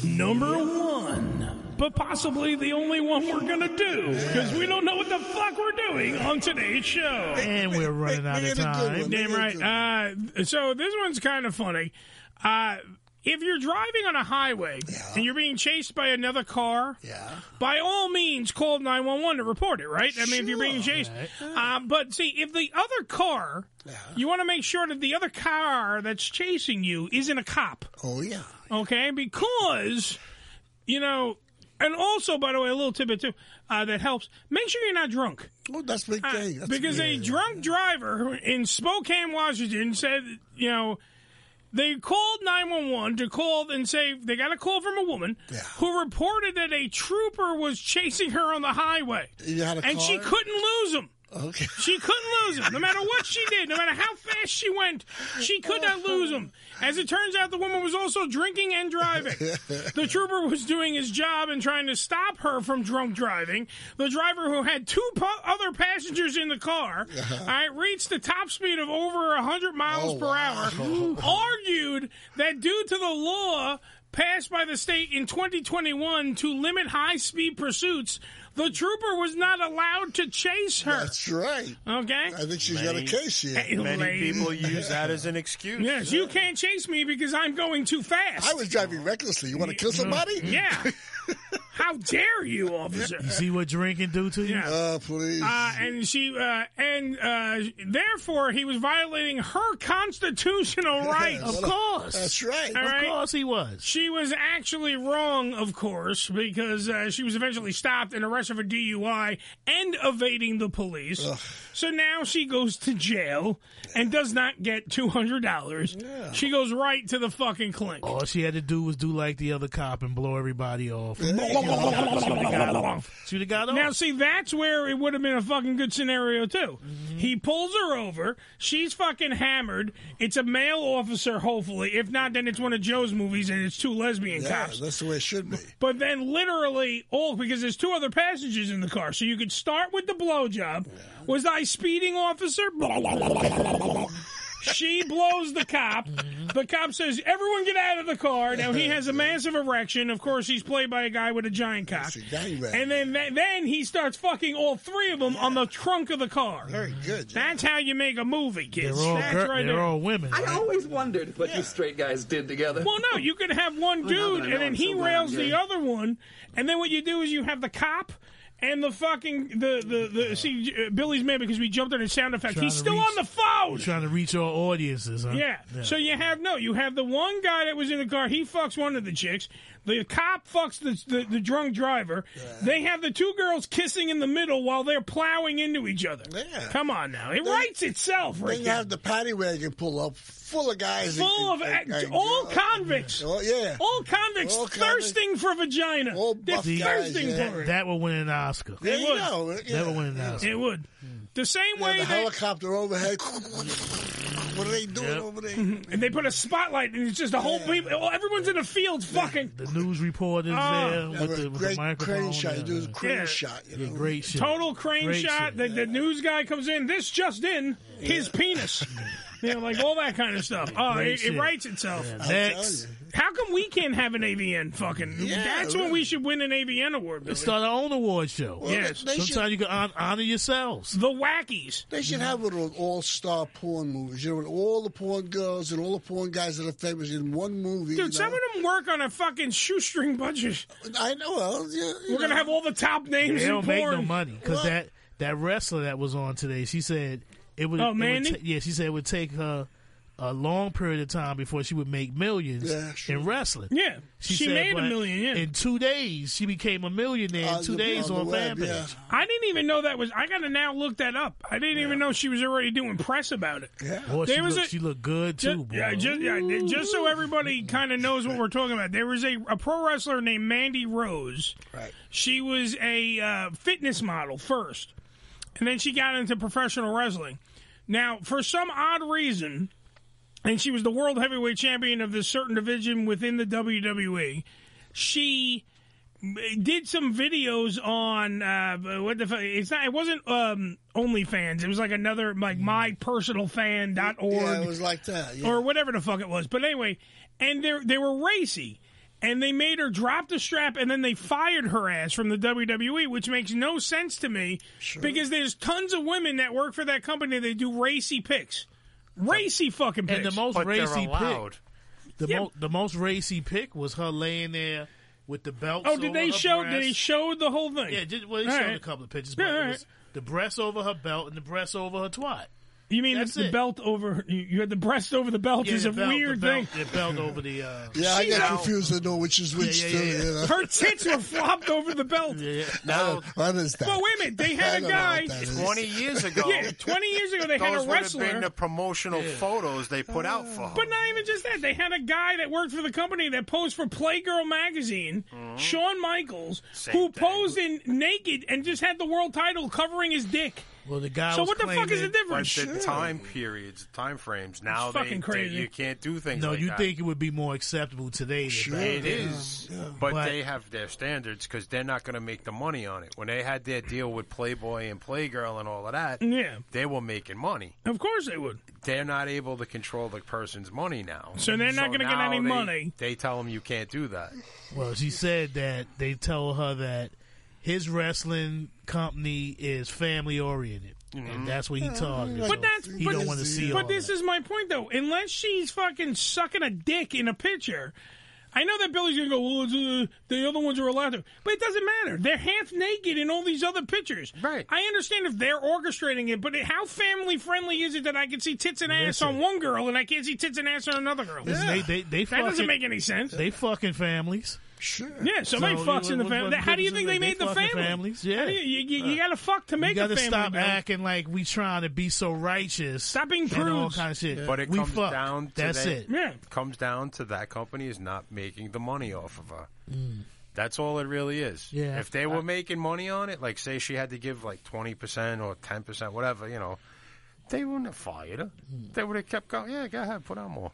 Speaker 5: Number one. But possibly the only one we're going to do because we don't know what the fuck we're doing on today's show.
Speaker 3: And we're running out of time.
Speaker 5: Damn right. Uh, so this one's kind of funny. Uh, if you're driving on a highway and you're being chased by another car, yeah. by all means call 911 to report it, right? I mean, if you're being chased. Um, but see, if the other car, you want to make sure that the other car that's chasing you isn't a cop.
Speaker 4: Oh, yeah.
Speaker 5: Okay, because, you know, and also, by the way, a little tidbit too uh, that helps. Make sure you're not drunk. Uh,
Speaker 4: Oh, that's big thing. That's
Speaker 5: because a
Speaker 4: big.
Speaker 5: drunk driver in Spokane, Washington, said, you know, they called 911 to call and say they got a call from a woman who reported that a trooper was chasing her on the highway.
Speaker 4: You had a
Speaker 5: and she
Speaker 4: car?
Speaker 5: couldn't lose him.
Speaker 4: Okay.
Speaker 5: She couldn't lose him. No matter what she did, no matter how fast she went, she could not lose him. As it turns out, the woman was also drinking and driving. The trooper was doing his job and trying to stop her from drunk driving. The driver, who had two po- other passengers in the car, all right, reached the top speed of over 100 miles per hour, argued that due to the law passed by the state in 2021 to limit high speed pursuits, the trooper was not allowed to chase her.
Speaker 4: That's right.
Speaker 5: Okay? I
Speaker 4: think she's got a case here.
Speaker 2: Many people use that as an excuse.
Speaker 5: Yes, you can't chase me because I'm going too fast. I
Speaker 4: was driving recklessly. You want to kill somebody?
Speaker 5: Yeah. How dare you, officer?
Speaker 3: You see what drinking do to you?
Speaker 5: Yeah.
Speaker 4: please.
Speaker 5: Uh, and she, uh, and uh, therefore, he was violating her constitutional rights.
Speaker 3: Of course. That's right.
Speaker 5: All
Speaker 3: Of course he was.
Speaker 5: She was actually wrong, of course, because uh, she was eventually stopped and arrested for DUI and evading the police. So now she goes to jail and does not get two hundred dollars. She goes right to the fucking clink.
Speaker 3: All she had to do was do like the other cop and blow everybody off.
Speaker 5: Now, see, that's where it would have been a fucking good scenario, too. He pulls her over. She's fucking hammered. It's a male officer, hopefully. If not, then it's one of Joe's movies and it's two lesbian
Speaker 4: Yeah,
Speaker 5: cops.
Speaker 4: that's the way it should be.
Speaker 5: But then, literally, all because there's two other passengers in the car. So you could start with the blowjob. Was I speeding, officer? She blows the cop. The cop says, "Everyone get out of the car." Now he has a massive erection. Of course, he's played by a guy with a giant cock. And then then he starts fucking all three of them on the trunk of the car. Very
Speaker 4: good.
Speaker 5: That's how you make a movie, kids.
Speaker 3: They're all
Speaker 5: That's
Speaker 3: gir-
Speaker 5: right
Speaker 3: they're
Speaker 5: there.
Speaker 3: all women,
Speaker 5: I
Speaker 11: always wondered what you straight guys did together.
Speaker 5: well, no, you could have one
Speaker 11: Well, now
Speaker 5: dude,
Speaker 11: that I know,
Speaker 5: and then
Speaker 11: I'm
Speaker 5: he
Speaker 11: so glad
Speaker 5: rails
Speaker 11: I'm
Speaker 5: the
Speaker 11: gay.
Speaker 5: other one, and then what you do is you have the cop and the fucking the the, the see uh, Billy's mad because we jumped on his sound effect.
Speaker 3: Trying
Speaker 5: He's
Speaker 3: to
Speaker 5: still
Speaker 3: reach-
Speaker 5: on the phone.
Speaker 3: Trying to reach our audiences, huh?
Speaker 5: Yeah. So you have no, you have the one guy that was in the car. He fucks one of the chicks. The cop fucks the the, the drunk driver. They have the two girls kissing in the middle while they're plowing into each other. Yeah. Come on now, it writes itself.
Speaker 4: Then
Speaker 5: Ricky.
Speaker 4: you have the paddy wagon pull up full of guys. and-
Speaker 5: Full of
Speaker 4: and-
Speaker 5: act-
Speaker 4: and-
Speaker 5: all convicts.
Speaker 4: Oh, yeah.
Speaker 5: All convicts
Speaker 4: All convicts.
Speaker 5: thirsting for vagina. They're
Speaker 3: See,
Speaker 5: thirsting
Speaker 3: that,
Speaker 5: for it.
Speaker 3: that would win an Oscar.
Speaker 5: There It you would. go.
Speaker 3: That would
Speaker 5: Yeah.
Speaker 3: win an Oscar.
Speaker 5: It would. The same way
Speaker 4: the
Speaker 5: they,
Speaker 4: helicopter overhead. What are they doing over there?
Speaker 5: And they put a spotlight, and it's just the whole people. oh, Everyone's in the fields fucking.
Speaker 3: The news reporters
Speaker 5: Ah.
Speaker 3: there
Speaker 5: Yeah,
Speaker 3: with the, with the
Speaker 5: great
Speaker 3: microphone.
Speaker 5: crane shot.
Speaker 3: yeah.
Speaker 5: You do the crane Yeah. shot, you
Speaker 3: Yeah, great shot.
Speaker 5: Total crane
Speaker 3: Great
Speaker 5: shot.
Speaker 3: shit.
Speaker 5: The, the news guy comes in. This just in. His penis. you know, like all that kind of stuff. Oh,
Speaker 3: Great
Speaker 5: it, it
Speaker 3: shit.
Speaker 5: writes itself.
Speaker 3: Yeah, next.
Speaker 5: How come we can't have an AVN fucking?
Speaker 3: Yeah,
Speaker 5: that's when we should win an AVN award. Billy.
Speaker 3: Let's start our own award show.
Speaker 5: Well, Yes. they
Speaker 3: Sometimes
Speaker 5: should-
Speaker 3: you can hon- honor yourselves.
Speaker 5: The Wackies.
Speaker 4: They should have one of those all-star porn movies. You know, with all the porn girls and all the porn guys that are famous in one movie.
Speaker 5: Dude, some of them work on a fucking shoestring budget.
Speaker 4: I know. Well, yeah, you
Speaker 5: We're gonna
Speaker 4: know.
Speaker 5: have all the top names.
Speaker 3: They
Speaker 5: in
Speaker 3: don't make no
Speaker 5: porn.
Speaker 3: money because that that wrestler that was on today, she said it would.
Speaker 5: Oh,
Speaker 3: it would
Speaker 5: Mandy?
Speaker 3: ta- yeah, she said it would take her a long period of time before she would make millions
Speaker 5: Yeah,
Speaker 3: in wrestling.
Speaker 5: Yeah, she made a
Speaker 3: but
Speaker 5: million, yeah.
Speaker 3: in two days. She became a millionaire in
Speaker 5: Uh,
Speaker 3: two
Speaker 5: the-
Speaker 3: days
Speaker 5: on the
Speaker 3: on,
Speaker 5: web,
Speaker 3: FanBase.
Speaker 5: yeah. I didn't even know that was. I gotta now look that up. I didn't even know she was already doing press about it.
Speaker 3: Boy, she,
Speaker 5: There was
Speaker 3: looked,
Speaker 5: a-
Speaker 3: she looked good too.
Speaker 5: Ju-
Speaker 3: boy.
Speaker 5: yeah, just, yeah, just so everybody kind of knows what we're talking about, there was a, a pro wrestler named Mandy Rose. Right. She was a uh, fitness model first, and then she got into professional wrestling. Now, for some odd reason, and she was the world heavyweight champion of this certain division within the WWE. She did some videos on uh, what the fuck? It's not. It wasn't um, OnlyFans. It was like another like mypersonalfan.org
Speaker 4: Mm-hmm. Yeah, it was like that. Yeah.
Speaker 5: or whatever the fuck it was. But anyway, and they they were racy. and they made her drop the strap and then they fired her ass from the WWE, which makes no sense to me because there's tons of women that work for that company. They do racy picks, racy fucking picks,
Speaker 3: And the most racy pick, the, mo- the most racy pick was her laying there with the belt.
Speaker 5: Oh, did they show? Did they show the whole thing?
Speaker 3: Yeah, did, well, they
Speaker 5: All
Speaker 3: showed
Speaker 5: right.
Speaker 3: a couple of pictures. But
Speaker 5: Yeah, all
Speaker 3: it
Speaker 5: right.
Speaker 3: was the breast over her belt and the breast over her twat.
Speaker 5: You mean
Speaker 3: That's
Speaker 5: it's the
Speaker 3: it.
Speaker 5: belt over? You you had the breast over the belt
Speaker 3: Yeah,
Speaker 5: is
Speaker 3: the
Speaker 5: Oh, a
Speaker 3: belt-
Speaker 5: weird
Speaker 3: the belt,
Speaker 5: thing.
Speaker 3: The belt over the. Uh,
Speaker 4: Yeah, I
Speaker 5: She's
Speaker 4: got
Speaker 5: out.
Speaker 4: confused. I know which is which.
Speaker 3: yeah,
Speaker 4: still,
Speaker 3: yeah.
Speaker 4: you know.
Speaker 5: Her tits were flopped over the belt.
Speaker 4: Now, what is that?
Speaker 5: Well, wait a minute. They
Speaker 4: I
Speaker 5: had a
Speaker 4: don't know
Speaker 5: guy
Speaker 4: what that is.
Speaker 2: 20 years ago.
Speaker 5: Yeah, twenty years ago they had
Speaker 2: Those
Speaker 5: a
Speaker 2: would have
Speaker 5: wrestler. Uh,
Speaker 2: been the promotional photos they put out for her.
Speaker 5: Oh. But not even just that. They had a guy that worked for the company that posed for Playgirl magazine,
Speaker 2: Mm-hmm.
Speaker 5: Shawn Michaels,
Speaker 3: Same
Speaker 5: who
Speaker 3: thing.
Speaker 5: posed in naked and just had the world title covering his dick.
Speaker 3: Well, the guy.
Speaker 5: So
Speaker 3: was
Speaker 5: what the fuck is the
Speaker 3: claiming-
Speaker 5: difference?
Speaker 2: But the time periods, time frames. Now they,
Speaker 3: fucking
Speaker 2: they-
Speaker 3: crazy.
Speaker 2: you can't do things.
Speaker 3: No,
Speaker 2: like
Speaker 3: you
Speaker 2: that.
Speaker 3: think it would be more acceptable today? Than
Speaker 2: Sure,
Speaker 3: back
Speaker 2: it
Speaker 3: then.
Speaker 2: is, but, they have their standards because they're not going to make the money on it. When they had their deal with Playboy and Playgirl and all of that,
Speaker 5: Yeah.
Speaker 2: they were making money.
Speaker 5: Mm-hmm. Of course they would.
Speaker 2: They're not able to control the person's money now,
Speaker 5: So they're not gonna get
Speaker 2: now
Speaker 5: any
Speaker 2: they-
Speaker 5: money.
Speaker 2: They tell them you can't do that.
Speaker 3: Well, she said that they tell her that his wrestling company is family oriented,
Speaker 2: Mm-hmm.
Speaker 5: Mm-hmm.
Speaker 3: and that's what he targeted.
Speaker 5: Uh-huh. But
Speaker 3: So
Speaker 5: that's
Speaker 3: he
Speaker 5: but,
Speaker 3: don't want to see.
Speaker 5: But
Speaker 3: all
Speaker 5: this
Speaker 3: that.
Speaker 5: is my point though. Unless she's fucking sucking a dick in a picture, I know that Billy's gonna go. Well, it's, uh, the other ones are allowed to, but it doesn't matter. They're half naked in all these other pictures. Right. I understand if they're orchestrating it, but how family friendly is it that I can see tits and ass
Speaker 3: Listen.
Speaker 5: on one girl and I can't see tits and ass on another girl?
Speaker 3: Listen, they, they, they
Speaker 5: that doesn't
Speaker 3: fucking-
Speaker 5: make any sense.
Speaker 3: They fucking families. Sure.
Speaker 5: Yeah, somebody fucks in the family. How do you think they made the family?
Speaker 3: Families. Yeah. Uh.
Speaker 5: How do you, you, you- you gotta fuck to make
Speaker 3: You gotta
Speaker 5: a family.
Speaker 3: stop
Speaker 5: Bill.
Speaker 3: acting like we trying to be so righteous. Stop
Speaker 5: being
Speaker 3: and all
Speaker 5: prudes.
Speaker 3: kind of shit.
Speaker 2: But it
Speaker 3: we
Speaker 2: comes
Speaker 3: fuck.
Speaker 2: down. To
Speaker 3: That's
Speaker 2: that,
Speaker 3: it.
Speaker 2: comes down to that company is not making the money off of her.
Speaker 8: Mm.
Speaker 2: That's all it really is.
Speaker 3: Yeah.
Speaker 2: If they were making money on it, like say she had to give like twenty percent or ten percent, whatever, you know, they wouldn't have fired her.
Speaker 3: Hmm.
Speaker 2: They would have kept going. Yeah, go ahead, put on more.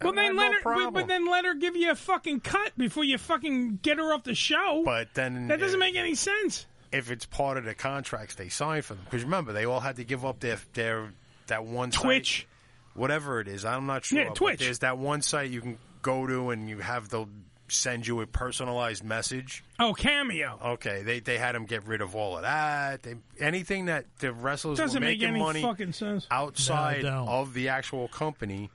Speaker 5: Well,
Speaker 2: And I
Speaker 5: then
Speaker 2: had
Speaker 5: let
Speaker 2: no
Speaker 5: her. But, but
Speaker 2: problem.
Speaker 5: then let her give you a fucking cut before you fucking get her off the show.
Speaker 2: But then
Speaker 5: that doesn't make any sense.
Speaker 2: If it's part of the contracts they signed for them, because remember they all had to give up their their that one Twitch, whatever it is. I'm not sure.
Speaker 5: Yeah,
Speaker 2: but
Speaker 5: Twitch.
Speaker 2: There's that one site you can go to and you have they'll send you a personalized message.
Speaker 5: Oh, cameo.
Speaker 2: Okay, they they had him get rid of all of that. They, anything that the wrestlers
Speaker 5: Doesn't
Speaker 2: were
Speaker 5: make
Speaker 2: making
Speaker 5: any
Speaker 2: money
Speaker 5: fucking sense.
Speaker 2: outside
Speaker 5: No, it don't.
Speaker 2: of the actual company,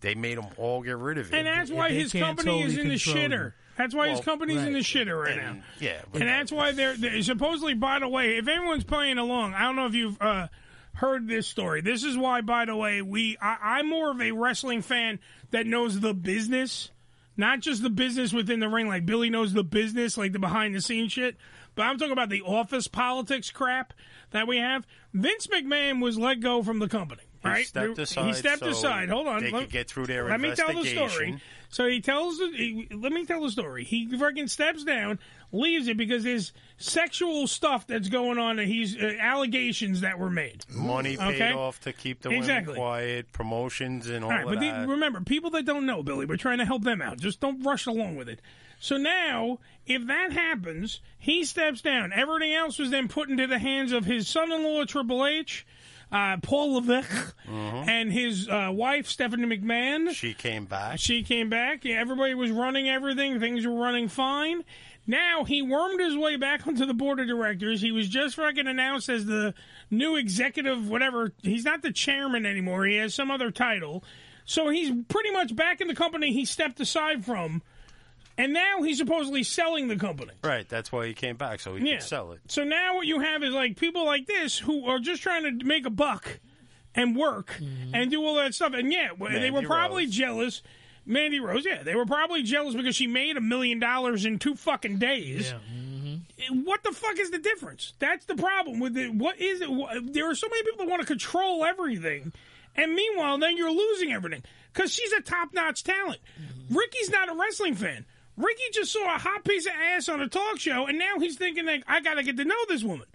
Speaker 2: they made them all get rid of it.
Speaker 5: And that's why his company is in the shitter. That's why his
Speaker 2: Well,
Speaker 5: company's in
Speaker 2: right.
Speaker 5: the shitter right now.
Speaker 2: Yeah, but
Speaker 5: And that's why they're, they're- supposedly. By the way, if anyone's playing along, I don't know if you've uh, heard this story. This is why, by the way, we I, I'm more of a wrestling fan that knows the business, not just the business within the ring. Like Billy knows the business, like the behind the scenes shit. But I'm talking about the office politics crap that we have. Vince McMahon was let go from the company.
Speaker 2: He
Speaker 5: Right,
Speaker 2: stepped
Speaker 5: They-
Speaker 2: aside
Speaker 5: He stepped
Speaker 2: so
Speaker 5: aside. Hold on,
Speaker 2: they
Speaker 5: let-
Speaker 2: could get through their
Speaker 5: Let me tell the story.
Speaker 2: investigation.
Speaker 5: So he tells. The, he, let me tell the story. He fucking steps down, leaves it because there's sexual stuff that's going on, and he's uh, allegations that were made.
Speaker 2: money paid
Speaker 5: Okay?
Speaker 2: off to keep the
Speaker 5: Exactly.
Speaker 2: women quiet, promotions and all,
Speaker 5: All right,
Speaker 2: of
Speaker 5: but
Speaker 2: that.
Speaker 5: the, remember, people that don't know Billy, we're trying to help them out. Just don't rush along with it. So now, if that happens, he steps down. Everything else was then put into the hands of his son-in-law Triple H, uh, Paul Levesque,
Speaker 2: Uh-huh.
Speaker 5: and his uh, wife Stephanie McMahon.
Speaker 2: she came back.
Speaker 5: She came back. Yeah, Everybody was running everything. Things were running fine. Now he wormed his way back onto the board of directors. He was just fucking announced as the new executive, whatever. He's not the chairman anymore. He has some other title. So he's pretty much back in the company he stepped aside from. And now he's supposedly selling the company.
Speaker 2: Right, that's why he came back so he could sell it.
Speaker 5: So now what you have is like people like this who are just trying to make a buck and work and do all that stuff. And yeah, well, they
Speaker 2: Mandy
Speaker 5: were probably jealous. Mandy Rose, yeah, they were probably jealous because she made a million dollars in two fucking days. What the fuck is the difference? That's the problem with it. What is it? wha- There are so many people that want to control everything, and meanwhile, then you're losing everything because she's a top-notch talent.
Speaker 3: Mm-hmm.
Speaker 5: Ricky's not a wrestling fan. Ricky just saw a hot piece of ass on a talk show, and now he's thinking like, I gotta get to know this woman.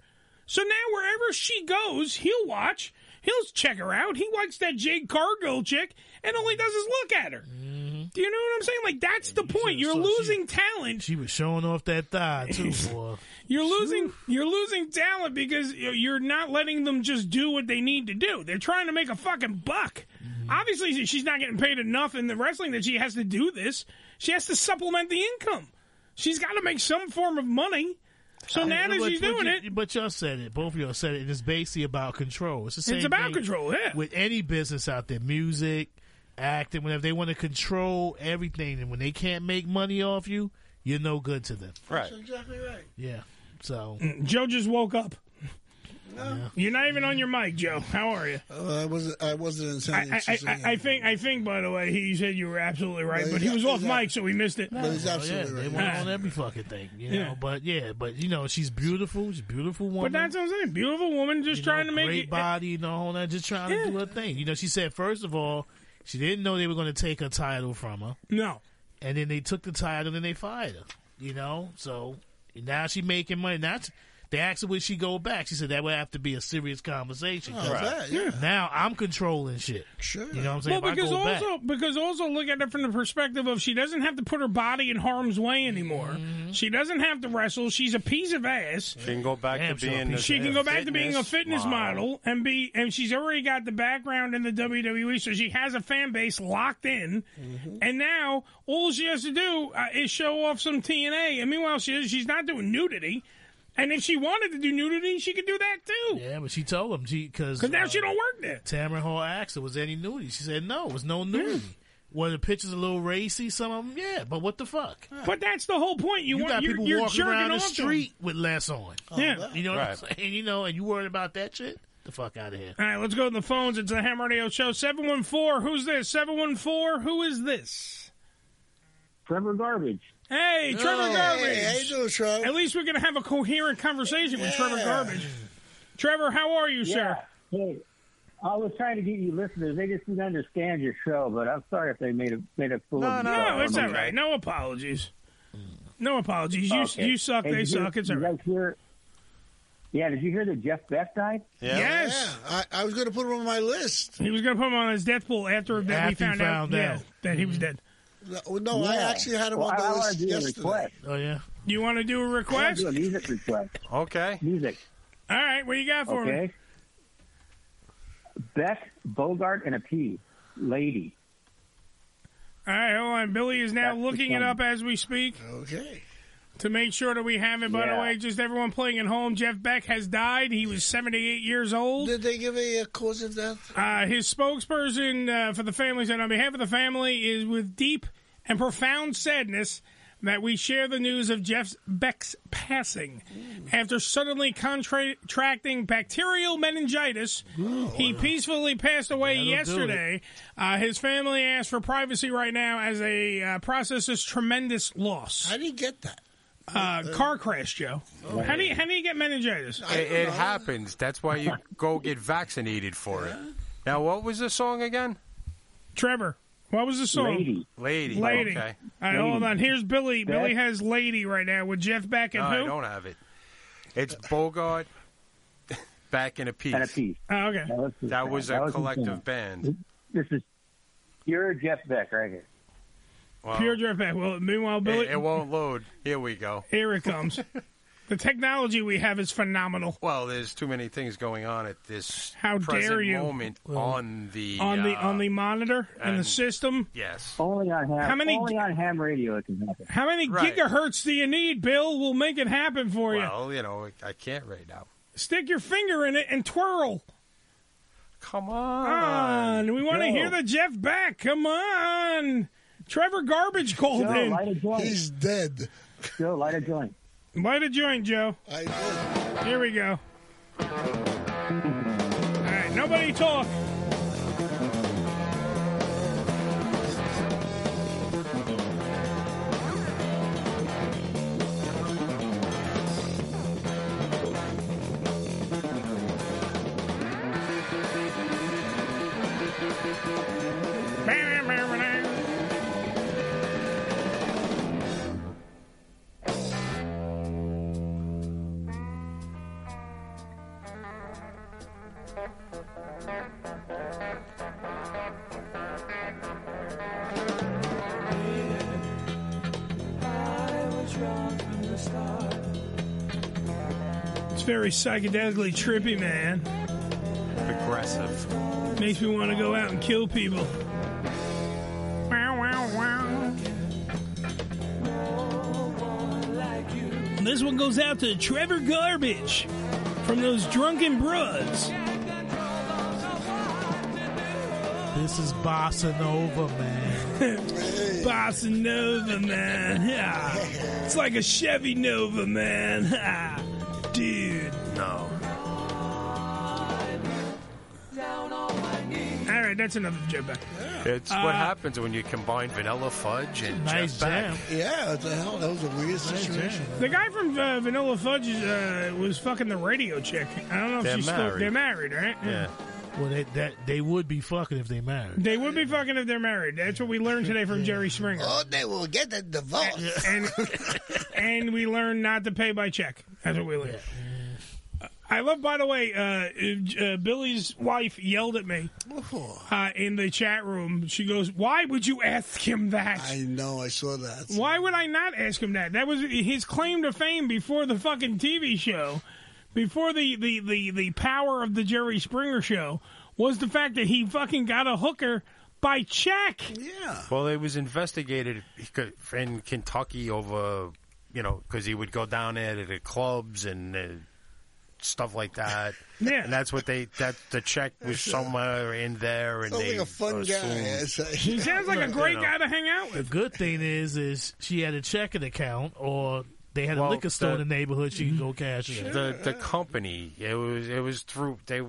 Speaker 5: So now wherever she goes, he'll watch. He'll check her out. He likes that Jade Cargill chick, and all he does is look at her.
Speaker 3: Mm-hmm.
Speaker 5: Do you know what I'm saying? Like that's the point. You're losing talent.
Speaker 3: She was showing off that thigh too, boy.
Speaker 5: You're losing you're losing talent because you- you're not letting them just do what they need to do. They're trying to make a fucking buck. Obviously, she's not getting paid enough in the wrestling that she has to do this. She has to supplement the income. She's got to make some form of money. So now that
Speaker 3: But-
Speaker 5: she's
Speaker 3: but
Speaker 5: doing
Speaker 3: you-
Speaker 5: it,
Speaker 3: But y'all said it. Both of y'all said it. It's basically about control. It's the
Speaker 5: It's
Speaker 3: same.
Speaker 5: about
Speaker 3: thing
Speaker 5: control, yeah.
Speaker 3: With any business out there, music, acting, whenever they want to control everything, and when they can't make money off you, you're no good to them.
Speaker 4: That's exactly right.
Speaker 3: Yeah. So
Speaker 5: Mm, Joe just woke up. You're not even on your mic, Joe. How are you?
Speaker 4: Uh, I wasn't. I wasn't intending
Speaker 5: I,
Speaker 4: to
Speaker 5: I,
Speaker 4: say
Speaker 5: I, I think. I think. By the way, he said you were absolutely right,
Speaker 4: Well,
Speaker 5: but
Speaker 4: he's
Speaker 5: he was
Speaker 4: a-
Speaker 5: off
Speaker 4: he's a-
Speaker 5: mic, so we missed it.
Speaker 4: But he's
Speaker 3: Oh,
Speaker 4: absolutely
Speaker 3: yeah, they
Speaker 4: right.
Speaker 3: want
Speaker 5: Ah.
Speaker 3: on every fucking thing, you
Speaker 5: Yeah.
Speaker 3: know. But yeah, but you know, she's beautiful. She's a beautiful woman.
Speaker 5: But that's what I'm saying. Beautiful woman, just trying to make
Speaker 3: great
Speaker 5: it-
Speaker 3: body, you know, all that, just trying to do her thing. You know, she said first of all, she didn't know they were going to take her title from her.
Speaker 5: No,
Speaker 3: and then they took the title and they fired her. You know, so now she making money. Now she- they asked her would she go back. She said that would have to be a serious conversation.
Speaker 5: Oh, Right. bet, yeah.
Speaker 3: Now I'm controlling shit. Sure, you know what I'm saying.
Speaker 5: Well,
Speaker 3: If I
Speaker 5: because
Speaker 3: go back-
Speaker 5: also because also look at it from the perspective of she doesn't have to put her body in harm's way anymore.
Speaker 3: Mm-hmm.
Speaker 5: She doesn't have to wrestle. She's a piece of ass.
Speaker 2: She can go back to being. a-
Speaker 5: She can go back to being a fitness model.
Speaker 2: model.
Speaker 5: and be, and she's already got the background in the WWE, so she has a fan base locked in.
Speaker 3: Mm-hmm.
Speaker 5: And now all she has to do uh, is show off some TNA. And meanwhile, she she's not doing nudity. And if she wanted to do nudity, she could do that too.
Speaker 3: yeah, but she told him she because
Speaker 5: Because now she don't work there.
Speaker 3: Tamara Hall asked her was there any nudity. She said no, it was no nudity. Were the pictures a little racy? Some of them, yeah, but what the fuck?
Speaker 5: But that's the whole point. You,
Speaker 3: You
Speaker 5: want
Speaker 3: got
Speaker 5: you're,
Speaker 3: people
Speaker 5: you're
Speaker 3: walking
Speaker 5: jerking
Speaker 3: around the
Speaker 5: off to 'em.
Speaker 3: street with less on.
Speaker 5: yeah,
Speaker 3: you know what I'm saying. You know, and you worried about that shit? The fuck out of here.
Speaker 5: All right, let's go to the phones. It's the Ham Radio Show. 714, who's this? 714, who is this? Trevor Garbage. Hey, Trevor
Speaker 4: Oh, hey,
Speaker 5: Garbage.
Speaker 4: how you doing, Trevor?
Speaker 5: At least we're going to have a coherent conversation with Trevor Garbage. Trevor, how are you, sir?
Speaker 9: Hey, I was trying to get you listeners. They just didn't understand your show, but I'm sorry if they made a made a fool of
Speaker 5: No,
Speaker 9: you.
Speaker 5: it's all right. No apologies. No apologies. You
Speaker 9: Okay.
Speaker 5: you suck,
Speaker 9: Hey,
Speaker 5: they
Speaker 9: did you-
Speaker 5: suck. It's all
Speaker 9: you
Speaker 5: right.
Speaker 9: guys hear- yeah, did you hear that Jeff Beck died?
Speaker 5: Yes.
Speaker 4: I, I was going to put him on my list.
Speaker 5: He was going to put him on his death pool after that we
Speaker 4: After he
Speaker 5: found, out,
Speaker 4: found
Speaker 5: yeah,
Speaker 4: out.
Speaker 5: that he was dead.
Speaker 4: No, no, I actually had him
Speaker 9: Mm-hmm. well,
Speaker 4: on
Speaker 9: I,
Speaker 4: the
Speaker 9: I wanna
Speaker 4: list
Speaker 9: do a
Speaker 4: yesterday.
Speaker 9: request.
Speaker 3: Oh yeah.
Speaker 5: You want to do a
Speaker 9: I wanna
Speaker 5: request?
Speaker 9: do a music request.
Speaker 2: okay.
Speaker 9: Music.
Speaker 5: All right, what you got for me?
Speaker 9: Okay. Beck, Bogart, and a P. Lady.
Speaker 5: All right, hold on. Billy is now looking it
Speaker 9: one.
Speaker 5: up as we speak.
Speaker 4: Okay.
Speaker 5: To make sure that we have it, by the
Speaker 9: Yeah.
Speaker 5: way, just everyone playing at home, Jeff Beck has died. He was 78 years old.
Speaker 4: Did they give a uh, cause of death?
Speaker 5: Uh, his spokesperson uh, for the family said, on behalf of the family, is with deep and profound sadness that we share the news of Jeff Beck's passing. After suddenly contracting bacterial meningitis,
Speaker 4: Oh,
Speaker 5: he peacefully passed away
Speaker 3: That'll do
Speaker 5: yesterday. Uh, his family asked for privacy right now as they uh, process this tremendous loss.
Speaker 4: How do you get that?
Speaker 5: Uh, car crash, Joe.
Speaker 2: Oh.
Speaker 5: How do you how do you get meningitis?
Speaker 2: It, it happens. That's why you go get vaccinated for it. Now, what was the song again?
Speaker 5: Trevor, what was the song?
Speaker 2: Lady. Lady.
Speaker 5: Lady.
Speaker 2: Okay.
Speaker 5: All right, hold on. Here's Billy.
Speaker 2: Beth?
Speaker 5: Billy has Lady right now with Jeff Beck and
Speaker 2: No,
Speaker 5: who?
Speaker 2: I don't have it. It's Bogart back in a piece.
Speaker 9: And a piece.
Speaker 5: Oh, okay.
Speaker 9: That was, his
Speaker 2: That
Speaker 9: band.
Speaker 2: was a
Speaker 9: his
Speaker 2: collective
Speaker 9: band.
Speaker 2: band.
Speaker 9: This is pure Jeff Beck right here.
Speaker 2: Wow.
Speaker 5: Pure Jeff Beck. Well, meanwhile, Billy.
Speaker 2: It, it won't load. Here we go.
Speaker 5: Here it comes. the technology we have is phenomenal.
Speaker 2: Well, there's too many things going on at this
Speaker 5: How dare
Speaker 2: present
Speaker 5: you.
Speaker 2: moment on the
Speaker 5: on the
Speaker 2: uh,
Speaker 5: on the monitor and the
Speaker 2: and-
Speaker 5: system.
Speaker 2: yes.
Speaker 9: Only on ham.
Speaker 5: How many-
Speaker 9: Only on ham radio it can happen.
Speaker 5: How many
Speaker 2: Right.
Speaker 5: gigahertz do you need, Bill? We'll make it happen for you.
Speaker 2: Well, you know, I can't right now.
Speaker 5: Stick your finger in it and twirl.
Speaker 2: Come on.
Speaker 5: on. We want to
Speaker 2: Joe.
Speaker 5: hear the Jeff Beck. Come on. Trevor Garbage called
Speaker 9: Joe,
Speaker 5: in.
Speaker 9: light a joint. He's
Speaker 4: dead.
Speaker 9: Joe, light a joint.
Speaker 5: Light a joint, Joe. Here we go. All right, nobody talk. It's very psychedelically trippy, man.
Speaker 2: The aggressive.
Speaker 5: Makes me want to go out and kill people. Wow, wow, wow. This one goes out to Trevor Garbage from those drunken bruds.
Speaker 3: This is bossa nova, man.
Speaker 5: Bossa Nova, man. Yeah. It's like a Chevy Nova, man. Ha. Dude, no. All right, that's another joke back.
Speaker 2: It's
Speaker 5: Uh,
Speaker 2: what happens when you combine vanilla fudge and
Speaker 5: Nice
Speaker 2: Jeff Beck.
Speaker 4: Yeah, what the hell? That was a weird situation.
Speaker 5: The guy from uh, Vanilla Fudge uh, was fucking the radio chick. I don't know if
Speaker 3: They're
Speaker 5: she's still.
Speaker 3: married.
Speaker 5: They're married, right?
Speaker 3: Well, they, that they would be fucking if they married.
Speaker 5: They would be fucking if they're married. That's what we learned today from Jerry Springer. Oh, they will get a divorce. And, and we learned not to pay by check. That's what we learned. I love, by the way, uh, uh, Billy's wife yelled at me uh, in the chat room. She goes, Why would you ask him that?
Speaker 4: I know, I saw that.
Speaker 5: Why would I not ask him that? That was his claim to fame before the fucking TV show, before the the the, the power of the Jerry Springer show was the fact that he fucking got a hooker by check.
Speaker 4: Yeah.
Speaker 2: Well, it was investigated in Kentucky over, you know, because he would go down there to the clubs and uh, stuff like that.
Speaker 5: yeah.
Speaker 2: And that's what they, that the check was somewhere in there. And
Speaker 4: Sounds
Speaker 2: they
Speaker 4: like a fun guy. It's like-
Speaker 5: He sounds like a great guy to hang out
Speaker 3: The
Speaker 5: with.
Speaker 3: good thing is, is she had a checking account, or they had a
Speaker 2: Well,
Speaker 3: liquor store in
Speaker 2: the- Mm-hmm.
Speaker 3: the neighborhood. She could go cash it.
Speaker 2: The, the company, it was, it was through, they,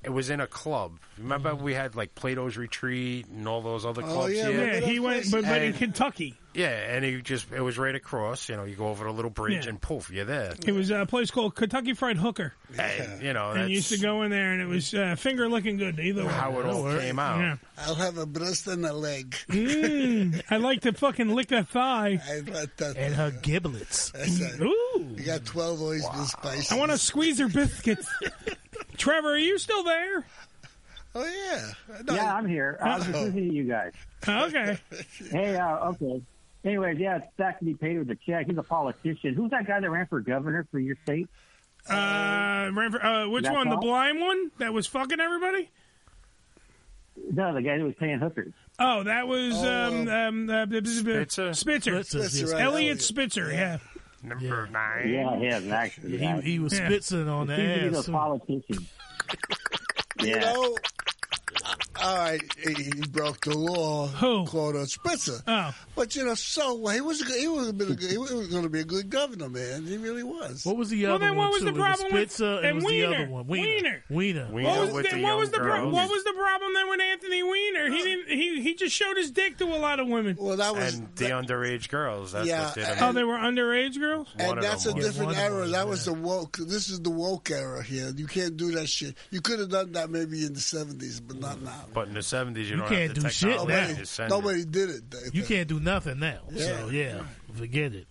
Speaker 2: it was in a club. Remember
Speaker 4: Mm.
Speaker 2: we had like Plato's Retreat and all those
Speaker 4: Oh,
Speaker 2: other clubs here?
Speaker 5: yeah. He went, but, but in
Speaker 2: And-
Speaker 5: Kentucky,
Speaker 2: Yeah, and he just it was right across. You know, you go over the little bridge
Speaker 5: Yeah.
Speaker 2: and poof, you're there.
Speaker 5: it was a place called Kentucky Fried Hooker.
Speaker 2: And, you know,
Speaker 5: And
Speaker 2: Oh, that's
Speaker 5: you used to go in there, and it was uh, finger licking good to either
Speaker 2: how
Speaker 5: one.
Speaker 2: it all came out.
Speaker 5: Yeah.
Speaker 4: I'll have a breast and a leg.
Speaker 5: Mm, I like to fucking lick that thigh.
Speaker 4: I like that.
Speaker 3: And her giblets.
Speaker 5: Ooh.
Speaker 4: You got 12 oysters spices.
Speaker 5: I want to squeeze her biscuits. Trevor, are you still there?
Speaker 4: Oh, yeah.
Speaker 9: yeah, I'm here. I was just
Speaker 5: Uh-oh.
Speaker 9: listening to you guys.
Speaker 5: Okay.
Speaker 9: hey, uh, okay. Anyways, yeah, it's back to be paid with a check. He's a politician. Who's that guy that ran for governor for your state?
Speaker 5: Uh, ran for- uh, which
Speaker 9: That's
Speaker 5: one? The
Speaker 9: all?
Speaker 5: blind one that was fucking everybody?
Speaker 9: No, the guy that was paying hookers.
Speaker 5: Oh, that was um, um, uh, b- b- b-
Speaker 9: Spitzer?
Speaker 5: Spitzer.
Speaker 9: Spitzer, yes.
Speaker 4: Oh,
Speaker 5: Elliot Spitzer, yeah.
Speaker 2: Number nine.
Speaker 9: Yeah, him, actually.
Speaker 3: He, he was spitzing on that
Speaker 9: He seems to be
Speaker 3: ass.
Speaker 9: the politician.
Speaker 4: You
Speaker 9: Yeah.
Speaker 4: know, all right, he he broke the law. Who? Quote on Spitzer.
Speaker 5: Oh.
Speaker 4: But, you know, so what? He was, a good- he was, a bit of, good- he was going to be a good governor, man. He really was.
Speaker 3: What was the
Speaker 5: Well,
Speaker 3: other
Speaker 5: then
Speaker 3: one?
Speaker 5: what was
Speaker 3: too?
Speaker 5: the
Speaker 3: It
Speaker 5: problem with-
Speaker 3: Spitzer, and
Speaker 5: and
Speaker 3: was the
Speaker 5: Wiener.
Speaker 3: other one? Wiener. Wiener.
Speaker 5: What was, the, what, was the pro- what was the problem then with Anthony Weiner? He didn't. He he just showed his dick to a lot of women.
Speaker 4: Well, that
Speaker 2: and the underage girls. That's
Speaker 4: Yeah,
Speaker 2: what did him.
Speaker 5: oh, they were underage girls.
Speaker 4: And that's a different era. That was the woke. This is the woke era here. You can't do that shit. You could have done that maybe in the seventies, but
Speaker 2: Mm.
Speaker 4: not now.
Speaker 2: But in the seventies, you, don't
Speaker 3: can't
Speaker 2: have
Speaker 3: do
Speaker 2: the
Speaker 3: shit
Speaker 2: technology
Speaker 3: now.
Speaker 2: to send it.
Speaker 4: Nobody did it. They-
Speaker 3: You can't do nothing now.
Speaker 4: Yeah.
Speaker 3: So, yeah, forget it.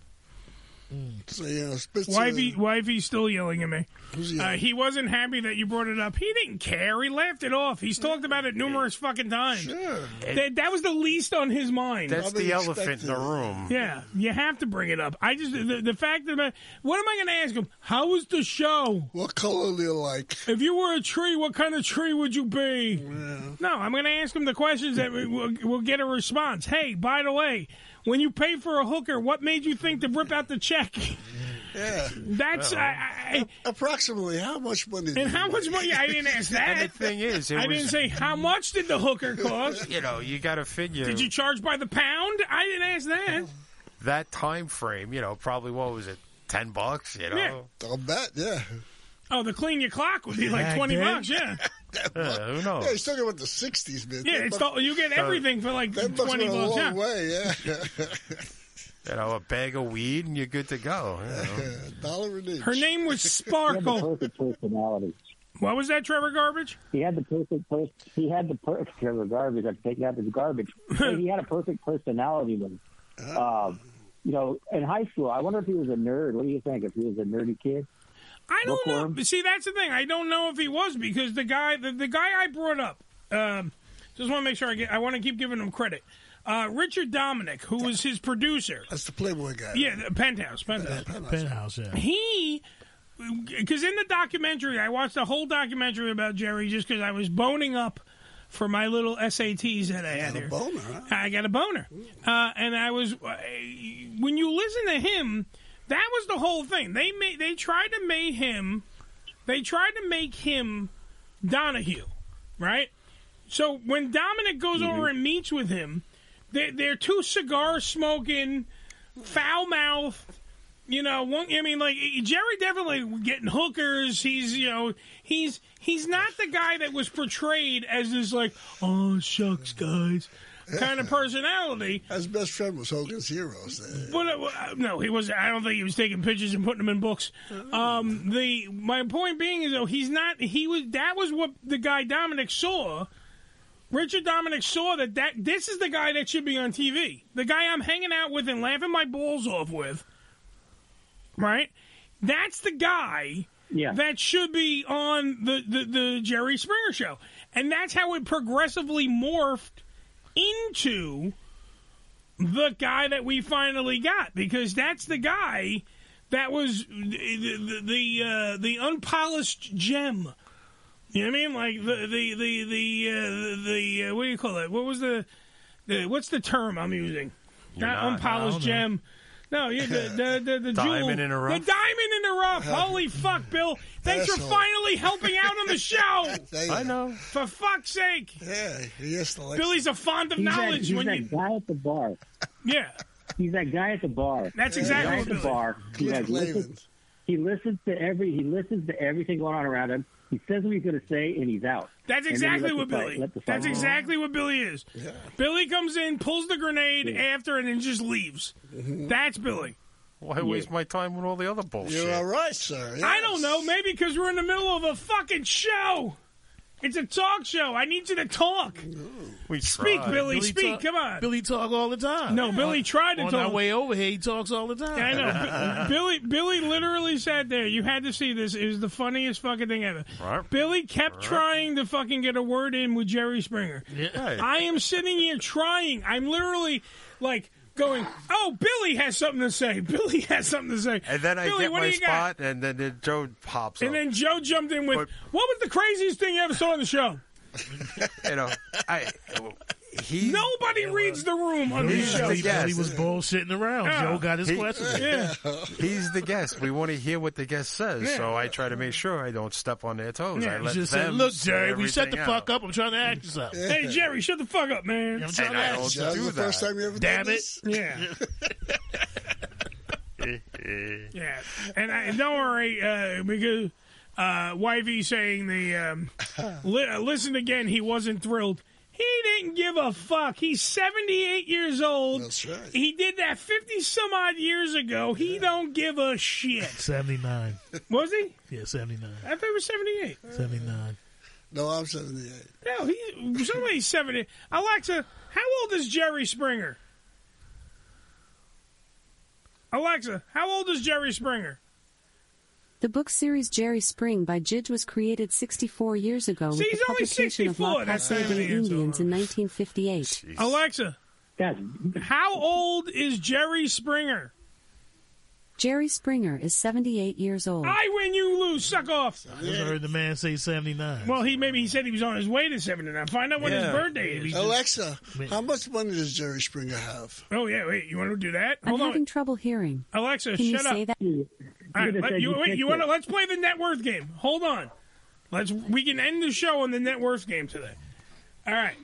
Speaker 2: Mm.
Speaker 4: So you know, Spitzer.
Speaker 5: Wifey, wifey's still yelling at me.
Speaker 4: yelling?
Speaker 5: Uh, he wasn't happy that you brought it up. He didn't care. He laughed it off. He's talked about it numerous fucking times. That, that was the least on his mind.
Speaker 2: That's the elephant in the room.
Speaker 4: Mm-hmm.
Speaker 5: Yeah, you have to bring it up. I just the, the fact that what am I going to ask him? How was the show?
Speaker 4: What color do you like?
Speaker 5: If you were a tree, what kind of tree would you be? No, I'm going to ask him the questions that we, we'll, we'll get a response. Hey, by the way, when you pay for a hooker, what made you think to rip out the check?
Speaker 4: Yeah.
Speaker 5: That's
Speaker 2: Uh-huh.
Speaker 5: I, I,
Speaker 4: approximately how much money?
Speaker 5: and how much money? I didn't ask that.
Speaker 2: And the thing is, it
Speaker 5: I
Speaker 2: was-
Speaker 5: didn't say how much did the hooker cost.
Speaker 2: You know, you got to figure
Speaker 5: Did you charge by the pound? I didn't ask that.
Speaker 2: that time frame. You know, probably what was it, ten bucks? You know,
Speaker 5: Yeah.
Speaker 4: I'll bet. Yeah.
Speaker 5: Oh, the clean your clock would be like
Speaker 2: Back
Speaker 5: twenty
Speaker 2: then?
Speaker 5: bucks. Yeah,
Speaker 2: Yeah, who knows?
Speaker 4: Yeah, he's talking about the sixties, man.
Speaker 5: yeah.
Speaker 4: That
Speaker 5: It's
Speaker 4: buck-
Speaker 5: the, you get everything for like
Speaker 4: That bucks
Speaker 5: twenty
Speaker 4: went a
Speaker 5: bucks.
Speaker 4: long
Speaker 5: Yeah.
Speaker 4: way. Yeah.
Speaker 2: You know, a bag of weed and you're good to go. you know.
Speaker 4: Dollar an inch.
Speaker 5: Her name was Sparkle.
Speaker 9: Perfect personality.
Speaker 5: What was that, Trevor Garbage?
Speaker 9: He had the perfect person. He had the perfect Trevor Garbage. I'm taking out his garbage. Hey, he had a perfect personality. When,
Speaker 5: Oh.
Speaker 9: uh, you know, in high school, I wonder if he was a nerd. What do you think? If he was a nerdy kid?
Speaker 5: I don't
Speaker 9: Look for
Speaker 5: know.
Speaker 9: him.
Speaker 5: But See, that's the thing. I don't know if he was because the guy, the, the guy I brought up, um, just want to make sure I get. I want to keep giving him credit. Uh, Richard Dominic, who was his producer.
Speaker 4: That's the Playboy guy.
Speaker 5: Yeah, the Penthouse. Penthouse.
Speaker 3: Penthouse, yeah.
Speaker 5: He because in the documentary, I watched a whole documentary about Jerry just because I was boning up for my little SATs that I had. here. I got a boner, uh, and I was uh, when you listen to him, that was the whole thing. They made they tried to make him, they tried to make him Donahue, right? So when Dominic goes over and meets with him, they're, they're two cigar smoking, foul mouthed. You know, one, I mean, like Jerry definitely getting hookers. He's, you know, he's he's not the guy that was portrayed as this like, oh shucks, guys, kind of personality.
Speaker 4: His best friend was Hogan's Heroes. There.
Speaker 5: But uh, uh, no, he was. I don't think he was taking pictures and putting them in books.
Speaker 4: Oh.
Speaker 5: Um, the my point being is though he's not. He was. That was what the guy Dominic saw. Richard Dominic saw that that this is the guy that should be on TV. The guy I'm hanging out with and laughing my balls off with. Right. That's the guy. That should be on the, the, the Jerry Springer show. And that's how it progressively morphed into the guy that we finally got because that's the guy that was the the the, uh, the unpolished gem. You know what I mean? Like the the the the uh, the uh, what do you call it? What was the, the what's the term I'm using?
Speaker 2: You're
Speaker 5: not,
Speaker 2: not-
Speaker 5: unpolished
Speaker 2: I don't know.
Speaker 5: gem. No, you the the the, the
Speaker 2: Diamond
Speaker 5: jewel.
Speaker 2: in a rough.
Speaker 5: The diamond in the rough. Holy fuck, Bill! Thanks for
Speaker 4: Asshole.
Speaker 5: finally helping out on the show.
Speaker 4: I
Speaker 2: know.
Speaker 5: For fuck's sake.
Speaker 4: Yeah, yes, the
Speaker 5: Billy's a fond of
Speaker 9: He's that-
Speaker 5: knowledge
Speaker 9: he's
Speaker 5: when
Speaker 9: that
Speaker 5: you
Speaker 9: guy at the bar.
Speaker 5: Yeah.
Speaker 9: He's that guy at the bar.
Speaker 5: That's
Speaker 9: He's
Speaker 5: exactly
Speaker 9: the
Speaker 5: what
Speaker 9: guy at the
Speaker 5: Billy-
Speaker 9: bar. He,
Speaker 5: Cliff
Speaker 9: has listens, he listens to every. He listens to everything going on around him. He says what he's going to say, and he's out.
Speaker 5: That's
Speaker 9: And then he
Speaker 5: exactly
Speaker 9: lets
Speaker 5: what
Speaker 9: the fight-
Speaker 5: Billy.
Speaker 9: let the fight
Speaker 5: That's
Speaker 9: go on.
Speaker 5: exactly what Billy is. Billy comes in, pulls the grenade after, and then just leaves. That's Billy.
Speaker 2: Why waste my time with all the other bullshit?
Speaker 5: You're all
Speaker 4: right, sir.
Speaker 5: I don't know. Maybe because we're in the middle of a fucking show. It's a talk show. I need you to talk.
Speaker 2: We
Speaker 5: speak,
Speaker 3: tried.
Speaker 5: Billy.
Speaker 3: Billy
Speaker 5: speak.
Speaker 3: talk-
Speaker 5: Come on.
Speaker 3: Billy talk all the time.
Speaker 5: No, Billy
Speaker 3: On-
Speaker 5: tried to
Speaker 3: on
Speaker 5: talk.
Speaker 3: our way over here. He talks all the time.
Speaker 5: I know. B- Billy Billy literally sat there. You had to see this. It was the funniest fucking thing ever. Billy kept trying to fucking get a word in with Jerry Springer.
Speaker 3: Yeah. Right.
Speaker 5: I am sitting here trying. I'm literally like going, "Oh, Billy has something to say. Billy has something to say."
Speaker 2: And then I
Speaker 5: Billy,
Speaker 2: get
Speaker 5: what
Speaker 2: my
Speaker 5: do you got?
Speaker 2: spot, and then the Joe pops up.
Speaker 5: And then Joe jumped in with, "What was the craziest thing you ever saw on the show?"
Speaker 2: you know, I he
Speaker 5: Nobody reads the room on
Speaker 3: Billy,
Speaker 5: this show.
Speaker 3: Billy, Billy was bullshitting around. Joe got his question.
Speaker 2: He's the guest. We want to hear what the guest says,
Speaker 3: Yeah.
Speaker 2: so I try to make sure I don't step on their toes.
Speaker 3: Yeah,
Speaker 2: I
Speaker 3: he
Speaker 2: Oh, let
Speaker 3: just
Speaker 2: them
Speaker 3: said, "Look,
Speaker 2: say
Speaker 3: Jerry, we shut the
Speaker 2: everything
Speaker 3: fuck
Speaker 2: out."
Speaker 3: up. I'm trying to act this out."
Speaker 5: Hey, Jerry, shut the fuck up, man.
Speaker 3: I'm trying
Speaker 2: And
Speaker 3: to
Speaker 2: I
Speaker 3: act
Speaker 2: don't
Speaker 3: this out.
Speaker 2: do That was the first that. time
Speaker 4: you ever
Speaker 3: Damn
Speaker 4: did
Speaker 3: it!
Speaker 4: this?
Speaker 5: Yeah. Yeah, and I, don't worry uh, because uh, Wifey saying the um, li- uh, listen again. He wasn't thrilled. He didn't give a fuck. He's seventy eight years old. That's right. He did that fifty some odd years ago. He don't give a shit.
Speaker 3: Seventy nine.
Speaker 5: Was he?
Speaker 3: Yeah, seventy nine.
Speaker 5: I thought he was seventy eight.
Speaker 3: Seventy nine.
Speaker 4: No, I'm 78.
Speaker 5: No, he somebody's seventy. Alexa, how old is Jerry Springer? Alexa, how old is Jerry Springer?
Speaker 30: The book series Jerry Spring by Jidge was created 64 years ago
Speaker 5: See,
Speaker 30: with
Speaker 5: he's
Speaker 30: the
Speaker 5: only
Speaker 30: publication of
Speaker 5: 64.
Speaker 30: La
Speaker 5: That's
Speaker 30: Casa de
Speaker 5: not even
Speaker 30: Indians
Speaker 5: years
Speaker 30: in 1958.
Speaker 5: Alexa, how old is Jerry Springer?
Speaker 30: Jerry Springer is 78 years old.
Speaker 5: I win, you lose. Suck off.
Speaker 3: I just heard the man say seventy nine.
Speaker 5: Well, he maybe he said he was on his way to seventy nine. Find out what his birthday is.
Speaker 4: Alexa, how much money does Jerry Springer have?
Speaker 5: Oh yeah, wait. You want to do that?
Speaker 30: I'm
Speaker 5: Hold on,
Speaker 30: having trouble hearing.
Speaker 5: Alexa.
Speaker 30: Can you
Speaker 5: shut up.
Speaker 30: say that?
Speaker 5: All right,
Speaker 30: Should've
Speaker 5: let,
Speaker 30: said
Speaker 5: you,
Speaker 30: you
Speaker 5: wait,
Speaker 30: picked
Speaker 5: you want to?
Speaker 30: it.
Speaker 5: Let's play the net worth game. Hold on. Let's. We can end the show on the net worth game today. All right,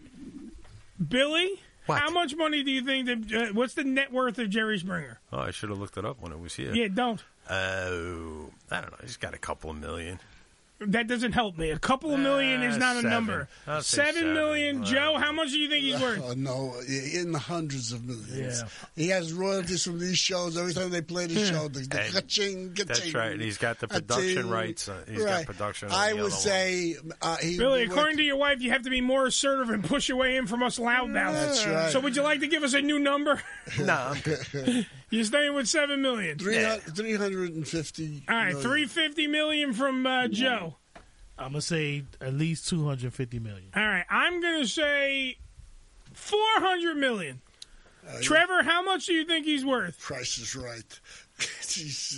Speaker 5: Billy. How much money do you think that? Uh, what's the net worth of Jerry Springer?
Speaker 2: Oh, I should have looked it up when it was here.
Speaker 5: Yeah, don't.
Speaker 2: Oh, I don't know. He's got a couple of million.
Speaker 5: That doesn't help me. A couple of million is
Speaker 2: Uh,
Speaker 5: not
Speaker 2: seven.
Speaker 5: a number.
Speaker 2: I'll say
Speaker 5: Seven
Speaker 2: seven.
Speaker 5: million,
Speaker 2: Wow.
Speaker 5: Joe. How much do you think he's worth?
Speaker 4: Oh, no, i- in the hundreds of millions.
Speaker 5: Yeah.
Speaker 4: He has royalties from these shows. Every time they play the show, the, the
Speaker 2: And
Speaker 4: ka-ching,
Speaker 2: That's
Speaker 4: ka-ching,
Speaker 2: right. And he's got the production
Speaker 4: ka-ching.
Speaker 2: rights. Uh, He's
Speaker 4: Right.
Speaker 2: got production. on
Speaker 4: I
Speaker 2: the
Speaker 4: would
Speaker 2: other
Speaker 4: say uh, he
Speaker 5: Billy,
Speaker 4: would-
Speaker 5: according to your wife, you have to be more assertive and push your way in from us loud mouths.
Speaker 4: That's right.
Speaker 5: So, would you like to give us a new number?
Speaker 2: One. No, I'm good.
Speaker 5: You're staying with seven million.
Speaker 4: Three hundred three hundred and fifty.
Speaker 5: All right, three fifty million from uh, Joe.
Speaker 3: I'm gonna say at least two hundred fifty million.
Speaker 5: All right, I'm gonna say
Speaker 2: Uh,
Speaker 5: four hundred million. Trevor, how much do you think he's worth?
Speaker 4: Price is right.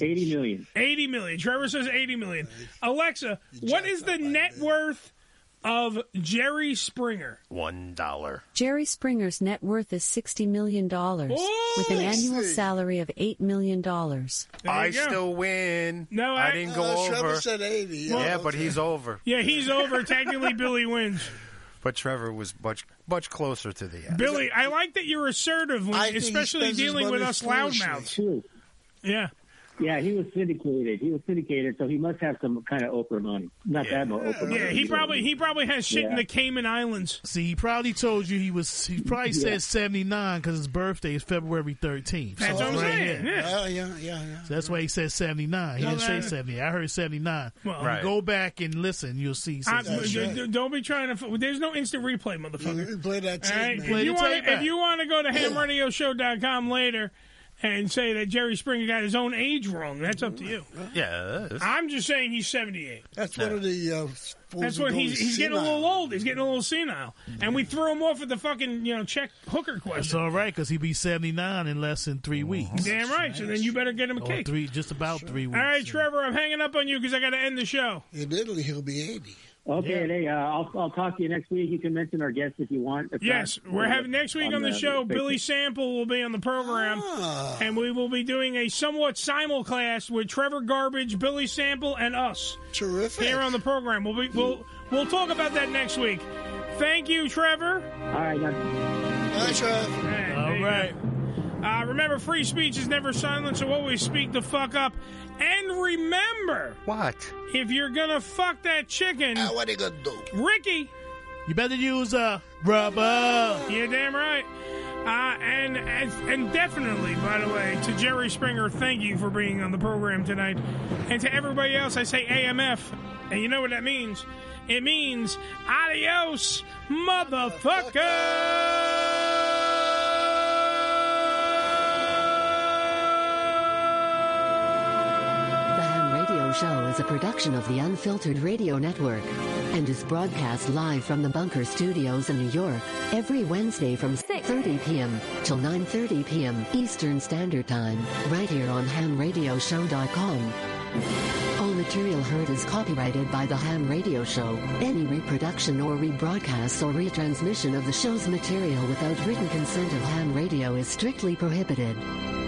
Speaker 5: 80 million. 80 million. Trevor says 80 million. Alexa, what is the net worth of Jerry Springer?
Speaker 2: One dollar.
Speaker 31: Jerry Springer's net worth is $60 million, with an annual salary of $8 million.
Speaker 2: I still win.
Speaker 5: No,
Speaker 2: I,
Speaker 5: I-
Speaker 2: didn't go
Speaker 5: Oh,
Speaker 2: over.
Speaker 5: Trevor said 80.
Speaker 2: Yeah,
Speaker 5: Yeah,
Speaker 2: but he's over.
Speaker 5: Yeah, he's over. Technically, Billy wins.
Speaker 2: But Trevor was much much closer to the end.
Speaker 5: Billy, I like that you're assertive, when,
Speaker 2: I think he
Speaker 5: especially
Speaker 2: spends his
Speaker 5: dealing with
Speaker 2: money
Speaker 5: us loudmouths. Yeah.
Speaker 28: Yeah, he was syndicated. He was syndicated, so he must have some kind of Oprah money. Not that much Oprah money.
Speaker 5: Yeah, he probably he probably has shit in
Speaker 28: Yeah.
Speaker 5: the Cayman Islands.
Speaker 3: See, he probably told you he was. He probably
Speaker 5: Yeah.
Speaker 3: said seventy nine because his birthday is February thirteenth.
Speaker 5: That's what I'm saying. Yeah.
Speaker 4: Yeah, yeah, yeah, yeah.
Speaker 3: So that's why he said seventy nine. He
Speaker 5: No,
Speaker 3: didn't say
Speaker 5: that-
Speaker 3: seventy. I heard seventy nine.
Speaker 5: Well,
Speaker 3: When you
Speaker 5: Right.
Speaker 3: go back and listen, you'll see. he said
Speaker 5: I-
Speaker 3: 79.
Speaker 5: d- d- Don't be trying to. f- There's no instant replay, motherfucker.
Speaker 4: Mm-hmm.
Speaker 5: play that
Speaker 3: tape, man.
Speaker 5: If
Speaker 3: Play
Speaker 5: you
Speaker 3: the
Speaker 5: want,
Speaker 3: tape
Speaker 5: to, if
Speaker 3: back.
Speaker 5: you want to go to hamradioshow.com later and say that Jerry Springer got his own age wrong, that's up to you.
Speaker 2: Yeah.
Speaker 5: I'm just saying he's 78.
Speaker 4: Mm-hmm. That's one of the. Uh, fools
Speaker 5: That's
Speaker 4: who
Speaker 5: what
Speaker 4: go
Speaker 5: he's, he's getting a
Speaker 4: senile.
Speaker 5: little old. He's getting a little senile, and we threw him off with the fucking you know check hooker
Speaker 3: That's
Speaker 5: question.
Speaker 3: all right because he be seventy nine in less than
Speaker 2: Uh-huh.
Speaker 3: three weeks.
Speaker 5: Damn right. So then you better get
Speaker 4: Oh,
Speaker 5: him a
Speaker 3: Or
Speaker 5: cake.
Speaker 3: three, just about three
Speaker 5: All
Speaker 3: weeks.
Speaker 5: right, Trevor, I'm hanging up on you because I got to end the show.
Speaker 4: In Italy, he'll be 80.
Speaker 28: Okay,
Speaker 5: Yeah.
Speaker 28: hey, uh, I'll, I'll talk to you next week. You can mention our guest if you want. If
Speaker 5: Yes,
Speaker 28: not,
Speaker 5: we're
Speaker 28: uh,
Speaker 5: having next week on the show.
Speaker 28: Facebook.
Speaker 5: Billy Sample will be on the program, and we will be doing a somewhat simulcast with Trevor Garbage, Billy Sample, and us. Terrific! Here on the program, we'll be, we'll we'll talk about that next week. Thank you, Trevor. All right,
Speaker 3: All right.
Speaker 5: Uh, remember, free speech is never silent, so always speak the fuck up. And remember,
Speaker 2: what
Speaker 5: if you're gonna fuck that chicken?
Speaker 4: Ah, what they gonna do,
Speaker 5: Ricky?
Speaker 3: You better use uh, rubber.
Speaker 5: You're damn right. Uh, and, and and definitely, by the way, to Jerry Springer, thank you for being on the program tonight. And to everybody else, I say AMF, and you know what that means. It means adios, motherfucker.
Speaker 20: The Ham Radio Show is a production of the Unfiltered Radio Network and is broadcast live from the Bunker Studios in New York every Wednesday from 6:30 p.m. till 9:30 p.m. Eastern Standard Time, right here on hamradioshow.com. All material heard is copyrighted by The Ham Radio Show. Any reproduction or rebroadcast or retransmission of the show's material without written consent of Ham Radio is strictly prohibited.